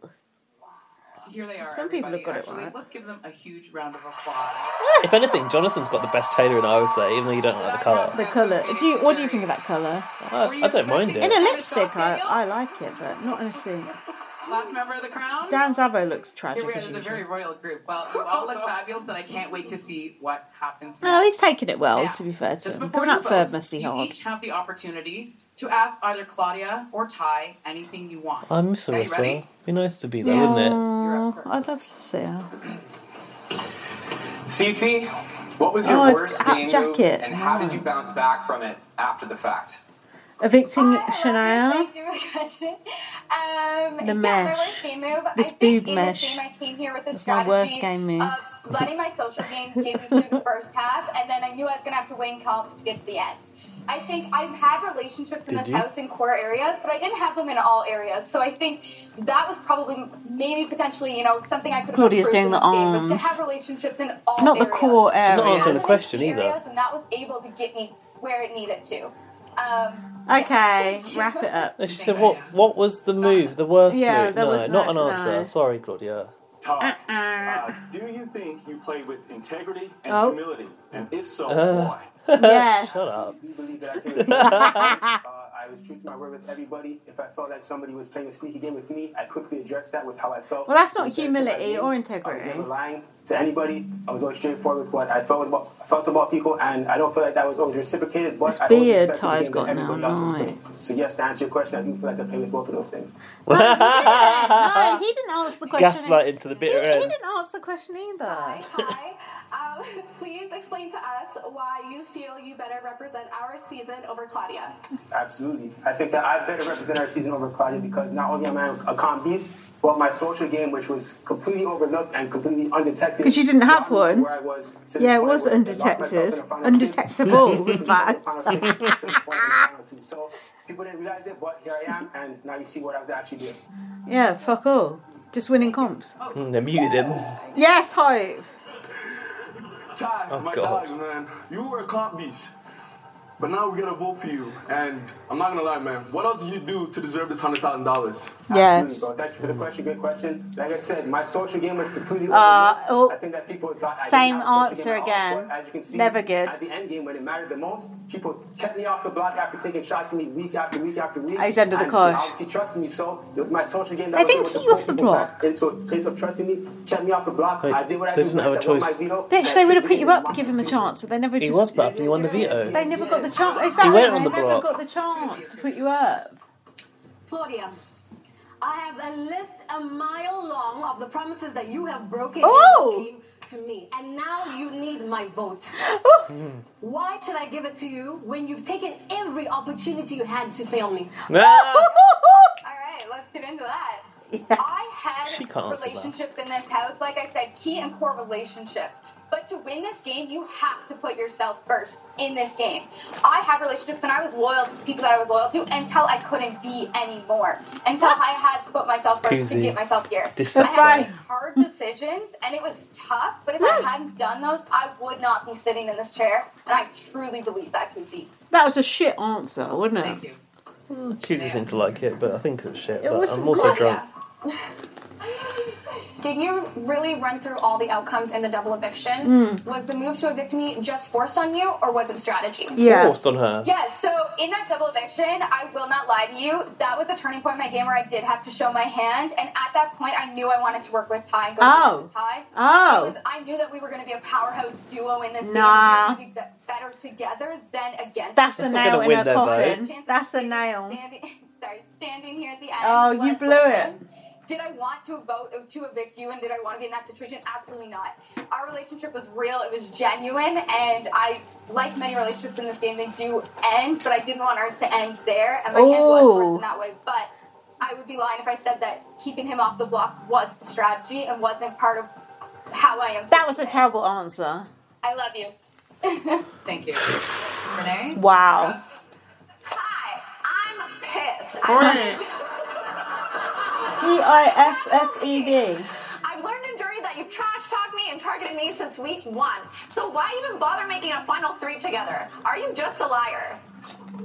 Speaker 5: Here they are.
Speaker 2: Some people have
Speaker 5: everybody.
Speaker 2: got it
Speaker 5: Actually,
Speaker 2: right.
Speaker 5: Let's give them a huge round of applause.
Speaker 1: If anything, Jonathan's got the best tailoring, I would say, even though you don't like the colour.
Speaker 2: The colour. Do you, what do you think of that colour?
Speaker 1: I, I don't mind
Speaker 2: In a
Speaker 1: it.
Speaker 2: lipstick, I, I like it, but not in a suit.
Speaker 5: Last member of the crown.
Speaker 2: Dan Zabo looks
Speaker 5: Here
Speaker 2: tragic
Speaker 5: we are.
Speaker 2: as
Speaker 5: This is a
Speaker 2: usual.
Speaker 5: very royal group. Well, you all look fabulous, and I can't wait to see what happens.
Speaker 2: No, he's taking it well,
Speaker 5: Now,
Speaker 2: to be fair to
Speaker 5: just
Speaker 2: him.
Speaker 5: before
Speaker 2: Coming up
Speaker 5: you
Speaker 2: third
Speaker 5: vote,
Speaker 2: must be
Speaker 5: you
Speaker 2: hard.
Speaker 5: each have the opportunity to ask either Claudia or Ty anything you want.
Speaker 1: I miss
Speaker 5: Are you
Speaker 1: Arissa.
Speaker 5: ready?
Speaker 1: Be nice to be there, wouldn't
Speaker 2: Aw, I'd love to see her.
Speaker 19: Cece, what was your
Speaker 2: Oh, it's
Speaker 19: worst
Speaker 2: hat
Speaker 19: game
Speaker 2: jacket.
Speaker 19: move, and how did
Speaker 2: Oh.
Speaker 19: you bounce back from it after the fact?
Speaker 2: Evicting Shania.
Speaker 13: Thank you for the question. Um,
Speaker 2: The mesh.
Speaker 13: yeah, My worst game move.
Speaker 2: This
Speaker 13: I think
Speaker 2: boob
Speaker 13: in
Speaker 2: mesh.
Speaker 13: This game, I came here with a
Speaker 2: That's my
Speaker 13: strategy
Speaker 2: worst game move.
Speaker 13: of letting my social game get me through the first half, and then I knew I was going to have to win comps to get to the end. I think I've had relationships in
Speaker 1: Did
Speaker 13: this
Speaker 1: you?
Speaker 13: house in core areas, but I didn't have them in all areas. So I think that was probably maybe potentially, you know, something I could have
Speaker 2: Claudia's
Speaker 13: improved
Speaker 2: doing
Speaker 13: in
Speaker 2: the
Speaker 13: this game was to
Speaker 2: arms.
Speaker 13: have relationships in all
Speaker 2: Not the
Speaker 13: areas.
Speaker 2: core She's not area. answering the
Speaker 13: Those are
Speaker 1: question
Speaker 13: key
Speaker 1: either.
Speaker 13: areas, and that was able to get me where it needed to. Um,
Speaker 2: Okay, wrap it up.
Speaker 1: it? She said, "What? What was the move? The worst
Speaker 2: Yeah,
Speaker 1: move?
Speaker 2: there
Speaker 1: No,
Speaker 2: was
Speaker 1: not an
Speaker 2: no-
Speaker 1: answer.
Speaker 2: no.
Speaker 1: Sorry, Claudia.
Speaker 3: Todd,
Speaker 2: Uh-uh.
Speaker 3: uh, do you think you play with integrity and
Speaker 2: Oh.
Speaker 3: humility? And if so,
Speaker 5: Oh,
Speaker 1: Uh,
Speaker 3: why?
Speaker 2: Yes.
Speaker 1: Shut up.
Speaker 9: You believe that I can uh, I was true to my word with everybody. If I felt that somebody was playing a sneaky game with me, I quickly addressed that with how I felt.
Speaker 2: Well, that's not
Speaker 9: With that, my
Speaker 2: humility
Speaker 9: name.
Speaker 2: or
Speaker 9: I was
Speaker 2: integrity.
Speaker 9: never lying to anybody. I was always straightforward with what I felt about, felt about people, and I don't feel like that was always reciprocated. But I always
Speaker 2: beard
Speaker 9: respected the
Speaker 2: Ty's
Speaker 9: game that
Speaker 2: got now,
Speaker 9: everybody else was
Speaker 2: right.
Speaker 9: playing. So yes, to answer your question, I do feel like I play with both of those things.
Speaker 2: Oh, No, he didn't ask the question.
Speaker 1: Gaslight into the
Speaker 2: He, he
Speaker 1: bitter end.
Speaker 2: didn't ask the question either.
Speaker 20: Um, please explain to us why you feel you better represent our season over Claudia.
Speaker 9: Absolutely. I think that I better represent our season over Claudia because not only am I a con beast, but my social game, which was completely overlooked and completely undetected.
Speaker 2: 'Cause you didn't have
Speaker 9: brought me to
Speaker 2: one.
Speaker 9: Where I was to this
Speaker 2: Yeah, it
Speaker 9: point
Speaker 2: was
Speaker 9: where I locked myself in
Speaker 2: undetected.
Speaker 9: the final
Speaker 2: Undetectable,
Speaker 9: six,
Speaker 2: in fact.
Speaker 9: the final six, to this point in the final two. So people didn't realize it, but here I am, and now you see what I was actually doing.
Speaker 2: Yeah, fuck all. Just winning comps.
Speaker 1: Mm, they muted him.
Speaker 2: Yes, Hope.
Speaker 21: Ty,
Speaker 1: Oh,
Speaker 21: my
Speaker 1: God.
Speaker 21: dog, man, you were a cop beast. But now we're gonna vote for you, and I'm not gonna lie, man. What else did you do to deserve this hundred thousand dollars?
Speaker 9: Absolutely. So thank you for the question. Good question. Like I said, my social game was completely
Speaker 2: Uh,
Speaker 9: overlooked.
Speaker 2: oh,
Speaker 9: I think that people thought I
Speaker 2: same
Speaker 9: didn't have a social
Speaker 2: answer
Speaker 9: game at all,
Speaker 2: again.
Speaker 9: but As you can see,
Speaker 2: Never good.
Speaker 9: At the end game, when it mattered the most, people kept me off the block after taking shots at me week after week after week.
Speaker 2: He's under the
Speaker 9: And
Speaker 2: cosh.
Speaker 9: they Obviously, trusting me. So it was my social game that
Speaker 2: They
Speaker 9: was
Speaker 2: didn't
Speaker 9: able to
Speaker 2: keep you off
Speaker 9: pull
Speaker 2: the
Speaker 9: people
Speaker 2: block.
Speaker 9: back into a place of trusting me, kept me off the block.
Speaker 1: They-
Speaker 9: I did what I
Speaker 1: they
Speaker 9: do
Speaker 1: didn't have a
Speaker 9: best. I won my
Speaker 1: choice.
Speaker 9: veto.
Speaker 2: Bitch,
Speaker 9: That
Speaker 2: they would have
Speaker 9: didn't
Speaker 2: put you
Speaker 9: even
Speaker 2: up, given the chance. They never
Speaker 1: He
Speaker 2: just.
Speaker 1: was but he won the veto.
Speaker 2: They never got the chance.
Speaker 1: He
Speaker 2: Exactly.
Speaker 1: went
Speaker 2: they
Speaker 1: on the
Speaker 2: never
Speaker 1: block.
Speaker 2: got the chance to put you up.
Speaker 12: Claudia, I have a list a mile long of the promises that you have broken
Speaker 2: Oh!
Speaker 12: in this game to me, and now you need my vote.
Speaker 2: Oh!
Speaker 12: Why should I give it to you when you've taken every opportunity you had to fail me?
Speaker 13: All right, let's get into that. I
Speaker 1: She
Speaker 13: had
Speaker 1: can't answer that.
Speaker 13: relationships in this house, like I said, key and core relationships. But to win this game, you have to put yourself first in this game. I had relationships and I was loyal to people that I was loyal to until I couldn't be anymore. Until I had to put myself first to
Speaker 1: Koozie.
Speaker 13: get myself here. I
Speaker 1: Dissatisfied.
Speaker 13: had to make hard decisions and it was tough, but if I hadn't done those, I would not be sitting in this chair. And I truly believe that, Koozie.
Speaker 2: That was a shit answer, wasn't it?
Speaker 1: Mm, She just seemed to like it, but I think it was shit.
Speaker 2: It
Speaker 1: but
Speaker 2: was
Speaker 1: I'm also
Speaker 2: good.
Speaker 1: drunk.
Speaker 13: Did you really run through all the outcomes in the double eviction?
Speaker 1: Mm.
Speaker 2: Hmm.
Speaker 13: Was the move to evict me just forced on you, or was it strategy?
Speaker 1: Forced on her.
Speaker 13: Yeah, so in that double eviction, I will not lie to you, that was a turning point in my game where I did have to show my hand, and at that point, I knew I wanted to work with Ty and go
Speaker 2: Oh.
Speaker 13: with Ty.
Speaker 2: Oh.
Speaker 13: Because I knew that we were going to be a powerhouse duo in this game,
Speaker 2: Nah.
Speaker 13: and we were going to be be- better together than against
Speaker 2: That's
Speaker 13: each
Speaker 2: the
Speaker 13: other.
Speaker 2: nail in her coffin.
Speaker 13: That's the nail. Standing, sorry, standing here at the end.
Speaker 2: Oh, you
Speaker 13: was
Speaker 2: blew
Speaker 13: like,
Speaker 2: it.
Speaker 13: Did I want to vote to evict you, and did I want to be in that situation? Absolutely not. Our relationship was real; it was genuine, and I, like many relationships in this game, they do end. But I didn't want ours to end there, and my hand was
Speaker 2: Ooh.
Speaker 13: forced in that way.
Speaker 2: Oh.
Speaker 13: But I would be lying if I said that keeping him off the block was the strategy and wasn't part of how I am.
Speaker 2: That was a terrible answer.
Speaker 13: I love you.
Speaker 5: Thank you. Renee?
Speaker 2: Wow.
Speaker 13: I'm pissed.
Speaker 2: P I S S E D.
Speaker 12: I've learned in Dirty that you've trash talked me and targeted me since week one. So why even bother making a final three together? Are you just a liar?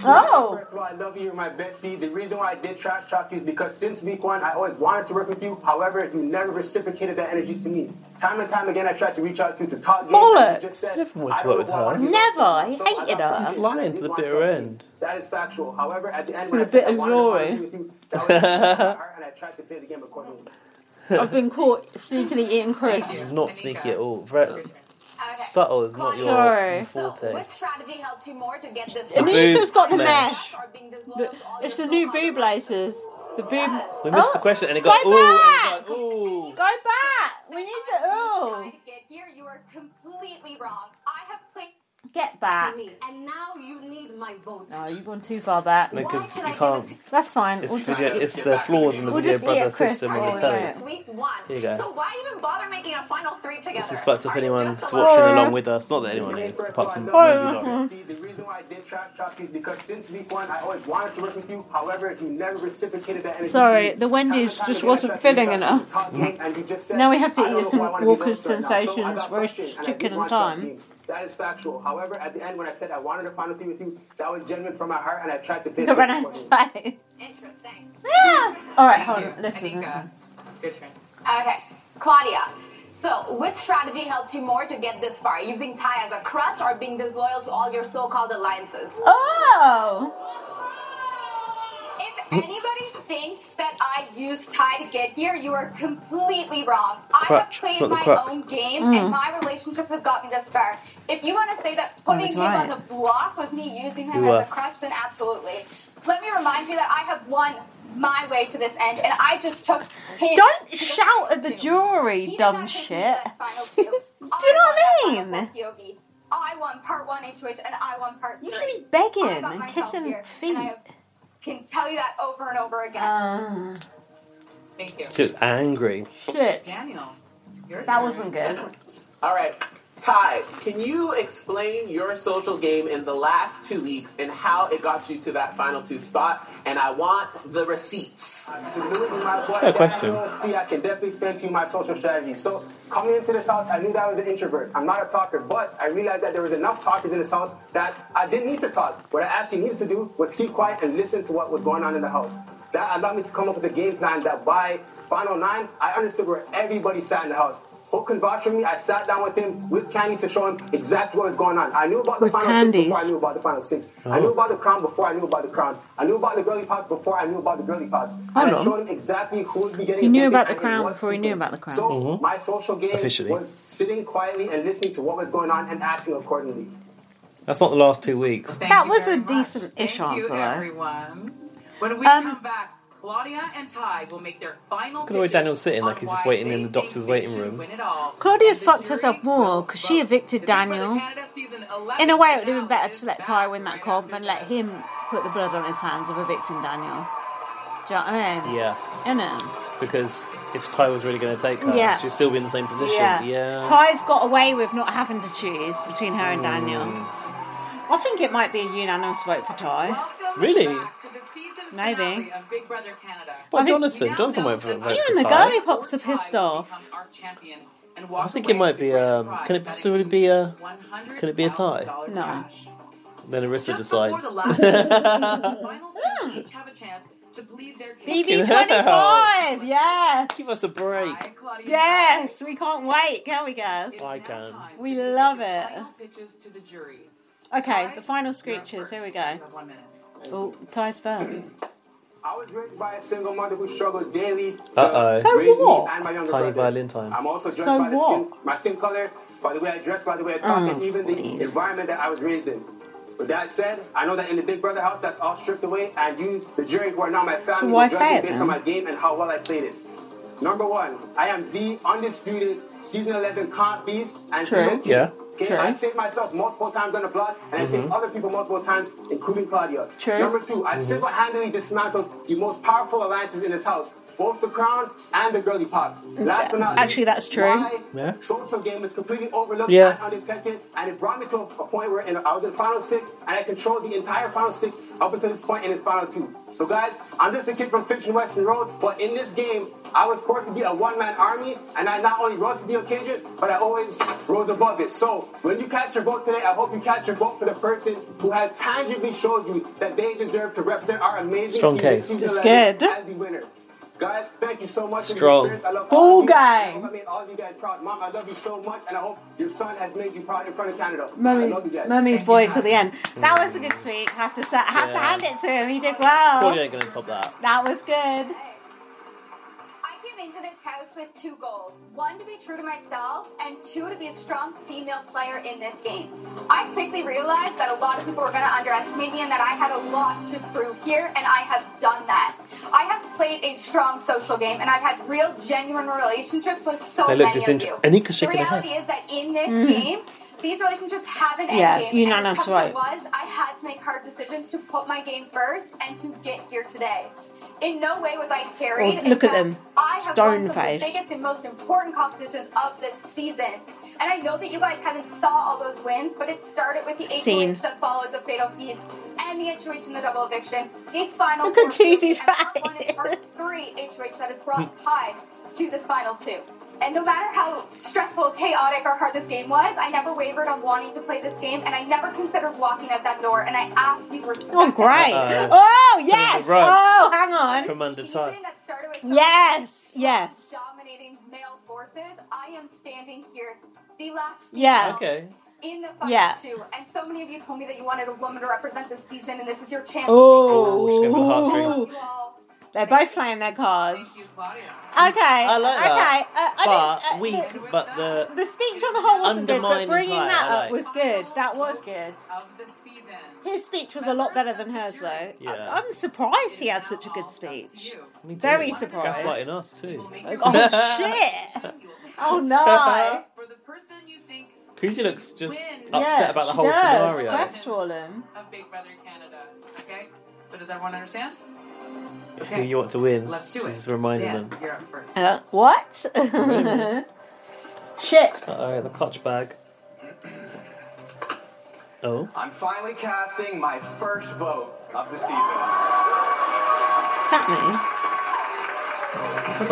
Speaker 2: Oh.
Speaker 9: First of all, I love you. You're my bestie. The reason why I did trash talk you is because since week one, I always wanted to work with you. However, you never reciprocated that energy to me. Time and time again, I tried to reach out to you to talk game. and you just said,
Speaker 1: Never wanted to work with her.
Speaker 2: Never. He
Speaker 9: So I
Speaker 2: hated
Speaker 9: got
Speaker 2: her.
Speaker 9: pieces.
Speaker 1: Lying to the bitter end.
Speaker 9: That is factual. However, at the end,
Speaker 2: With
Speaker 9: when
Speaker 2: a
Speaker 9: I said
Speaker 2: bit
Speaker 9: I
Speaker 2: of
Speaker 9: wanted to
Speaker 2: glory.
Speaker 9: argue with you, that was my heart, and I tried to play the game accordingly.
Speaker 2: I've been caught sneakily eating crisps.
Speaker 1: She's not sneaky at all. Very subtle is not
Speaker 2: Sorry.
Speaker 1: your forte.
Speaker 13: Which strategy helped you more to get this?
Speaker 2: Anika's got the
Speaker 1: Smash.
Speaker 2: mesh. The- It's the new boob laces. The boob.
Speaker 1: We missed the
Speaker 2: Oh,
Speaker 1: question and it got
Speaker 2: go
Speaker 1: ooh and
Speaker 2: back!
Speaker 1: it got ooh.
Speaker 2: Go back. We need the ooh.
Speaker 13: Get here, you are completely wrong. I have played
Speaker 2: Get back.
Speaker 13: to me, and now you need my vote.
Speaker 2: No, you've gone too far back.
Speaker 1: No, because you can't.
Speaker 2: That's fine.
Speaker 1: It's,
Speaker 2: We'll just
Speaker 1: video,
Speaker 2: eat-
Speaker 1: it's the flaws in the
Speaker 2: We'll
Speaker 1: video
Speaker 2: just eat
Speaker 1: brother
Speaker 2: it, Chris.
Speaker 1: system
Speaker 2: Oh,
Speaker 1: will tell
Speaker 2: yeah.
Speaker 1: you.
Speaker 12: It's week one.
Speaker 1: Here you go.
Speaker 12: So why even bother making a final three
Speaker 1: This
Speaker 12: together?
Speaker 1: has fucked up anyone that's
Speaker 9: just
Speaker 1: watching
Speaker 9: alive?
Speaker 1: along with us. Not that anyone is, apart from maybe Laurie.
Speaker 9: See, the reason why I did trap trap is because since week one, I always wanted to work with you. However, you never reciprocated that energy.
Speaker 2: Sorry,
Speaker 9: to me.
Speaker 2: the Wendy's
Speaker 9: Time and time
Speaker 2: just
Speaker 9: again, I
Speaker 2: wasn't
Speaker 9: tried to reach
Speaker 2: filling
Speaker 9: out to
Speaker 2: enough.
Speaker 9: you to talk game, and you just said,
Speaker 2: Now we have to
Speaker 9: "I don't
Speaker 2: eat
Speaker 9: know
Speaker 2: some
Speaker 9: who I wanna be next
Speaker 2: Walker's
Speaker 9: right now." So I got
Speaker 2: Sensations roast
Speaker 9: frustrated, and I
Speaker 2: chicken
Speaker 9: didn't
Speaker 2: and
Speaker 9: want to talk
Speaker 2: thyme.
Speaker 9: game. That is factual. However, at the end, when I said I wanted a final three with you, that was genuine from my heart, and I tried to play
Speaker 2: Look at
Speaker 9: the game
Speaker 2: Renee's
Speaker 9: accordingly.
Speaker 2: face.
Speaker 13: Interesting.
Speaker 2: All right, hold on. Listen, listen.
Speaker 5: Good turn.
Speaker 13: Okay, Claudia. So, which strategy helped you more to get this far? Using Ty as a crutch or being disloyal to all your so-called alliances?
Speaker 2: Oh!
Speaker 13: Anybody thinks that I used Ty to get here, you are completely wrong. I
Speaker 1: Crutch,
Speaker 13: have played
Speaker 1: not the
Speaker 13: my
Speaker 1: crux.
Speaker 13: own game,
Speaker 1: Mm.
Speaker 13: and my relationships have got me this far. If you want to say that putting
Speaker 1: was
Speaker 13: him
Speaker 1: right.
Speaker 13: on the block was me using him
Speaker 1: You
Speaker 13: as
Speaker 1: were.
Speaker 13: a crutch, then absolutely. Let me remind you that I have won my way to this end, and I just took him.
Speaker 2: Don't shout at the jury, dumb shit.
Speaker 13: Do you
Speaker 2: know what I mean?
Speaker 13: POV. I won part one HOH, and I won part three. You should be
Speaker 2: Begging
Speaker 13: I got
Speaker 2: and
Speaker 13: myself
Speaker 2: kissing
Speaker 13: here,
Speaker 2: feet.
Speaker 13: and I can tell you that over and over again.
Speaker 5: Thank you.
Speaker 1: She was angry.
Speaker 2: Shit.
Speaker 5: Daniel.
Speaker 2: That wasn't good.
Speaker 22: All right. Ty, can you explain your social game in the last two weeks and how it got you to that final two spot? And I want the receipts.
Speaker 9: Fair
Speaker 1: Fair question.
Speaker 9: See, I can definitely explain to you my social strategy. So, coming into this house, I knew that I was an introvert. I'm not a talker, but I realized that there was enough talkers in this house that I didn't need to talk. What I actually needed to do was keep quiet and listen to what was going on in the house. That allowed me to come up with a game plan that by final nine, I understood where everybody sat in the house. Hook convouched for me. I sat down with him with candy to show him exactly what was going on. I knew about the
Speaker 2: With
Speaker 9: final six
Speaker 2: candies.
Speaker 9: before I knew about the final six. I knew about the crown before I knew about the crown. I knew about the girly pops before I knew about the girly pops. And
Speaker 2: Hold
Speaker 9: I
Speaker 2: on.
Speaker 9: showed him exactly who would be getting.
Speaker 2: He knew
Speaker 9: evicted
Speaker 2: about the
Speaker 9: and in
Speaker 2: crown
Speaker 9: what
Speaker 2: before he knew
Speaker 9: sequence.
Speaker 2: about the crown.
Speaker 9: So
Speaker 2: Mhm.
Speaker 9: my social game
Speaker 1: Officially.
Speaker 9: was sitting quietly and listening to what was going on and acting accordingly.
Speaker 1: That's not the last two weeks.
Speaker 2: That was a decent-ish
Speaker 5: Thank you,
Speaker 2: answer, though.
Speaker 5: everyone. When
Speaker 2: Um,
Speaker 5: we come back, Claudia and Ty will make their final
Speaker 1: Look at the way
Speaker 5: pitches
Speaker 1: Daniel's sitting like he's just waiting in the doctor's waiting
Speaker 5: to
Speaker 1: room.
Speaker 5: win it all.
Speaker 2: Claudia's fucked herself more because she evicted Daniel. In a way, it would have been better to let Ty win that comp and let him put the blood on his hands of evicting Daniel. Do you know what I mean?
Speaker 1: Yeah,
Speaker 2: Innit?
Speaker 1: because if Ty was really going to take her,
Speaker 2: Yeah.
Speaker 1: she'd still be in the same position.
Speaker 2: Yeah.
Speaker 1: Yeah.
Speaker 2: Ty's got away with not having to choose between her and Daniel. I think it might be a unanimous vote for Ty.
Speaker 1: Hmm. Really?
Speaker 2: Maybe.
Speaker 5: Of Big Brother Canada.
Speaker 1: Well, Jonathan, Jonathan won't vote
Speaker 2: Even
Speaker 1: for
Speaker 2: the
Speaker 1: Ty. Oh.
Speaker 2: girly pops are pissed off.
Speaker 5: Our champion and
Speaker 1: I
Speaker 5: walk
Speaker 1: think it might be. Um, can it possibly be a? Can it be a tie?
Speaker 2: No.
Speaker 1: Then Arista
Speaker 5: Just before
Speaker 1: decides.
Speaker 2: Hmm.
Speaker 5: the last, the final two each have a chance to bleed their
Speaker 2: BB twenty five. Yes.
Speaker 1: Give us a break.
Speaker 2: Yes, we can't wait, can we, guys?
Speaker 1: I can.
Speaker 2: We love it.
Speaker 5: pitches to the jury.
Speaker 2: Okay, the final screeches. Here we go. Oh, Ty's first.
Speaker 9: I was raised by a single mother who struggled daily to
Speaker 1: Uh-oh. So
Speaker 9: raise me
Speaker 1: what?
Speaker 9: and my younger
Speaker 1: Tiny
Speaker 9: brother.
Speaker 1: violin time.
Speaker 9: I'm also judged
Speaker 1: So
Speaker 9: by the
Speaker 1: what?
Speaker 9: skin, my skin color, by the way I dress, by the way I talk, and even the environment that I was raised in. With that said, I know that in the Big Brother house, that's all stripped away, and you, the jury, who are now my family,
Speaker 2: why
Speaker 9: will judge me
Speaker 2: say it
Speaker 9: based
Speaker 2: then?
Speaker 9: on my game and how well I played it. Number one, I am the undisputed season 11 comp beast and
Speaker 2: True.
Speaker 9: POG.
Speaker 2: Yeah.
Speaker 9: Okay,
Speaker 2: True.
Speaker 9: I saved myself multiple times on the block, and I saved
Speaker 2: Mhm.
Speaker 9: other people multiple times, including Claudia.
Speaker 2: True.
Speaker 9: Number two, I
Speaker 2: Mhm.
Speaker 9: single-handedly dismantled the most powerful alliances in this house, both the Crown and the Girly Pops. Last but not
Speaker 2: Mm-hmm.
Speaker 9: least,
Speaker 2: Actually, that's true.
Speaker 9: My
Speaker 1: Yeah.
Speaker 9: social game was completely overlooked
Speaker 1: Yeah.
Speaker 9: and undetected, and it brought me to a, a point where in, I was in the final six, and I controlled the entire final six up until this point in this final two. So, guys, I'm just a kid from Fiction Western Road, but in this game, I was forced to be a one-man army, and I not only rose to the occasion, but I always rose above it. So, when you cast your vote today, I hope you cast your vote for the person who has tangibly showed you that they deserve to represent our amazing
Speaker 1: Strong
Speaker 9: season,
Speaker 1: case.
Speaker 9: season
Speaker 1: It's
Speaker 9: 11
Speaker 2: good.
Speaker 9: as the winner. Guys, thank you so much
Speaker 1: Strong.
Speaker 9: for the experience. I love all
Speaker 2: Bull
Speaker 9: of you. I
Speaker 2: gang.
Speaker 9: hope I made all of you guys proud. Mom, I love you so much, and I hope your son has made you proud in front of Canada. I love you
Speaker 2: Mummy's,
Speaker 9: guys.
Speaker 2: Mummy's
Speaker 9: Thank
Speaker 2: voice
Speaker 9: you.
Speaker 2: at the end. That was a good tweet. Have to sa- have to
Speaker 1: Hmm. Yeah.
Speaker 2: hand it to him. He did well.
Speaker 1: Probably ain't gonna top that.
Speaker 2: That was good.
Speaker 13: I came into this house with two goals. One, to be true to myself, and two, to be a strong female player in this game. I quickly realized that a lot of people were going to underestimate me and that I had a lot to prove here, and I have done that. I have played a strong social game, and I've had real, genuine relationships with so
Speaker 1: They look
Speaker 13: many of
Speaker 1: disinter-
Speaker 13: you.
Speaker 1: Anika's shaking
Speaker 13: the
Speaker 1: her head.
Speaker 13: reality is that in this
Speaker 1: Mhm.
Speaker 13: game, these relationships have an
Speaker 2: Yeah,
Speaker 13: end game.
Speaker 2: you
Speaker 13: and
Speaker 2: know
Speaker 13: as
Speaker 2: that's
Speaker 13: tough as it
Speaker 2: right.
Speaker 13: was, I had to make hard decisions to put my game first and to get here today. In no way was I carried.
Speaker 2: Oh, look
Speaker 13: In
Speaker 2: at
Speaker 13: fact,
Speaker 2: them.
Speaker 13: I have
Speaker 2: Stone
Speaker 13: won some of
Speaker 2: face.
Speaker 13: the biggest and most important competitions of this season. And I know that you guys haven't saw all those wins, but it started with the
Speaker 2: Seen.
Speaker 13: HOH that followed the fatal feast and the HOH in the double eviction, the final
Speaker 2: Look at
Speaker 13: four
Speaker 2: Casey's
Speaker 13: and part one and part three HOH that has brought tied to this final two. And no matter how stressful, chaotic, or hard this game was, I never wavered on wanting to play this game, and I never considered walking out that door. And I asked you to respect
Speaker 2: Oh, great.
Speaker 1: Uh-oh.
Speaker 2: Oh,
Speaker 1: Put Uh, it in the
Speaker 2: yes.
Speaker 1: rug.
Speaker 2: Oh, hang on.
Speaker 1: From under time.
Speaker 2: Yes, yes,
Speaker 13: dominating male forces. I am standing here, the last
Speaker 2: Yeah.
Speaker 13: female
Speaker 1: Okay.
Speaker 13: in the final
Speaker 2: Yeah.
Speaker 13: two. And so many of you told me that you wanted a woman to represent this season, and this is your chance.
Speaker 2: Oh.
Speaker 1: she's going for the heartstrings.
Speaker 2: They're both playing their cards. Okay.
Speaker 1: I like that.
Speaker 2: Okay. Uh, I
Speaker 1: but we, but the
Speaker 2: didn't, the speech on the whole wasn't good, but
Speaker 1: Undermining
Speaker 2: bringing
Speaker 1: Clyde,
Speaker 2: that
Speaker 1: I
Speaker 2: up
Speaker 1: like.
Speaker 2: was good. That was good. His speech was a lot better than hers, though.
Speaker 1: Yeah.
Speaker 2: I, am surprised he had such a good speech.
Speaker 1: Me too.
Speaker 2: Very surprised.
Speaker 1: Gaslighting us too.
Speaker 2: Oh shit! Oh no!
Speaker 1: Chrissy looks just upset
Speaker 2: yeah,
Speaker 1: about the
Speaker 2: she
Speaker 1: whole
Speaker 2: does.
Speaker 1: scenario.
Speaker 2: Crestfallen.
Speaker 5: Of Big Brother Canada. Okay? So does everyone understand?
Speaker 1: Who you want to win?
Speaker 5: Let's do
Speaker 1: She's
Speaker 5: it.
Speaker 1: reminding
Speaker 5: Dan,
Speaker 1: them.
Speaker 5: You're up first.
Speaker 2: Uh, what?
Speaker 1: Really?
Speaker 2: Shit.
Speaker 1: Uh, the clutch bag. Oh.
Speaker 23: I'm finally casting my first vote of the season.
Speaker 2: What's happening?
Speaker 1: I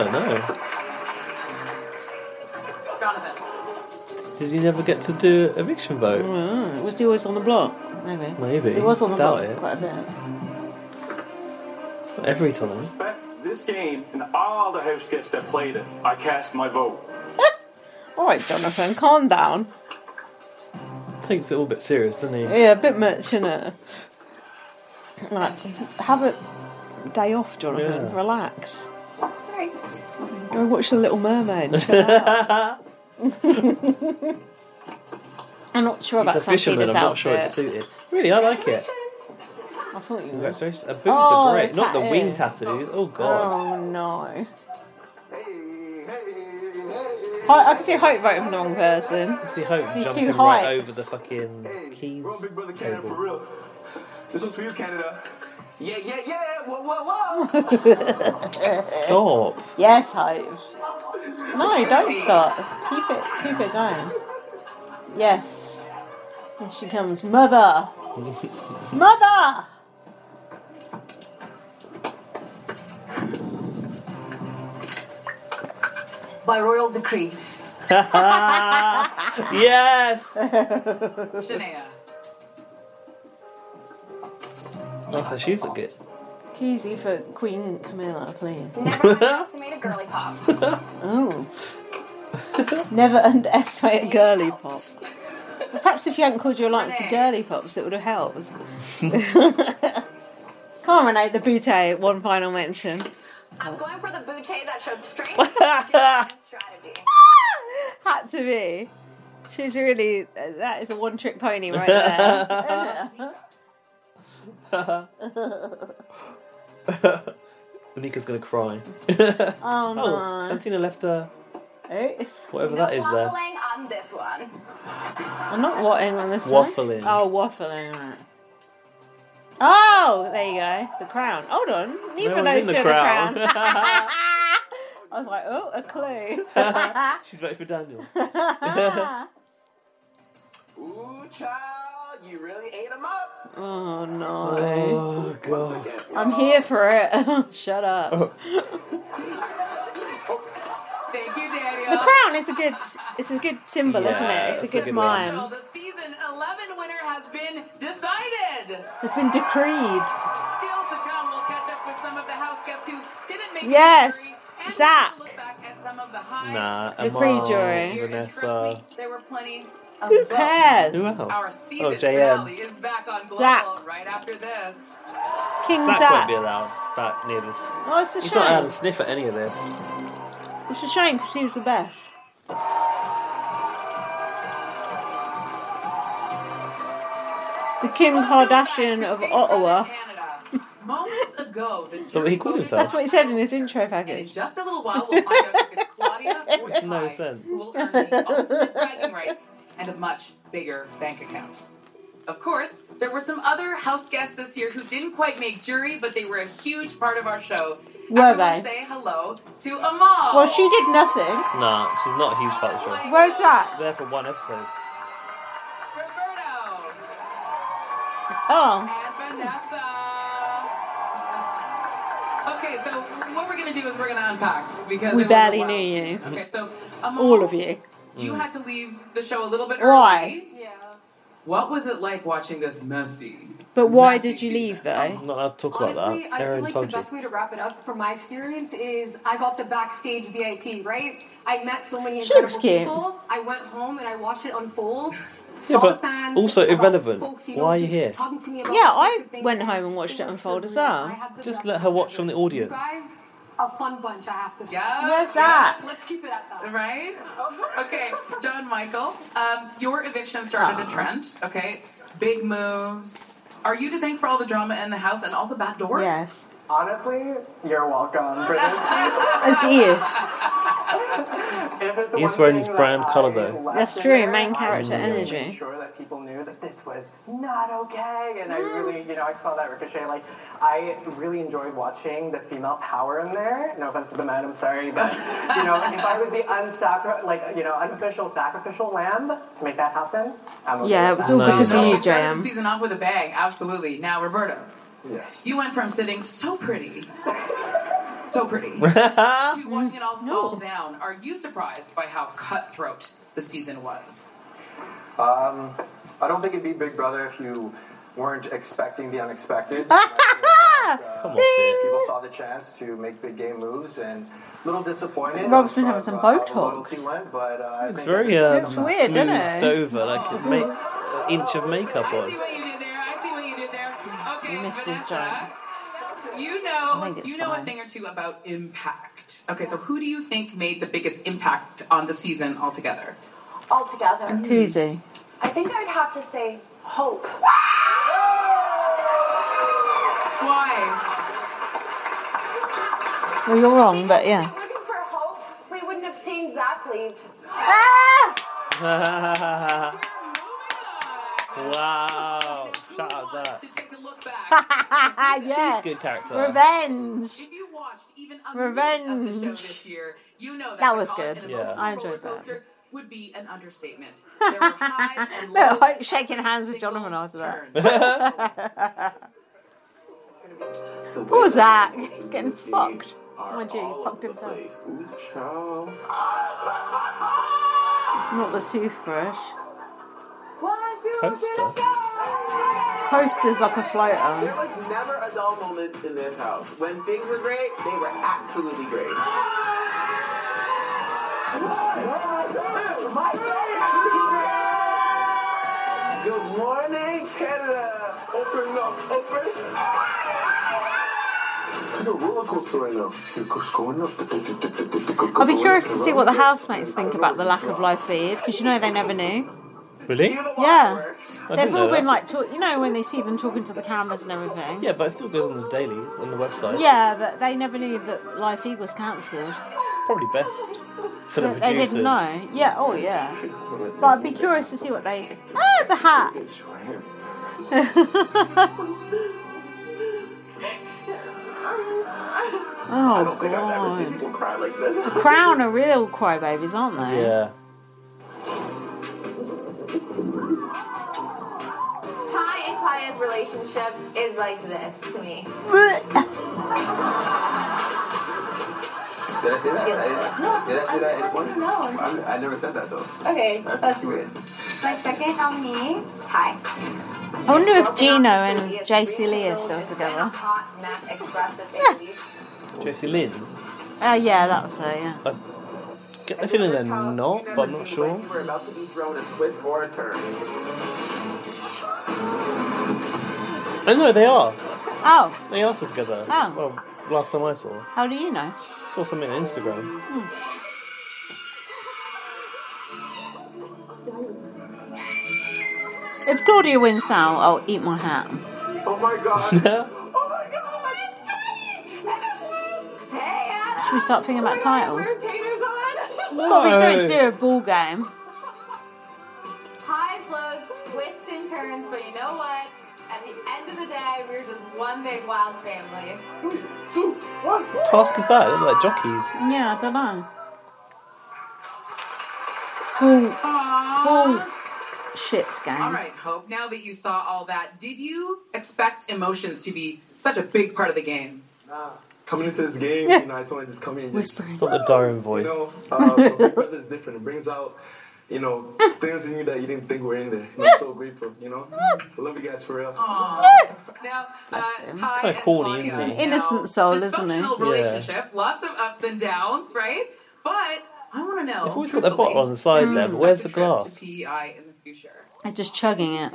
Speaker 1: don't know.
Speaker 5: Donovan.
Speaker 1: Did you never get to do eviction vote?
Speaker 2: Mm, was he always on the block? Maybe.
Speaker 1: Maybe.
Speaker 2: He was on the
Speaker 1: Doubt
Speaker 2: block
Speaker 1: it.
Speaker 2: quite a bit.
Speaker 1: Every time.
Speaker 3: This game and all the house guests that played it, I cast my vote.
Speaker 2: All right, Jonathan, calm down.
Speaker 1: Takes it all a bit serious, doesn't he?
Speaker 2: Yeah, a bit much, innit? Right, have a day off, Jonathan.
Speaker 1: Yeah.
Speaker 2: Relax.
Speaker 13: Sorry.
Speaker 2: Go watch The Little Mermaid. Chill out. I'm not sure about
Speaker 1: He's a fisherman,
Speaker 2: Santina's
Speaker 1: I'm not sure
Speaker 2: outfit.
Speaker 1: it's suited. Really, I like it.
Speaker 2: I thought you were.
Speaker 1: Congratulations. Uh, boobs
Speaker 2: Oh,
Speaker 1: are great.
Speaker 2: the
Speaker 1: Not the wing
Speaker 2: tattoo.
Speaker 1: tattoos. Oh, God.
Speaker 2: Oh no. Ho- I can see Hope voting for the wrong person.
Speaker 1: I see Hope
Speaker 2: He's
Speaker 1: jumping
Speaker 2: too
Speaker 1: right
Speaker 2: high.
Speaker 1: over the fucking keys.
Speaker 24: Canada for
Speaker 1: table.
Speaker 24: real. This one's for you, Canada.
Speaker 9: Yeah, yeah, yeah. Whoa, whoa, whoa.
Speaker 1: Stop.
Speaker 2: Yes, Hope. No, don't stop. Keep it, keep it going. Yes. Here she comes, mother. Mother.
Speaker 5: By royal decree.
Speaker 1: yes!
Speaker 5: Shania.
Speaker 1: Oh, her shoes look good.
Speaker 2: Koozie for Queen Camilla, please.
Speaker 12: Never underestimate a girly pop.
Speaker 2: Oh. Never underestimate a girly pop. Perhaps if you hadn't called your lights the girly pops, it would have helped. Come on, Renee, the bootay, one final mention.
Speaker 12: I'm going for the bootay that showed strength.
Speaker 2: Had to be. She's really, that is a one trick pony right there.
Speaker 1: Nika's gonna cry.
Speaker 2: Oh, no.
Speaker 1: Santina left her
Speaker 2: Eh?
Speaker 1: whatever that is there.
Speaker 12: Waffling on this one.
Speaker 2: I'm not watting on this
Speaker 1: Waffling.
Speaker 2: Side. Oh, waffling. right. Oh, there you go. The crown. Hold on. Neither
Speaker 1: No
Speaker 2: of
Speaker 1: one's
Speaker 2: those two
Speaker 1: in the
Speaker 2: are the
Speaker 1: crown.
Speaker 2: crown. I was like, oh, a clue.
Speaker 1: She's voting for Daniel.
Speaker 25: Ooh, child, you really ate him up.
Speaker 2: oh, no.
Speaker 1: Oh, God.
Speaker 2: I'm here for it. Shut up.
Speaker 5: Thank you,
Speaker 2: The
Speaker 5: Daniel.
Speaker 2: crown is a good, it's a good symbol,
Speaker 5: Yeah,
Speaker 2: isn't it? It's,
Speaker 5: it's
Speaker 2: a
Speaker 5: a
Speaker 2: good,
Speaker 5: good one.
Speaker 2: mime.
Speaker 5: The season 11 winner has been decided.
Speaker 2: It's been decreed.
Speaker 5: Still to come, we'll catch up with some of the house guests who didn't make
Speaker 2: Yes,
Speaker 5: the jury, and
Speaker 2: Zach.
Speaker 5: we'll look back at some of the highs.
Speaker 1: Nah,
Speaker 2: The
Speaker 1: Amal,
Speaker 2: pre-jury.
Speaker 1: Vanessa.
Speaker 5: There were plenty. of
Speaker 2: Who
Speaker 5: both.
Speaker 2: cares?
Speaker 1: Who else?
Speaker 5: Our
Speaker 1: Oh,
Speaker 5: season finale
Speaker 1: JM.
Speaker 5: is back on Global
Speaker 2: Zach.
Speaker 5: right after this.
Speaker 2: King
Speaker 1: Zach
Speaker 2: Zach.
Speaker 1: won't be allowed back near this.
Speaker 2: Oh, it's a
Speaker 1: He's
Speaker 2: shame.
Speaker 1: not allowed to sniff at any of this.
Speaker 2: It's a shame because he was the best. The Kim Kardashian of Ottawa.
Speaker 5: Moments ago, the
Speaker 1: So what he called himself.
Speaker 2: That's what he said in his intro package.
Speaker 5: just a little while we'll find out if it's Claudia or
Speaker 1: Makes no sense.
Speaker 5: who will earn the ultimate bragging rights and a much bigger bank account. Of course, there were some other house guests this year who didn't quite make jury, but they were a huge part of our show.
Speaker 2: Were
Speaker 5: Everyone
Speaker 2: they?
Speaker 5: Say hello to Amal.
Speaker 2: Well, she did nothing.
Speaker 1: Nah, she's not a huge part of the show.
Speaker 2: Where's that?
Speaker 1: There for one episode.
Speaker 2: Oh,
Speaker 5: Vanessa. Okay, so what we're gonna do is we're gonna unpack because
Speaker 2: we
Speaker 5: it was a
Speaker 2: barely
Speaker 5: while.
Speaker 2: knew you.
Speaker 5: Okay, so Amal,
Speaker 2: All of you.
Speaker 5: You had to leave the show a little bit early.
Speaker 2: Why?
Speaker 5: What was it like watching this messy?
Speaker 2: But why did you leave though?
Speaker 1: I'm not allowed to talk
Speaker 12: Honestly, I feel like the best way to wrap it up from my experience is I got the backstage VIP, right? I met so many
Speaker 1: She
Speaker 12: incredible
Speaker 1: looks cute.
Speaker 12: people. I went home and I watched it unfold.
Speaker 1: Yeah,
Speaker 12: Saw the
Speaker 1: but
Speaker 12: fans,
Speaker 1: also
Speaker 12: about
Speaker 1: irrelevant.
Speaker 12: folks, you know,
Speaker 1: Why are you
Speaker 12: just
Speaker 1: here?
Speaker 12: Talking to me
Speaker 2: Yeah,
Speaker 12: about
Speaker 2: I went home and watched it unfold as well.
Speaker 1: Just let her watch from the audience.
Speaker 12: guys, a fun bunch, I have to say.
Speaker 5: Yeah.
Speaker 2: Where's that?
Speaker 12: Let's keep it at that.
Speaker 5: Right? Okay, John Michael, um, your eviction started a trend, okay? Big moves. Are you to thank for all the drama in the house and all the back doors?
Speaker 2: Yes.
Speaker 16: Honestly, you're welcome for this.
Speaker 2: As if.
Speaker 16: if it's
Speaker 1: He's wearing
Speaker 16: one thing
Speaker 1: his
Speaker 16: that
Speaker 1: brand
Speaker 16: I
Speaker 1: colour though.
Speaker 16: left
Speaker 2: That's
Speaker 16: in
Speaker 2: true,
Speaker 16: there,
Speaker 2: main
Speaker 16: I
Speaker 2: character
Speaker 16: really
Speaker 2: energy.
Speaker 16: made sure that people knew that this was not okay, and I
Speaker 12: Mm.
Speaker 16: really, you know, I saw that ricochet. Like, I really enjoyed watching the female power in there. No offense to the men, I'm sorry, but you know, if I was the unsacri- like, you know, unofficial sacrificial lamb to make that happen, I'm okay
Speaker 2: Yeah, it
Speaker 16: with
Speaker 2: was
Speaker 16: that.
Speaker 2: all because of you,
Speaker 5: We started the
Speaker 2: JM.
Speaker 5: season off with a bang, absolutely. Now, Roberto,
Speaker 16: Yes.
Speaker 5: you went from sitting so pretty, so pretty, to watching it all fall down. Are you surprised by how cutthroat the season was?
Speaker 9: Um, I don't think it'd be Big Brother if you weren't expecting the unexpected. Uh,
Speaker 1: Come on,
Speaker 9: People saw the chance to make big game moves and a little disappointed.
Speaker 2: Rob's been
Speaker 9: of,
Speaker 2: having some
Speaker 9: uh, how the
Speaker 2: Botox.
Speaker 9: loyalty went, but, uh, I
Speaker 1: It's
Speaker 9: think
Speaker 1: very
Speaker 9: everything
Speaker 1: um,
Speaker 9: else-
Speaker 2: weird,
Speaker 1: smoothed
Speaker 2: doesn't it?
Speaker 1: over, like a ma- an inch of makeup on.
Speaker 5: what you did there. I see what you did there. Okay,
Speaker 2: You missed his
Speaker 5: Vanessa. You
Speaker 2: I
Speaker 5: know,
Speaker 2: think it's
Speaker 5: you know a
Speaker 2: fine.
Speaker 5: thing or two about impact. Okay, so who do you think made the biggest impact on the season altogether?
Speaker 12: Altogether.
Speaker 2: Koozie.
Speaker 12: I think I'd have to say hope.
Speaker 5: Why?
Speaker 2: Well, you're wrong, but yeah.
Speaker 12: We wouldn't have seen Zach leave.
Speaker 1: Ah! wow. Shout out Zach.
Speaker 2: yes.
Speaker 1: Good character.
Speaker 2: Revenge.
Speaker 5: If you watched even a minute of the show
Speaker 2: Revenge.
Speaker 5: this year, you know that,
Speaker 2: That
Speaker 5: to
Speaker 2: was
Speaker 5: call it
Speaker 2: good.
Speaker 5: an
Speaker 1: Yeah.
Speaker 5: emotional
Speaker 2: I enjoyed that.
Speaker 5: roller coaster Would be an understatement.
Speaker 2: Look, like shaking hands with Jonathan after that. what was that? He's getting fucked. Oh my gee, he fucked himself. Not the toothbrush.
Speaker 1: Poster.
Speaker 2: coaster's like a
Speaker 3: There
Speaker 2: floater.
Speaker 3: was never a dull moment in this house. When things were great, they were absolutely great. Good morning, Canada. Open up,
Speaker 6: It's like a roller coaster right now. It goes going up.
Speaker 2: I'll be curious to see what the housemates think about the lack of live feed because you know they never knew.
Speaker 1: Really?
Speaker 2: Yeah,
Speaker 1: I
Speaker 2: they've
Speaker 1: didn't
Speaker 2: all
Speaker 1: know
Speaker 2: been
Speaker 1: that.
Speaker 2: like, talk, you know, when they see them talking to the cameras and everything.
Speaker 1: Yeah, but it still goes on the dailies on the website.
Speaker 2: Yeah, but they never knew that live feed was cancelled.
Speaker 1: Probably best for the
Speaker 2: They- they
Speaker 1: producers.
Speaker 2: didn't know. Yeah. Oh yeah. But I'd be curious to see what they. Oh, the hat.
Speaker 3: I
Speaker 2: oh
Speaker 3: don't think I've ever seen
Speaker 2: god.
Speaker 3: people cry like this.
Speaker 2: The Crown are real crybabies, aren't they?
Speaker 1: Yeah.
Speaker 12: Ty and Kaya's relationship is like this to me.
Speaker 3: Did I say that? I didn't-
Speaker 12: No,
Speaker 3: did I say that?
Speaker 12: I-
Speaker 3: at one?
Speaker 12: no.
Speaker 3: I'm- I never said that though.
Speaker 12: Okay,
Speaker 3: That's weird.
Speaker 12: my second nominee, Ty.
Speaker 2: I wonder if Gino and JC Lee are still together.
Speaker 12: Hot, Matt expressed his abilities.
Speaker 1: Josie Lynn.
Speaker 2: Oh yeah, that was her. Yeah.
Speaker 1: I get the feeling they're not, but I'm not sure.
Speaker 3: You were about to be thrown a twist or a turn.
Speaker 1: Oh no, they are.
Speaker 2: Oh.
Speaker 1: They are still together.
Speaker 2: Oh.
Speaker 1: Well, last time I saw.
Speaker 2: How do you know?
Speaker 1: Saw something on Instagram.
Speaker 2: Hmm. If Claudia wins now, I'll eat my hat.
Speaker 3: Oh my god.
Speaker 2: Should we start thinking about titles? It's
Speaker 12: Taters on.
Speaker 2: got to be something to do with a ball game.
Speaker 12: Highs, lows, twists and turns, but you know what? At the end of the day, we're just one big wild family.
Speaker 1: What task is that? They look like jockeys.
Speaker 2: Yeah, I don't know. Oh, oh, shit, gang.
Speaker 5: All right, Hope. Now that you saw all that, did you expect emotions to be such a big part of the game?
Speaker 3: Ah.
Speaker 9: Coming into this game, you know, I just want to just come in and just
Speaker 1: Got the Darren voice.
Speaker 9: You know, uh, but Big Brother's different. It brings out, you know, things in you that you didn't think were in there. And I'm so grateful, you know? I love you guys for real.
Speaker 5: Now, uh,
Speaker 2: That's him.
Speaker 5: Ty
Speaker 9: Kinda
Speaker 5: and
Speaker 9: corny,
Speaker 5: Claudia.
Speaker 9: isn't he?
Speaker 2: An innocent soul, isn't he?
Speaker 5: Dysfunctional relationship, lots of ups and downs, right? But I want to know.
Speaker 1: They've always got their bottle on the side there, but where's the glass?
Speaker 5: truthfully, PEI E in the future.
Speaker 2: They're just chugging it.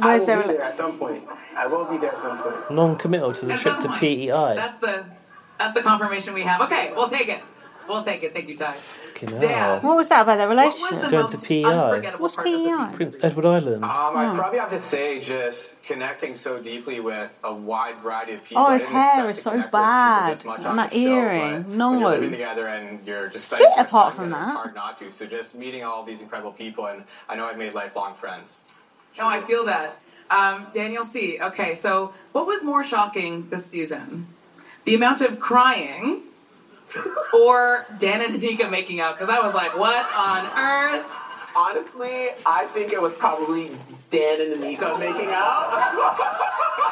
Speaker 3: I
Speaker 2: Where's
Speaker 3: will
Speaker 2: their
Speaker 3: be there at some point. I will be there at some point.
Speaker 1: Non committal to the trip to E PEI.
Speaker 5: That's the that's the confirmation we have. Okay, we'll take it. We'll take it. Thank you, Ty.
Speaker 1: Fucking
Speaker 5: Dad.
Speaker 1: hell.
Speaker 2: What was that about their relationship?
Speaker 1: Going to PEI.
Speaker 5: What's
Speaker 2: PEI?
Speaker 1: Prince Edward
Speaker 26: Um,
Speaker 1: Island.
Speaker 26: I probably have to say, just connecting so deeply with a wide variety of people.
Speaker 2: Oh,
Speaker 26: I
Speaker 2: his
Speaker 26: didn't expect
Speaker 2: hair is
Speaker 26: to
Speaker 2: so
Speaker 26: connect with people
Speaker 2: bad.
Speaker 26: this much on
Speaker 2: And that
Speaker 26: the show,
Speaker 2: earring.
Speaker 26: but when you're living
Speaker 2: no.
Speaker 26: together and you're just
Speaker 2: Fit
Speaker 26: spending so much
Speaker 2: apart
Speaker 26: time
Speaker 2: from
Speaker 26: together,
Speaker 2: that.
Speaker 26: It's hard not to. So just meeting all these incredible people, and I know I've made lifelong friends.
Speaker 5: No, Oh, I feel that. Um, Daniel C. Okay, so what was more shocking this season? The amount of crying or Dan and Anika making out? Because I was like, what on earth?
Speaker 3: Honestly, I think it was probably Dan and Anika making out.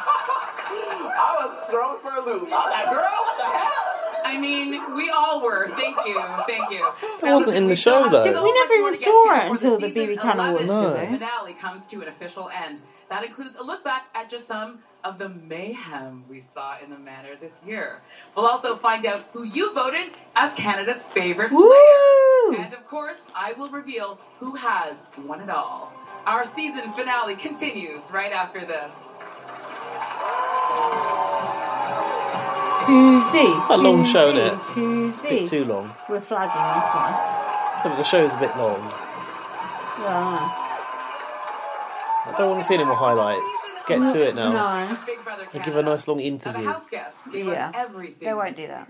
Speaker 3: I was thrown for a loop. I was like, girl, what the hell?
Speaker 5: I mean, we all were. Thank you. Thank you.
Speaker 1: That wasn't in the show though.
Speaker 2: We never even saw it until the BB Can Awards,
Speaker 1: No.
Speaker 2: did they?
Speaker 5: finale comes to an official end. That includes a look back at just some of the mayhem we saw in the manor this year. We'll also find out who you voted as Canada's favorite
Speaker 2: player.
Speaker 5: And of course, I will reveal who has won it all. Our season finale continues right after this.
Speaker 2: Koozie.
Speaker 1: Quite a long show,
Speaker 2: koozie,
Speaker 1: innit?
Speaker 2: Koozie.
Speaker 1: Bit too long.
Speaker 2: We're flagging this one.
Speaker 1: Yeah, but the show is a bit long.
Speaker 2: Yeah.
Speaker 1: I don't want to see any more highlights. Get to it now.
Speaker 2: No.
Speaker 5: Big Brother
Speaker 1: And give a nice long
Speaker 5: Now, the
Speaker 1: interview.
Speaker 5: house guests gave
Speaker 2: Yeah.
Speaker 5: us everything.
Speaker 2: They won't do that.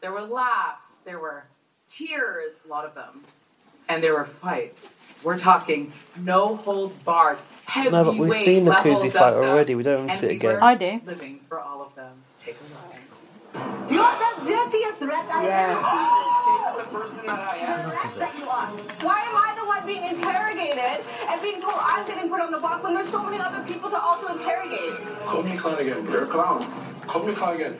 Speaker 5: There were laughs, there were tears, a lot of them. And there were fights. We're talking no holds barred.
Speaker 1: No, but we've
Speaker 5: heavyweight
Speaker 1: seen the
Speaker 5: level
Speaker 1: koozie fight
Speaker 5: dust-ups.
Speaker 1: already. We don't want to
Speaker 5: And
Speaker 1: see it
Speaker 5: we
Speaker 1: again.
Speaker 5: were Living for all of them. Take a look.
Speaker 12: You're the dirtiest rat I
Speaker 3: The person that I am.
Speaker 12: ever seen. That you are. Why am I the one being interrogated and being told I'm getting put on the block when there's so many other people to also interrogate?
Speaker 9: Call me clown again. You're a clown. Call me clown again.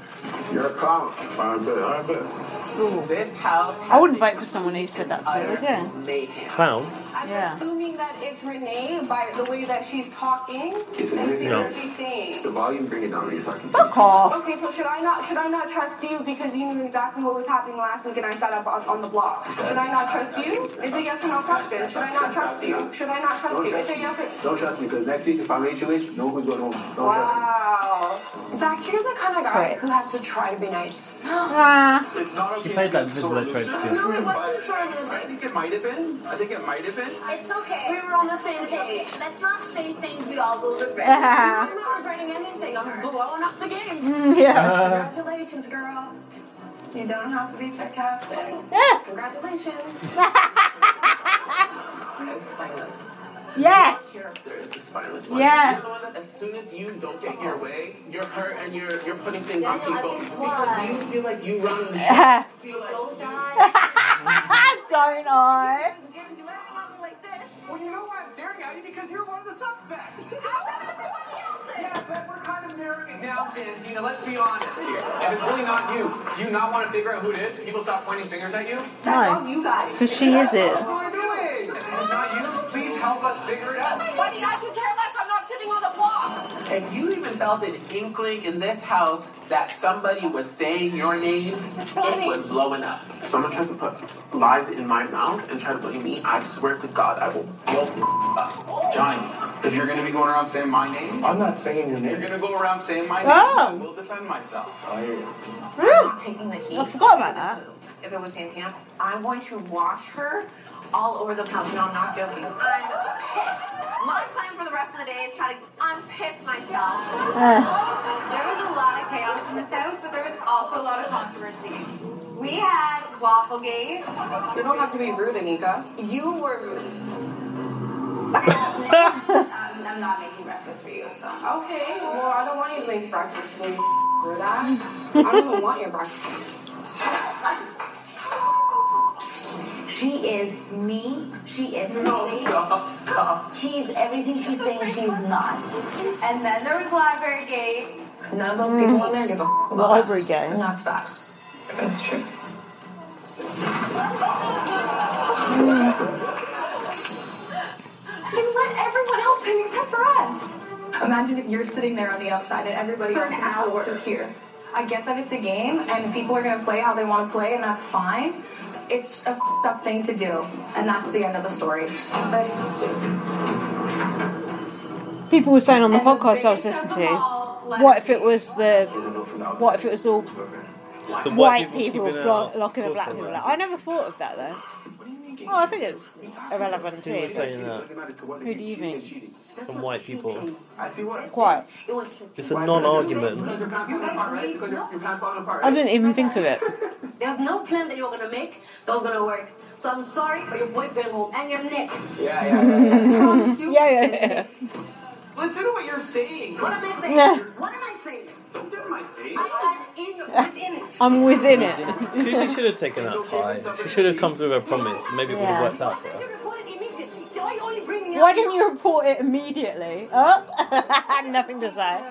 Speaker 9: You're a clown. I bet. I bet. This house
Speaker 2: I wouldn't vote for someone who said that to me, would
Speaker 9: utter
Speaker 2: you?
Speaker 9: mayhem.
Speaker 1: Clown.
Speaker 12: I'm
Speaker 2: Yeah.
Speaker 12: assuming that it's Renee by the way that she's talking and
Speaker 27: Is
Speaker 12: things
Speaker 27: it really?
Speaker 12: that she's saying.
Speaker 27: The volume, bring it down when you're talking.
Speaker 2: Fuck off.
Speaker 12: Okay, so should I not should I not trust you because you knew exactly what was happening last week and I sat up on, on the block? Should I not trust you? Is a yes or no question? Should I not trust you? Should I not trust you? It's a yes or
Speaker 16: Don't trust me, because next week if I'm HOH, no one's going home. Don't trust me.
Speaker 12: Wow. Zach, you're the kind of guy
Speaker 16: Right.
Speaker 12: who has to try to be nice.
Speaker 2: Ah.
Speaker 16: It's not okay.
Speaker 1: She played that invisible
Speaker 16: to
Speaker 1: trope.
Speaker 16: be
Speaker 1: to
Speaker 12: No, it
Speaker 16: But
Speaker 12: wasn't sort of
Speaker 16: I think it might have been. I think it might have been.
Speaker 13: It's okay.
Speaker 12: We were on the same page.
Speaker 13: Let's not say things we all will regret.
Speaker 12: I'm not regretting anything. I'm blowing up the game.
Speaker 13: Mm, yes.
Speaker 12: Congratulations, girl. You don't have to be sarcastic. Congratulations.
Speaker 28: Yes. Yeah.
Speaker 9: As soon as you don't get your way, you're hurt and you're you're putting things on
Speaker 13: Daniel, I
Speaker 9: people
Speaker 13: think
Speaker 9: because
Speaker 13: why-
Speaker 9: you feel like you run the show.
Speaker 28: Yeah. Don't I?
Speaker 12: like this.
Speaker 16: Well, you know why I'm staring at you because you're one of the suspects.
Speaker 12: Yeah,
Speaker 16: but we're kind of narrowing it down to
Speaker 3: You know, let's be honest here. If it's really not you, do you not want to figure out who it is? Do people stop pointing fingers at you?
Speaker 2: No. Because she is it.
Speaker 3: That's what we're doing. If it's not you, please help us figure it out.
Speaker 12: What do Oh you have to care less? I'm not sitting on the block.
Speaker 9: If you even felt an inkling in this house that somebody was saying your name, it was blowing up. If someone tries to put lies in my mouth and try to blame me, I swear to God, I will blow you up.
Speaker 3: Johnny, if you're going to be going around saying my name,
Speaker 16: I'm not saying your
Speaker 3: you're
Speaker 16: name.
Speaker 3: going to go around saying my name.
Speaker 16: Oh.
Speaker 3: I will defend myself.
Speaker 9: Oh,
Speaker 12: Taking the heat.
Speaker 28: I forgot about that.
Speaker 12: If it was Santana, I'm going to wash her all over the place. No, I'm not joking. I'm pissed. My plan for the rest of the day is try to unpiss myself.
Speaker 28: Uh.
Speaker 13: There was a lot of chaos in this house, but there was also a lot of controversy. We had Wafflegate.
Speaker 12: You don't have to be rude, Anika. You were rude.
Speaker 13: I'm, I'm not making breakfast for you, so.
Speaker 12: Okay, well, I don't want you to make breakfast for me, rude ass. I don't even want your breakfast.
Speaker 13: She is me. She is
Speaker 9: No,
Speaker 13: me.
Speaker 9: stop, stop.
Speaker 13: She's everything she's saying she's not. And then there was Library Gate.
Speaker 12: None of those people in there give a f- about
Speaker 2: Library
Speaker 12: us.
Speaker 2: game.
Speaker 12: And that's facts. That's true. You let everyone else in except for us. Imagine if you're sitting there on the outside and everybody
Speaker 13: For
Speaker 12: else
Speaker 13: an
Speaker 12: in the house
Speaker 13: hour.
Speaker 12: is here. I get that it's a game and people are gonna play how they want to play and that's fine. It's a f***ed up thing to do, and that's the end of the story. But
Speaker 2: People were saying on the podcast I was listening to, what if it was the, what if it was all
Speaker 1: The
Speaker 2: white
Speaker 1: white people
Speaker 2: people
Speaker 1: keeping an
Speaker 2: blo-
Speaker 1: eye out.
Speaker 2: locking the
Speaker 1: Of course
Speaker 2: black
Speaker 1: they
Speaker 2: people
Speaker 1: were.
Speaker 2: out? I never thought of that though. Oh, I think it's irrelevant
Speaker 1: Who was
Speaker 2: too.
Speaker 1: saying that?
Speaker 2: Who do you think?
Speaker 1: Some white people.
Speaker 9: I see what.
Speaker 2: Quiet.
Speaker 1: It's a non-argument.
Speaker 9: Because you're passing them apart, right? Because you're, you're passing them apart.
Speaker 2: I didn't even think of it.
Speaker 12: There's no plan that you were gonna make that was gonna work. So I'm sorry, but your boy's going home and you're next.
Speaker 9: Yeah,
Speaker 2: yeah, yeah,
Speaker 9: Listen to what you're saying.
Speaker 12: What am I saying?
Speaker 2: Yeah.
Speaker 12: What am I saying?
Speaker 9: Don't get in my face.
Speaker 12: I'm in within it.
Speaker 2: I'm within it.
Speaker 1: She should have taken out time. She should have come through with a promise. Maybe it would
Speaker 2: Yeah.
Speaker 1: have worked out for her.
Speaker 2: Why didn't you report it immediately? Oh, nothing to say.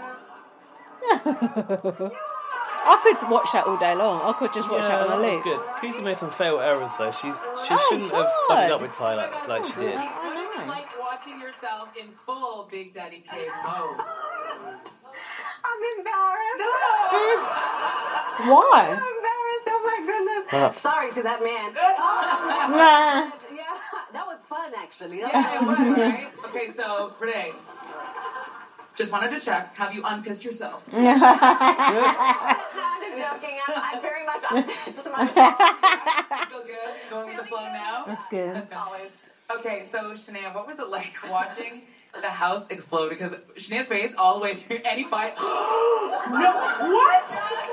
Speaker 2: I could watch that all day long. I could just watch
Speaker 1: yeah,
Speaker 2: that on a
Speaker 1: that was
Speaker 2: loop.
Speaker 1: good. Kusa made some fatal errors though. She she
Speaker 2: Oh,
Speaker 1: shouldn't have
Speaker 2: God.
Speaker 1: fucked up with Ty like, like she did.
Speaker 5: What is it like watching yourself in full Big Daddy Kane mode?
Speaker 12: I'm embarrassed.
Speaker 2: Why?
Speaker 12: I'm embarrassed. Oh my goodness.
Speaker 2: Ah.
Speaker 12: Sorry to that man. Oh,
Speaker 2: Nah.
Speaker 12: Yeah, that was fun actually.
Speaker 5: Yeah, it was, right? Okay, so Renee, just wanted to check. Have you unpissed yourself?
Speaker 12: I'm just joking. I'm, I'm very much on this.
Speaker 5: Feel good? Going with the flow now?
Speaker 2: That's good.
Speaker 5: Always. Okay, so Shania, what was it like watching the house explode? Because Shania's face all the way through any fight. no, what?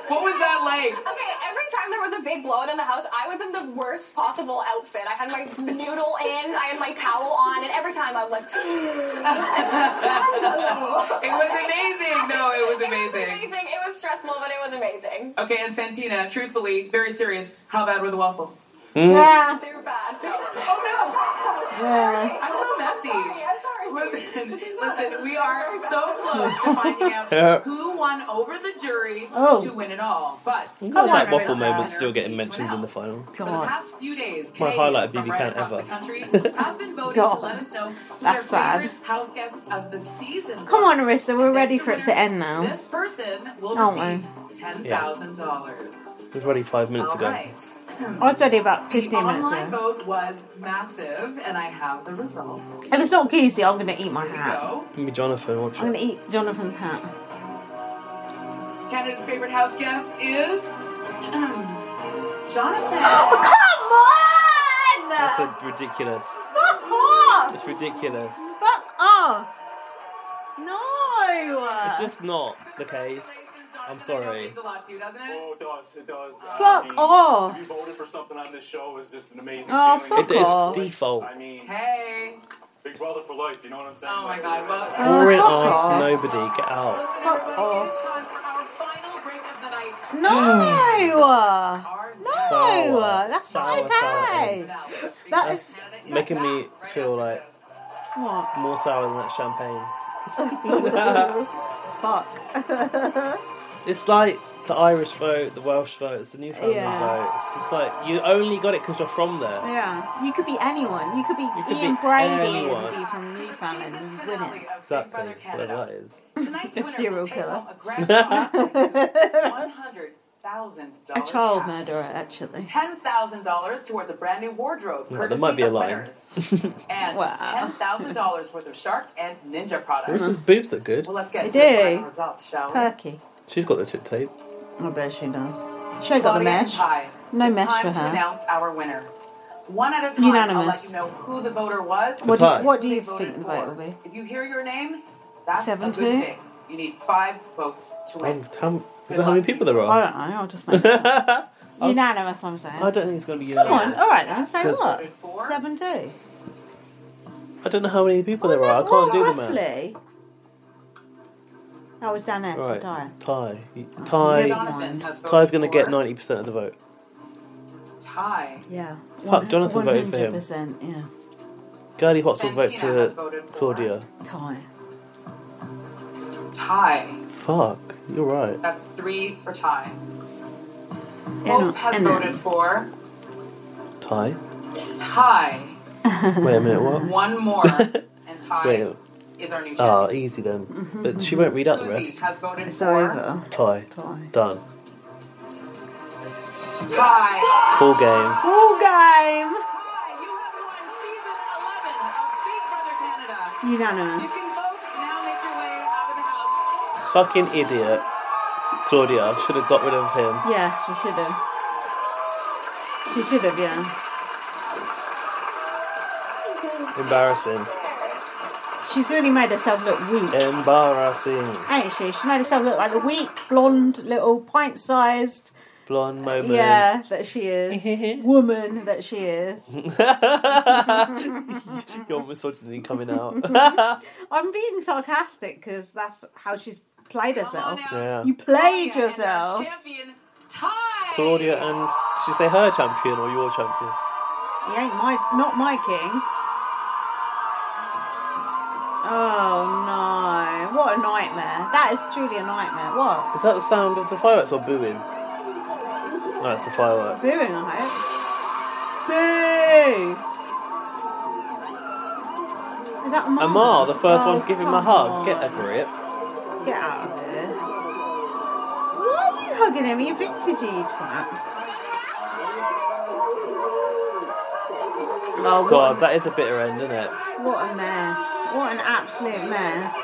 Speaker 5: What was that like?
Speaker 12: Okay, every time there was a big blowout in the house, I was in the worst possible outfit. I had my noodle in, I had my towel on, and every time I'm like,
Speaker 5: It was amazing. No, it was
Speaker 12: It was
Speaker 5: amazing.
Speaker 12: amazing. It was stressful, but it was amazing.
Speaker 5: Okay, and Santina, truthfully, very serious. How bad were the waffles?
Speaker 2: Yeah.
Speaker 12: They're bad.
Speaker 5: Oh no!
Speaker 2: Yeah.
Speaker 5: I'm so messy.
Speaker 12: I'm sorry.
Speaker 5: Listen, listen, we are so close to finding out
Speaker 1: Yeah.
Speaker 5: who won over the jury
Speaker 1: Oh.
Speaker 5: to win it all. But
Speaker 1: You know that waffle moment still getting mentioned in the final.
Speaker 5: For the past few days,
Speaker 1: My
Speaker 5: Canadians
Speaker 1: highlight of
Speaker 5: from
Speaker 1: BB
Speaker 5: right
Speaker 1: Count
Speaker 5: across the
Speaker 1: ever.
Speaker 5: country have been voting to
Speaker 2: God.
Speaker 5: let us know who
Speaker 2: That's
Speaker 5: their
Speaker 2: sad.
Speaker 5: favorite house guest of the season.
Speaker 2: Come
Speaker 5: was.
Speaker 2: on, Arista, we're ready for it to end now.
Speaker 5: This person will
Speaker 2: Aren't
Speaker 5: receive ten thousand dollars.
Speaker 1: It was ready five minutes
Speaker 5: All
Speaker 1: ago.
Speaker 5: right.
Speaker 2: I was ready about
Speaker 5: The
Speaker 2: 15 minutes
Speaker 5: online
Speaker 2: ago.
Speaker 5: vote was massive, and I have the results.
Speaker 2: If it's not Goosey, I'm going to eat my hat.
Speaker 5: Go.
Speaker 1: Maybe Jonathan, watch
Speaker 2: I'm going to eat Jonathan's hat.
Speaker 5: Canada's favorite house guest is um, Jonathan.
Speaker 29: come Oh, on!
Speaker 1: That's a ridiculous.
Speaker 29: Fuck off!
Speaker 1: It's ridiculous.
Speaker 29: Fuck
Speaker 2: Ah,
Speaker 29: off! No!
Speaker 1: It's just not the case. I'm sorry.
Speaker 5: a lot to you, doesn't it?
Speaker 3: Oh, it does. It does.
Speaker 9: Um,
Speaker 1: Fuck off.
Speaker 3: To be voted for something on this show is just an amazing
Speaker 2: Ah,
Speaker 1: Oh,
Speaker 3: feeling.
Speaker 1: fuck It is off. default.
Speaker 3: I mean,
Speaker 5: hey.
Speaker 3: Big brother for life, you know what I'm saying?
Speaker 5: Oh my God, well-
Speaker 29: Oh,
Speaker 1: Boring
Speaker 29: fuck
Speaker 1: ass
Speaker 29: off.
Speaker 1: nobody, get out.
Speaker 29: Fuck off.
Speaker 5: No!
Speaker 29: No!
Speaker 1: Sour,
Speaker 29: That's
Speaker 1: sour,
Speaker 29: not okay! That is.
Speaker 1: Making me feel like
Speaker 29: What?
Speaker 1: more sour than that champagne.
Speaker 29: Fuck.
Speaker 1: It's like the Irish vote, the Welsh vote, it's the Newfoundland
Speaker 29: Yeah.
Speaker 1: vote. It's just like you only got it because you're from there.
Speaker 29: yeah. You could be anyone. You could be
Speaker 1: could
Speaker 29: Ian
Speaker 1: be
Speaker 29: Brady
Speaker 1: anyone.
Speaker 29: and be from Newfoundland and win it.
Speaker 1: Exactly, whatever that is.
Speaker 29: A serial killer.
Speaker 5: One hundred thousand
Speaker 2: A
Speaker 5: dollars.
Speaker 2: child murderer, actually.
Speaker 5: Ten thousand dollars towards a brand new wardrobe.
Speaker 2: No,
Speaker 1: No, there
Speaker 5: courtesy
Speaker 1: might be a
Speaker 5: of
Speaker 1: line.
Speaker 5: Winners, and ten thousand dollars worth of shark and ninja products.
Speaker 2: Uh-huh.
Speaker 1: Marissa's boobs look good.
Speaker 5: Well, let's get
Speaker 2: They
Speaker 5: to the final
Speaker 2: do.
Speaker 5: results, shall we?
Speaker 2: Perky.
Speaker 1: She's got the tip tape.
Speaker 2: I bet she does. She got the
Speaker 5: Claudia and
Speaker 2: mesh.
Speaker 5: Ty,
Speaker 2: No
Speaker 5: it's
Speaker 2: mesh
Speaker 5: time
Speaker 2: for
Speaker 5: to
Speaker 2: her.
Speaker 5: announce our winner. One at a time. I'll let
Speaker 2: Unanimous.
Speaker 5: you know who the voter was.
Speaker 2: What do,
Speaker 5: and
Speaker 2: you, what do
Speaker 5: who
Speaker 2: you
Speaker 5: they voted
Speaker 2: think the
Speaker 5: for.
Speaker 2: vote will be?
Speaker 5: If you hear your name, that's a
Speaker 2: Seven
Speaker 5: good
Speaker 2: two?
Speaker 5: thing. You need five votes to win.
Speaker 1: Um, how, is that how many people there
Speaker 2: I
Speaker 1: are?
Speaker 2: don't know, I'll just make it
Speaker 1: up.
Speaker 2: Unanimous, I'm saying.
Speaker 1: I don't think it's going to be uh,
Speaker 2: Come on,
Speaker 1: unanimous.
Speaker 2: alright then, say
Speaker 1: Because-
Speaker 2: what? 7 2.
Speaker 1: I don't know how many people there are. I can't do the math.
Speaker 2: Roughly. That was Dan S.
Speaker 1: Right,
Speaker 2: Right. Oh,
Speaker 1: Ty.
Speaker 5: Jonathan
Speaker 1: Ty.
Speaker 5: has voted
Speaker 1: Ty's going to get
Speaker 5: for-
Speaker 1: ninety percent of the vote.
Speaker 5: Tie.
Speaker 2: Yeah.
Speaker 1: Fuck, Jonathan voted for him.
Speaker 2: 100%, yeah.
Speaker 1: Gurley Hotz will vote
Speaker 5: Santina has
Speaker 1: for
Speaker 5: voted for-
Speaker 1: Claudia.
Speaker 2: Tie.
Speaker 5: Tie.
Speaker 1: Fuck, you're right.
Speaker 5: That's three for tie.
Speaker 1: Yeah,
Speaker 5: Hope
Speaker 1: no,
Speaker 5: has
Speaker 1: and then-
Speaker 5: voted for
Speaker 1: Ty.
Speaker 5: tie.
Speaker 1: Wait a minute, what?
Speaker 5: One more, and tie
Speaker 1: Wait.
Speaker 5: is our new
Speaker 1: Ah,
Speaker 5: champion.
Speaker 1: easy then.
Speaker 2: Mm-hmm.
Speaker 1: But she won't read out the rest.
Speaker 5: Susie has voted for
Speaker 1: Ty. Done.
Speaker 5: tie.
Speaker 1: Full game.
Speaker 2: Full game!
Speaker 5: You
Speaker 2: Unanimous.
Speaker 5: can vote now. Make your way out of the house.
Speaker 1: Fucking idiot. Claudia should have got rid of him.
Speaker 2: Yeah, she should have. She should have, yeah.
Speaker 1: Embarrassing.
Speaker 2: She's really made herself look weak.
Speaker 1: Embarrassing.
Speaker 2: Ain't she? She made herself look like the weak, blonde, little pint sized,
Speaker 1: Blonde moment.
Speaker 2: yeah, that she is. woman that she is.
Speaker 1: Your misogyny coming out.
Speaker 2: I'm being sarcastic because that's how she's played herself.
Speaker 1: Yeah.
Speaker 2: You played yourself.
Speaker 1: Claudia and should you say her champion or your champion?
Speaker 2: He ain't my, not my king. Oh no! What a nightmare. That is truly a nightmare. What?
Speaker 1: Is that the sound of the fireworks or booing? No, it's the fireworks.
Speaker 2: Booing, I hope. Boo! Is that Amar?
Speaker 1: Amar, the first one to give him a
Speaker 2: come
Speaker 1: hug.
Speaker 2: on.
Speaker 1: Get over it.
Speaker 2: Get out of here. Why are you hugging him? You evicted you, you twat. Oh,
Speaker 1: God, that is a bitter end, isn't it?
Speaker 2: What a mess. What an absolute mess.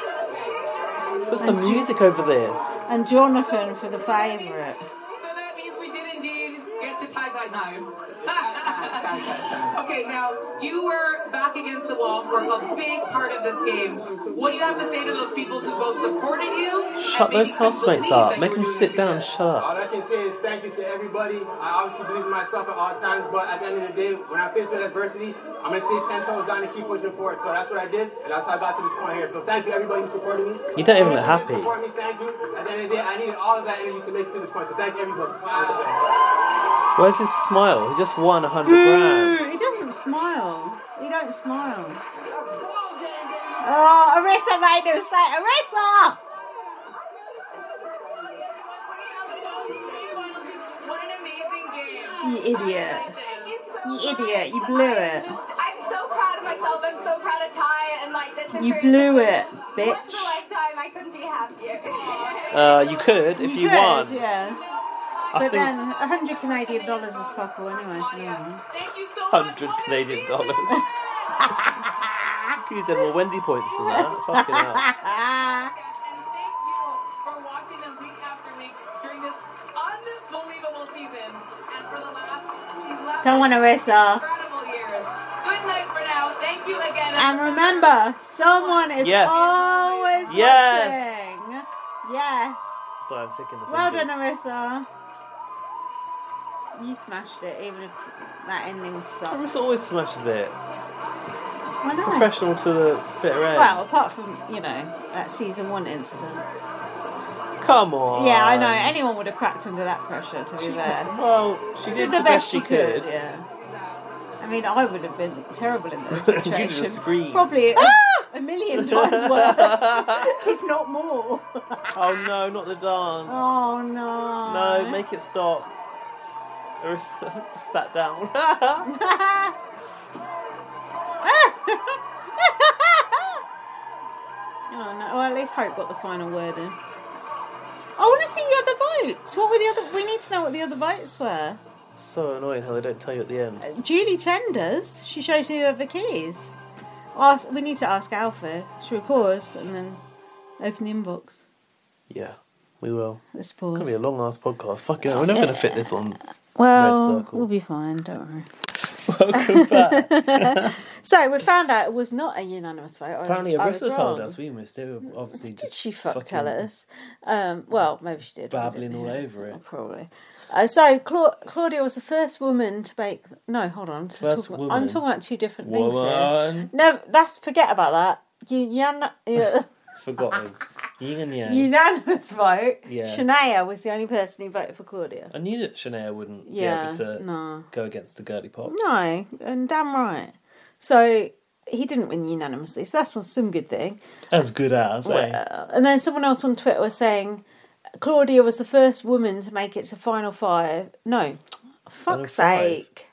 Speaker 1: Put some
Speaker 2: And you-
Speaker 1: music over this.
Speaker 2: And Jonathan for the favourite.
Speaker 5: So that means we did indeed get to tie tie time. okay, now you were back against the wall for a big part of this game. What do you have to say to those people who both supported you?
Speaker 1: Shut those housemates up. Make them sit down. Shut up.
Speaker 9: All I can say is thank you to everybody. I obviously believe in myself at all times, but at the end of the day, when I'm faced with adversity, I'm gonna stay ten toes down and keep pushing forward. So that's what I did, and that's how I got to this point here. So thank you everybody who supported me.
Speaker 1: You don't even look
Speaker 9: Everybody who
Speaker 1: happy.
Speaker 9: Support me, thank you. At the end of the day, I needed all of that energy to make it to this point. So thank you everybody.
Speaker 1: Where's his smile? He just won a hundred grand.
Speaker 2: He doesn't smile. He don't smile. Oh, Arissa made him say, Arissa! You idiot. You idiot. You blew it.
Speaker 13: Just, I'm so proud of myself. I'm so proud of Ty, and like that's a
Speaker 2: You
Speaker 13: very
Speaker 2: blew it,
Speaker 13: once
Speaker 2: bitch.
Speaker 13: in a lifetime. I couldn't be happier.
Speaker 1: Uh, you could if you,
Speaker 2: could,
Speaker 1: want.
Speaker 2: Yeah.
Speaker 1: I
Speaker 2: but
Speaker 1: think-
Speaker 2: then then 100 Canadian dollars is fuck all anyway, so yeah.
Speaker 1: Hundred Canadian dollars. Who's had more Wendy points than that? Fucking hell.
Speaker 5: for watching them week after week during this unbelievable season and for the last 11
Speaker 2: Don't wanna race uh, her.
Speaker 5: incredible years. Good night for now. Thank you again.
Speaker 2: And remember, someone is
Speaker 1: Yes.
Speaker 2: always
Speaker 1: Yes.
Speaker 2: watching. Yes.
Speaker 1: So I'm picking the
Speaker 2: Well done,
Speaker 1: fingers.
Speaker 2: Arissa. You smashed it, even if that ending sucked.
Speaker 1: Arissa always smashes it.
Speaker 2: Why not?
Speaker 1: Professional to the bitter end.
Speaker 2: Well, apart from, you know, that season one incident.
Speaker 1: Come on.
Speaker 2: Yeah, I know. Anyone would have cracked under that pressure, to be
Speaker 1: She-
Speaker 2: fair.
Speaker 1: well, she did the best she could.
Speaker 2: Yeah. I mean, I would have been terrible in that
Speaker 1: You just
Speaker 2: situation.
Speaker 1: screamed.
Speaker 2: Probably a,
Speaker 1: Ah!
Speaker 2: a million times worse, if not more.
Speaker 1: Oh no, not the dance.
Speaker 2: Oh no.
Speaker 1: No, make it stop. Arissa just sat down.
Speaker 2: Ah! Oh no. Well, at least Hope got the final word in. I want to see the other votes. What were the other? We need to know what the other votes were.
Speaker 1: so annoying how they don't tell you at the end.
Speaker 2: Julie Chenders. She shows you the other keys. Ask. We need to ask Alpha. Should we pause and then open the inbox?
Speaker 1: Yeah, we will.
Speaker 2: Let's
Speaker 1: It's
Speaker 2: pause.
Speaker 1: gonna be a long ass podcast. Fucking, hell, we're never gonna fit this on.
Speaker 2: Well,
Speaker 1: Red circle.
Speaker 2: we'll be fine. Don't worry.
Speaker 1: Welcome back.
Speaker 2: So we found out it was not a unanimous vote. I-
Speaker 1: Apparently,
Speaker 2: I was
Speaker 1: Arissa told
Speaker 2: Oh, wrong.
Speaker 1: us we missed it. We're Obviously,
Speaker 2: Did
Speaker 1: just
Speaker 2: she fuck
Speaker 1: fucking
Speaker 2: tell us? Um, well, maybe she did. we
Speaker 1: Babbling
Speaker 2: didn't
Speaker 1: all
Speaker 2: hear.
Speaker 1: over it.
Speaker 2: Oh, Probably. Uh, so Cla- Claudia was the first woman to make. No, hold on. I'm just
Speaker 1: First
Speaker 2: talking, I'm
Speaker 1: woman.
Speaker 2: talking about two different
Speaker 1: Woman.
Speaker 2: things here. No, that's forget about that. You, you,
Speaker 1: Forgotten. Yin and Yang.
Speaker 2: unanimous vote.
Speaker 1: Yeah.
Speaker 2: Shania was the only person who voted for Claudia.
Speaker 1: I knew that Shania wouldn't
Speaker 2: Yeah,
Speaker 1: be able to
Speaker 2: no.
Speaker 1: go against the girly pops.
Speaker 2: No, and damn right. So he didn't win unanimously. So that's some good thing.
Speaker 1: As good as, eh?
Speaker 2: Well, and then someone else on Twitter was saying Claudia was the first woman to make it to final five. No, fuck's
Speaker 1: five.
Speaker 2: sake.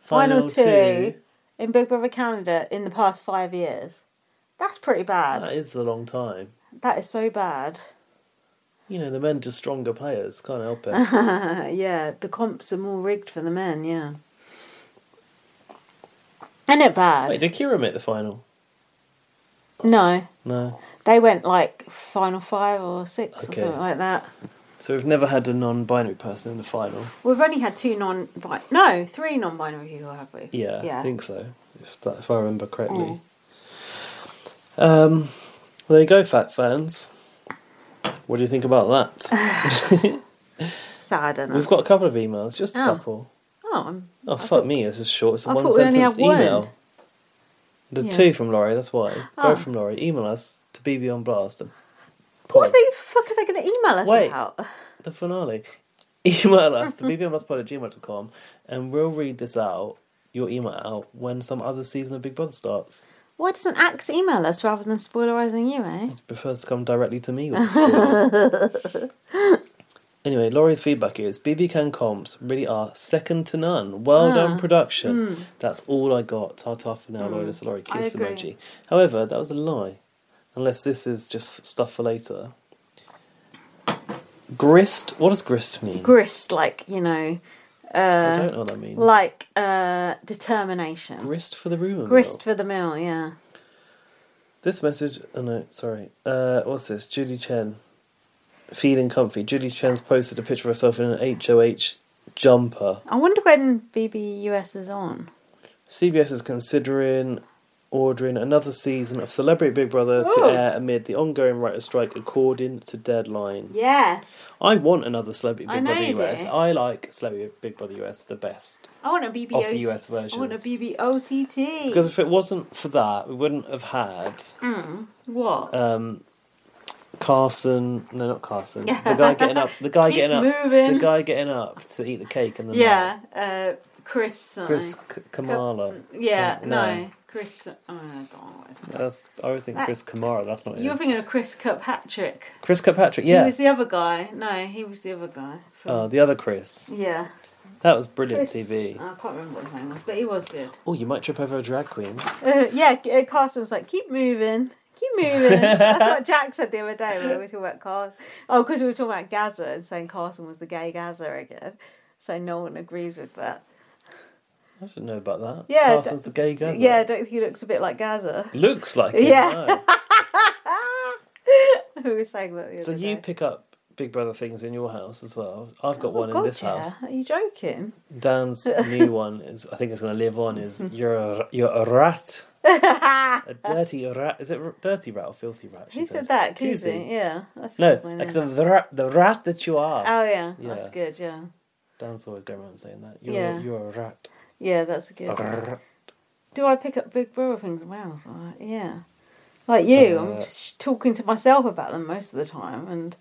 Speaker 2: Final,
Speaker 1: Final
Speaker 2: two,
Speaker 1: two.
Speaker 2: in Big Brother Canada in the past five years. That's pretty bad.
Speaker 1: That is a long time.
Speaker 2: that is so bad.
Speaker 1: You know, the men are just stronger players. Can't help it.
Speaker 2: yeah, the comps are more rigged for the men, yeah. Isn't it bad?
Speaker 1: Wait, did Kira make the final?
Speaker 2: No.
Speaker 1: No.
Speaker 2: They went like final five or six or
Speaker 1: Okay.
Speaker 2: something like that.
Speaker 1: So we've never had a non-binary person in the final.
Speaker 2: We've only had two non bi no, three non binary people, have we?
Speaker 1: Yeah, I think so. If, that, if I remember correctly.
Speaker 2: Mm.
Speaker 1: Um, well, there you go, fat fans. What do you think about that?
Speaker 2: Sad, and
Speaker 1: We've got a couple of emails, just a
Speaker 2: Oh.
Speaker 1: couple.
Speaker 2: Oh, I'm,
Speaker 1: Oh, fuck me, it's just short. It's a
Speaker 2: I thought
Speaker 1: one
Speaker 2: we only
Speaker 1: sentence
Speaker 2: had one.
Speaker 1: email. The
Speaker 2: Yeah.
Speaker 1: two from Laurie, that's why.
Speaker 2: Oh.
Speaker 1: Both from Laurie. Email us to BB on Blast.
Speaker 2: what the fuck are they going to email us
Speaker 1: Wait.
Speaker 2: about?
Speaker 1: The finale. Email us to bbonblastpod at gmail.com and we'll read this out, your email out, when some other season of Big Brother starts.
Speaker 2: Why doesn't Axe email us rather than spoilerising you, eh?
Speaker 1: It prefers to come directly to me with the spoilers. Anyway, Laurie's feedback is BB Can comps really are second to none. Well
Speaker 2: Ah.
Speaker 1: done, production.
Speaker 2: Mm.
Speaker 1: That's all I got. Ta ta for now,
Speaker 2: Mm.
Speaker 1: Laurie. This is Laurie
Speaker 2: I
Speaker 1: kiss
Speaker 2: agree.
Speaker 1: emoji. However, that was a lie. Unless this is just f- stuff for later. Grist. What does grist mean?
Speaker 2: Grist, like, you know. Uh,
Speaker 1: I don't know what that means.
Speaker 2: Like uh, determination.
Speaker 1: Grist for the rumour.
Speaker 2: Grist for the mill, yeah.
Speaker 1: This message. Oh no, sorry. Uh, what's this? Julie Chen. Feeling comfy. Julie Chen's posted a picture of herself in an HOH jumper.
Speaker 2: I wonder when BBUS is on.
Speaker 1: CBS is considering ordering another season of Celebrity Big Brother
Speaker 2: Ooh.
Speaker 1: to air amid the ongoing writer's strike according to deadline.
Speaker 2: Yes.
Speaker 1: I want another Celebrity Big
Speaker 2: I know
Speaker 1: Brother
Speaker 2: you
Speaker 1: US.
Speaker 2: do.
Speaker 1: I like Celebrity Big Brother US the best
Speaker 2: I want a BBOT.
Speaker 1: of the US
Speaker 2: I want a
Speaker 1: versions.
Speaker 2: BBOTT.
Speaker 1: Because if it wasn't for that, we wouldn't have had
Speaker 2: Mm. What?
Speaker 1: um, Carson. No, not Carson. The guy getting up. The guy
Speaker 2: Keep
Speaker 1: getting up.
Speaker 2: moving.
Speaker 1: The guy getting up to eat the cake and then
Speaker 2: yeah, uh, Chris. something.
Speaker 1: Chris K- Kamala.
Speaker 2: Yeah,
Speaker 1: Kam-
Speaker 2: no. Chris. Oh, I don't know.
Speaker 1: That's, I would think
Speaker 2: That-
Speaker 1: Chris Kamara. That's not
Speaker 2: You're
Speaker 1: him.
Speaker 2: thinking of Chris Kirkpatrick.
Speaker 1: Chris Kirkpatrick.
Speaker 2: He
Speaker 1: Yeah.
Speaker 2: was the other guy. No, he was the other guy.
Speaker 1: Uh, the other Chris.
Speaker 2: Yeah.
Speaker 1: That was brilliant
Speaker 2: Chris- uh,
Speaker 1: TV.
Speaker 2: I can't remember what his name was, but he was good.
Speaker 1: Oh, you might trip over a drag queen.
Speaker 2: Uh, yeah, uh, Carson was like, keep moving, keep moving. That's what Jack said the other day when we were talking about Carson. Oh, because we were talking about Gaza and saying Carson was the gay Gaza again. So no one agrees with that.
Speaker 1: I didn't know about that.
Speaker 2: Yeah,
Speaker 1: Carson's the gay guy.
Speaker 2: Yeah, I don't think he looks a bit like Gaza.
Speaker 1: looks like it.
Speaker 2: Yeah.
Speaker 1: no.
Speaker 2: we were saying that the
Speaker 1: So
Speaker 2: other
Speaker 1: you
Speaker 2: day.
Speaker 1: pick up Big Brother things in your house as well. I've got
Speaker 2: Oh,
Speaker 1: one in
Speaker 2: God,
Speaker 1: this
Speaker 2: yeah.
Speaker 1: house.
Speaker 2: Are you joking?
Speaker 1: Dan's new one is I think it's going to live on is you're a, you're a rat, a dirty rat. Is it r- dirty rat or filthy rat? she
Speaker 2: Who said that? Kuzi?
Speaker 1: Kuzi.
Speaker 2: Yeah. That's a
Speaker 1: No,
Speaker 2: good one,
Speaker 1: like
Speaker 2: yeah.
Speaker 1: the, the rat, the rat that you are.
Speaker 2: Oh, yeah, That's good, yeah.
Speaker 1: Dan's always going around saying that. You're
Speaker 2: Yeah.
Speaker 1: you're a rat.
Speaker 2: Yeah, that's a good
Speaker 1: A
Speaker 2: one.
Speaker 1: rat.
Speaker 2: Do I pick up Big Brother things? Wow, right, Uh, yeah. Like you, I'm
Speaker 1: Uh,
Speaker 2: s- talking to myself about them most of the time, and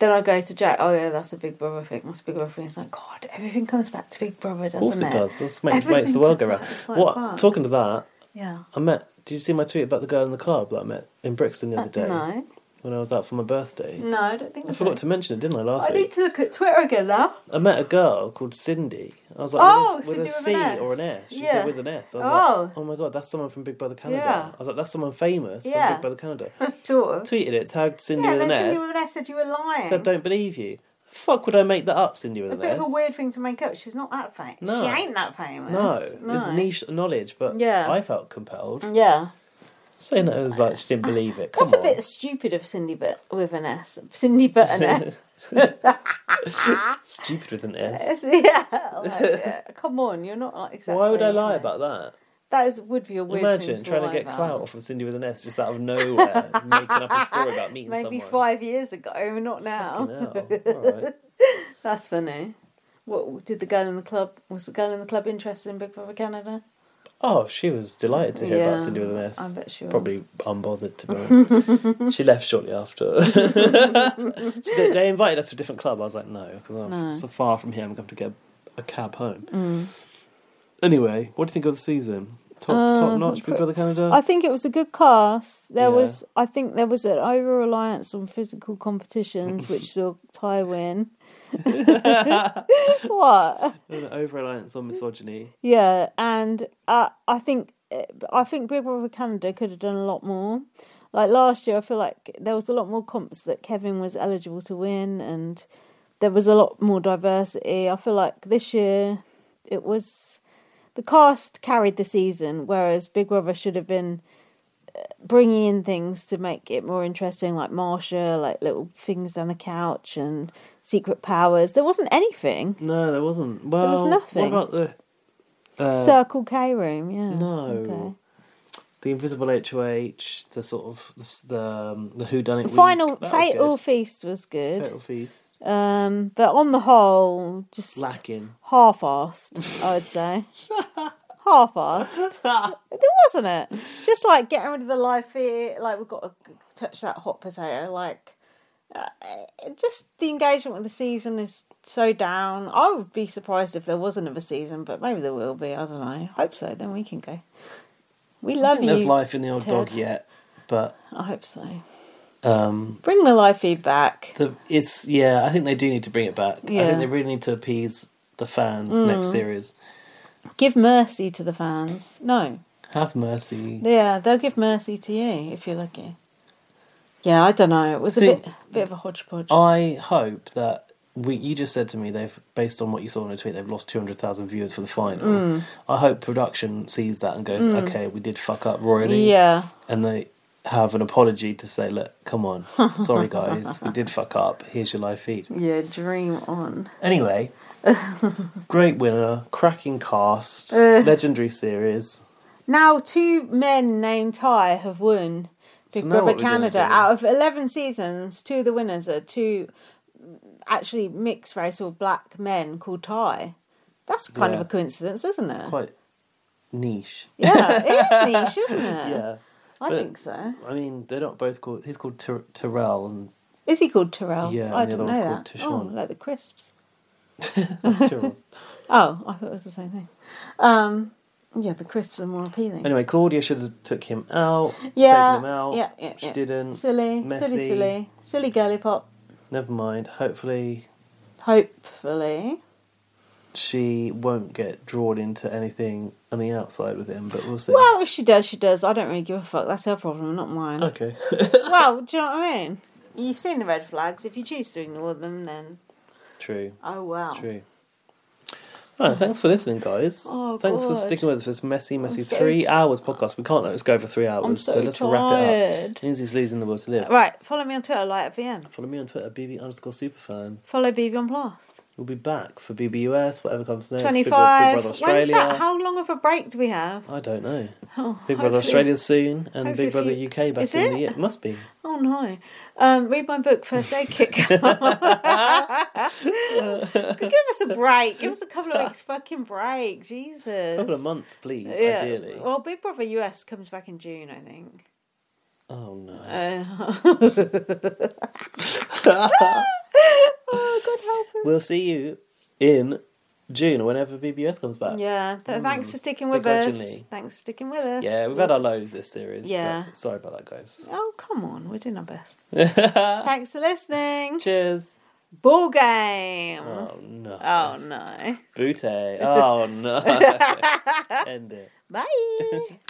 Speaker 2: then I go to Jack. Oh yeah, that's a Big Brother thing. That's a Big Brother thing. It's like God, everything comes back to Big Brother, doesn't
Speaker 1: Of course it, does. It's makes,
Speaker 2: Everything
Speaker 1: makes the world go
Speaker 2: comes
Speaker 1: round.
Speaker 2: back. It's like
Speaker 1: What
Speaker 2: fun.
Speaker 1: talking to that?
Speaker 2: Yeah.
Speaker 1: I met. Did you see my tweet about the girl in the club that I met in Brixton the
Speaker 2: Uh,
Speaker 1: other day?
Speaker 2: no.
Speaker 1: When I was out for my birthday.
Speaker 2: No, I don't think.
Speaker 1: I forgot to mention it, didn't I, last
Speaker 2: I
Speaker 1: week?
Speaker 2: need to look at Twitter again now.
Speaker 1: I met a girl called Cindy. I was like,
Speaker 2: Oh,
Speaker 1: with, a, with a C
Speaker 2: Cindy with an S.
Speaker 1: or an S. She
Speaker 2: Yeah.
Speaker 1: said with an S. I was
Speaker 2: Oh.
Speaker 1: like, oh my god, that's someone from Big Brother Canada.
Speaker 2: Yeah.
Speaker 1: I was like, that's someone famous
Speaker 2: Yeah.
Speaker 1: from Big Brother Canada.
Speaker 2: Sure.
Speaker 1: Tweeted it, tagged Cindy
Speaker 2: Yeah,
Speaker 1: with
Speaker 2: then
Speaker 1: an S.
Speaker 2: Cindy with an S said you were lying.
Speaker 1: Said, don't believe you. Fuck would I make that up, Cindy with
Speaker 2: a
Speaker 1: an
Speaker 2: bit
Speaker 1: S?
Speaker 2: of a weird thing to make up. She's not that famous.
Speaker 1: No.
Speaker 2: She ain't that famous.
Speaker 1: no, it's niche knowledge, but
Speaker 2: Yeah.
Speaker 1: I felt compelled.
Speaker 2: Yeah.
Speaker 1: Saying that it was like she didn't believe it. Come
Speaker 2: That's a
Speaker 1: on.
Speaker 2: bit stupid of Cindy but with an S. Cindy but an S.
Speaker 1: Stupid with an S.
Speaker 2: yeah, like, yeah. Come on, you're not like exactly.
Speaker 1: Why would I lie about that?
Speaker 2: That is would be a weird
Speaker 1: Imagine
Speaker 2: thing
Speaker 1: trying
Speaker 2: lie
Speaker 1: to get
Speaker 2: about.
Speaker 1: clout off of Cindy with an S just out of nowhere, making up a story about meeting
Speaker 2: Maybe
Speaker 1: someone.
Speaker 2: five years ago, not now. That's funny. What did the girl in the club? Was the girl in the club interested in Big Brother Canada?
Speaker 1: Oh, she was delighted to hear
Speaker 2: Yeah,
Speaker 1: about Cindy with an S.
Speaker 2: I bet she was.
Speaker 1: Probably unbothered to be honest. she left shortly after. She- they, they invited us to a different club. I was like, no, because I'm
Speaker 2: No.
Speaker 1: so far from here. I'm going to get a cab home. Anyway, what do you think of the season? Top top
Speaker 2: Uh,
Speaker 1: notch, Big Brother Canada.
Speaker 2: I think it was a good cast. There
Speaker 1: Yeah.
Speaker 2: was, I think, there was an over reliance on physical competitions, which saw Ty win. what?
Speaker 1: An over reliance on misogyny.
Speaker 2: Yeah, and uh, I think I think Big Brother Canada could have done a lot more. Like last year, I feel like there was a lot more comps that Kevin was eligible to win, and there was a lot more diversity. I feel like this year it was the cast carried the season, whereas Big Brother should have been uh, bringing in things to make it more interesting, like Marsha, like little things on the couch and secret powers. There wasn't anything.
Speaker 1: No, there wasn't.
Speaker 2: was
Speaker 1: Well,
Speaker 2: nothing.
Speaker 1: What about the uh,
Speaker 2: Circle K room, yeah.
Speaker 1: No.
Speaker 2: Okay.
Speaker 1: the invisible HOH, the sort of the um, the Who Done It
Speaker 2: The final
Speaker 1: fatal
Speaker 2: Fatal Feast was good.
Speaker 1: fatal feast
Speaker 2: Um, but on the whole, just
Speaker 1: lacking.
Speaker 2: half-assed, I would say. half-assed. it wasn't it. Just like getting rid of the live feed. Like we've got to touch that hot potato. Like uh, it- just the engagement with the season is so down. I would be surprised if there was another season, but maybe there will be. I don't know. Hope so. Then we can go. We
Speaker 1: I
Speaker 2: love
Speaker 1: think
Speaker 2: you.
Speaker 1: There's life in the old
Speaker 2: Ted.
Speaker 1: dog yet, but
Speaker 2: I hope so.
Speaker 1: um,
Speaker 2: Bring the live feed back.
Speaker 1: the it's yeah. I think they do need to bring it back. I
Speaker 2: Yeah.
Speaker 1: think they really need to appease the fans next
Speaker 2: Mm.
Speaker 1: series.
Speaker 2: Give mercy to the fans. No.
Speaker 1: Have mercy.
Speaker 2: Yeah, they'll give mercy to you if you're lucky. Yeah, I don't know. It was a
Speaker 1: Think-
Speaker 2: bit, bit of a hodgepodge.
Speaker 1: I hope that we. You just said to me they've based on what you saw in a tweet. They've lost two hundred thousand viewers for the final.
Speaker 2: Mm.
Speaker 1: I hope production sees that and goes,
Speaker 2: Mm.
Speaker 1: okay, we did fuck up royally.
Speaker 2: Yeah.
Speaker 1: and they have an apology to say, look, come on, sorry guys, we did fuck up. Here's your live feed.
Speaker 2: Yeah, dream on.
Speaker 1: Anyway, great winner, cracking cast,
Speaker 2: Uh.
Speaker 1: legendary series.
Speaker 2: Now, two men named Ty have won Big
Speaker 1: So now what
Speaker 2: Brother
Speaker 1: we're gonna
Speaker 2: Canada.
Speaker 1: do-
Speaker 2: Out of 11 seasons, two of the winners are two actually mixed race or black men called Ty. That's kind
Speaker 1: Yeah.
Speaker 2: of a coincidence, isn't it?
Speaker 1: It's quite niche.
Speaker 2: Yeah, it is niche, isn't it?
Speaker 1: Yeah.
Speaker 2: I
Speaker 1: But-
Speaker 2: think so.
Speaker 1: I mean, they're not both called. He's called Ter- Terrell, and
Speaker 2: Is he called Terrell?
Speaker 1: Yeah,
Speaker 2: I
Speaker 1: and the
Speaker 2: didn't
Speaker 1: other
Speaker 2: know
Speaker 1: one's
Speaker 2: that.
Speaker 1: called
Speaker 2: Oh, like the crisps.
Speaker 1: that's Terrell.
Speaker 2: Oh, I thought it was the same thing. Um, yeah, the crisps are more appealing.
Speaker 1: anyway, Claudia should have took him out.
Speaker 2: yeah,
Speaker 1: taken him out.
Speaker 2: yeah, yeah,
Speaker 1: She
Speaker 2: yeah.
Speaker 1: didn't.
Speaker 2: Silly, silly,
Speaker 1: Messy.
Speaker 2: silly, silly girly pop.
Speaker 1: Never mind. Hopefully,
Speaker 2: Hopefully,
Speaker 1: she won't get drawn into anything on the outside with him, but we'll see.
Speaker 2: Well, if she does, she does. I don't really give a fuck. That's her problem, not mine.
Speaker 1: Okay.
Speaker 2: well, do you know what I mean? You've seen the red flags. If you choose to ignore them, then
Speaker 1: True.
Speaker 2: oh well.
Speaker 1: It's true. Right, thanks for listening, guys.
Speaker 2: Oh,
Speaker 1: thanks for
Speaker 2: God.
Speaker 1: sticking with us for this messy, messy
Speaker 2: so
Speaker 1: three
Speaker 2: t-
Speaker 1: hours podcast. We can't let this go for three hours,
Speaker 2: so
Speaker 1: let's wrap it
Speaker 2: tired.
Speaker 1: up. Lindsay's losing the will to live.
Speaker 2: Right, follow me on Twitter, light at VM.
Speaker 1: Follow me on Twitter, BB underscore superfan.
Speaker 2: Follow BB on Plus.
Speaker 1: We'll be back for BBUS, whatever comes next. Big Brother, Big
Speaker 2: 25.
Speaker 1: Brother
Speaker 2: When is
Speaker 1: Australia.
Speaker 2: that? How long of a break do we have?
Speaker 1: I don't know.
Speaker 2: Oh,
Speaker 1: Big Brother
Speaker 2: hopefully-
Speaker 1: Australia soon, and
Speaker 2: hopefully
Speaker 1: Big
Speaker 2: if
Speaker 1: Brother
Speaker 2: you-
Speaker 1: UK back
Speaker 2: Is
Speaker 1: in
Speaker 2: it?
Speaker 1: the year. Must be.
Speaker 2: Oh no! Um, read my book, First Aid Kit. Could give us a break. Give us a couple of weeks fucking break. Jesus.
Speaker 1: A couple of months, please,
Speaker 2: Yeah.
Speaker 1: ideally.
Speaker 2: Well, Big Brother US comes back in June, I think.
Speaker 1: Oh no.
Speaker 2: Uh,
Speaker 1: We'll see you in June or whenever BBS comes back.
Speaker 2: yeah. Th- Thanks for sticking with
Speaker 1: Hmm. begrudgingly.
Speaker 2: us. Thanks for sticking with us.
Speaker 1: Yeah, we've had our lows this series. Yeah.
Speaker 2: Yeah.
Speaker 1: Sorry about that, guys.
Speaker 2: Oh come on, we're doing our best. Thanks for listening.
Speaker 1: Cheers.
Speaker 2: Ball game.
Speaker 1: Oh no.
Speaker 2: Oh no.
Speaker 1: Butte. Oh no. End it.
Speaker 2: Bye.